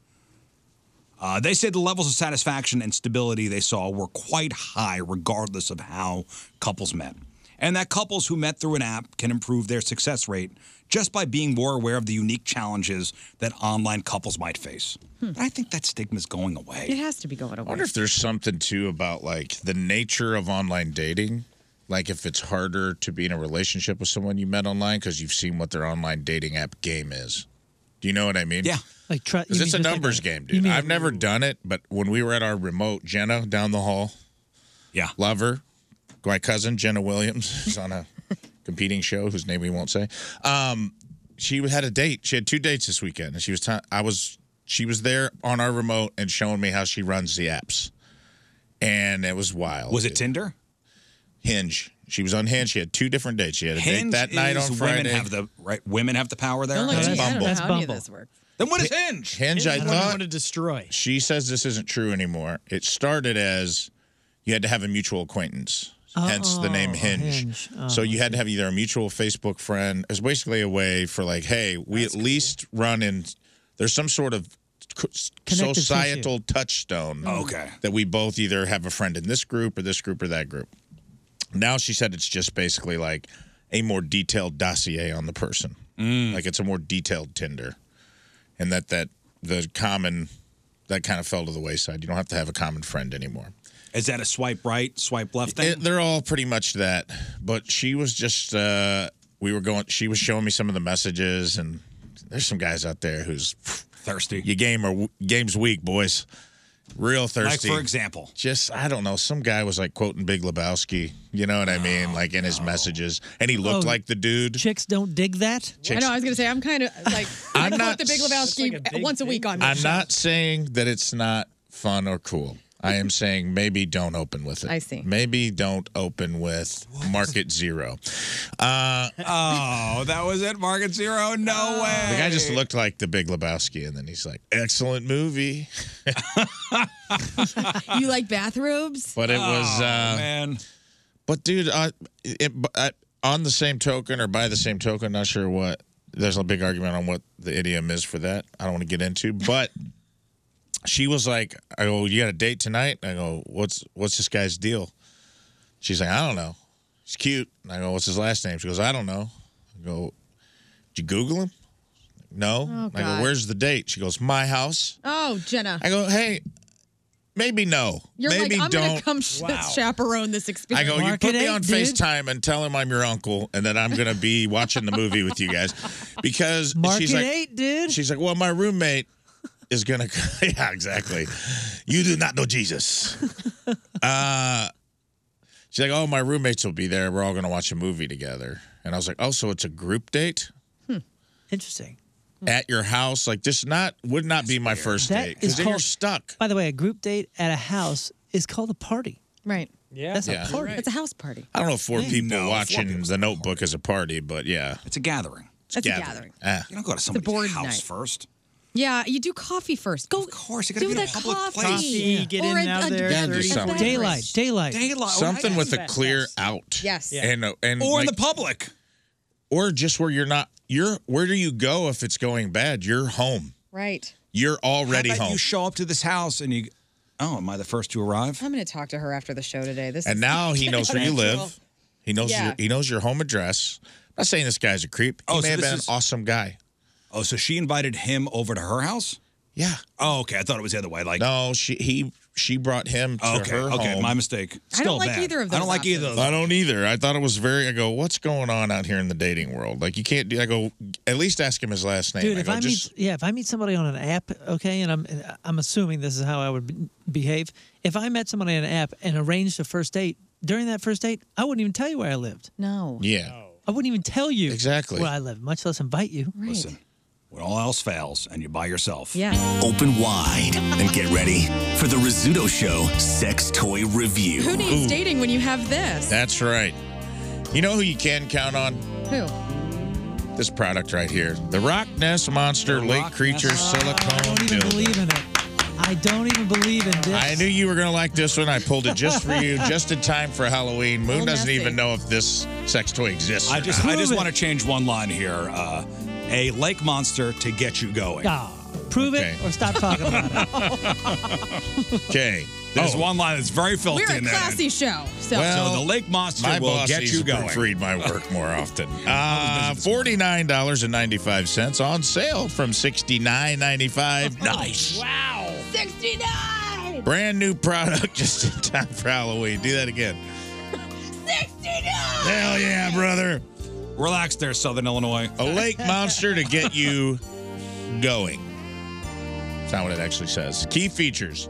[SPEAKER 1] Uh, they said the levels of satisfaction and stability they saw were quite high, regardless of how couples met. And that couples who met through an app can improve their success rate just by being more aware of the unique challenges that online couples might face. But I think that stigma's going away.
[SPEAKER 2] Hmm. It has to be going
[SPEAKER 4] I wonder
[SPEAKER 2] away.
[SPEAKER 4] if there's something too about like the nature of online dating. Like if it's harder to be in a relationship with someone you met online because you've seen what their online dating app game is. Do you know what I mean? Yeah.
[SPEAKER 3] Like try,
[SPEAKER 4] Because
[SPEAKER 3] you
[SPEAKER 4] it's a
[SPEAKER 3] mean just like
[SPEAKER 4] numbers
[SPEAKER 3] a-
[SPEAKER 4] game,
[SPEAKER 3] you
[SPEAKER 4] dude.
[SPEAKER 3] mean-
[SPEAKER 4] I've never done it, but when we were at our remote, Jenna down the hall,
[SPEAKER 1] yeah,
[SPEAKER 4] love her. My cousin Jenna Williams is on a competing show whose name we won't say. Um, she had a date. She had two dates this weekend, and she was. T- I was. She was there on our remote and showing me how she runs the apps, and it was wild.
[SPEAKER 1] Was it Tinder?
[SPEAKER 4] Hinge. She was on Hinge. She had two different dates. She had a date
[SPEAKER 1] Hinge
[SPEAKER 4] that night
[SPEAKER 1] is
[SPEAKER 4] on Friday.
[SPEAKER 1] Women have the right. Women have the power there.
[SPEAKER 4] Don't look at That's me. I don't know Bumble. how any of
[SPEAKER 2] this works.
[SPEAKER 1] Then what is Hinge?
[SPEAKER 4] Hinge, I thought
[SPEAKER 3] to destroy.
[SPEAKER 4] She says this isn't true anymore. It started as you had to have a mutual acquaintance, hence the name
[SPEAKER 3] Oh,
[SPEAKER 4] Hinge.
[SPEAKER 3] Hinge. Oh,
[SPEAKER 4] so you had to have either a mutual Facebook friend. It's basically a way for like, hey, we at least run in. There's some sort of co-
[SPEAKER 3] Connective Mm.
[SPEAKER 4] societal touchstone.
[SPEAKER 1] Okay.
[SPEAKER 4] That we both either have a friend in this group or this group or that group. Now she said it's just basically like a more detailed dossier on the person. Like it's a more detailed Tinder, and that that the common that kind of fell to the wayside. You don't have to have a common friend anymore.
[SPEAKER 1] Is that a swipe right, swipe left thing?
[SPEAKER 4] It- they're all pretty much that. But she was just uh we were going she was showing me some of the messages and there's some guys out there who's
[SPEAKER 1] thirsty.
[SPEAKER 4] Your game or game's weak, boys. Real thirsty.
[SPEAKER 1] Like for example.
[SPEAKER 4] Just I don't know, some guy was like quoting Big Lebowski, you know what I
[SPEAKER 1] Oh,
[SPEAKER 4] mean, like in his messages and he looked
[SPEAKER 3] Oh.
[SPEAKER 4] like the dude.
[SPEAKER 3] Chicks don't dig that.
[SPEAKER 2] I
[SPEAKER 4] Chicks-
[SPEAKER 2] know. I was gonna say I'm kind of like I
[SPEAKER 4] I'm
[SPEAKER 2] quote
[SPEAKER 4] not-
[SPEAKER 2] the Big Lebowski once a week on.
[SPEAKER 4] I'm
[SPEAKER 2] this show.
[SPEAKER 4] not saying that it's not fun or cool. I am saying maybe don't open with it.
[SPEAKER 2] I see.
[SPEAKER 4] Maybe don't open with market zero. Uh,
[SPEAKER 1] oh, that was it, market zero. No way.
[SPEAKER 4] The guy just looked like the Big Lebowski, and then he's like, "Excellent movie,"
[SPEAKER 2] You like bathrobes?
[SPEAKER 4] but it was. Uh,
[SPEAKER 1] man.
[SPEAKER 4] But dude, uh, it, but, uh, on the same token, or by the same token, not sure what. There's a big argument on what the idiom is for that. I don't want to get into, but. She was like, "I go, you got a date tonight?" I go, "What's what's this guy's deal?" She's like, "I don't know. He's cute." And I go, "What's his last name?" She goes, "I don't know." I go, "Did you Google him?" No.
[SPEAKER 2] Oh,
[SPEAKER 4] And I
[SPEAKER 2] God.
[SPEAKER 4] go, "Where's the date?" She goes, "My house."
[SPEAKER 2] Oh, Jenna.
[SPEAKER 4] I go, hey, maybe no.
[SPEAKER 2] You're
[SPEAKER 4] maybe
[SPEAKER 2] like, I'm
[SPEAKER 4] don't.
[SPEAKER 2] gonna come sh- chaperone
[SPEAKER 4] I
[SPEAKER 2] this experience.
[SPEAKER 4] go, you put me on FaceTime and tell him I'm your uncle and that I'm going to be watching the movie with you guys. Because she's
[SPEAKER 3] Market
[SPEAKER 4] like,
[SPEAKER 3] eight, dude.
[SPEAKER 4] She's like, well, my roommate is going to. yeah, exactly. You do not know Jesus. uh, she's like, oh, my roommates will be there. We're all going to watch a movie together. And I was like, oh, so it's a group date?
[SPEAKER 3] Hmm. Interesting.
[SPEAKER 4] at your house. Like this not would not be my first date.
[SPEAKER 3] That is
[SPEAKER 4] 'cause then you're
[SPEAKER 3] called stuck. By the way, a group date at a house is called a party.
[SPEAKER 2] Right.
[SPEAKER 3] Yeah. That's
[SPEAKER 4] Yeah.
[SPEAKER 3] a party.
[SPEAKER 2] It's a house party.
[SPEAKER 4] I don't know if four
[SPEAKER 2] Yeah.
[SPEAKER 4] people
[SPEAKER 2] No, four
[SPEAKER 4] watching The Notebook as a party, but yeah, Ah. it's
[SPEAKER 1] a gathering.
[SPEAKER 4] It's
[SPEAKER 2] It's a gathering.
[SPEAKER 1] You don't go to
[SPEAKER 2] It's a
[SPEAKER 1] somebody's
[SPEAKER 2] board
[SPEAKER 1] house
[SPEAKER 2] night.
[SPEAKER 1] first.
[SPEAKER 2] Yeah, you do coffee first. Go. Of course,
[SPEAKER 1] you gotta
[SPEAKER 2] do
[SPEAKER 1] be in
[SPEAKER 2] the
[SPEAKER 1] a public
[SPEAKER 2] coffee.
[SPEAKER 1] place. Coffee, get in
[SPEAKER 2] or a,
[SPEAKER 1] and out
[SPEAKER 2] a
[SPEAKER 1] there,
[SPEAKER 2] drink
[SPEAKER 4] That'd be
[SPEAKER 2] at
[SPEAKER 4] something.
[SPEAKER 2] breakfast.
[SPEAKER 3] Daylight, daylight.
[SPEAKER 2] Daylight,
[SPEAKER 4] Something
[SPEAKER 2] right.
[SPEAKER 4] with a
[SPEAKER 2] Oh, Yes.
[SPEAKER 4] clear out.
[SPEAKER 2] Yes. Yeah.
[SPEAKER 4] And, and
[SPEAKER 2] Or in
[SPEAKER 4] like-
[SPEAKER 2] the public.
[SPEAKER 4] Or just where you're not you're where do you go if it's going bad? You're home.
[SPEAKER 2] Right.
[SPEAKER 4] You're already
[SPEAKER 1] How about
[SPEAKER 4] home.
[SPEAKER 1] You show up to this house and you. Oh, am I the first to arrive?
[SPEAKER 2] I'm going to talk to her after the show today. This
[SPEAKER 4] and
[SPEAKER 2] is
[SPEAKER 4] now he knows where you live.
[SPEAKER 2] Natural.
[SPEAKER 4] He knows
[SPEAKER 2] Yeah.
[SPEAKER 4] your, he knows your home address. I'm not saying this guy's a creep. He
[SPEAKER 1] Oh,
[SPEAKER 4] may
[SPEAKER 1] so
[SPEAKER 4] have
[SPEAKER 1] this
[SPEAKER 4] been
[SPEAKER 1] is-
[SPEAKER 4] an awesome guy.
[SPEAKER 1] Oh, so she invited him over to her house?
[SPEAKER 4] Yeah.
[SPEAKER 1] Oh, okay. I thought it was the other way. Like
[SPEAKER 4] no, she he she brought him to
[SPEAKER 1] okay,
[SPEAKER 4] her
[SPEAKER 1] Okay,
[SPEAKER 4] home.
[SPEAKER 1] my mistake.
[SPEAKER 2] I don't like either of
[SPEAKER 1] I don't
[SPEAKER 2] those
[SPEAKER 1] like either of
[SPEAKER 4] I
[SPEAKER 1] those.
[SPEAKER 4] don't either. I thought it was very. I go, what's going on out here in the dating world? Like you can't do. I go, at least ask him his last name.
[SPEAKER 3] Dude,
[SPEAKER 4] I
[SPEAKER 3] if
[SPEAKER 4] go,
[SPEAKER 3] I
[SPEAKER 4] just
[SPEAKER 3] meet yeah, if I meet somebody on an app, okay, and I'm and I'm assuming this is how I would be- behave. If I met somebody on an app and arranged a first date, during that first date, I wouldn't even tell you where I lived.
[SPEAKER 2] No.
[SPEAKER 4] yeah.
[SPEAKER 3] I wouldn't even tell you
[SPEAKER 4] Exactly.
[SPEAKER 3] where I live, much less invite you.
[SPEAKER 1] Listen, when all else fails and you're by yourself.
[SPEAKER 2] Yeah.
[SPEAKER 9] Open wide and get ready for the Rizzuto Show Sex Toy Review.
[SPEAKER 2] Who needs dating when you have this?
[SPEAKER 4] That's right. You know who you can count on?
[SPEAKER 2] Who?
[SPEAKER 4] This product right here, the Rock Nest Monster Lake Creature Silicone
[SPEAKER 3] I don't even
[SPEAKER 4] Dildo.
[SPEAKER 3] believe in it. I don't even believe in this.
[SPEAKER 4] I knew you were gonna like this one. I pulled it just for you, just in time for Halloween. Moon
[SPEAKER 3] Little
[SPEAKER 4] doesn't
[SPEAKER 3] messy.
[SPEAKER 4] even know if this sex toy exists.
[SPEAKER 1] I
[SPEAKER 4] or
[SPEAKER 1] just
[SPEAKER 4] not.
[SPEAKER 1] I just want to change one line here. Uh, a lake monster to get you going.
[SPEAKER 3] Ah, prove it or stop talking about it.
[SPEAKER 4] Okay.
[SPEAKER 1] There's one line that's very filthy
[SPEAKER 2] We're a
[SPEAKER 1] in there.
[SPEAKER 2] classy show. So,
[SPEAKER 1] Well, So the lake monster
[SPEAKER 4] my
[SPEAKER 1] will
[SPEAKER 4] boss
[SPEAKER 1] get
[SPEAKER 4] needs
[SPEAKER 1] you
[SPEAKER 4] to
[SPEAKER 1] going.
[SPEAKER 4] proofread my work more often. Uh, Forty-nine dollars and ninety-five cents on sale from sixty-nine ninety-five. Nice,
[SPEAKER 12] Wow. 69!
[SPEAKER 4] brand new product just in time for Halloween. Do that again.
[SPEAKER 12] 69!
[SPEAKER 4] Hell yeah, brother!
[SPEAKER 1] Relax there, Southern Illinois.
[SPEAKER 4] A lake monster to get you going. That's not what it actually says. Key features.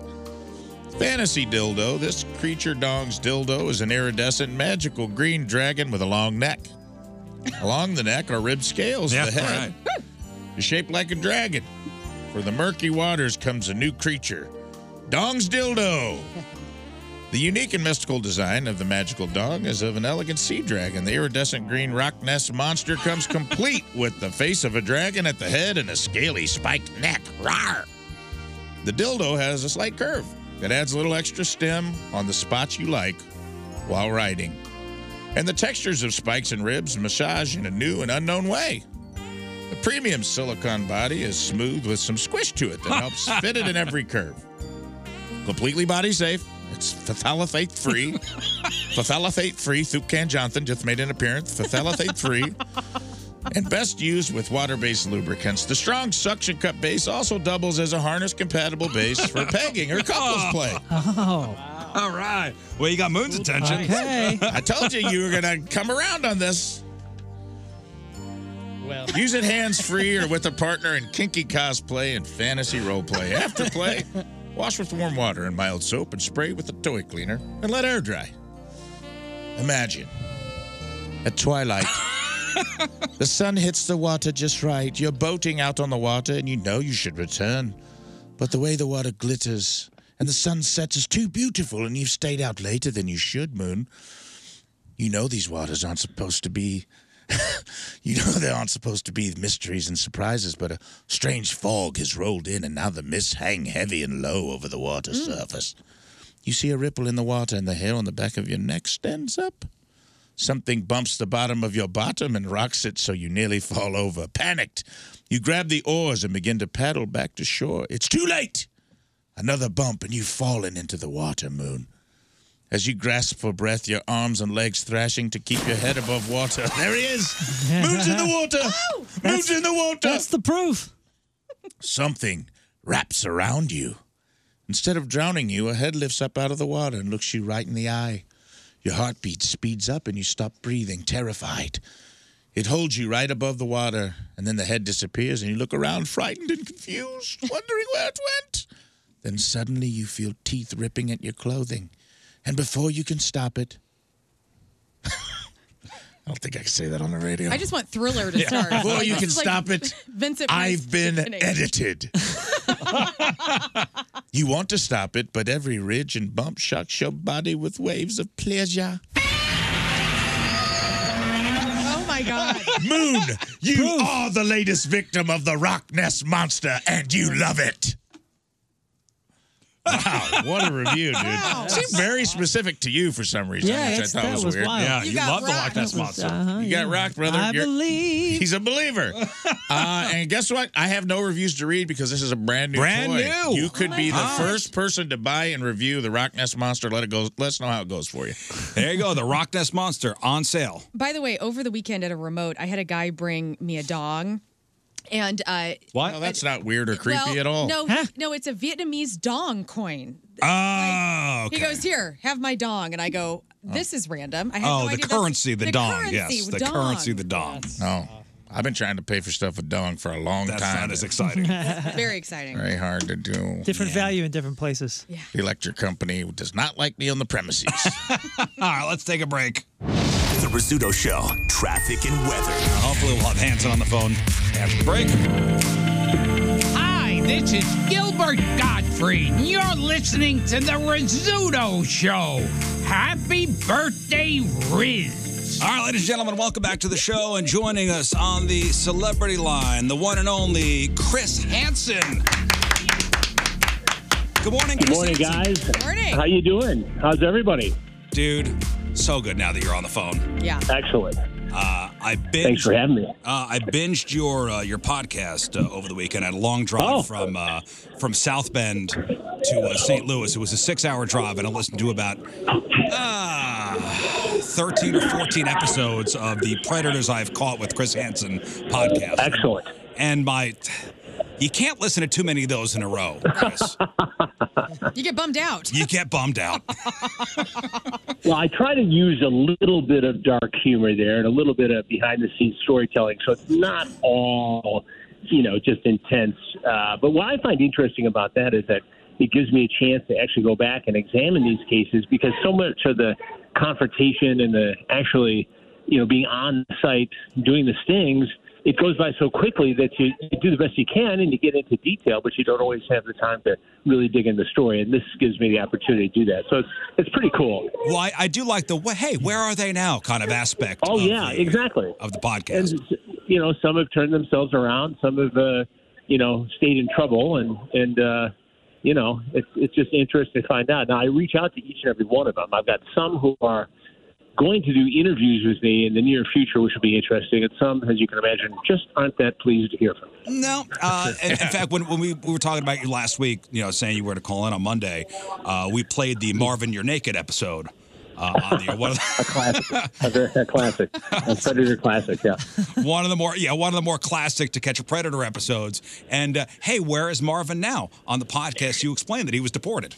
[SPEAKER 4] Fantasy dildo. This creature dong's dildo is an iridescent magical green dragon with a long neck. Along the neck are ribbed scales.
[SPEAKER 1] Yeah,
[SPEAKER 4] the head is shaped like a dragon. For the murky waters comes a new creature, Dong's dildo. The unique and mystical design of the magical dong is of an elegant sea dragon. The iridescent green rock nest monster comes complete with the face of a dragon at the head and a scaly spiked neck. Rawr! The dildo has a slight curve that adds a little extra stem on the spots you like while riding. And the textures of spikes and ribs massage in a new and unknown way. The premium silicone body is smooth with some squish to it that helps fit it in every curve. Completely body safe. It's phthalate free. phthalate free. Thupcan Johnson just made an appearance. Phthalate free. And best used with water based lubricants. The strong suction cup base also doubles as a harness compatible base for pegging or couples play.
[SPEAKER 3] Oh,
[SPEAKER 1] All right. Well, you got Moon's attention.
[SPEAKER 3] Okay.
[SPEAKER 4] I told you you were going to come around on this.
[SPEAKER 3] Well.
[SPEAKER 4] Use it hands free or with a partner in kinky cosplay and fantasy role play. After play, wash with warm water and mild soap and spray with a toy cleaner and let air dry. Imagine at twilight, the sun hits the water just right. You're boating out on the water and you know you should return. But the way the water glitters and the sun sets is too beautiful, and you've stayed out later than you should, Moon. You know these waters aren't supposed to be. you know they aren't supposed to be mysteries and surprises, but a strange fog has rolled in, and now the mists hang heavy and low over the water
[SPEAKER 12] Mm.
[SPEAKER 4] surface. You see a ripple in the water, and the hair on the back of your neck stands up. Something bumps the bottom of your bottom and rocks it so you nearly fall over. Panicked, you grab the oars and begin to paddle back to shore. It's too late! Another bump and you've fallen into the water, Moon. As you grasp for breath, your arms and legs thrashing to keep your head above water. There he is! Moon's in the water!
[SPEAKER 3] Oh.
[SPEAKER 4] Moon's in the water! That's
[SPEAKER 3] the proof.
[SPEAKER 4] Something wraps around you. Instead of drowning you, a head lifts up out of the water and looks you right in the eye. Your heartbeat speeds up and you stop breathing, terrified. It holds you right above the water, and then the head disappears, and you look around, frightened and confused, wondering where it went. Then suddenly you feel teeth ripping at your clothing, and before you can stop it, I don't think I can say that on the radio.
[SPEAKER 2] I just want Thriller to
[SPEAKER 4] Yeah.
[SPEAKER 2] start.
[SPEAKER 4] Well,
[SPEAKER 2] Like,
[SPEAKER 4] you
[SPEAKER 2] this
[SPEAKER 4] can
[SPEAKER 2] is like
[SPEAKER 4] stop it.
[SPEAKER 2] Vincent. Price
[SPEAKER 4] I've been
[SPEAKER 2] beginning.
[SPEAKER 4] edited. you want to stop it, but every ridge and bump shocks your body with waves of pleasure.
[SPEAKER 2] Oh my God.
[SPEAKER 4] Moon, you are the latest victim of the Rock Nest Monster, and you love it. Wow, what a review, dude. Seemed very specific to you for some reason,
[SPEAKER 3] Yeah,
[SPEAKER 4] which I
[SPEAKER 3] it's-
[SPEAKER 4] thought
[SPEAKER 3] that
[SPEAKER 4] was,
[SPEAKER 3] was
[SPEAKER 4] weird.
[SPEAKER 3] wild. You got rocked. That was- uh-huh,
[SPEAKER 4] you got
[SPEAKER 3] yeah.
[SPEAKER 4] rocked, brother.
[SPEAKER 3] I
[SPEAKER 4] believe. He's a believer. uh, and guess what? I have no reviews to read because this is a brand new
[SPEAKER 1] Brand
[SPEAKER 4] toy.
[SPEAKER 1] new.
[SPEAKER 4] You could
[SPEAKER 1] Oh
[SPEAKER 4] be
[SPEAKER 1] my
[SPEAKER 4] the
[SPEAKER 1] gosh.
[SPEAKER 4] first person to buy and review the Rock Nest Monster. Let it go. Let us know how it goes for you.
[SPEAKER 1] There you go. The Rock Nest Monster on sale.
[SPEAKER 2] By the way, over the weekend at a remote, I had a guy bring me a dong, and uh,
[SPEAKER 4] Why? No, that's not weird or creepy
[SPEAKER 2] well,
[SPEAKER 4] at all.
[SPEAKER 2] No, no, it's a Vietnamese dong coin.
[SPEAKER 1] Oh, okay.
[SPEAKER 2] He goes, "Here, have my dong," and I go, "This is random." I had
[SPEAKER 4] Oh,
[SPEAKER 2] no
[SPEAKER 4] the
[SPEAKER 2] idea that's-
[SPEAKER 4] currency, the dong,
[SPEAKER 2] currency,
[SPEAKER 4] yes, the
[SPEAKER 2] dong.
[SPEAKER 4] currency, the dong. No, Oh, I've been trying to pay for stuff with dong for a long
[SPEAKER 1] That's
[SPEAKER 4] time.
[SPEAKER 1] not as exciting.
[SPEAKER 2] Very exciting.
[SPEAKER 4] Very hard to do.
[SPEAKER 3] Different value in different places.
[SPEAKER 4] The electric company does not like me on the premises.
[SPEAKER 1] All right, let's take a break.
[SPEAKER 9] The Rizzuto Show, traffic and weather.
[SPEAKER 1] Hopefully, we'll have Hanson on the phone after the break.
[SPEAKER 15] Hi, this is Gilbert Gottfried, and you're listening to The Rizzuto Show. Happy birthday, Riz.
[SPEAKER 1] All right, ladies and gentlemen, welcome back to the show. And joining us on the celebrity line, the one and only Chris Hansen. Good morning,
[SPEAKER 16] Good
[SPEAKER 1] Chris
[SPEAKER 16] morning,
[SPEAKER 1] Hansen.
[SPEAKER 16] guys. How you doing? How's everybody?
[SPEAKER 1] Dude, so good now that you're on the phone.
[SPEAKER 2] Yeah.
[SPEAKER 16] Excellent.
[SPEAKER 1] Uh, I binged,
[SPEAKER 16] Thanks for having me.
[SPEAKER 1] Uh, I binged your uh, your podcast uh, over the weekend. I had a long drive
[SPEAKER 16] Oh.
[SPEAKER 1] from uh, from South Bend to uh, St. Louis. It was a six hour drive, and I listened to about uh, thirteen or fourteen episodes of the Predators I've Caught with Chris Hansen podcast.
[SPEAKER 16] Excellent.
[SPEAKER 1] And my, you can't listen to too many of those in a row. Chris.
[SPEAKER 2] You get bummed out.
[SPEAKER 1] you get bummed out.
[SPEAKER 16] Well, I try to use a little bit of dark humor there and a little bit of behind the scenes storytelling. So it's not all, you know, just intense. Uh, but what I find interesting about that is that it gives me a chance to actually go back and examine these cases because so much of the confrontation and the actually, you know, being on site doing the stings, it goes by so quickly that you, you do the best you can and you get into detail, but you don't always have the time to really dig into the story. And this gives me the opportunity to do that. So it's, it's pretty cool.
[SPEAKER 1] Well, I, I do like the wh- hey, where are they now kind of aspect. Oh yeah,
[SPEAKER 16] exactly
[SPEAKER 1] of the podcast.
[SPEAKER 16] And you know, some have turned themselves around. Some have, uh, you know, stayed in trouble, and and uh, you know, it's it's just interesting to find out. Now I reach out to each and every one of them. I've got some who are going to do interviews with me in the near future, which will be interesting, and some, as you can imagine, just aren't that pleased to hear from. me.
[SPEAKER 1] No. Uh, in, in fact, when, when we, we were talking about you last week, you know, saying you were to call in on Monday, uh, we played the Marvin You're Naked episode. Uh, on the, one, of
[SPEAKER 16] A classic, a, very, a classic, a predator classic. Yeah.
[SPEAKER 1] the, one of the more yeah one of the more classic To Catch a Predator episodes. And uh, hey, where is Marvin now? On the podcast, you explained that he was deported.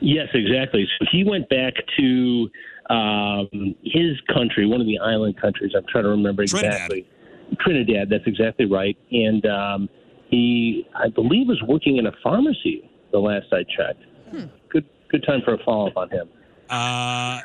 [SPEAKER 16] Yes, exactly. So he went back to um, his country, one of the island countries. I'm trying to remember
[SPEAKER 1] Trinidad.
[SPEAKER 16] exactly. Trinidad. That's exactly right. And um, he, I believe, was working in a pharmacy the last I checked. Good, good time for a follow up on him.
[SPEAKER 1] Uh,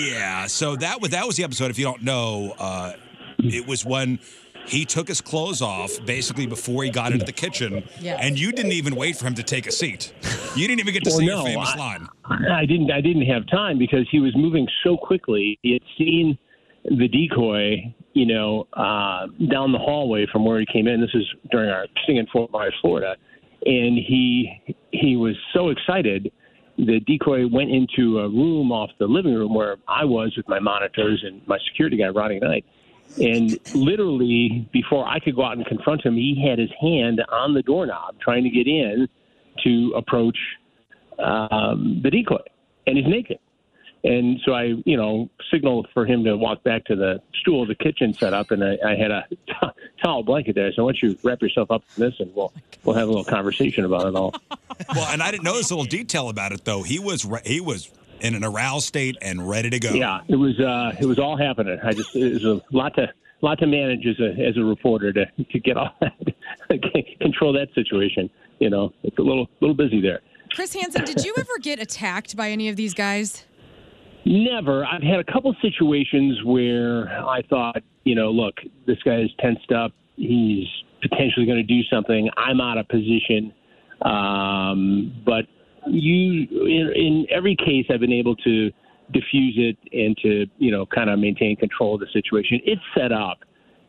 [SPEAKER 1] yeah. So that was that was the episode. If you don't know, uh, it was when he took his clothes off basically before he got into the kitchen,
[SPEAKER 16] Yeah.
[SPEAKER 1] and you didn't even wait for him to take a seat. You didn't even get to
[SPEAKER 16] Well,
[SPEAKER 1] see
[SPEAKER 16] no,
[SPEAKER 1] your famous
[SPEAKER 16] I-
[SPEAKER 1] line.
[SPEAKER 16] I didn't. I didn't have time because he was moving so quickly. He had seen the decoy, you know, uh, down the hallway from where he came in. This is during our sting in Fort Myers, Florida, and he he was so excited. The decoy went into a room off the living room where I was with my monitors and my security guy, Ronnie Knight. And literally, before I could go out and confront him, he had his hand on the doorknob trying to get in to approach um, the decoy, and he's naked. And so I, you know, signaled for him to walk back to the stool, the kitchen set up, and I, I had a towel blanket there. So why don't you wrap yourself up in this, and we'll we'll have a little conversation about it all.
[SPEAKER 1] Well, and I didn't know this little detail about it though. He was re- he was in an aroused state and ready to go.
[SPEAKER 16] Yeah, it was uh, it was all happening. I just it was a lot to lot to manage as a as a reporter to to get all that control that situation. You know, it's a little little busy there.
[SPEAKER 2] Chris Hansen, did you ever get attacked by any of these guys?
[SPEAKER 16] Never. I've had a couple situations where I thought, you know, look, this guy is tensed up. He's potentially going to do something. I'm out of position. Um, but you, in, in every case, I've been able to diffuse it and to, you know, kind of maintain control of the situation. It's set up,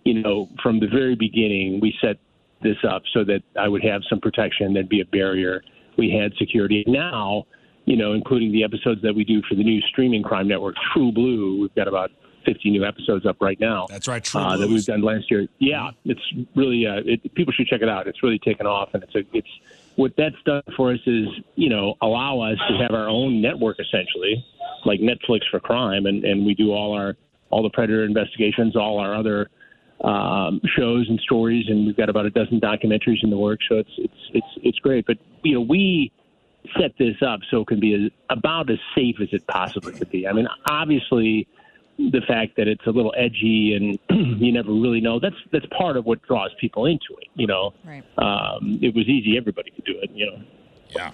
[SPEAKER 16] you know, from the very beginning. We set this up so that I would have some protection. There'd be a barrier. We had security. Now, you know, including the episodes that we do for the new streaming crime network, True Blue. We've got about 50 new episodes up right now.
[SPEAKER 1] That's right, True Mm-hmm.
[SPEAKER 16] uh, that
[SPEAKER 1] Blues.
[SPEAKER 16] we've done last year. Yeah, it's really uh, it, people should check it out. It's really taken off, and it's a it's what that's done for us is you know allow us to have our own network essentially, like Netflix for crime, and and we do all our all the predator investigations, all our other um, shows and stories, and we've got about a dozen documentaries in the works. So it's it's it's it's great. But you know, we set this up so it can be as, about as safe as it possibly could be. I mean, obviously, the fact that it's a little edgy and you never really know that's that's part of what draws people into it. You know,
[SPEAKER 2] right.
[SPEAKER 16] um, it was easy; everybody could do it. You know.
[SPEAKER 4] Yeah.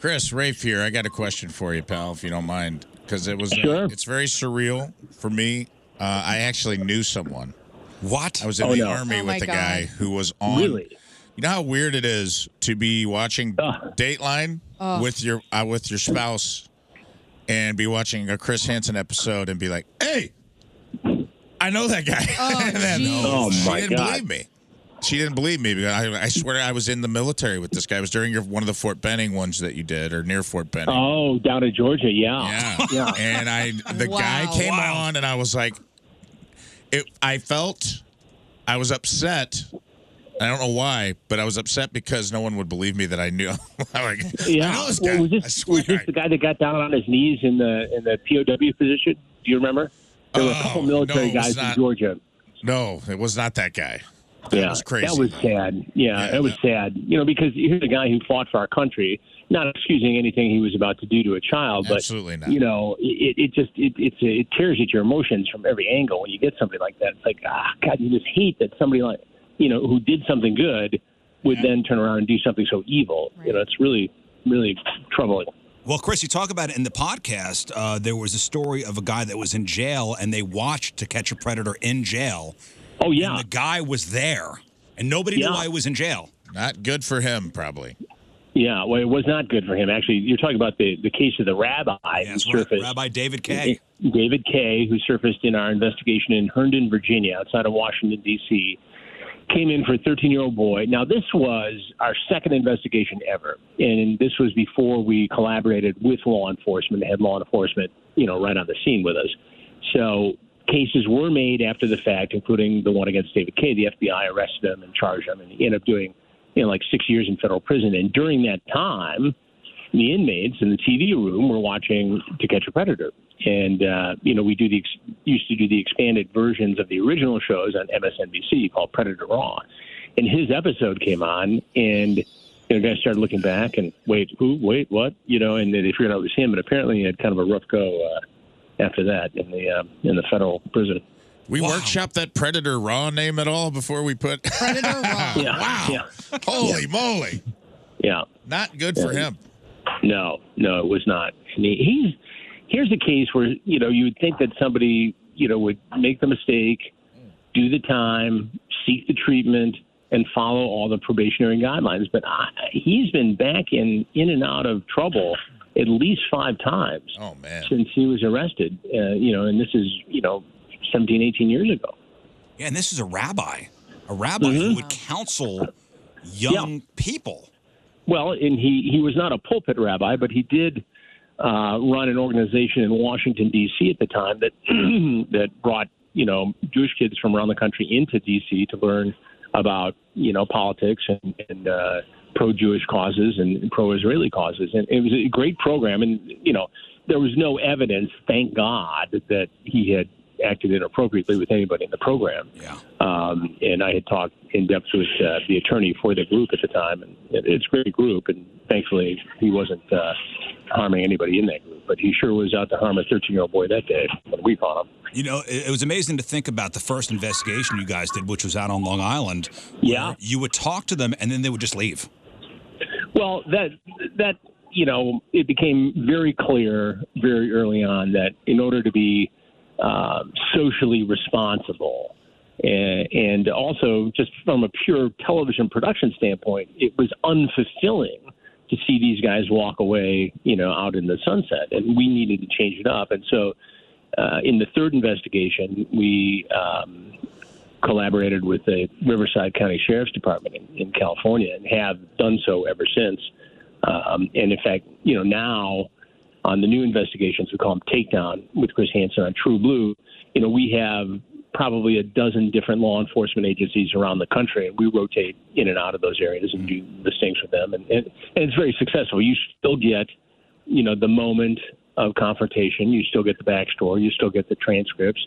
[SPEAKER 4] Chris Rafe here. I got a question for you, pal, if you don't mind, because it was uh,
[SPEAKER 16] Sure.
[SPEAKER 4] it's very surreal for me. Uh, I actually knew someone.
[SPEAKER 1] What?
[SPEAKER 4] I was in
[SPEAKER 16] Oh,
[SPEAKER 4] the
[SPEAKER 16] no.
[SPEAKER 4] army
[SPEAKER 16] Oh, my
[SPEAKER 4] with a
[SPEAKER 16] God.
[SPEAKER 4] guy who was on.
[SPEAKER 16] Really?
[SPEAKER 4] You know how weird it is to be watching Dateline
[SPEAKER 17] Ugh.
[SPEAKER 4] with your uh, with your spouse and be watching a Chris Hansen episode and be like, "Hey, I know that guy."
[SPEAKER 17] Oh,
[SPEAKER 4] And then-
[SPEAKER 17] jeez. Oh,
[SPEAKER 4] she
[SPEAKER 17] my
[SPEAKER 4] didn't
[SPEAKER 17] God.
[SPEAKER 4] believe me. She didn't believe me. because I, I swear I was in the military with this guy. It was during your, one of the Fort Benning ones that you did, or near Fort Benning.
[SPEAKER 16] Oh, down in Georgia, yeah.
[SPEAKER 4] Yeah. And I the guy
[SPEAKER 16] Wow.
[SPEAKER 4] came
[SPEAKER 16] Wow.
[SPEAKER 4] on and I was like it I felt I was upset. I don't know why, but I was upset because no one would believe me that I knew. I'm like, I know this guy.
[SPEAKER 16] Well, was this, was this the guy that got down on his knees in the in the POW position? Do you remember? There were a couple
[SPEAKER 4] Oh,
[SPEAKER 16] military
[SPEAKER 4] no, it was
[SPEAKER 16] guys
[SPEAKER 4] not-
[SPEAKER 16] in Georgia.
[SPEAKER 4] No, it was not that guy. That
[SPEAKER 16] yeah,
[SPEAKER 4] was crazy.
[SPEAKER 16] That was sad. Yeah, that was sad. You know, because here's a guy who fought for our country. Not excusing anything he was about to do to a child, but
[SPEAKER 4] Absolutely not.
[SPEAKER 16] you know, it, it just it it's, it tears at your emotions from every angle when you get somebody like that. It's like ah, God, you just hate that somebody like you know who did something good would then turn around and do something so evil. You know, it's really really troubling.
[SPEAKER 1] Well, Chris, you talk about it in the podcast. Uh, there was a story of a guy that was in jail, and they watched to catch a predator in jail.
[SPEAKER 16] Oh yeah,
[SPEAKER 1] the guy was there, and nobody knew why he was in jail.
[SPEAKER 4] Not good for him, probably.
[SPEAKER 16] Yeah, well, it was not good for him. Actually, you're talking about the, the case of the rabbi who surfaced.
[SPEAKER 1] Rabbi David Kay.
[SPEAKER 16] David Kay, who surfaced in our investigation in Herndon, Virginia, outside of Washington, D.C., came in for a 13 year old boy. Now, this was our second investigation ever, and this was before we collaborated with law enforcement. They had law enforcement, you know, right on the scene with us. So cases were made after the fact, including the one against David Kay. The FBI arrested him and charged him, and he ended up doing, you know, like six years in federal prison. And during that time, the inmates in the TV room were watching To Catch a Predator, and uh, you know we do the ex- used to do the expanded versions of the original shows on MSNBC called Predator Raw, and his episode came on, and you know guys started looking back and wait who wait what you know, and then they figured out it was him, and apparently he had kind of a rough go uh, after that in the uh, in the federal prison.
[SPEAKER 4] We workshopped that Predator Raw name at all before we put Predator Raw. wow. Holy moly.
[SPEAKER 16] Yeah.
[SPEAKER 4] Not good for him.
[SPEAKER 16] No, no, it was not. And he, he's here's a case where you know you would think that somebody you know would make the mistake, do the time, seek the treatment, and follow all the probationary guidelines. But I, he's been back in in and out of trouble at least five times
[SPEAKER 4] oh, man.
[SPEAKER 16] since he was arrested. Uh, you know, and this is you know 17, 18 years ago. Mm-hmm.
[SPEAKER 1] Yeah, and this is a rabbi, a rabbi who would counsel young people.
[SPEAKER 16] Well, and he, he was not a pulpit rabbi, but he did uh, run an organization in Washington D.C. at the time that that brought you know Jewish kids from around the country into D.C. to learn about you know politics and, and uh, pro-Jewish causes and pro-Israeli causes, and it was a great program. And you know there was no evidence, thank God, that he had acted inappropriately with anybody in the program.
[SPEAKER 1] Yeah.
[SPEAKER 16] Um, and I had talked in depth with uh, the attorney for the group at the time, and it, it's a great group. And thankfully, he wasn't uh, harming anybody in that group, but he sure was out to harm a 13 year old boy that day when we caught him.
[SPEAKER 1] You know, it, it was amazing to think about the first investigation you guys did, which was out on Long Island. Yeah. You would talk to them, and then they would just leave.
[SPEAKER 16] Well, that that you know, it became very clear very early on that in order to be um, socially responsible, and, and also just from a pure television production standpoint, it was unfulfilling to see these guys walk away, you know, out in the sunset, and we needed to change it up. And so, uh, in the third investigation, we um, collaborated with the Riverside County Sheriff's Department in, in California, and have done so ever since. Um, and in fact, you know, now on the new investigations, we call them Takedown with Chris Hansen on True Blue. You know, we have probably a dozen different law enforcement agencies around the country, and we rotate in and out of those areas and do the things with them. And, and, and it's very successful. You still get, you know, the moment of confrontation, you still get the backstory, you still get the transcripts.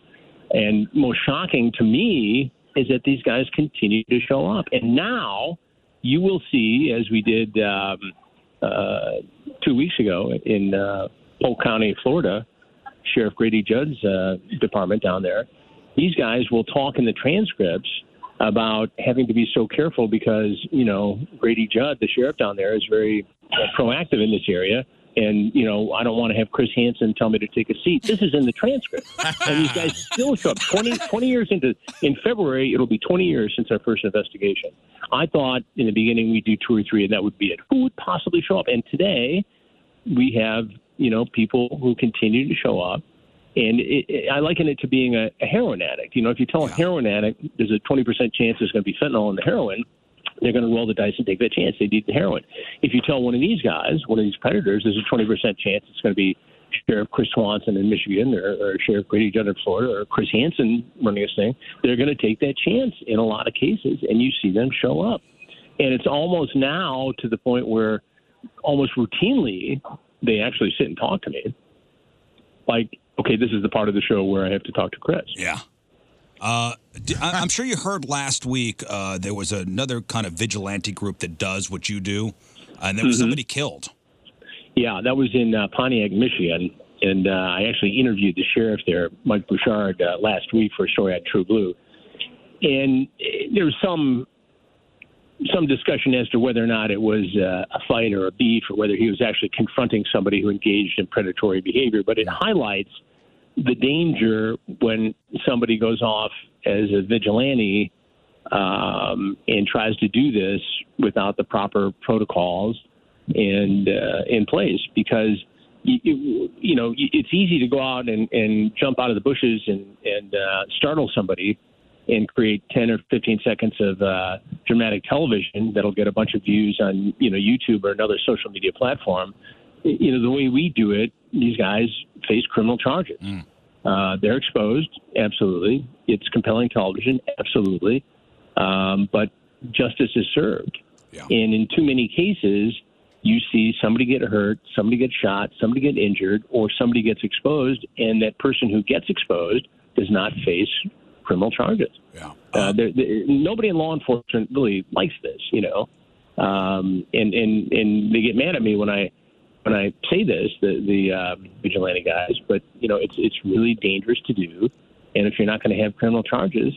[SPEAKER 16] And most shocking to me is that these guys continue to show up. And now you will see, as we did um, uh, two weeks ago in uh, Polk County, Florida, Sheriff Grady Judd's uh, department down there, these guys will talk in the transcripts about having to be so careful because, you know, Grady Judd, the sheriff down there, is very proactive in this area. And, you know, I don't want to have Chris Hansen tell me to take a seat. This is in the transcript. and these guys still show up. 20, 20 years into, in February, it'll be 20 years since our first investigation. I thought in the beginning we'd do two or three and that would be it. Who would possibly show up? And today we have, you know, people who continue to show up. And it, it, I liken it to being a, a heroin addict. You know, if you tell a heroin addict there's a 20% chance there's going to be fentanyl in the heroin, they're going to roll the dice and take that chance. They need the heroin. If you tell one of these guys, one of these predators, there's a 20% chance it's going to be Sheriff Chris Swanson in Michigan or, or Sheriff Grady Judd in Florida or Chris Hansen running this thing, they're going to take that chance in a lot of cases, and you see them show up. And it's almost now to the point where almost routinely they actually sit and talk to me. Like, okay, this is the part of the show where I have to talk to Chris.
[SPEAKER 1] Yeah. Uh, d- I- I'm sure you heard last week uh, there was another kind of vigilante group that does what you do, and there was
[SPEAKER 16] Mhm.
[SPEAKER 1] somebody killed.
[SPEAKER 16] Yeah, that was in uh, Pontiac, Michigan, and uh, I actually interviewed the sheriff there, Mike Bouchard, uh, last week for a story on True Blue, and uh, there was some some discussion as to whether or not it was uh, a fight or a beef, or whether he was actually confronting somebody who engaged in predatory behavior. But it highlights the danger when somebody goes off as a vigilante um, and tries to do this without the proper protocols and uh, in place because you, you, you know y- it's easy to go out and, and jump out of the bushes and, and uh, startle somebody and create 10 or 15 seconds of uh, dramatic television that'll get a bunch of views on you know YouTube or another social media platform. Y- You know the way we do it, these guys face criminal charges. Uh, they're exposed, absolutely. It's compelling television, absolutely. Um, but justice is served. And in too many cases, you see somebody get hurt, somebody get shot, somebody get injured, or somebody gets exposed, and that person who gets exposed does not face criminal charges. Yeah. Uh, there, there, nobody in law enforcement really likes this, you know. Um, and, and, and they get mad at me when I when I say this, the the um vigilante guys, but you know it's it's really dangerous to do, and if you're not going to have criminal charges,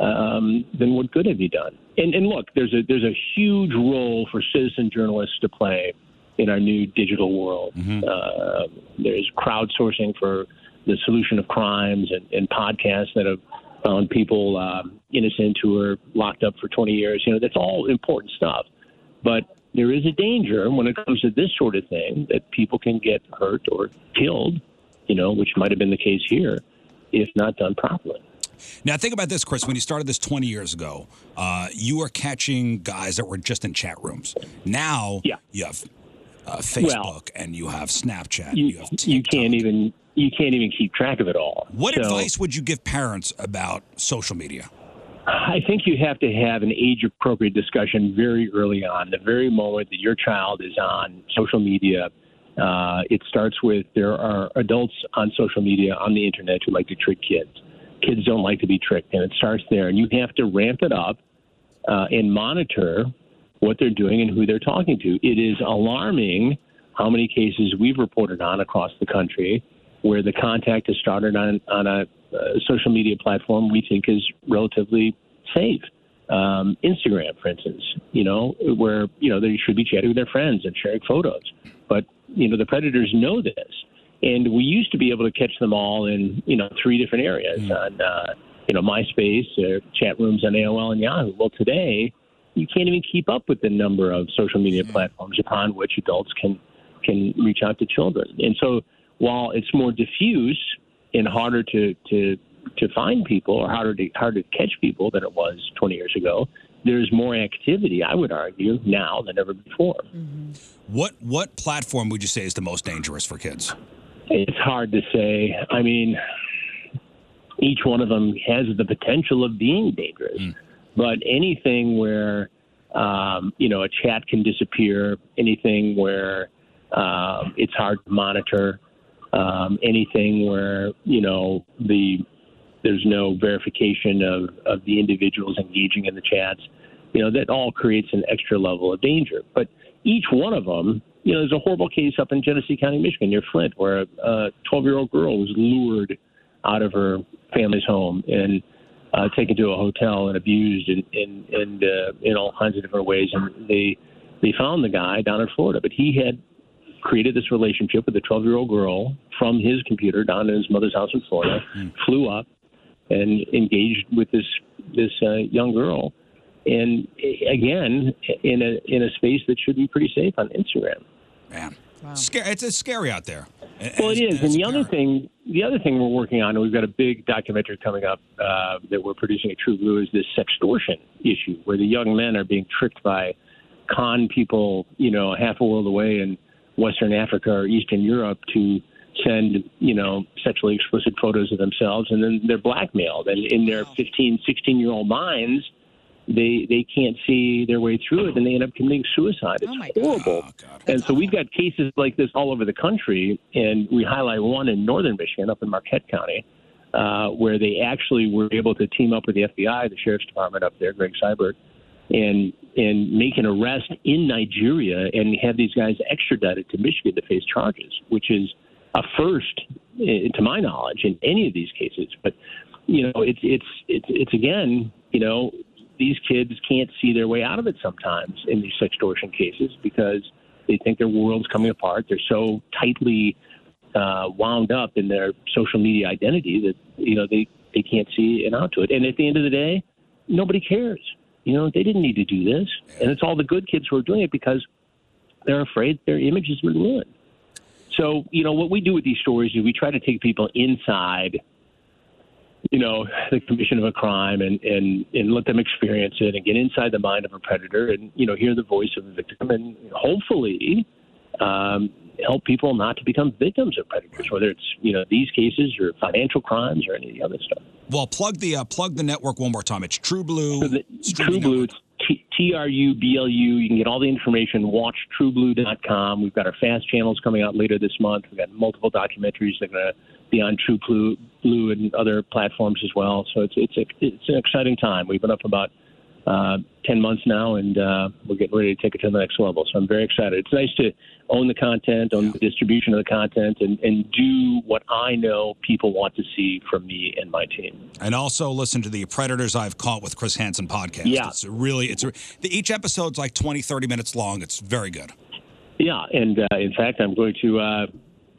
[SPEAKER 16] um, then what good have you done? And and look, there's a there's a huge role for citizen journalists to play in our new digital world. Uh, there's crowdsourcing for the solution of crimes and, and podcasts that have found people um, innocent who are locked up for 20 years. You know that's all important stuff. But there is a danger when it comes to this sort of thing that people can get hurt or killed, you know, which might have been the case here if not done properly.
[SPEAKER 1] Now think about this, Chris. When you started this 20 years ago, uh, you were catching guys that were just in chat rooms. Now you have uh, Facebook and you have Snapchat.
[SPEAKER 16] You, you can't even you can't even keep track of it all.
[SPEAKER 1] What
[SPEAKER 16] So-
[SPEAKER 1] advice would you give parents about social media?
[SPEAKER 16] I think you have to have an age appropriate discussion very early on. The very moment that your child is on social media, uh, it starts with there are adults on social media, on the internet, who like to trick kids. Kids don't like to be tricked, and it starts there. And you have to ramp it up uh, and monitor what they're doing and who they're talking to. It is alarming how many cases we've reported on across the country where the contact is started on, on a uh, social media platform we think is relatively safe. Um, Instagram, for instance, you know, where, you know, they should be chatting with their friends and sharing photos. But you know, the predators know this, and we used to be able to catch them all in you know three different areas on uh, you know MySpace, uh, chat rooms on AOL and Yahoo. Well, today you can't even keep up with the number of social media platforms upon which adults can can reach out to children. And so, while it's more diffuse and harder to to to find people or harder to harder to catch people than it was 20 years ago, there's more activity, I would argue, now than ever before.
[SPEAKER 1] What what platform would you say is the most dangerous for kids?
[SPEAKER 16] It's hard to say. I mean, each one of them has the potential of being dangerous, but anything where um, you know a chat can disappear, anything where um, it's hard to monitor, um, anything where you know the there's no verification of, of the individuals engaging in the chats, you know that all creates an extra level of danger. But each one of them, you know, there's a horrible case up in Genesee County, Michigan, near Flint, where a 12 year old girl was lured out of her family's home and uh, taken to a hotel and abused in in in, uh, in all kinds of different ways. And they they found the guy down in Florida, but he had created this relationship with a 12 year old girl from his computer down in his mother's house in Florida. Flew up and engaged with this this uh, young girl, and eh, again in a in a space that should be pretty safe on Instagram.
[SPEAKER 1] Scar- it's, it's scary out there.
[SPEAKER 16] Well, it is. And the other thing, the other thing we're working on, and we've got a big documentary coming up uh, that we're producing at True Blue, is this sextortion issue, where the young men are being tricked by con people, you know, half a world away in Western Africa or Eastern Europe to send, you know, sexually explicit photos of themselves, and then they're blackmailed. And in their 15, 16 year old minds, they they can't see their way through it and they end up committing suicide. It's horrible. and so we've got cases like this all over the country, and we highlight one in northern Michigan up in Marquette County. Uh, where they actually were able to team up with the FBI, the sheriff's department up there, Greg Seibert, and and make an arrest in Nigeria and have these guys extradited to Michigan to face charges, which is a first, eh, to my knowledge, in any of these cases. But you know, it's it's it's it's again, you know, these kids can't see their way out of it sometimes in these sextortion cases because they think their world's coming apart. They're so tightly uh, wound up in their social media identity that you know they they can't see an out to it. And at the end of the day, nobody cares. You know, they didn't need to do this, and it's all the good kids who are doing it because they're afraid their image has been ruined. So, you know, what we do with these stories is we try to take people inside you know, the commission of a crime and, and, and let them experience it and get inside the mind of a predator and, you know, hear the voice of the victim and hopefully um, help people not to become victims of predators, whether it's, you know, these cases or financial crimes or any of the other stuff.
[SPEAKER 1] Well, plug the uh, plug the network one more time. It's True Blue.
[SPEAKER 16] True Blue, it's T- T-R-U-B-L-U. You can get all the information. Watch TrueBlue.com. We've got our fast channels coming out later this month. We've got multiple documentaries that are going to be on True Blue, Blue and other platforms as well. So it's it's a, it's an exciting time. We've been up about uh, ten months now, and uh, we're getting ready to take it to the next level. So I'm very excited. It's nice to own the content, own the distribution of the content, and and do what I know people want to see from me and my team.
[SPEAKER 1] And also listen to the Predators I've Caught with Chris Hansen podcast.
[SPEAKER 16] Yeah.
[SPEAKER 1] It's really, it's a, the, each episode's like 20, 30 minutes long. It's very good.
[SPEAKER 16] Yeah, and uh, in fact, I'm going to uh,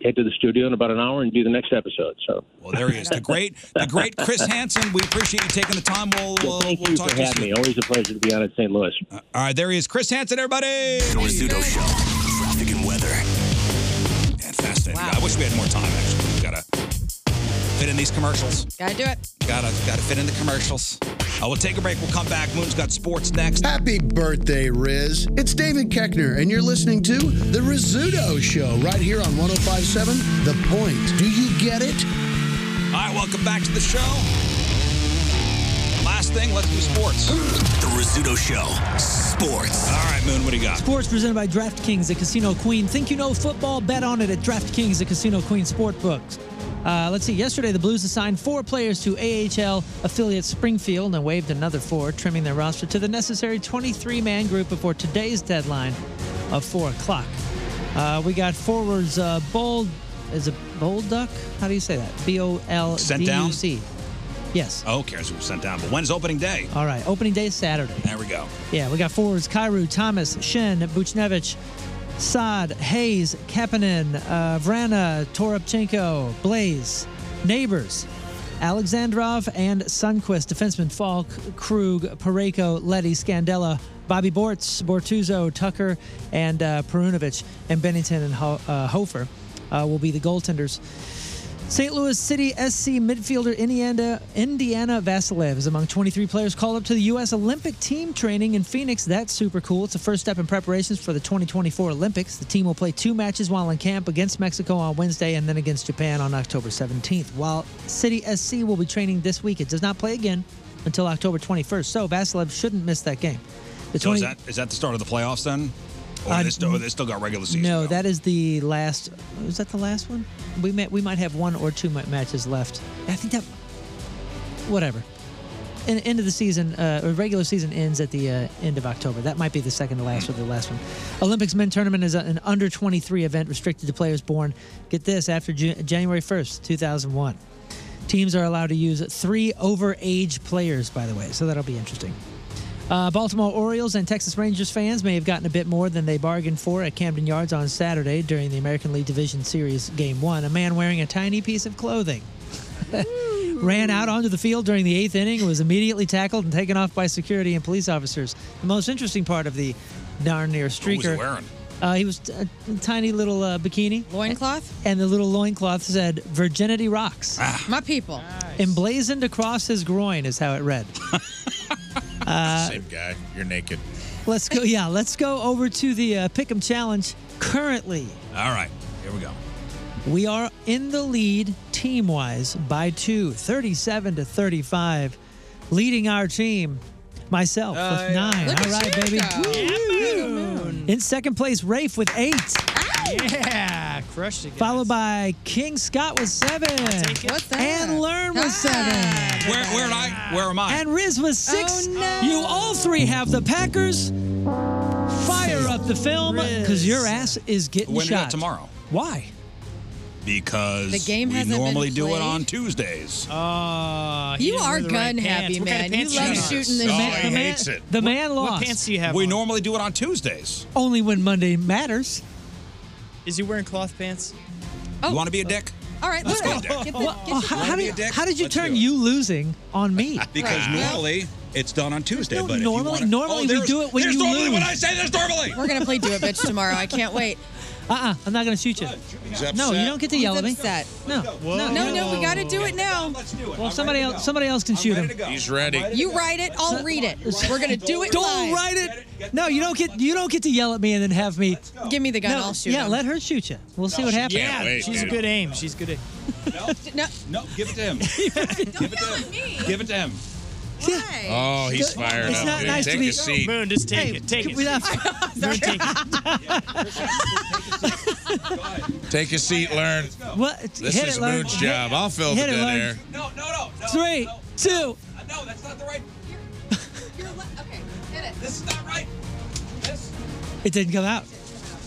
[SPEAKER 16] head to the studio in about an hour and do the next episode. So,
[SPEAKER 1] Well, there he is. The great, the great Chris Hansen. We appreciate you taking the time. We'll, we'll,
[SPEAKER 16] thank
[SPEAKER 1] we'll
[SPEAKER 16] you
[SPEAKER 1] talk
[SPEAKER 16] for
[SPEAKER 1] to you
[SPEAKER 16] having
[SPEAKER 1] soon. Uh,
[SPEAKER 16] me. Always a pleasure to be on at St. Louis.
[SPEAKER 1] All right, there he is. Chris Hansen, everybody. The Rizzuto Show. Traffic and weather. And fascinating. I wish we had more time, actually. we got to fit in these commercials.
[SPEAKER 2] Gotta do it.
[SPEAKER 1] Gotta, gotta fit in the commercials. Uh, we'll take a break. We'll come back. Moon's got sports next.
[SPEAKER 17] Happy birthday, Riz. It's David Keckner, and you're listening to The Rizzuto Show right here on 1057 The Point. Do you get it?
[SPEAKER 1] All right, welcome back to the show. Last thing, let's do sports. The Rizzuto Show. Sports. All right, Moon, what do you got?
[SPEAKER 3] Sports presented by DraftKings, the casino queen. Think you know football? Bet on it at DraftKings, the casino queen sportbooks. Uh, let's see. Yesterday, the Blues assigned four players to AHL affiliate Springfield and waived another four, trimming their roster to the necessary 23-man group before today's deadline of four o'clock. Uh, we got forwards uh, Bold. Is it Bold Duck? How do you say that? B O L
[SPEAKER 1] Sent
[SPEAKER 3] D
[SPEAKER 1] down?
[SPEAKER 3] U C. Yes.
[SPEAKER 1] Oh, who cares who was sent down? But when's opening day?
[SPEAKER 3] All right. Opening day is Saturday.
[SPEAKER 1] There we go.
[SPEAKER 3] Yeah, we got forwards Kairu, Thomas, Shen, Buchnevich, Saad, Hayes, Kapanen, uh, Vrana, Toropchenko, Blaze, Neighbors, Alexandrov, and Sunquist. Defenseman Falk, Krug, Pareko, Letty, Scandella, Bobby Bortz, Bortuzzo, Tucker, and uh, Perunovic, and Bennington and Ho- uh, Hofer uh, will be the goaltenders. St. Louis City SC midfielder Indiana, Indiana Vasilev is among 23 players called up to the U.S. Olympic team training in Phoenix. That's super cool. It's the first step in preparations for the 2024 Olympics. The team will play two matches while in camp against Mexico on Wednesday and then against Japan on October 17th. While City SC will be training this week, it does not play again until October 21st. So Vasilev shouldn't miss that game. The
[SPEAKER 1] So is that is that the start of the playoffs then? Or
[SPEAKER 3] Uh,
[SPEAKER 1] they still they still got regular season?
[SPEAKER 3] No, that is the last. Was that the last one? We may, we might have one or two mi- matches left. I think that. Whatever. And end of the season, uh, or regular season ends at the uh, end of October. That might be the second to last or the last one. Olympics men tournament is a- an under 23 event restricted to players born. Get this after Ju- January 1st, 2001. Teams are allowed to use three overage players, by the way, so that'll be interesting. Uh, Baltimore Orioles and Texas Rangers fans may have gotten a bit more than they bargained for at Camden Yards on Saturday during the American League Division Series Game 1. A man wearing a tiny piece of clothing ran out onto the field during the eighth inning, was immediately tackled and taken off by security and police officers. The most interesting part of the darn near
[SPEAKER 1] What
[SPEAKER 3] streaker.
[SPEAKER 1] was he wearing?
[SPEAKER 3] Uh, he was a tiny little uh, bikini. Loincloth? And the little loincloth said, Virginity Rocks.
[SPEAKER 4] Ah.
[SPEAKER 2] My people.
[SPEAKER 3] Emblazoned across his groin is how it read. uh,
[SPEAKER 4] Same guy. You're naked.
[SPEAKER 3] let's go. Yeah, let's go over to the uh, Pick'em Challenge. Currently,
[SPEAKER 1] All right, here we go.
[SPEAKER 3] we are in the lead team wise by two, 37 to 35, leading our team, myself, with nine.
[SPEAKER 12] Look
[SPEAKER 3] All
[SPEAKER 12] at
[SPEAKER 3] right,
[SPEAKER 12] you
[SPEAKER 3] baby.
[SPEAKER 12] go.
[SPEAKER 3] Woo! In second place, Rafe with eight. Yeah, crushed it. Followed by King Scott with seven. And Learn
[SPEAKER 12] Ah.
[SPEAKER 3] with seven.
[SPEAKER 1] Where where did I where am I?
[SPEAKER 3] And Riz was six.
[SPEAKER 12] Oh,
[SPEAKER 3] You all three have the Packers. Fire up the film because your ass is getting
[SPEAKER 1] When is that
[SPEAKER 3] shot
[SPEAKER 1] tomorrow?
[SPEAKER 3] Why?
[SPEAKER 1] Because
[SPEAKER 3] The game
[SPEAKER 1] we
[SPEAKER 3] hasn't been
[SPEAKER 1] normally do it
[SPEAKER 3] played.
[SPEAKER 1] on Tuesdays.
[SPEAKER 3] Uh,
[SPEAKER 5] Oh,
[SPEAKER 2] You are gun happy, man. You love shooting
[SPEAKER 1] Oh,
[SPEAKER 2] the shit.
[SPEAKER 3] The man lost.
[SPEAKER 1] We normally do it on Tuesdays.
[SPEAKER 3] Only when Monday matters.
[SPEAKER 5] Is he wearing cloth pants?
[SPEAKER 3] Oh.
[SPEAKER 1] You want to be a dick?
[SPEAKER 2] All right,
[SPEAKER 1] Let's
[SPEAKER 2] let's
[SPEAKER 1] be
[SPEAKER 2] go.
[SPEAKER 1] a dick.
[SPEAKER 2] Get the,
[SPEAKER 3] Well,
[SPEAKER 2] get the-
[SPEAKER 3] how, how did, how did you turn you losing on me?
[SPEAKER 1] Because normally it's done on Tuesday. but if you
[SPEAKER 3] normally-
[SPEAKER 1] wanna- Oh,
[SPEAKER 3] normally we
[SPEAKER 1] there's-
[SPEAKER 3] do it when
[SPEAKER 1] there's
[SPEAKER 3] you
[SPEAKER 1] normally
[SPEAKER 3] lose.
[SPEAKER 1] When I say there's normally.
[SPEAKER 2] We're gonna play Do It Bitch tomorrow. I can't wait.
[SPEAKER 3] Uh uh-uh, uh, i am not going to shoot you. No, you don't get to
[SPEAKER 2] He's
[SPEAKER 3] yell at me.
[SPEAKER 2] upset.
[SPEAKER 3] No,
[SPEAKER 2] No, no, we gotta do it now. Let's do
[SPEAKER 3] Well, somebody else, somebody else can shoot him.
[SPEAKER 4] He's ready.
[SPEAKER 2] You write it, I'll read it. We're gonna do it.
[SPEAKER 3] Don't
[SPEAKER 2] live.
[SPEAKER 3] write it. No, you don't get you don't get to yell at me and then have me.
[SPEAKER 2] Give me the gun,
[SPEAKER 3] No,
[SPEAKER 2] I'll shoot
[SPEAKER 3] Yeah,
[SPEAKER 2] him.
[SPEAKER 3] let her shoot you. We'll see what happens.
[SPEAKER 5] Yeah, she's good aim. She's good aim.
[SPEAKER 2] No,
[SPEAKER 1] no, give it to him. give it to him. Give it to him.
[SPEAKER 4] Oh, he's fired
[SPEAKER 3] It's
[SPEAKER 4] up.
[SPEAKER 3] not
[SPEAKER 4] dude.
[SPEAKER 3] nice
[SPEAKER 4] Take
[SPEAKER 3] to be.
[SPEAKER 4] a seat.
[SPEAKER 5] Moon, just take it. Take
[SPEAKER 3] can
[SPEAKER 5] it.
[SPEAKER 3] we not-
[SPEAKER 5] Moon, take it.
[SPEAKER 4] Take a seat, learn.
[SPEAKER 3] What?
[SPEAKER 4] This
[SPEAKER 3] Hit
[SPEAKER 4] is
[SPEAKER 3] it, Learn.
[SPEAKER 4] Moon's job. I'll fill
[SPEAKER 3] Hit
[SPEAKER 4] the
[SPEAKER 3] it,
[SPEAKER 4] dead
[SPEAKER 3] Learn.
[SPEAKER 4] air.
[SPEAKER 1] No, no, no.
[SPEAKER 3] Three, two.
[SPEAKER 1] No, that's not the right.
[SPEAKER 3] It didn't come out.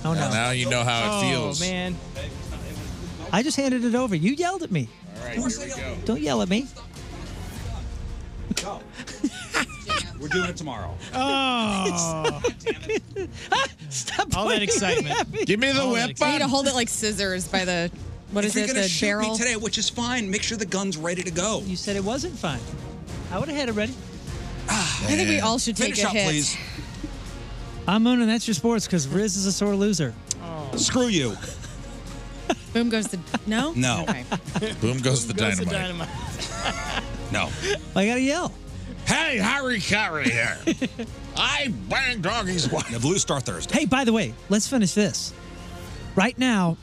[SPEAKER 3] Oh no!
[SPEAKER 4] Now you know how it feels.
[SPEAKER 3] Oh man! I just handed it over. You yelled at me.
[SPEAKER 4] All right, here we go.
[SPEAKER 3] Don't yell at me.
[SPEAKER 1] We're doing it tomorrow.
[SPEAKER 5] Oh.
[SPEAKER 3] Stop.
[SPEAKER 5] All that excitement.
[SPEAKER 4] Give me the whip.
[SPEAKER 2] So you need to hold it like scissors by the what
[SPEAKER 1] if
[SPEAKER 2] is
[SPEAKER 1] you're
[SPEAKER 2] it?
[SPEAKER 1] gonna
[SPEAKER 2] The
[SPEAKER 1] shoot
[SPEAKER 2] barrel.
[SPEAKER 1] me today, which is fine. Make sure the gun's ready to go.
[SPEAKER 3] You said it wasn't fine. I would have had it ready.
[SPEAKER 2] I think we all should
[SPEAKER 1] Ah,
[SPEAKER 2] take
[SPEAKER 1] Finish
[SPEAKER 2] a
[SPEAKER 1] up,
[SPEAKER 2] hit.
[SPEAKER 1] please.
[SPEAKER 3] I'm Moon, and that's your sports because Riz is a sore loser.
[SPEAKER 1] Screw you.
[SPEAKER 2] Boom goes the no.
[SPEAKER 1] No.
[SPEAKER 2] Okay.
[SPEAKER 4] Boom goes the
[SPEAKER 2] Goes the
[SPEAKER 4] dynamite.
[SPEAKER 1] No.
[SPEAKER 3] I gotta yell.
[SPEAKER 4] Hey, Harry Carey here. I bang doggies.
[SPEAKER 1] The Blue Star Thursday.
[SPEAKER 3] Hey, by the way, let's finish this. Right now,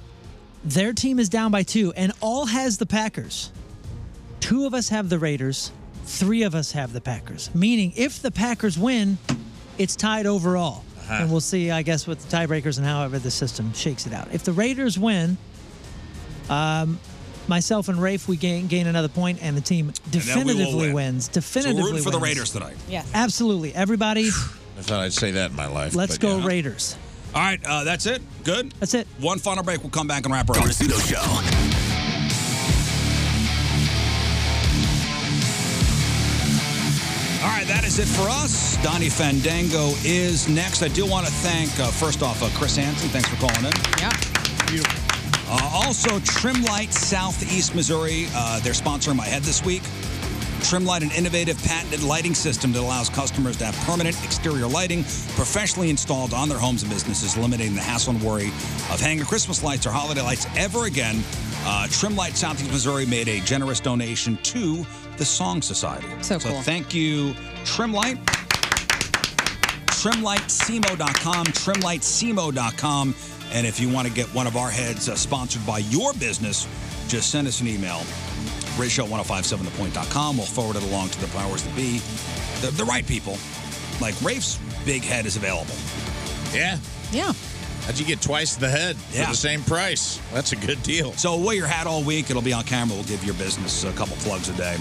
[SPEAKER 3] their team is down by two, and all has the Packers. Two of us have the Raiders, three of us have the Packers. Meaning, if the Packers win, it's tied overall.
[SPEAKER 4] Uh-huh.
[SPEAKER 3] And we'll see, I guess, with the tiebreakers and however the system shakes it out. If the Raiders win, um, myself and Rafe, we gain, gain another point, and the team
[SPEAKER 4] then we will
[SPEAKER 3] definitively
[SPEAKER 4] win.
[SPEAKER 3] wins.
[SPEAKER 4] So we're
[SPEAKER 3] Definitively
[SPEAKER 4] rooting for the
[SPEAKER 3] wins.
[SPEAKER 4] Raiders tonight.
[SPEAKER 2] Yeah.
[SPEAKER 3] Absolutely. Everybody,
[SPEAKER 4] I thought I'd say that in my life.
[SPEAKER 3] let's
[SPEAKER 4] but,
[SPEAKER 3] go
[SPEAKER 4] yeah.
[SPEAKER 3] Raiders.
[SPEAKER 1] All right, uh, that's it. Good.
[SPEAKER 3] That's it.
[SPEAKER 1] One final break. We'll come back and wrap her up. Show. All All right, that is it for us. Donnie Fandango is next. I do want to thank, uh, first off, uh, Chris Hansen. Thanks for calling in. Yeah. Uh, also, Trimlight Southeast Missouri. Uh, they're sponsoring my head this week. Trimlight, an innovative patented lighting system that allows customers to have permanent exterior lighting professionally installed on their homes and businesses, eliminating the hassle and worry of hanging Christmas lights or holiday lights ever again. Uh, Trimlight Southeast Missouri made a generous donation to the Song Society. So,
[SPEAKER 2] cool.
[SPEAKER 1] thank you, Trimlight trimlightsemo.com, trimlightsemo.com. And if you want to get one of our heads uh, sponsored by your business, just send us an email, ratio1057thepoint.com. We'll forward it along to the powers that be, the, the right people. Like Rafe's big head is available.
[SPEAKER 4] Yeah.
[SPEAKER 2] Yeah.
[SPEAKER 4] How'd you get twice the head for the same price? That's a good deal.
[SPEAKER 1] So wear your hat all week. It'll be on camera. We'll give your business a couple plugs a day.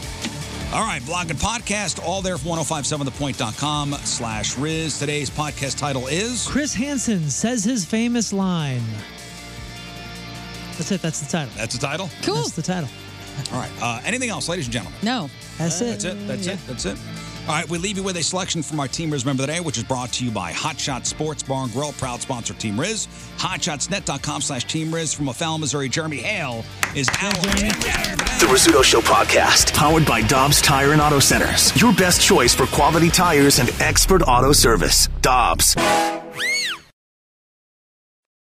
[SPEAKER 1] All right, blog and podcast, all there oh from 1057thepoint.com slash Riz. Today's podcast title is
[SPEAKER 3] Chris Hansen says his famous line. That's it. That's the title.
[SPEAKER 1] That's the title?
[SPEAKER 3] Cool. That's the title.
[SPEAKER 1] All right. Uh, anything else, ladies and gentlemen?
[SPEAKER 2] No.
[SPEAKER 3] That's it.
[SPEAKER 1] That's it. That's it. That's it. All right, we leave you with a selection from our Team Riz member today, which is brought to you by Hot Shot Sports Bar and Grill, proud sponsor of Team Riz. HotShotsNet.com slash Team Riz from O'Fallon, Missouri. Jeremy Hale is our
[SPEAKER 9] The Rizzuto Show podcast, powered by Dobbs Tire and Auto Centers. Your best choice for quality tires and expert auto service. Dobbs.